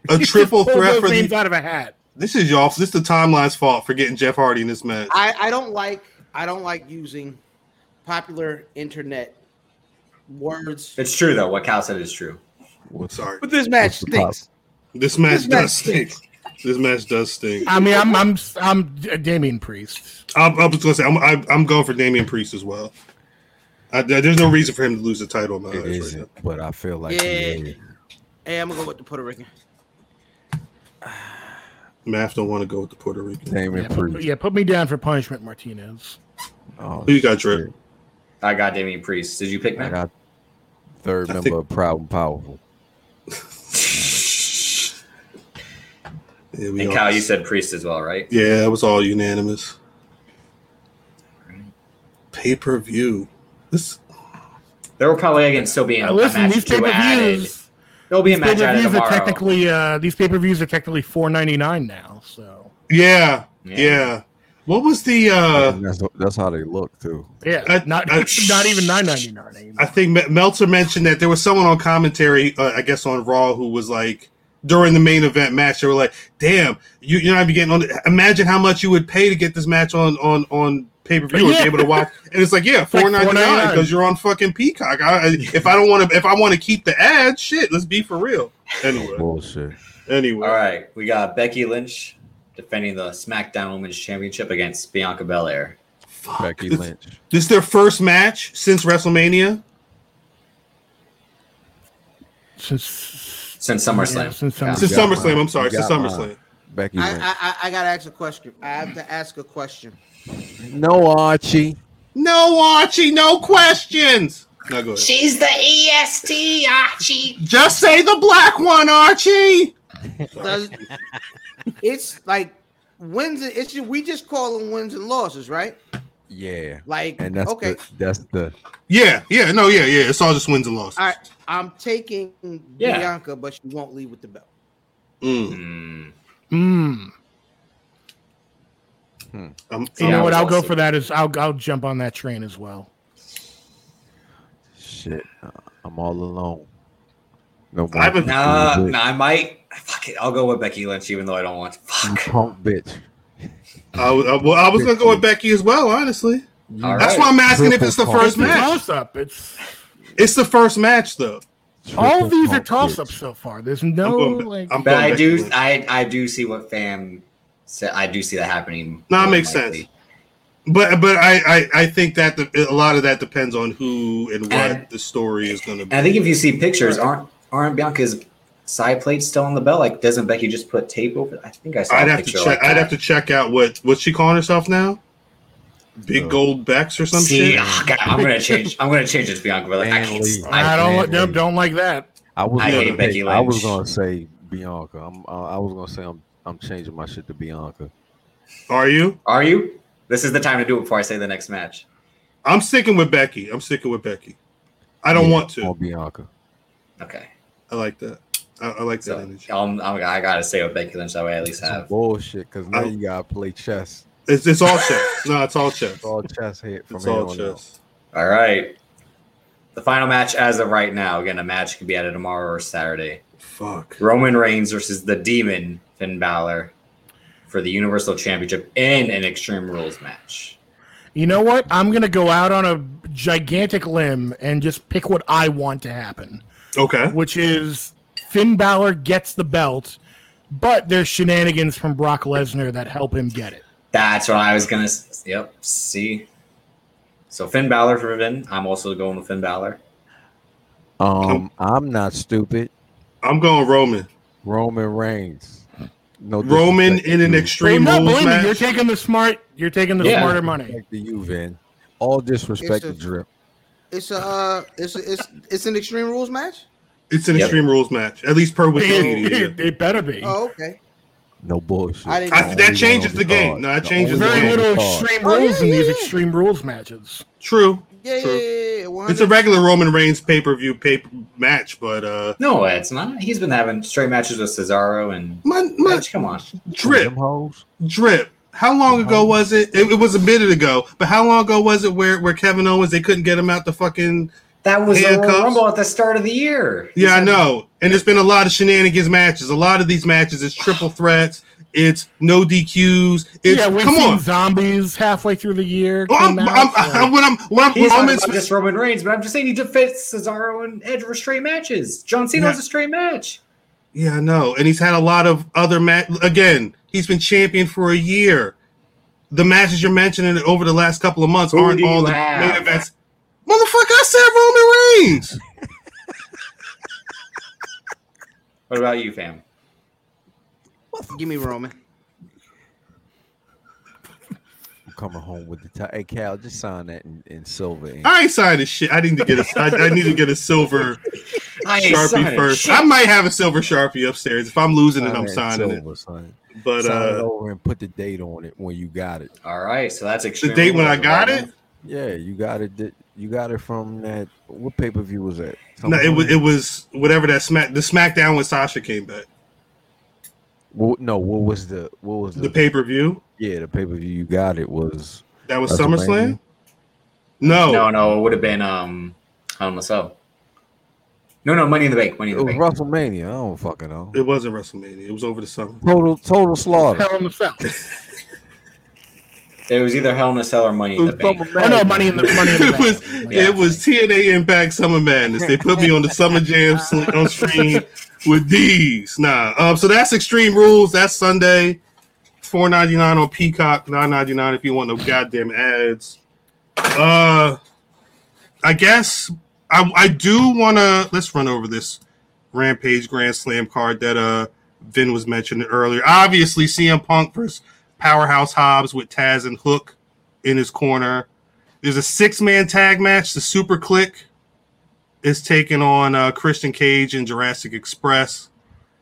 [SPEAKER 1] A
[SPEAKER 7] You just
[SPEAKER 1] triple
[SPEAKER 7] pulled
[SPEAKER 1] threat
[SPEAKER 7] those
[SPEAKER 1] for the
[SPEAKER 7] names out of a hat.
[SPEAKER 1] This is y'all. This is the timeline's fault for getting Jeff Hardy in this match.
[SPEAKER 2] I I don't like I don't like using popular internet words.
[SPEAKER 3] It's true though. What Cal said is true.
[SPEAKER 4] What's
[SPEAKER 1] Sorry,
[SPEAKER 2] But this match
[SPEAKER 4] What's the pop?
[SPEAKER 2] stinks.
[SPEAKER 1] this match
[SPEAKER 2] This match
[SPEAKER 1] does stink. This match does stink.
[SPEAKER 7] I mean, I'm I'm I'm D- Damien Priest.
[SPEAKER 1] I, I was gonna say I'm, I, I'm going for Damian Priest as well. I, there- there's no reason for him to lose the title. In my
[SPEAKER 4] it
[SPEAKER 1] eyes right
[SPEAKER 4] isn't, but I feel like he
[SPEAKER 2] Yeah.
[SPEAKER 4] is.
[SPEAKER 2] Hey, I'm gonna go with the Puerto Rican.
[SPEAKER 1] Math don't want to go with the Puerto Rican.
[SPEAKER 4] Damn
[SPEAKER 7] Yeah put, yeah, put me down for punishment, Martinez.
[SPEAKER 4] Oh,
[SPEAKER 1] Who you got, Drip?
[SPEAKER 4] shit.
[SPEAKER 3] I got Damian Priest. Did you pick
[SPEAKER 4] I
[SPEAKER 3] Mac?
[SPEAKER 4] got third
[SPEAKER 1] I
[SPEAKER 4] member
[SPEAKER 1] think-
[SPEAKER 4] of Proud and Powerful.
[SPEAKER 1] Yeah, we
[SPEAKER 3] And
[SPEAKER 1] all-
[SPEAKER 3] Kyle, you said Priest as well, right?
[SPEAKER 1] Yeah, it was all unanimous. Pay per view. This
[SPEAKER 3] There will probably again still be a,
[SPEAKER 7] Now, Uh, listen,
[SPEAKER 3] a match
[SPEAKER 7] these
[SPEAKER 3] or
[SPEAKER 7] pay
[SPEAKER 3] two
[SPEAKER 7] per
[SPEAKER 3] added.
[SPEAKER 7] views,
[SPEAKER 3] There'll be a
[SPEAKER 7] these pay
[SPEAKER 3] match
[SPEAKER 7] per
[SPEAKER 3] added
[SPEAKER 7] views are
[SPEAKER 3] tomorrow.
[SPEAKER 7] technically uh, these pay per views are technically four ninety nine now. So
[SPEAKER 1] yeah,
[SPEAKER 3] Yeah.
[SPEAKER 1] yeah, What was the uh
[SPEAKER 4] And that's that's how they look too.
[SPEAKER 7] yeah,
[SPEAKER 1] I-
[SPEAKER 7] not
[SPEAKER 1] I-
[SPEAKER 7] not even nine ninety nine
[SPEAKER 1] I
[SPEAKER 7] anymore.
[SPEAKER 1] think Me- Meltzer mentioned that there was someone on commentary, uh, I guess on Raw, who was like during the main event match. They were like, "Damn, you, you're not even getting on. Imagine how much you would pay to get this match on on on pay per view
[SPEAKER 7] Yeah.
[SPEAKER 1] and be able to watch." And it's like, "Yeah,
[SPEAKER 7] like
[SPEAKER 1] four ninety nine
[SPEAKER 7] $4.99.
[SPEAKER 1] because you're on fucking Peacock." I, I- if I don't want to, if I want to keep the ad, shit, let's be for real. Anyway,
[SPEAKER 4] Bullshit.
[SPEAKER 1] anyway,
[SPEAKER 3] All right, we got Becky Lynch defending the SmackDown Women's Championship against Bianca Belair.
[SPEAKER 1] Fuck.
[SPEAKER 4] Becky
[SPEAKER 1] This-
[SPEAKER 4] Lynch.
[SPEAKER 1] This is their first match since WrestleMania.
[SPEAKER 7] Since
[SPEAKER 3] Since
[SPEAKER 7] Yeah,
[SPEAKER 3] SummerSlam.
[SPEAKER 7] since SummerSlam.
[SPEAKER 1] Since
[SPEAKER 4] got mine.
[SPEAKER 1] SummerSlam, I'm sorry,
[SPEAKER 4] You
[SPEAKER 1] since
[SPEAKER 4] got
[SPEAKER 1] SummerSlam.
[SPEAKER 4] Becky
[SPEAKER 2] I,
[SPEAKER 4] Lynch.
[SPEAKER 2] I I- I gotta ask a question. I have to ask a question.
[SPEAKER 4] no Archie.
[SPEAKER 1] No, Archie, no questions. No, go ahead.
[SPEAKER 8] She's the E EST, Archie.
[SPEAKER 1] Just say the black one, Archie.
[SPEAKER 2] Does, it's like wins. and- It's we just call them wins and losses, right?
[SPEAKER 4] Yeah.
[SPEAKER 2] Like
[SPEAKER 4] And that's
[SPEAKER 2] okay,
[SPEAKER 4] the that's the
[SPEAKER 1] Yeah, yeah, no, yeah, yeah. It's all just wins and losses.
[SPEAKER 2] all right. I'm taking
[SPEAKER 3] Yeah.
[SPEAKER 2] Bianca, but she won't leave with the belt.
[SPEAKER 1] Mm,
[SPEAKER 3] Mm,
[SPEAKER 7] Mm.
[SPEAKER 1] I'm-
[SPEAKER 7] You
[SPEAKER 3] Yeah, I
[SPEAKER 7] know what?
[SPEAKER 3] was
[SPEAKER 7] I'll go
[SPEAKER 3] also-
[SPEAKER 7] for that. Is I'll I'll jump on that train as well.
[SPEAKER 4] shit. Uh, I'm all alone. No more.
[SPEAKER 1] I haven't-
[SPEAKER 3] nah,
[SPEAKER 4] You bitch.
[SPEAKER 3] nah, I might. Fuck it. I'll go with Becky Lynch, even though I don't want to.
[SPEAKER 4] You
[SPEAKER 3] Fuck.
[SPEAKER 4] punk bitch.
[SPEAKER 1] I, I- well, I was gonna go with Becky as well, honestly.
[SPEAKER 4] You
[SPEAKER 3] All
[SPEAKER 1] That's
[SPEAKER 3] right.
[SPEAKER 1] why I'm asking if it's the
[SPEAKER 4] Triple
[SPEAKER 1] first
[SPEAKER 4] punk
[SPEAKER 1] match.
[SPEAKER 7] Toss up. It's
[SPEAKER 1] It's the first match, though.
[SPEAKER 4] triple
[SPEAKER 7] all these are
[SPEAKER 4] punk
[SPEAKER 7] toss
[SPEAKER 4] bitch.
[SPEAKER 7] ups so far. There's no
[SPEAKER 1] I'm going,
[SPEAKER 7] like.
[SPEAKER 1] I'm
[SPEAKER 3] But
[SPEAKER 1] going
[SPEAKER 3] I
[SPEAKER 1] Becky
[SPEAKER 3] do,
[SPEAKER 1] Lynch.
[SPEAKER 3] I, I do see what fam said. I do see that happening.
[SPEAKER 1] No, it
[SPEAKER 3] more
[SPEAKER 1] makes
[SPEAKER 3] likely.
[SPEAKER 1] sense. But but I, I I think that the, a lot of that depends on who and what
[SPEAKER 3] And-
[SPEAKER 1] the story is gonna
[SPEAKER 3] And I
[SPEAKER 1] be.
[SPEAKER 3] think if you see pictures, aren't aren't Bianca's side plates still on the belt? Like, doesn't Becky just put tape over? I think I saw.
[SPEAKER 1] I'd
[SPEAKER 3] a
[SPEAKER 1] have to
[SPEAKER 3] picture
[SPEAKER 1] check.
[SPEAKER 3] Like
[SPEAKER 1] I'd have to check out what what's she calling herself now? Big
[SPEAKER 4] Uh,
[SPEAKER 1] Gold Bex or some
[SPEAKER 3] see.
[SPEAKER 1] shit.
[SPEAKER 3] ah, God, I'm gonna change. I'm gonna change it to Bianca. But like, I
[SPEAKER 4] Man,
[SPEAKER 3] can't.
[SPEAKER 4] leave.
[SPEAKER 7] I
[SPEAKER 3] I,
[SPEAKER 7] don't like-
[SPEAKER 4] Manly.
[SPEAKER 7] don't, don't like that.
[SPEAKER 4] I was
[SPEAKER 3] I
[SPEAKER 4] gonna
[SPEAKER 3] hate
[SPEAKER 4] say-
[SPEAKER 3] Becky
[SPEAKER 4] I was
[SPEAKER 3] Lynch.
[SPEAKER 4] gonna say Bianca. I'm uh, I was gonna say I'm I'm changing my shit to Bianca.
[SPEAKER 1] Are you?
[SPEAKER 3] are you? This is the time to do it before I say the next match.
[SPEAKER 1] I'm sticking with Becky. I'm sticking with Becky. I don't
[SPEAKER 4] Yeah,
[SPEAKER 1] want to.
[SPEAKER 4] on Bianca.
[SPEAKER 3] Okay.
[SPEAKER 1] I like that. I, I like
[SPEAKER 3] So
[SPEAKER 1] that energy.
[SPEAKER 3] um, I'm, I gotta say with Becky Lynch that way I at least
[SPEAKER 4] Some
[SPEAKER 3] have.
[SPEAKER 4] bullshit because now
[SPEAKER 1] I-
[SPEAKER 4] you gotta play chess.
[SPEAKER 1] It's, it's all chess. No, it's all chess.
[SPEAKER 4] It's all chess hit from
[SPEAKER 1] It's
[SPEAKER 4] here
[SPEAKER 1] all
[SPEAKER 4] on out.
[SPEAKER 1] chess.
[SPEAKER 3] All right. The final match as of right now. Again, a match can be added tomorrow or Saturday.
[SPEAKER 1] Fuck.
[SPEAKER 3] Roman Reigns versus the Demon Finn Balor for the Universal Championship in an Extreme Rules match.
[SPEAKER 7] You know what? I'm gonna go out on a gigantic limb and just pick what I want to happen,
[SPEAKER 1] Okay.
[SPEAKER 7] which is Finn Balor gets the belt, but there's shenanigans from Brock Lesnar that help him get it.
[SPEAKER 3] That's what I was gonna. s- Yep. See. So Finn Balor for Finn. I'm also going with Finn Balor.
[SPEAKER 4] Um, I'm not stupid.
[SPEAKER 1] I'm going Roman.
[SPEAKER 4] Roman Reigns. No
[SPEAKER 1] Roman
[SPEAKER 4] disrespect
[SPEAKER 1] in
[SPEAKER 4] to
[SPEAKER 1] an
[SPEAKER 4] you.
[SPEAKER 1] extreme
[SPEAKER 7] Well, no,
[SPEAKER 1] rules
[SPEAKER 7] believe me, you're
[SPEAKER 1] match.
[SPEAKER 7] taking the smart. You're taking the
[SPEAKER 3] Yeah.
[SPEAKER 7] smarter money.
[SPEAKER 4] Disrespect to you, Vin. All disrespect
[SPEAKER 2] It's a-
[SPEAKER 4] to Drip.
[SPEAKER 2] It's a uh, it's a, it's it's an extreme rules match.
[SPEAKER 1] It's an
[SPEAKER 3] Yep.
[SPEAKER 1] extreme rules match, at least per Wikipedia.
[SPEAKER 7] It, it better be.
[SPEAKER 2] Oh, okay.
[SPEAKER 4] No bullshit.
[SPEAKER 2] I didn't-
[SPEAKER 1] I-
[SPEAKER 4] The
[SPEAKER 1] that
[SPEAKER 4] only
[SPEAKER 1] changes
[SPEAKER 4] one on
[SPEAKER 1] the game.
[SPEAKER 4] card.
[SPEAKER 1] No, that
[SPEAKER 4] The
[SPEAKER 1] changes
[SPEAKER 7] There's
[SPEAKER 4] only
[SPEAKER 1] the
[SPEAKER 7] very
[SPEAKER 4] one
[SPEAKER 1] game.
[SPEAKER 4] on
[SPEAKER 7] little
[SPEAKER 4] the card.
[SPEAKER 7] extreme
[SPEAKER 9] Oh, yeah,
[SPEAKER 7] rules in these
[SPEAKER 9] yeah.
[SPEAKER 7] extreme rules matches.
[SPEAKER 1] True.
[SPEAKER 2] Yeah, yeah,
[SPEAKER 1] True.
[SPEAKER 2] yeah. yeah.
[SPEAKER 1] It's a
[SPEAKER 2] 100.
[SPEAKER 1] regular Roman Reigns pay per view pay match, but uh,
[SPEAKER 3] No, it's not. He's been having straight matches with Cesaro and.
[SPEAKER 1] my my
[SPEAKER 3] Come on.
[SPEAKER 1] drip
[SPEAKER 4] Them hoes?
[SPEAKER 1] drip. How long
[SPEAKER 4] Uh-huh.
[SPEAKER 1] ago was it? it? It was a minute ago, but how long ago was it where where Kevin Owens they couldn't get him out the fucking
[SPEAKER 3] That was the
[SPEAKER 1] Handcuffs.
[SPEAKER 3] Royal Rumble at the start of the year.
[SPEAKER 1] Yeah, I know. And there's been a lot of shenanigans matches. A lot of these matches is triple threats. It's no DQs. It's
[SPEAKER 7] yeah, we've
[SPEAKER 1] come
[SPEAKER 7] seen
[SPEAKER 1] on.
[SPEAKER 7] zombies halfway through the year.
[SPEAKER 1] Well, I'm,
[SPEAKER 7] came out,
[SPEAKER 1] I'm,
[SPEAKER 7] so-
[SPEAKER 1] I'm, when I'm, when I'm,
[SPEAKER 3] He's
[SPEAKER 1] when I'm
[SPEAKER 3] talking
[SPEAKER 1] in,
[SPEAKER 3] about just Roman Reigns, but I'm just saying he defeats Cesaro and Edge were straight matches. John Cena was
[SPEAKER 1] Yeah.
[SPEAKER 3] a straight match.
[SPEAKER 1] yeah, I know. And he's had a lot of other match. Again, he's been champion for a year. The matches you're mentioning over the last couple of months
[SPEAKER 3] Who
[SPEAKER 1] aren't
[SPEAKER 3] do
[SPEAKER 1] all
[SPEAKER 3] you
[SPEAKER 1] the
[SPEAKER 3] have?
[SPEAKER 1] main events. Motherfucker, I said Roman Reigns.
[SPEAKER 3] What about you, fam?
[SPEAKER 2] Give me Roman.
[SPEAKER 10] coming home with the tie. Hey, Cal, just sign that in, in silver. ink.
[SPEAKER 1] I ain't signing shit. I need to get a. I, I need to get a silver
[SPEAKER 10] I ain't
[SPEAKER 1] sharpie
[SPEAKER 10] signing
[SPEAKER 1] first.
[SPEAKER 10] shit.
[SPEAKER 1] I might have a silver sharpie upstairs. If I'm losing it,
[SPEAKER 10] Sign
[SPEAKER 1] I'm
[SPEAKER 10] that in
[SPEAKER 1] signing it.
[SPEAKER 10] silver, son.
[SPEAKER 1] But
[SPEAKER 10] sign it
[SPEAKER 1] uh,
[SPEAKER 10] over and put the date on it when you got it.
[SPEAKER 3] All right, so that's
[SPEAKER 1] the date when I got it,
[SPEAKER 10] Yeah, you got it. di- You got it from that. What pay per view was that?
[SPEAKER 1] no, it was it was whatever that smack the SmackDown when Sasha came back.
[SPEAKER 10] Well, no, what was the what was the,
[SPEAKER 1] The pay per view
[SPEAKER 10] yeah the pay per view you got it was
[SPEAKER 1] that was
[SPEAKER 10] WrestleMania?
[SPEAKER 1] SummerSlam. No,
[SPEAKER 3] No, no, it would have been um Hell in a Cell. No, no, Money in the Bank. Money
[SPEAKER 10] It
[SPEAKER 3] in the
[SPEAKER 10] was
[SPEAKER 3] Bank.
[SPEAKER 10] WrestleMania. I don't fucking know.
[SPEAKER 1] it wasn't WrestleMania. It was over the summer.
[SPEAKER 10] Total total slaughter.
[SPEAKER 7] Hell in the Cell.
[SPEAKER 3] It was either Hell in a Cell or Money in the Bank.
[SPEAKER 7] Oh no, money in the money in the
[SPEAKER 1] it
[SPEAKER 7] bank.
[SPEAKER 1] was it was TNA Impact Summer Madness. They put me on the Summer Jam sl- on stream with these. Nah, um, so that's Extreme Rules. That's Sunday, four ninety nine on Peacock, nine ninety nine if you want no goddamn ads. Uh, I guess I I do want to let's run over this Rampage Grand Slam card that uh Vin was mentioning earlier. Obviously, CM Punk versus Powerhouse Hobbs with Taz and Hook in his corner. There's a six man tag match. The Super Click is taking on uh, Christian Cage and Jurassic Express.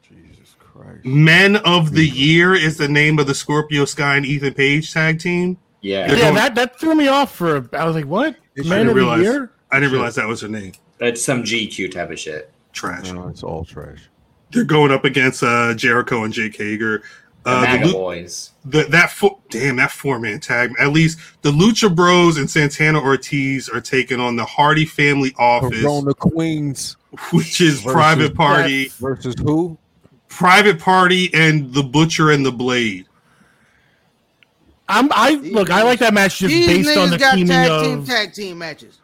[SPEAKER 10] Jesus Christ.
[SPEAKER 1] Men of
[SPEAKER 10] Mm-hmm.
[SPEAKER 1] the Year is the name of the Scorpio Sky and Ethan Page tag team.
[SPEAKER 3] Yeah,
[SPEAKER 1] They're
[SPEAKER 7] Yeah,
[SPEAKER 1] going-
[SPEAKER 7] that that threw me off for. A, I was like, what?
[SPEAKER 10] They
[SPEAKER 7] Man
[SPEAKER 1] should've
[SPEAKER 7] of
[SPEAKER 1] realized.
[SPEAKER 7] the year.
[SPEAKER 1] I didn't realize that was her name.
[SPEAKER 3] that's some GQ type of shit.
[SPEAKER 1] Trash.
[SPEAKER 10] No, it's all trash.
[SPEAKER 1] They're going up against uh, Jericho and Jake Hager.
[SPEAKER 3] The
[SPEAKER 1] Uh,
[SPEAKER 3] MAGA
[SPEAKER 1] the, Lu-
[SPEAKER 3] boys.
[SPEAKER 1] the, that four, damn that four man tag. At least the Lucha Bros and Santana Ortiz are taking on the Hardy Family Office,
[SPEAKER 10] Corona Queens
[SPEAKER 1] which is
[SPEAKER 10] versus-
[SPEAKER 1] Private Party.
[SPEAKER 10] versus who?
[SPEAKER 1] Private Party and The Butcher and the Blade.
[SPEAKER 7] I'm. I look. I like that match just
[SPEAKER 2] These
[SPEAKER 7] based on the
[SPEAKER 2] niggas got
[SPEAKER 7] teaming
[SPEAKER 2] tag
[SPEAKER 7] of.
[SPEAKER 2] team tag team matches.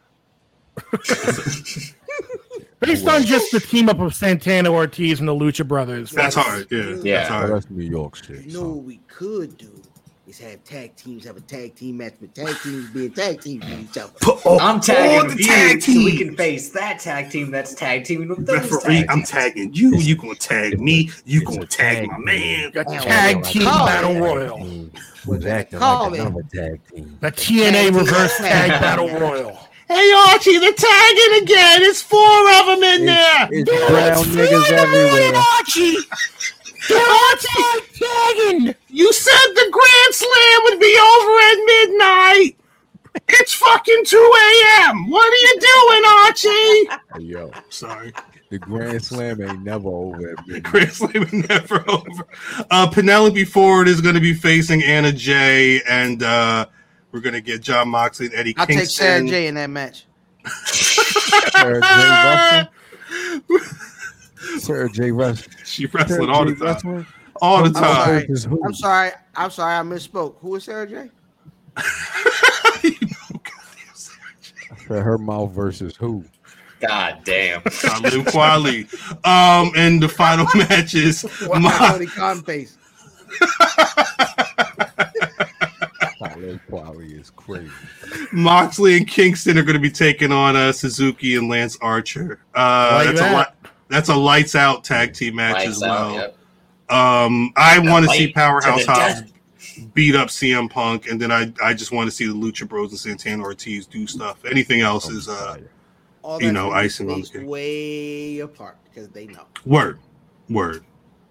[SPEAKER 7] Based on just the team up of Santana Ortiz and the Lucha Brothers.
[SPEAKER 1] That's hard. Yeah.
[SPEAKER 3] Yeah.
[SPEAKER 1] That's
[SPEAKER 10] Oh,
[SPEAKER 1] hard.
[SPEAKER 10] that's New York shit.
[SPEAKER 2] You know what we could do is have tag teams have a tag team match with tag teams being tag teams with each other.
[SPEAKER 3] I'm
[SPEAKER 1] all
[SPEAKER 3] tagging
[SPEAKER 1] Oh, the
[SPEAKER 3] you
[SPEAKER 1] tag
[SPEAKER 3] so we
[SPEAKER 1] teams.
[SPEAKER 3] can face that tag team that's tag teaming with those
[SPEAKER 1] Referee,
[SPEAKER 3] tag
[SPEAKER 1] I'm
[SPEAKER 3] teams.
[SPEAKER 1] tagging you. You gonna tag me. You gonna tag my man.
[SPEAKER 7] Got tag team
[SPEAKER 2] Call it.
[SPEAKER 7] battle royal.
[SPEAKER 10] Who's acting
[SPEAKER 2] Call
[SPEAKER 10] like
[SPEAKER 2] it.
[SPEAKER 10] another tag team?
[SPEAKER 7] The TNA
[SPEAKER 2] team
[SPEAKER 7] reverse
[SPEAKER 2] tag.
[SPEAKER 7] tag battle royal.
[SPEAKER 9] Hey Archie, the tagging again. It's four of them in there.
[SPEAKER 10] It's brown niggas everywhere.
[SPEAKER 7] Archie. They're all tag tagging.
[SPEAKER 9] You said the Grand Slam would be over at midnight. It's fucking 2 a.m. What are you doing, Archie?
[SPEAKER 10] Hey, Yo,
[SPEAKER 1] Sorry.
[SPEAKER 10] the Grand Slam ain't never over. At midnight.
[SPEAKER 1] Chris Lehman never over. Uh, Penelope Ford is gonna be facing Anna Jay, and uh, we're gonna get John Moxley and Eddie
[SPEAKER 2] I'll take Sarah
[SPEAKER 1] Kingston.
[SPEAKER 2] J in that match.
[SPEAKER 10] Sarah J. Russell. Sarah J. Russell.
[SPEAKER 1] She
[SPEAKER 10] Sarah
[SPEAKER 1] wrestling all
[SPEAKER 10] J.
[SPEAKER 1] the time.
[SPEAKER 10] Russell?
[SPEAKER 1] All the
[SPEAKER 10] I'm sorry.
[SPEAKER 1] time.
[SPEAKER 10] Versus who?
[SPEAKER 2] I'm sorry. I'm sorry. I misspoke. Who is Sarah J?
[SPEAKER 10] I said Her mouth versus who?
[SPEAKER 3] God damn.
[SPEAKER 1] Talib Kweli. Um, and the final matches.
[SPEAKER 2] Wow,
[SPEAKER 1] Ma-
[SPEAKER 2] the con face.
[SPEAKER 10] Tyler Qualley is crazy.
[SPEAKER 1] Moxley and Kingston are going to be taking on uh, Suzuki and Lance Archer. Uh,
[SPEAKER 7] Like
[SPEAKER 1] that's
[SPEAKER 7] that.
[SPEAKER 1] a li- that's a lights out tag team match
[SPEAKER 3] Lights
[SPEAKER 1] as
[SPEAKER 3] out,
[SPEAKER 1] well.
[SPEAKER 3] yep.
[SPEAKER 1] Um, I want to
[SPEAKER 3] Light
[SPEAKER 1] see Powerhouse
[SPEAKER 3] to the
[SPEAKER 1] Hobbs
[SPEAKER 3] death.
[SPEAKER 1] beat up CM Punk, and then I I just want to see the Lucha Bros and Santana Ortiz do stuff. Anything else
[SPEAKER 4] Oh,
[SPEAKER 1] is uh,
[SPEAKER 2] All
[SPEAKER 1] You
[SPEAKER 2] that's
[SPEAKER 1] know,
[SPEAKER 2] gonna be
[SPEAKER 1] icing on the
[SPEAKER 2] spaced
[SPEAKER 1] cake.
[SPEAKER 2] way apart because they know.
[SPEAKER 1] word word.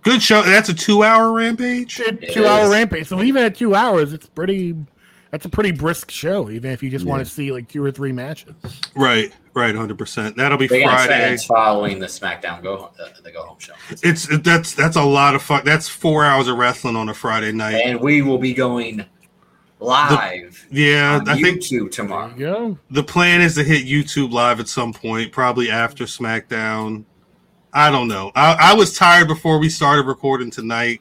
[SPEAKER 1] Good show. That's a two hour rampage.
[SPEAKER 3] It
[SPEAKER 7] two hour
[SPEAKER 3] is.
[SPEAKER 7] rampage. So even at two hours, it's pretty. That's a pretty brisk show. Even if you just want to see like two or three matches.
[SPEAKER 1] Right, right, hundred percent. That'll be
[SPEAKER 3] They're gonna spend
[SPEAKER 1] Friday.
[SPEAKER 3] it following the SmackDown go home, the, the go home show,
[SPEAKER 1] It's that's that's a lot of fuck. That's four hours of wrestling on a Friday night.
[SPEAKER 3] and we will be going live
[SPEAKER 1] yeah,
[SPEAKER 3] on
[SPEAKER 1] I think
[SPEAKER 3] YouTube tomorrow.
[SPEAKER 7] There you go.
[SPEAKER 1] The plan is to hit YouTube live at some point, probably after SmackDown. I don't know. I, I was tired before we started recording tonight,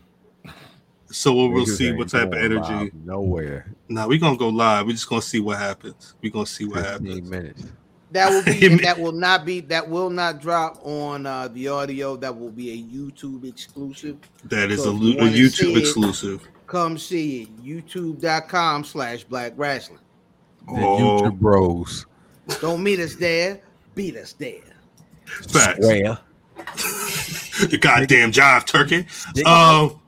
[SPEAKER 1] so we'll, we'll
[SPEAKER 10] Niggas
[SPEAKER 1] see
[SPEAKER 10] ain't
[SPEAKER 1] what type of
[SPEAKER 10] going
[SPEAKER 1] energy.
[SPEAKER 10] live Nowhere.
[SPEAKER 1] Nah, we're gonna go live. We're just gonna see what happens. We're gonna see
[SPEAKER 10] 15
[SPEAKER 1] what happens.
[SPEAKER 10] minutes.
[SPEAKER 2] That will be
[SPEAKER 1] Amen.
[SPEAKER 2] and that will not be that will not drop on uh, the audio. That will be a YouTube exclusive.
[SPEAKER 1] That is a,
[SPEAKER 2] So if
[SPEAKER 1] lu-
[SPEAKER 2] you
[SPEAKER 1] a
[SPEAKER 2] wanna see
[SPEAKER 1] YouTube
[SPEAKER 2] it-
[SPEAKER 1] exclusive.
[SPEAKER 2] Come see it. YouTube.com slash black wrestling.
[SPEAKER 10] The
[SPEAKER 1] Oh,
[SPEAKER 10] YouTube bros.
[SPEAKER 2] Don't meet us there, beat us there.
[SPEAKER 1] facts.
[SPEAKER 10] Square.
[SPEAKER 1] the goddamn jive Uh, turkey. Um,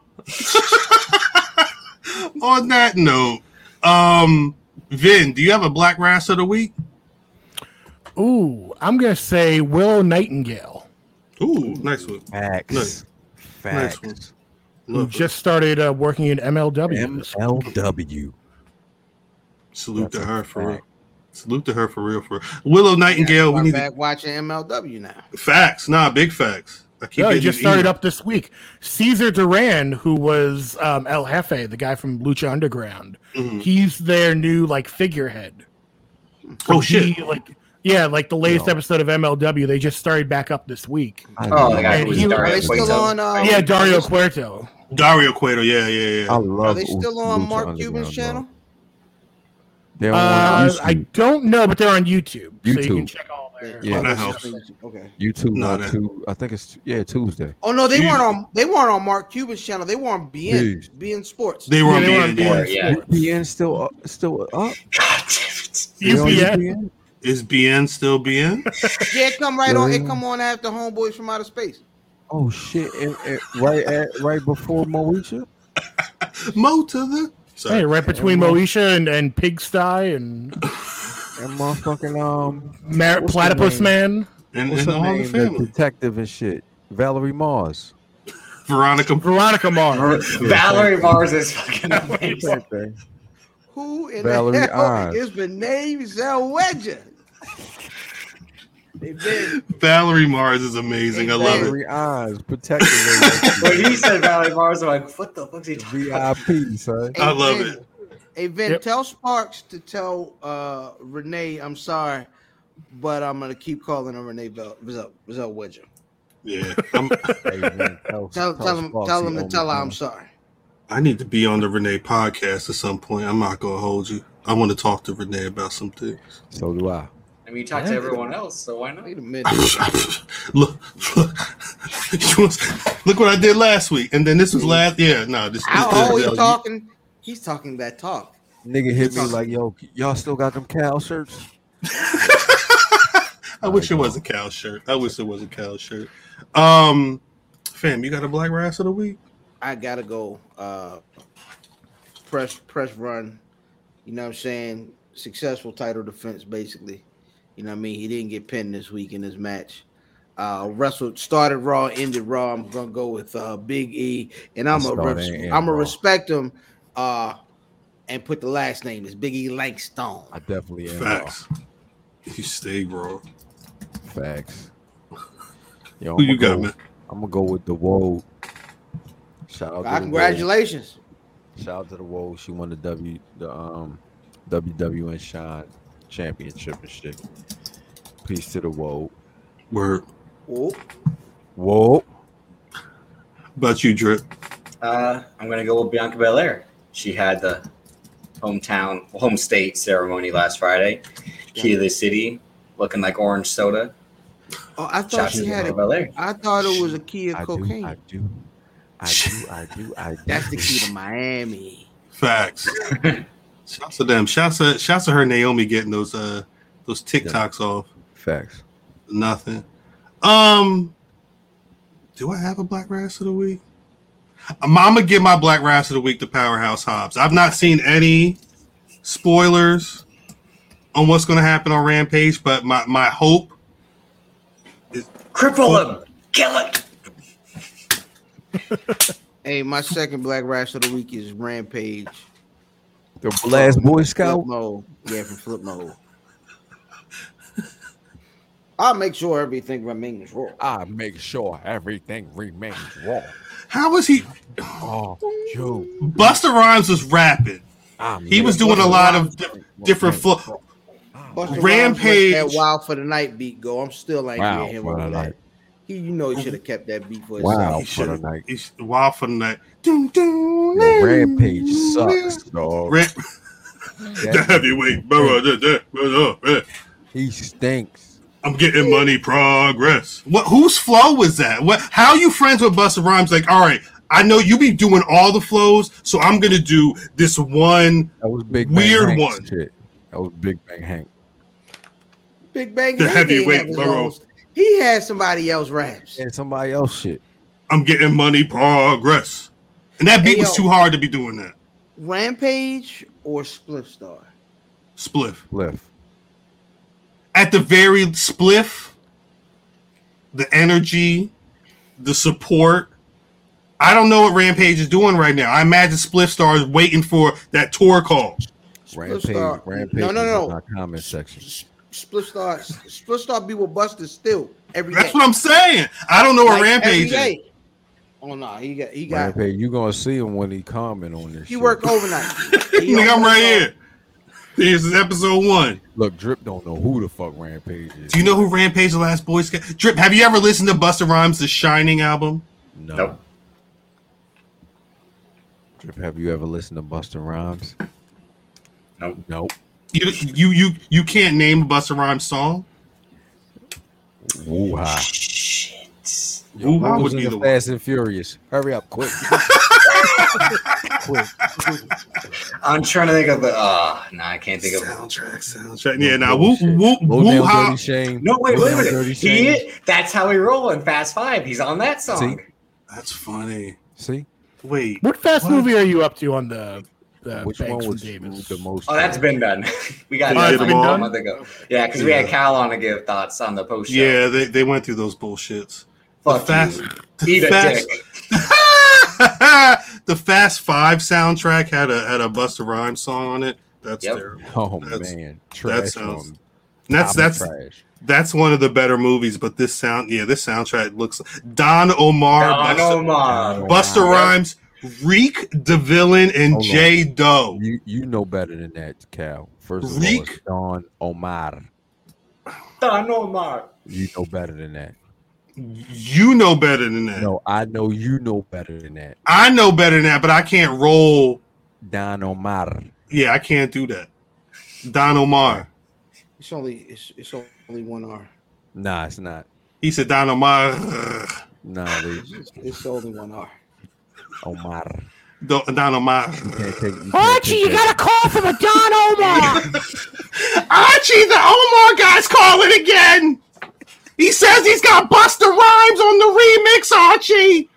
[SPEAKER 1] on that note, Um, Vin, do you have a black rass of the week?
[SPEAKER 7] Ooh, I'm gonna say Willow Nightingale.
[SPEAKER 1] Ooh, nice one.
[SPEAKER 4] Facts.
[SPEAKER 1] Nice.
[SPEAKER 4] Facts.
[SPEAKER 1] one.
[SPEAKER 7] Who just started uh, working in MLW?
[SPEAKER 4] MLW.
[SPEAKER 1] Salute
[SPEAKER 4] That's
[SPEAKER 1] to
[SPEAKER 4] a
[SPEAKER 1] her for
[SPEAKER 4] fact.
[SPEAKER 1] real. Salute to her for real. For real. Willow Nightingale, we
[SPEAKER 2] I'm
[SPEAKER 1] need
[SPEAKER 2] back watching MLW now.
[SPEAKER 1] to- facts. Nah, big facts. I keep
[SPEAKER 7] No, he
[SPEAKER 1] getting
[SPEAKER 7] just
[SPEAKER 1] these
[SPEAKER 7] started
[SPEAKER 1] emails.
[SPEAKER 7] up this week. Caesar Duran, who was um, El Jefe, the guy from Lucha Underground,
[SPEAKER 1] Mhm.
[SPEAKER 7] he's their new like figurehead.
[SPEAKER 1] Oh
[SPEAKER 7] he,
[SPEAKER 1] shit!
[SPEAKER 7] Like yeah, like the latest
[SPEAKER 4] No.
[SPEAKER 7] episode of MLW, they just started back up this week.
[SPEAKER 4] I
[SPEAKER 3] Oh,
[SPEAKER 4] love-
[SPEAKER 3] the guy
[SPEAKER 7] And
[SPEAKER 3] who was
[SPEAKER 7] he-
[SPEAKER 2] Are
[SPEAKER 3] Dario
[SPEAKER 2] they still
[SPEAKER 3] Cueto.
[SPEAKER 2] on? Uh,
[SPEAKER 7] Yeah, Dario Cuerto.
[SPEAKER 1] Dario Cueto. Yeah, yeah, yeah.
[SPEAKER 4] I love.
[SPEAKER 2] Are they still on
[SPEAKER 4] Lucha
[SPEAKER 2] Mark
[SPEAKER 4] Underground,
[SPEAKER 2] Cuban's
[SPEAKER 4] bro.
[SPEAKER 2] channel?
[SPEAKER 4] They're on
[SPEAKER 7] Uh, I
[SPEAKER 4] YouTube.
[SPEAKER 7] don't know, but they're on YouTube, so you can
[SPEAKER 4] YouTube.
[SPEAKER 7] check all their.
[SPEAKER 4] Yeah.
[SPEAKER 2] Oh,
[SPEAKER 1] That
[SPEAKER 2] that's
[SPEAKER 1] helps.
[SPEAKER 2] interesting. Okay.
[SPEAKER 4] YouTube
[SPEAKER 1] No,
[SPEAKER 4] on
[SPEAKER 1] that-
[SPEAKER 4] two. I think it's yeah Tuesday.
[SPEAKER 2] Oh no, they
[SPEAKER 1] You-
[SPEAKER 2] weren't on. They weren't on Mark Cuban's channel. They were on BN
[SPEAKER 4] Jeez.
[SPEAKER 2] BN Sports.
[SPEAKER 1] They were
[SPEAKER 7] Yeah,
[SPEAKER 1] on
[SPEAKER 7] they were on
[SPEAKER 1] BN.
[SPEAKER 3] Yeah,
[SPEAKER 1] Yeah.
[SPEAKER 4] E
[SPEAKER 3] yeah.
[SPEAKER 4] UPN still up, still up.
[SPEAKER 3] God damn it.
[SPEAKER 4] They
[SPEAKER 1] E
[SPEAKER 4] on E
[SPEAKER 7] UPN.
[SPEAKER 4] UPN?
[SPEAKER 1] Is BN still BN?
[SPEAKER 2] yeah, it come right on. It
[SPEAKER 4] Yeah.
[SPEAKER 2] come on after Homeboys from Outer Space.
[SPEAKER 4] Oh shit! And, and right at right before Moesha.
[SPEAKER 1] Mo to the. Sorry.
[SPEAKER 7] Hey, right between
[SPEAKER 4] Everyone-
[SPEAKER 7] Moesha and, and Pigsty and uh,
[SPEAKER 4] That motherfucking um
[SPEAKER 7] Mar-
[SPEAKER 4] What's her
[SPEAKER 7] Platypus
[SPEAKER 4] name?
[SPEAKER 7] Man,
[SPEAKER 1] and
[SPEAKER 4] what's
[SPEAKER 1] and
[SPEAKER 4] her
[SPEAKER 1] all the
[SPEAKER 4] name? The
[SPEAKER 1] family.
[SPEAKER 4] detective and shit. Valerie Mars.
[SPEAKER 1] Veronica.
[SPEAKER 7] Veronica Mars.
[SPEAKER 3] Valerie Mars is fucking amazing.
[SPEAKER 4] Same thing.
[SPEAKER 2] Who in
[SPEAKER 4] Valerie
[SPEAKER 2] the hell
[SPEAKER 4] Ives.
[SPEAKER 2] is the name Zellweger? They been
[SPEAKER 1] Valerie Mars is amazing. I love it.
[SPEAKER 4] Valerie Eyes, protective.
[SPEAKER 3] when you said Valerie Mars, I'm like, what the fuck's he talking about?
[SPEAKER 4] VIP, son.
[SPEAKER 1] I love
[SPEAKER 2] Vin-
[SPEAKER 1] it.
[SPEAKER 2] Hey Vin,
[SPEAKER 7] Yep.
[SPEAKER 2] tell Sparks to tell uh, Renee, I'm sorry, but I'm gonna keep calling her Renee Bell Zellweger.
[SPEAKER 1] Yeah. I'm,
[SPEAKER 4] Hey, man, tell,
[SPEAKER 2] Tell, tell him,
[SPEAKER 4] Sparks
[SPEAKER 2] tell
[SPEAKER 4] he
[SPEAKER 2] him to
[SPEAKER 4] owe me
[SPEAKER 2] tell her I'm
[SPEAKER 4] money.
[SPEAKER 2] sorry.
[SPEAKER 1] I need to be on the Renee podcast at some point. I'm not gonna hold you. I want to talk to Renee about some things.
[SPEAKER 4] So do I.
[SPEAKER 3] I mean, you talk to everyone else, so why not?
[SPEAKER 2] Wait a minute.
[SPEAKER 1] look, look, look what I did last week, and then this was last. Yeah, no, this. this
[SPEAKER 2] I always
[SPEAKER 1] yeah, you-
[SPEAKER 2] oh, talking. He's talking that talk.
[SPEAKER 4] Nigga hit me like, yo, y'all still got them cow shirts?
[SPEAKER 1] I wish it was a cow shirt. I wish it was a cow shirt. Um, fam, you got a black rass of the week?
[SPEAKER 2] I gotta go. Uh, press, press, run. You know what I'm saying? Successful title defense, basically. You know what I mean? He didn't get pinned this week in his match. Uh, wrestled, started raw, ended raw. I'm gonna go with uh, Big E, and I'm gonna
[SPEAKER 4] Started
[SPEAKER 2] res-
[SPEAKER 4] and
[SPEAKER 2] I'm
[SPEAKER 4] ended
[SPEAKER 2] gonna
[SPEAKER 4] Raw.
[SPEAKER 2] respect him. Uh, and put the last name is Big E Lankstone.
[SPEAKER 4] I definitely am.
[SPEAKER 1] Facts. You stay raw.
[SPEAKER 4] Facts. Yo,
[SPEAKER 1] Who
[SPEAKER 4] I'ma
[SPEAKER 1] you got,
[SPEAKER 4] go-
[SPEAKER 1] man?
[SPEAKER 4] I'm gonna go with the Woe. Shout out
[SPEAKER 2] Ah,
[SPEAKER 4] to the Woe.
[SPEAKER 2] congratulations.
[SPEAKER 4] Shout out to the Woe. She won the W the um WWN Shine Championship and shit. Peace to the Woe.
[SPEAKER 1] Word.
[SPEAKER 2] Whoa.
[SPEAKER 4] Woe.
[SPEAKER 1] About you, drip.
[SPEAKER 3] Uh, I'm gonna go with Bianca Belair. She had the hometown, home state ceremony last Friday. Key to the city, looking like orange soda.
[SPEAKER 2] Oh, I thought
[SPEAKER 3] Shout out
[SPEAKER 2] she
[SPEAKER 3] to
[SPEAKER 2] had
[SPEAKER 3] Bianca
[SPEAKER 2] it.
[SPEAKER 3] Belair.
[SPEAKER 2] I thought it was a key of
[SPEAKER 4] I
[SPEAKER 2] cocaine.
[SPEAKER 4] do. I do. I do. I do. I do.
[SPEAKER 2] That's the key to Miami.
[SPEAKER 1] Facts. shouts to them. Shouts to shouts to her Naomi getting those uh those TikToks off.
[SPEAKER 4] Facts.
[SPEAKER 1] Nothing. Um, do I have a black rass of the week? I'm, I'm gonna give my black rass of the week to Powerhouse Hobbs. I've not seen any spoilers on what's gonna happen on Rampage, but my my hope
[SPEAKER 3] Cripple him, kill him.
[SPEAKER 2] Hey, my second Black Rash of the Week is Rampage.
[SPEAKER 4] The last Boy Scout.
[SPEAKER 2] Flip mode. Yeah, from Flip Mode. I'll make sure everything remains raw.
[SPEAKER 4] I make sure everything remains raw.
[SPEAKER 1] how is he?
[SPEAKER 4] Oh, you.
[SPEAKER 1] Buster Rhymes was rapping.
[SPEAKER 4] I'm
[SPEAKER 1] He was doing a lot of di- different flow.
[SPEAKER 2] Busta Rhymes
[SPEAKER 1] Rampage.
[SPEAKER 2] let That Wild for the Night beat go. I'm still angry
[SPEAKER 4] Wow
[SPEAKER 2] at him
[SPEAKER 4] for
[SPEAKER 2] over
[SPEAKER 4] the
[SPEAKER 2] that.
[SPEAKER 4] Night.
[SPEAKER 2] He, you know, he should have kept that beat for himself.
[SPEAKER 4] Wow
[SPEAKER 1] He
[SPEAKER 4] for the
[SPEAKER 1] should.
[SPEAKER 4] night.
[SPEAKER 1] He's wild for the night. Doom, doom,
[SPEAKER 4] Yo, Rampage sucks, dog.
[SPEAKER 1] Ra- the
[SPEAKER 4] That-
[SPEAKER 1] heavyweight. bro, da- da- da- da- da.
[SPEAKER 4] He stinks.
[SPEAKER 1] I'm getting money progress. What whose flow was that? What how you friends with Busta Rhymes? Like, all right, I know you be doing all the flows, so I'm gonna do this one.
[SPEAKER 4] That was big.
[SPEAKER 1] Weird
[SPEAKER 4] Bang Hank's
[SPEAKER 1] one.
[SPEAKER 4] Shit. That was Big Bang Hank.
[SPEAKER 2] Big Bang.
[SPEAKER 1] The
[SPEAKER 2] Hank ain't
[SPEAKER 1] heavyweight
[SPEAKER 2] have his
[SPEAKER 1] borough.
[SPEAKER 2] own- He had somebody else raps.
[SPEAKER 4] And somebody else shit.
[SPEAKER 1] I'm getting money progress. And that beat
[SPEAKER 2] Hey,
[SPEAKER 1] was
[SPEAKER 2] yo.
[SPEAKER 1] too hard to be doing that.
[SPEAKER 2] Rampage or spliff star?
[SPEAKER 1] Spliff.
[SPEAKER 10] Spliff.
[SPEAKER 1] At the very spliff, the energy, the support. I don't know what Rampage is doing right now. I imagine Spliff Star is waiting for that tour call.
[SPEAKER 10] Rampage,
[SPEAKER 2] Star-
[SPEAKER 10] Rampage.
[SPEAKER 2] uh, No, no,
[SPEAKER 10] is
[SPEAKER 2] no.
[SPEAKER 10] in Our comment section.
[SPEAKER 2] Split star, split star be with Buster still every
[SPEAKER 1] That's
[SPEAKER 2] day.
[SPEAKER 1] what I'm saying. I don't know what
[SPEAKER 2] Like, every
[SPEAKER 1] Rampage is.
[SPEAKER 2] day. Oh no, he got he got
[SPEAKER 10] Rampage, you gonna see him when he comment on this.
[SPEAKER 2] he
[SPEAKER 10] shit.
[SPEAKER 2] work overnight. He
[SPEAKER 1] Nigga, I'm
[SPEAKER 2] overnight.
[SPEAKER 1] right here. This is episode one.
[SPEAKER 10] Look, Drip don't know who the fuck Rampage is.
[SPEAKER 1] Do you know who Rampage the Last Boy Scout? Drip, have you ever listened to Busta Rhymes' The Shining album?
[SPEAKER 10] No.
[SPEAKER 3] Nope.
[SPEAKER 10] Drip, have you ever listened to Buster Rhymes?
[SPEAKER 3] Nope.
[SPEAKER 10] Nope.
[SPEAKER 1] You you you you can't name a Busta Rhymes song.
[SPEAKER 10] Woo
[SPEAKER 3] Ah.
[SPEAKER 10] ha.
[SPEAKER 3] Shit.
[SPEAKER 1] Who
[SPEAKER 10] I
[SPEAKER 1] would
[SPEAKER 10] was
[SPEAKER 1] be
[SPEAKER 10] in
[SPEAKER 1] the
[SPEAKER 10] the
[SPEAKER 1] one?
[SPEAKER 10] Fast and Furious. Hurry up, quick. quick.
[SPEAKER 3] I'm trying to think of the. Uh, no, I can't think of.
[SPEAKER 1] Soundtrack, soundtrack. Yeah, now woo woo
[SPEAKER 10] Low
[SPEAKER 1] woo
[SPEAKER 10] down
[SPEAKER 1] ha.
[SPEAKER 10] dirty shame.
[SPEAKER 3] No, wait,
[SPEAKER 10] Low
[SPEAKER 3] wait a
[SPEAKER 10] Down Dirty
[SPEAKER 3] minute. He,
[SPEAKER 10] Shame.
[SPEAKER 3] is- that's how he roll in Fast Five. He's on that song.
[SPEAKER 10] See?
[SPEAKER 1] That's funny.
[SPEAKER 10] See?
[SPEAKER 1] Wait,
[SPEAKER 7] What fast
[SPEAKER 1] What?
[SPEAKER 7] movie are you up to on the, the
[SPEAKER 10] Which
[SPEAKER 7] Uh, Banks
[SPEAKER 10] one
[SPEAKER 7] and
[SPEAKER 10] was
[SPEAKER 7] Davis?
[SPEAKER 10] the most?
[SPEAKER 3] Oh, that's been done. we got
[SPEAKER 1] Oh,
[SPEAKER 3] that
[SPEAKER 1] it's
[SPEAKER 3] like
[SPEAKER 1] been
[SPEAKER 3] a
[SPEAKER 1] done?
[SPEAKER 3] month ago. Yeah, because we had
[SPEAKER 1] Yeah.
[SPEAKER 3] Cal on to give thoughts on the post show.
[SPEAKER 1] yeah, they, they went through those bullshits.
[SPEAKER 3] Fuck
[SPEAKER 1] the fast,
[SPEAKER 3] you.
[SPEAKER 1] the
[SPEAKER 3] Eat a
[SPEAKER 1] fast,
[SPEAKER 3] dick.
[SPEAKER 1] the Fast Five soundtrack had a had a Busta Rhymes song on it. That's
[SPEAKER 3] Yep.
[SPEAKER 1] terrible.
[SPEAKER 10] Oh
[SPEAKER 1] That's-
[SPEAKER 10] man, trash
[SPEAKER 1] sounds-
[SPEAKER 10] on
[SPEAKER 1] And
[SPEAKER 10] top of
[SPEAKER 1] that's that's
[SPEAKER 10] trash.
[SPEAKER 1] that's one of the better movies. But this sound, yeah, this soundtrack looks Don Omar,
[SPEAKER 3] Don
[SPEAKER 1] Busta,
[SPEAKER 3] Omar.
[SPEAKER 1] Busta
[SPEAKER 10] Wow.
[SPEAKER 1] Rhymes, Reek DeVillain, and
[SPEAKER 10] Hold on.
[SPEAKER 1] Jay Doe.
[SPEAKER 10] You you know better than that, Cal. First of all, it's
[SPEAKER 1] Reek.
[SPEAKER 10] Don Omar.
[SPEAKER 3] Don Omar.
[SPEAKER 10] You know better than that.
[SPEAKER 1] You know better than that.
[SPEAKER 10] No, I know you know better than that.
[SPEAKER 1] I know better than that, but I can't roll.
[SPEAKER 10] Don Omar.
[SPEAKER 1] Yeah, I can't do that. Don Omar.
[SPEAKER 2] It's only it's, it's only one R.
[SPEAKER 10] Nah, it's not.
[SPEAKER 1] He said Don Omar.
[SPEAKER 10] Nah, they,
[SPEAKER 2] It's only one R.
[SPEAKER 10] Omar.
[SPEAKER 1] Do- Don Omar.
[SPEAKER 10] You can't take. You can't
[SPEAKER 9] Archie,
[SPEAKER 10] take
[SPEAKER 9] you got
[SPEAKER 10] that.
[SPEAKER 9] a call from a Don Omar.
[SPEAKER 1] Archie, the Omar guy's calling again. He says he's got Buster Rhymes on the remix, Archie.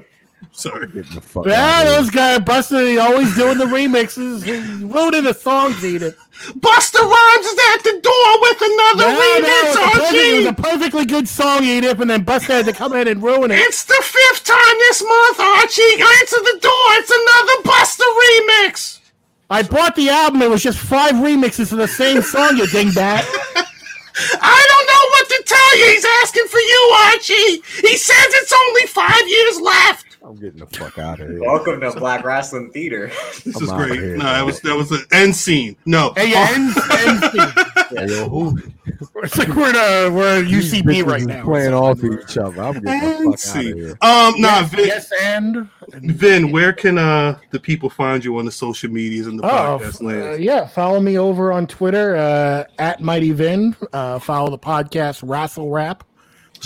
[SPEAKER 1] Sorry.
[SPEAKER 10] Get the fuck
[SPEAKER 7] Yeah,
[SPEAKER 10] out of here.
[SPEAKER 7] this guy Buster he always doing the remixes. He wrote in the songs, Edith.
[SPEAKER 1] Buster Rhymes is at the door with
[SPEAKER 7] No,
[SPEAKER 1] another
[SPEAKER 7] no,
[SPEAKER 1] remix,
[SPEAKER 7] it, was a perfect- it was a
[SPEAKER 1] Archie.
[SPEAKER 7] perfectly good song, Edith, and then Buster had to come in and ruin it.
[SPEAKER 1] It's the fifth time this month, Archie. Answer the door. It's another Buster remix.
[SPEAKER 7] I bought the album. It was just five remixes of the same song, you dingbat.
[SPEAKER 1] I don't know what to tell you. He's asking for you, Archie. He says it's only five years left.
[SPEAKER 10] I'm getting the fuck out of here.
[SPEAKER 3] Welcome to Black Wrestling Theater.
[SPEAKER 1] This
[SPEAKER 10] I'm
[SPEAKER 1] is
[SPEAKER 10] outta
[SPEAKER 1] great.
[SPEAKER 10] here,
[SPEAKER 1] no,
[SPEAKER 10] man.
[SPEAKER 1] that was that was an end scene. No,
[SPEAKER 7] Hey, yeah, end, end scene.
[SPEAKER 10] Hey, yo, who-
[SPEAKER 7] It's like we're in a, we're in
[SPEAKER 10] these
[SPEAKER 7] UCB
[SPEAKER 10] bitches
[SPEAKER 7] right
[SPEAKER 10] is
[SPEAKER 7] now.
[SPEAKER 10] Playing off of each other. I'm getting the
[SPEAKER 1] Oh, end
[SPEAKER 10] fuck out of
[SPEAKER 1] scene.
[SPEAKER 10] here.
[SPEAKER 1] Um, nah, Vin,
[SPEAKER 7] Yes, and
[SPEAKER 1] Vin, where can uh the people find you on the social medias and the
[SPEAKER 7] Oh,
[SPEAKER 1] podcast
[SPEAKER 7] uh,
[SPEAKER 1] land?
[SPEAKER 7] yeah. Follow me over on Twitter uh, at Mighty Vin. Uh, follow the podcast Wrestle Rap.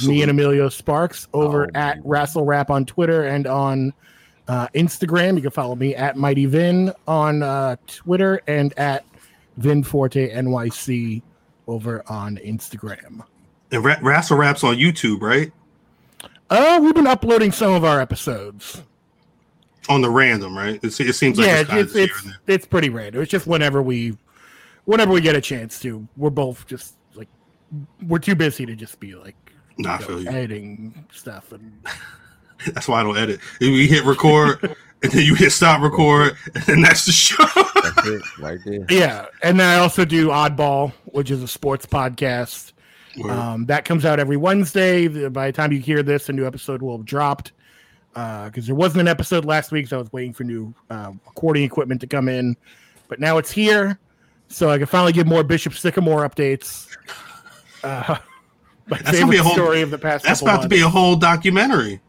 [SPEAKER 7] Me and Emilio Sparks over
[SPEAKER 10] Oh,
[SPEAKER 7] at
[SPEAKER 10] man.
[SPEAKER 7] Wrestle Rap on Twitter and on uh, Instagram. You can follow me at Mighty Vin on uh, Twitter and at Vin Forte NYC over on Instagram.
[SPEAKER 1] And Ra- Rassle Raps on YouTube, right?
[SPEAKER 7] Uh, we've been uploading some of our episodes.
[SPEAKER 1] On the random, right? It, se- it seems like
[SPEAKER 7] yeah,
[SPEAKER 1] it's, kind
[SPEAKER 7] it's
[SPEAKER 1] of here
[SPEAKER 7] it's,
[SPEAKER 1] and there.
[SPEAKER 7] it's pretty random. It's just whenever we whenever we get a chance to. We're both just like we're too busy to just be like
[SPEAKER 1] Nah, I
[SPEAKER 7] you know,
[SPEAKER 1] feel you.
[SPEAKER 7] editing stuff and
[SPEAKER 1] That's why I don't edit. You hit record, and then you hit stop record, and then that's the show.
[SPEAKER 10] That's it, right there.
[SPEAKER 7] yeah. And then I also do Oddball, which is a sports podcast.
[SPEAKER 4] Uh,
[SPEAKER 7] Um, that comes out every Wednesday. The- By the time you hear this, a new episode will have dropped because there wasn't an episode last week, so I was waiting for new uh, recording equipment to come in. But now it's here, so I can finally give more Bishop Sycamore updates. Uh, my
[SPEAKER 1] gonna be
[SPEAKER 7] favorite
[SPEAKER 1] a whole-
[SPEAKER 7] story of the past.
[SPEAKER 1] that's
[SPEAKER 7] couple
[SPEAKER 1] about to
[SPEAKER 7] months.
[SPEAKER 1] be a whole documentary.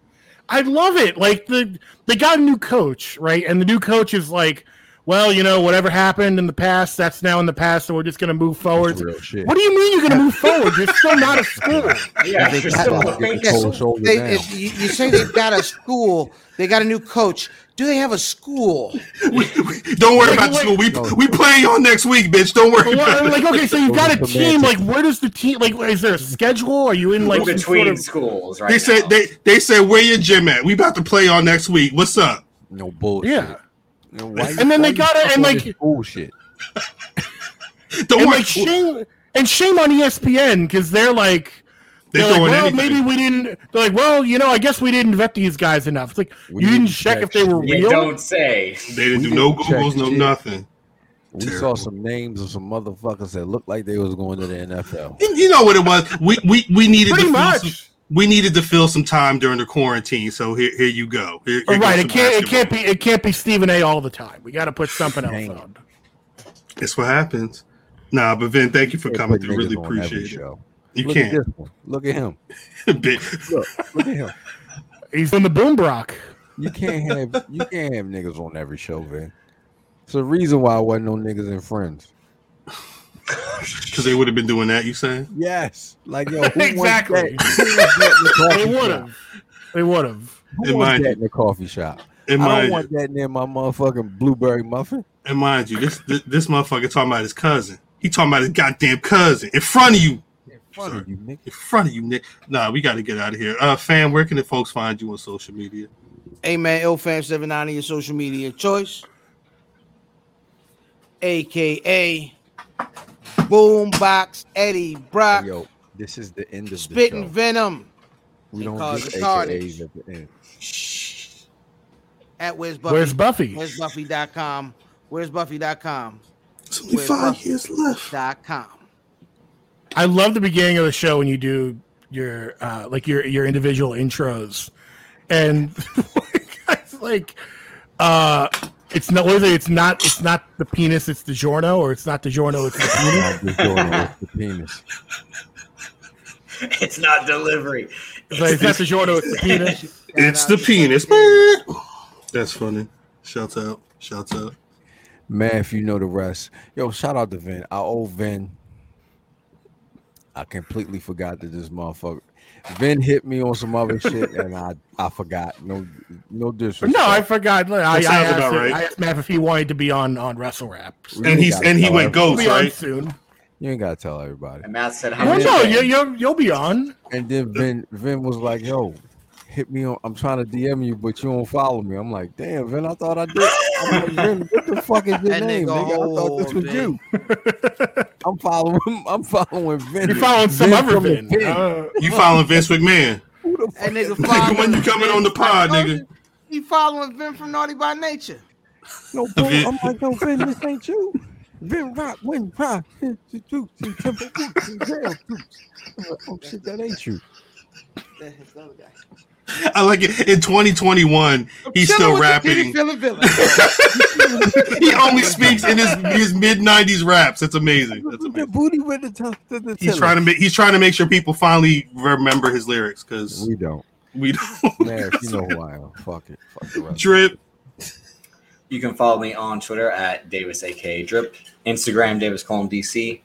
[SPEAKER 7] I love it. Like the they got a new coach, right? And the new coach is like, well, you know, whatever happened in the past, that's now in the past, and we're just going to move forward.
[SPEAKER 10] That's real shit.
[SPEAKER 7] What do you mean you're going to move forward? You're still not at school.
[SPEAKER 3] Yeah, you're still a
[SPEAKER 10] Get
[SPEAKER 3] big
[SPEAKER 10] the cold shoulder
[SPEAKER 2] They,
[SPEAKER 10] down.
[SPEAKER 2] if you, you say they've got a school, they got a new coach. Do they have a school?
[SPEAKER 1] We- we- don't worry about the school. We we play y'all next week, bitch. Don't worry
[SPEAKER 7] Well,
[SPEAKER 1] about
[SPEAKER 7] I'm
[SPEAKER 1] it.
[SPEAKER 7] like, okay, so you've
[SPEAKER 10] Those
[SPEAKER 7] got a
[SPEAKER 10] are
[SPEAKER 7] team. Like, where does the team? Like, is there a schedule? Are you in like some
[SPEAKER 3] between
[SPEAKER 7] sort of?
[SPEAKER 3] schools right
[SPEAKER 1] They
[SPEAKER 3] now.
[SPEAKER 1] said they they said where your gym at? We about to play y'all next week. What's up?
[SPEAKER 10] No bullshit.
[SPEAKER 7] Yeah,
[SPEAKER 4] And, why
[SPEAKER 7] And then
[SPEAKER 4] why
[SPEAKER 7] they
[SPEAKER 4] you
[SPEAKER 7] got it,
[SPEAKER 4] fucking
[SPEAKER 7] and, like-
[SPEAKER 4] with bullshit.
[SPEAKER 7] and like shame and shame on E ESPN because they're like
[SPEAKER 4] They
[SPEAKER 7] they're like,
[SPEAKER 4] throwing
[SPEAKER 7] well,
[SPEAKER 4] anything.
[SPEAKER 7] maybe we didn't. They're like, well, you know, I guess we didn't vet these guys enough. It's like you didn't check if they were
[SPEAKER 3] You
[SPEAKER 7] real.
[SPEAKER 3] don't say.
[SPEAKER 1] They didn't
[SPEAKER 4] We
[SPEAKER 1] do no
[SPEAKER 4] didn't check
[SPEAKER 1] Googles, no
[SPEAKER 4] shit.
[SPEAKER 1] nothing.
[SPEAKER 4] We saw
[SPEAKER 1] Terrible.
[SPEAKER 4] some names of some motherfuckers that looked like they was going to the NFL.
[SPEAKER 1] You you know what it was? We we, we needed
[SPEAKER 7] Pretty
[SPEAKER 1] to fill
[SPEAKER 7] much.
[SPEAKER 1] Some, we needed to fill some time during the quarantine. So here here you go. Here, here
[SPEAKER 7] All right,
[SPEAKER 1] goes
[SPEAKER 7] it
[SPEAKER 1] some
[SPEAKER 7] can't it
[SPEAKER 1] basketball.
[SPEAKER 7] can't be it can't be Stephen A. all the time. We got to put something else on.
[SPEAKER 1] It's what happens. Nah, but Vin, thank you for
[SPEAKER 4] They
[SPEAKER 1] coming
[SPEAKER 4] put
[SPEAKER 1] through.
[SPEAKER 4] niggas
[SPEAKER 1] Really
[SPEAKER 4] on every
[SPEAKER 1] appreciate it.
[SPEAKER 4] show.
[SPEAKER 1] You
[SPEAKER 4] Look at
[SPEAKER 1] can't.
[SPEAKER 4] this one. Look at him.
[SPEAKER 1] Big-
[SPEAKER 4] Look, look at him.
[SPEAKER 7] He's in the boom brock.
[SPEAKER 4] You can't have you can't have niggas on every show, man. It's the reason why I wasn't on niggas and friends.
[SPEAKER 1] Because they would have been doing that. You saying?
[SPEAKER 4] Yes, like yo, who
[SPEAKER 7] Exactly.
[SPEAKER 4] Wants that? Who wants that in the coffee
[SPEAKER 7] They would
[SPEAKER 4] shop?
[SPEAKER 7] have. They would have.
[SPEAKER 4] Who
[SPEAKER 1] And
[SPEAKER 4] wants
[SPEAKER 1] mind
[SPEAKER 4] that
[SPEAKER 1] you-
[SPEAKER 4] in the coffee shop?
[SPEAKER 1] And
[SPEAKER 4] I
[SPEAKER 1] mind
[SPEAKER 4] don't want that near my motherfucking blueberry muffin.
[SPEAKER 1] and mind you, this, this this motherfucker talking about his cousin. He talking about his goddamn cousin in front of you.
[SPEAKER 4] In front of you, nigga.
[SPEAKER 1] In front of you, Nick. Nah, we got to get out of here. Uh, fam, where can the folks find you on social media?
[SPEAKER 2] Hey man, LFam79 your social media choice. AKA Boombox Eddie Brock
[SPEAKER 4] Yo, this is the end of
[SPEAKER 2] spitting
[SPEAKER 4] the show.
[SPEAKER 2] venom
[SPEAKER 4] We
[SPEAKER 2] and
[SPEAKER 4] don't
[SPEAKER 2] cause
[SPEAKER 4] do
[SPEAKER 2] retarded.
[SPEAKER 4] AKAs at the end.
[SPEAKER 2] at Where's Buffy.
[SPEAKER 7] Where's Buffy?
[SPEAKER 2] Where's Buffy.com? Where's Buffy.com?
[SPEAKER 1] It's only
[SPEAKER 2] Where's
[SPEAKER 1] five
[SPEAKER 2] Buffy?
[SPEAKER 1] years left.
[SPEAKER 2] Dot com.
[SPEAKER 7] I love the beginning of the show when you do your uh like your your individual intros, and it's like uh it's not what is it? It's not it's not the penis. It's the giorno, or it's not the giorno. It's the
[SPEAKER 4] Not
[SPEAKER 7] penis.
[SPEAKER 4] just doing it with the penis.
[SPEAKER 3] It's not delivery.
[SPEAKER 7] It's, like, it's not the giorno. It's the penis.
[SPEAKER 1] It's the penis. That's funny. Shout out. Shout out.
[SPEAKER 4] Math, you know the rest. Yo, shout out to Vin. I owe Vin. I completely forgot that this motherfucker. Vin hit me on some other shit and I, I forgot. No no disrespect.
[SPEAKER 7] No, I forgot. I, I,
[SPEAKER 1] sounds
[SPEAKER 7] asked,
[SPEAKER 1] about
[SPEAKER 7] him-
[SPEAKER 1] right.
[SPEAKER 7] I asked Matt if he wanted to be on on Wrestle Rap.
[SPEAKER 4] You
[SPEAKER 1] And
[SPEAKER 4] ain't
[SPEAKER 1] he's
[SPEAKER 4] gotta
[SPEAKER 1] and he
[SPEAKER 4] tell
[SPEAKER 1] went
[SPEAKER 4] everybody.
[SPEAKER 7] We'll
[SPEAKER 1] goats,
[SPEAKER 7] be on
[SPEAKER 1] right?
[SPEAKER 7] soon.
[SPEAKER 4] You ain't gotta tell everybody.
[SPEAKER 3] And Matt said, "How
[SPEAKER 7] Well,
[SPEAKER 3] many?"
[SPEAKER 7] no,
[SPEAKER 3] men?
[SPEAKER 7] you, you'll you'll be on.
[SPEAKER 4] And then Vin Vin was like, yo, hit me on. I'm trying to DM you, but you don't follow me. I'm like, damn, Vin, I thought I did. I'm like, Vin, what the fuck is your
[SPEAKER 2] That
[SPEAKER 4] name?
[SPEAKER 2] nigga
[SPEAKER 4] Nigga, I thought this
[SPEAKER 2] old,
[SPEAKER 4] was
[SPEAKER 2] Vin.
[SPEAKER 4] you. I'm following I'm following Vin.
[SPEAKER 7] You're following some
[SPEAKER 4] Vin
[SPEAKER 7] other
[SPEAKER 4] from the
[SPEAKER 7] Vin.
[SPEAKER 4] pit.
[SPEAKER 7] Uh,
[SPEAKER 1] You following Vince McMahon?
[SPEAKER 4] Who the
[SPEAKER 2] That nigga
[SPEAKER 1] Nigga, when you
[SPEAKER 2] following
[SPEAKER 1] coming
[SPEAKER 2] Vin
[SPEAKER 1] on the pod, nigga?
[SPEAKER 2] He following Vin from Naughty by Nature.
[SPEAKER 4] No, bro, I'm like, no, Vin, this ain't you. Vin Rock, Win Rock, Vin, to do, to temple, to to jail, to. I'm like, Oh shit, that ain't you.
[SPEAKER 2] That's the other guy.
[SPEAKER 1] I like it. In 2021, he's
[SPEAKER 2] Chilling
[SPEAKER 1] still
[SPEAKER 2] with the Diddy
[SPEAKER 1] rapping.
[SPEAKER 2] Philly Villain.
[SPEAKER 1] He only speaks in his, his mid 90s raps. It's amazing. That's
[SPEAKER 4] With The
[SPEAKER 1] amazing.
[SPEAKER 4] booty with the top to the
[SPEAKER 1] He's
[SPEAKER 4] tiller.
[SPEAKER 1] trying to make he's trying to make sure people finally remember his lyrics because
[SPEAKER 4] We don't.
[SPEAKER 1] we don't
[SPEAKER 4] Man, you know who I am. Fuck it. Fuck the rest.
[SPEAKER 1] drip.
[SPEAKER 3] You can follow me on Twitter at Davis, aka Drip, Instagram Davis Column DC.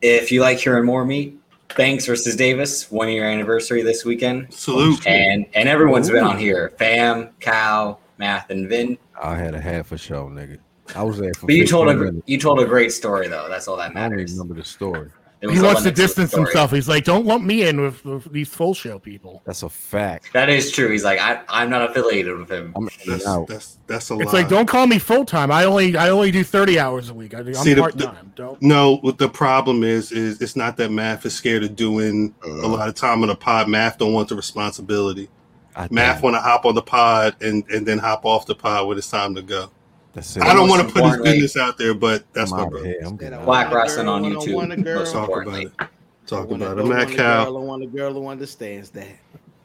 [SPEAKER 3] If you like hearing more of me, Banks versus Davis, one year anniversary this weekend,
[SPEAKER 1] Salute.
[SPEAKER 3] and and everyone's been on here: Fam, Cal, Math, and Vin.
[SPEAKER 4] I had a half a show, nigga. I was there for.
[SPEAKER 3] But you told
[SPEAKER 4] 15
[SPEAKER 3] a
[SPEAKER 4] minutes.
[SPEAKER 3] you told a great story though. That's all that
[SPEAKER 4] I don't even
[SPEAKER 3] matters.
[SPEAKER 4] remember the story.
[SPEAKER 3] It was
[SPEAKER 7] he
[SPEAKER 3] all
[SPEAKER 7] wants
[SPEAKER 3] that
[SPEAKER 7] to
[SPEAKER 3] makes a good
[SPEAKER 7] distance
[SPEAKER 3] story.
[SPEAKER 7] himself. He's like, don't lump me in with, with these full show people.
[SPEAKER 4] That's a fact.
[SPEAKER 3] That is true. He's like, I, I'm not affiliated with him.
[SPEAKER 4] I'm in and
[SPEAKER 1] That's
[SPEAKER 4] out.
[SPEAKER 1] that's that's a
[SPEAKER 7] It's
[SPEAKER 1] lie.
[SPEAKER 7] like, don't call me full time. I only I only do thirty hours a week. I, I'm
[SPEAKER 1] See, the-
[SPEAKER 7] part time. Don't.
[SPEAKER 1] No, what the problem is is it's not that math is scared of doing
[SPEAKER 4] Uh.
[SPEAKER 1] a lot of time on the pod. Math don't want the responsibility.
[SPEAKER 4] I
[SPEAKER 1] Math
[SPEAKER 4] think
[SPEAKER 1] want to hop on the pod and and then hop off the pod when it's time to go.
[SPEAKER 4] That's it.
[SPEAKER 1] I don't
[SPEAKER 3] Most
[SPEAKER 1] want to put his
[SPEAKER 3] importantly-
[SPEAKER 1] business out there, but that's
[SPEAKER 4] I'm
[SPEAKER 1] my
[SPEAKER 4] out of
[SPEAKER 1] brother.
[SPEAKER 4] here. I'm getting out.
[SPEAKER 3] Black wrestling
[SPEAKER 2] Girl,
[SPEAKER 3] on
[SPEAKER 2] one-on-one, a
[SPEAKER 3] YouTube.
[SPEAKER 2] girl.
[SPEAKER 3] Most
[SPEAKER 1] Talk about
[SPEAKER 3] importantly,
[SPEAKER 1] it. Talk
[SPEAKER 2] Wanna
[SPEAKER 1] about
[SPEAKER 2] go
[SPEAKER 1] it. Matt
[SPEAKER 2] on a
[SPEAKER 1] Cal.
[SPEAKER 2] Girl, I want a girl who understands that.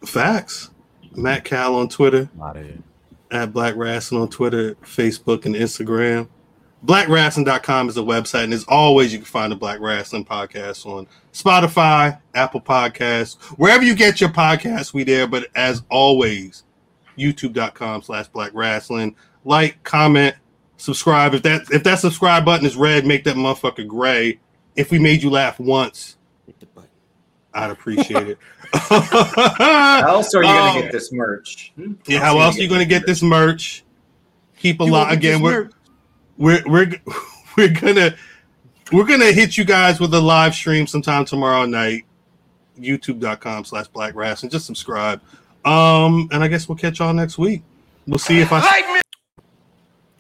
[SPEAKER 1] Facts. Matt Cal on Twitter,
[SPEAKER 4] I'm out of here.
[SPEAKER 1] at Black Wrestling on Twitter, Facebook, and Instagram. BlackWrestling.com is the website, and as always, you can find the Black Wrestling Podcast on Spotify, Apple Podcasts, wherever you get your podcasts, we there. But as always, youtube.com slash black wrestling. Like, comment, subscribe. If that if that subscribe button is red, make that motherfucker gray. If we made you laugh once,
[SPEAKER 2] Hit the button.
[SPEAKER 1] I'd appreciate it.
[SPEAKER 3] how else are you gonna
[SPEAKER 1] Um,
[SPEAKER 3] get this merch? Hmm?
[SPEAKER 1] Yeah, how else are you gonna get this merch? Keep a lot again. We're, we're we're we're gonna we're gonna hit you guys with a live stream sometime tomorrow night. YouTube.com slash black Rass, and just subscribe. Um, and I guess we'll catch y'all next week. We'll see if I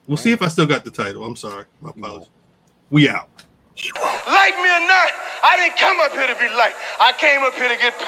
[SPEAKER 1] We'll see if I still got the title. I'm sorry. My apologies. We out.
[SPEAKER 11] Like me or not, I didn't come up here to be liked. I came up here to get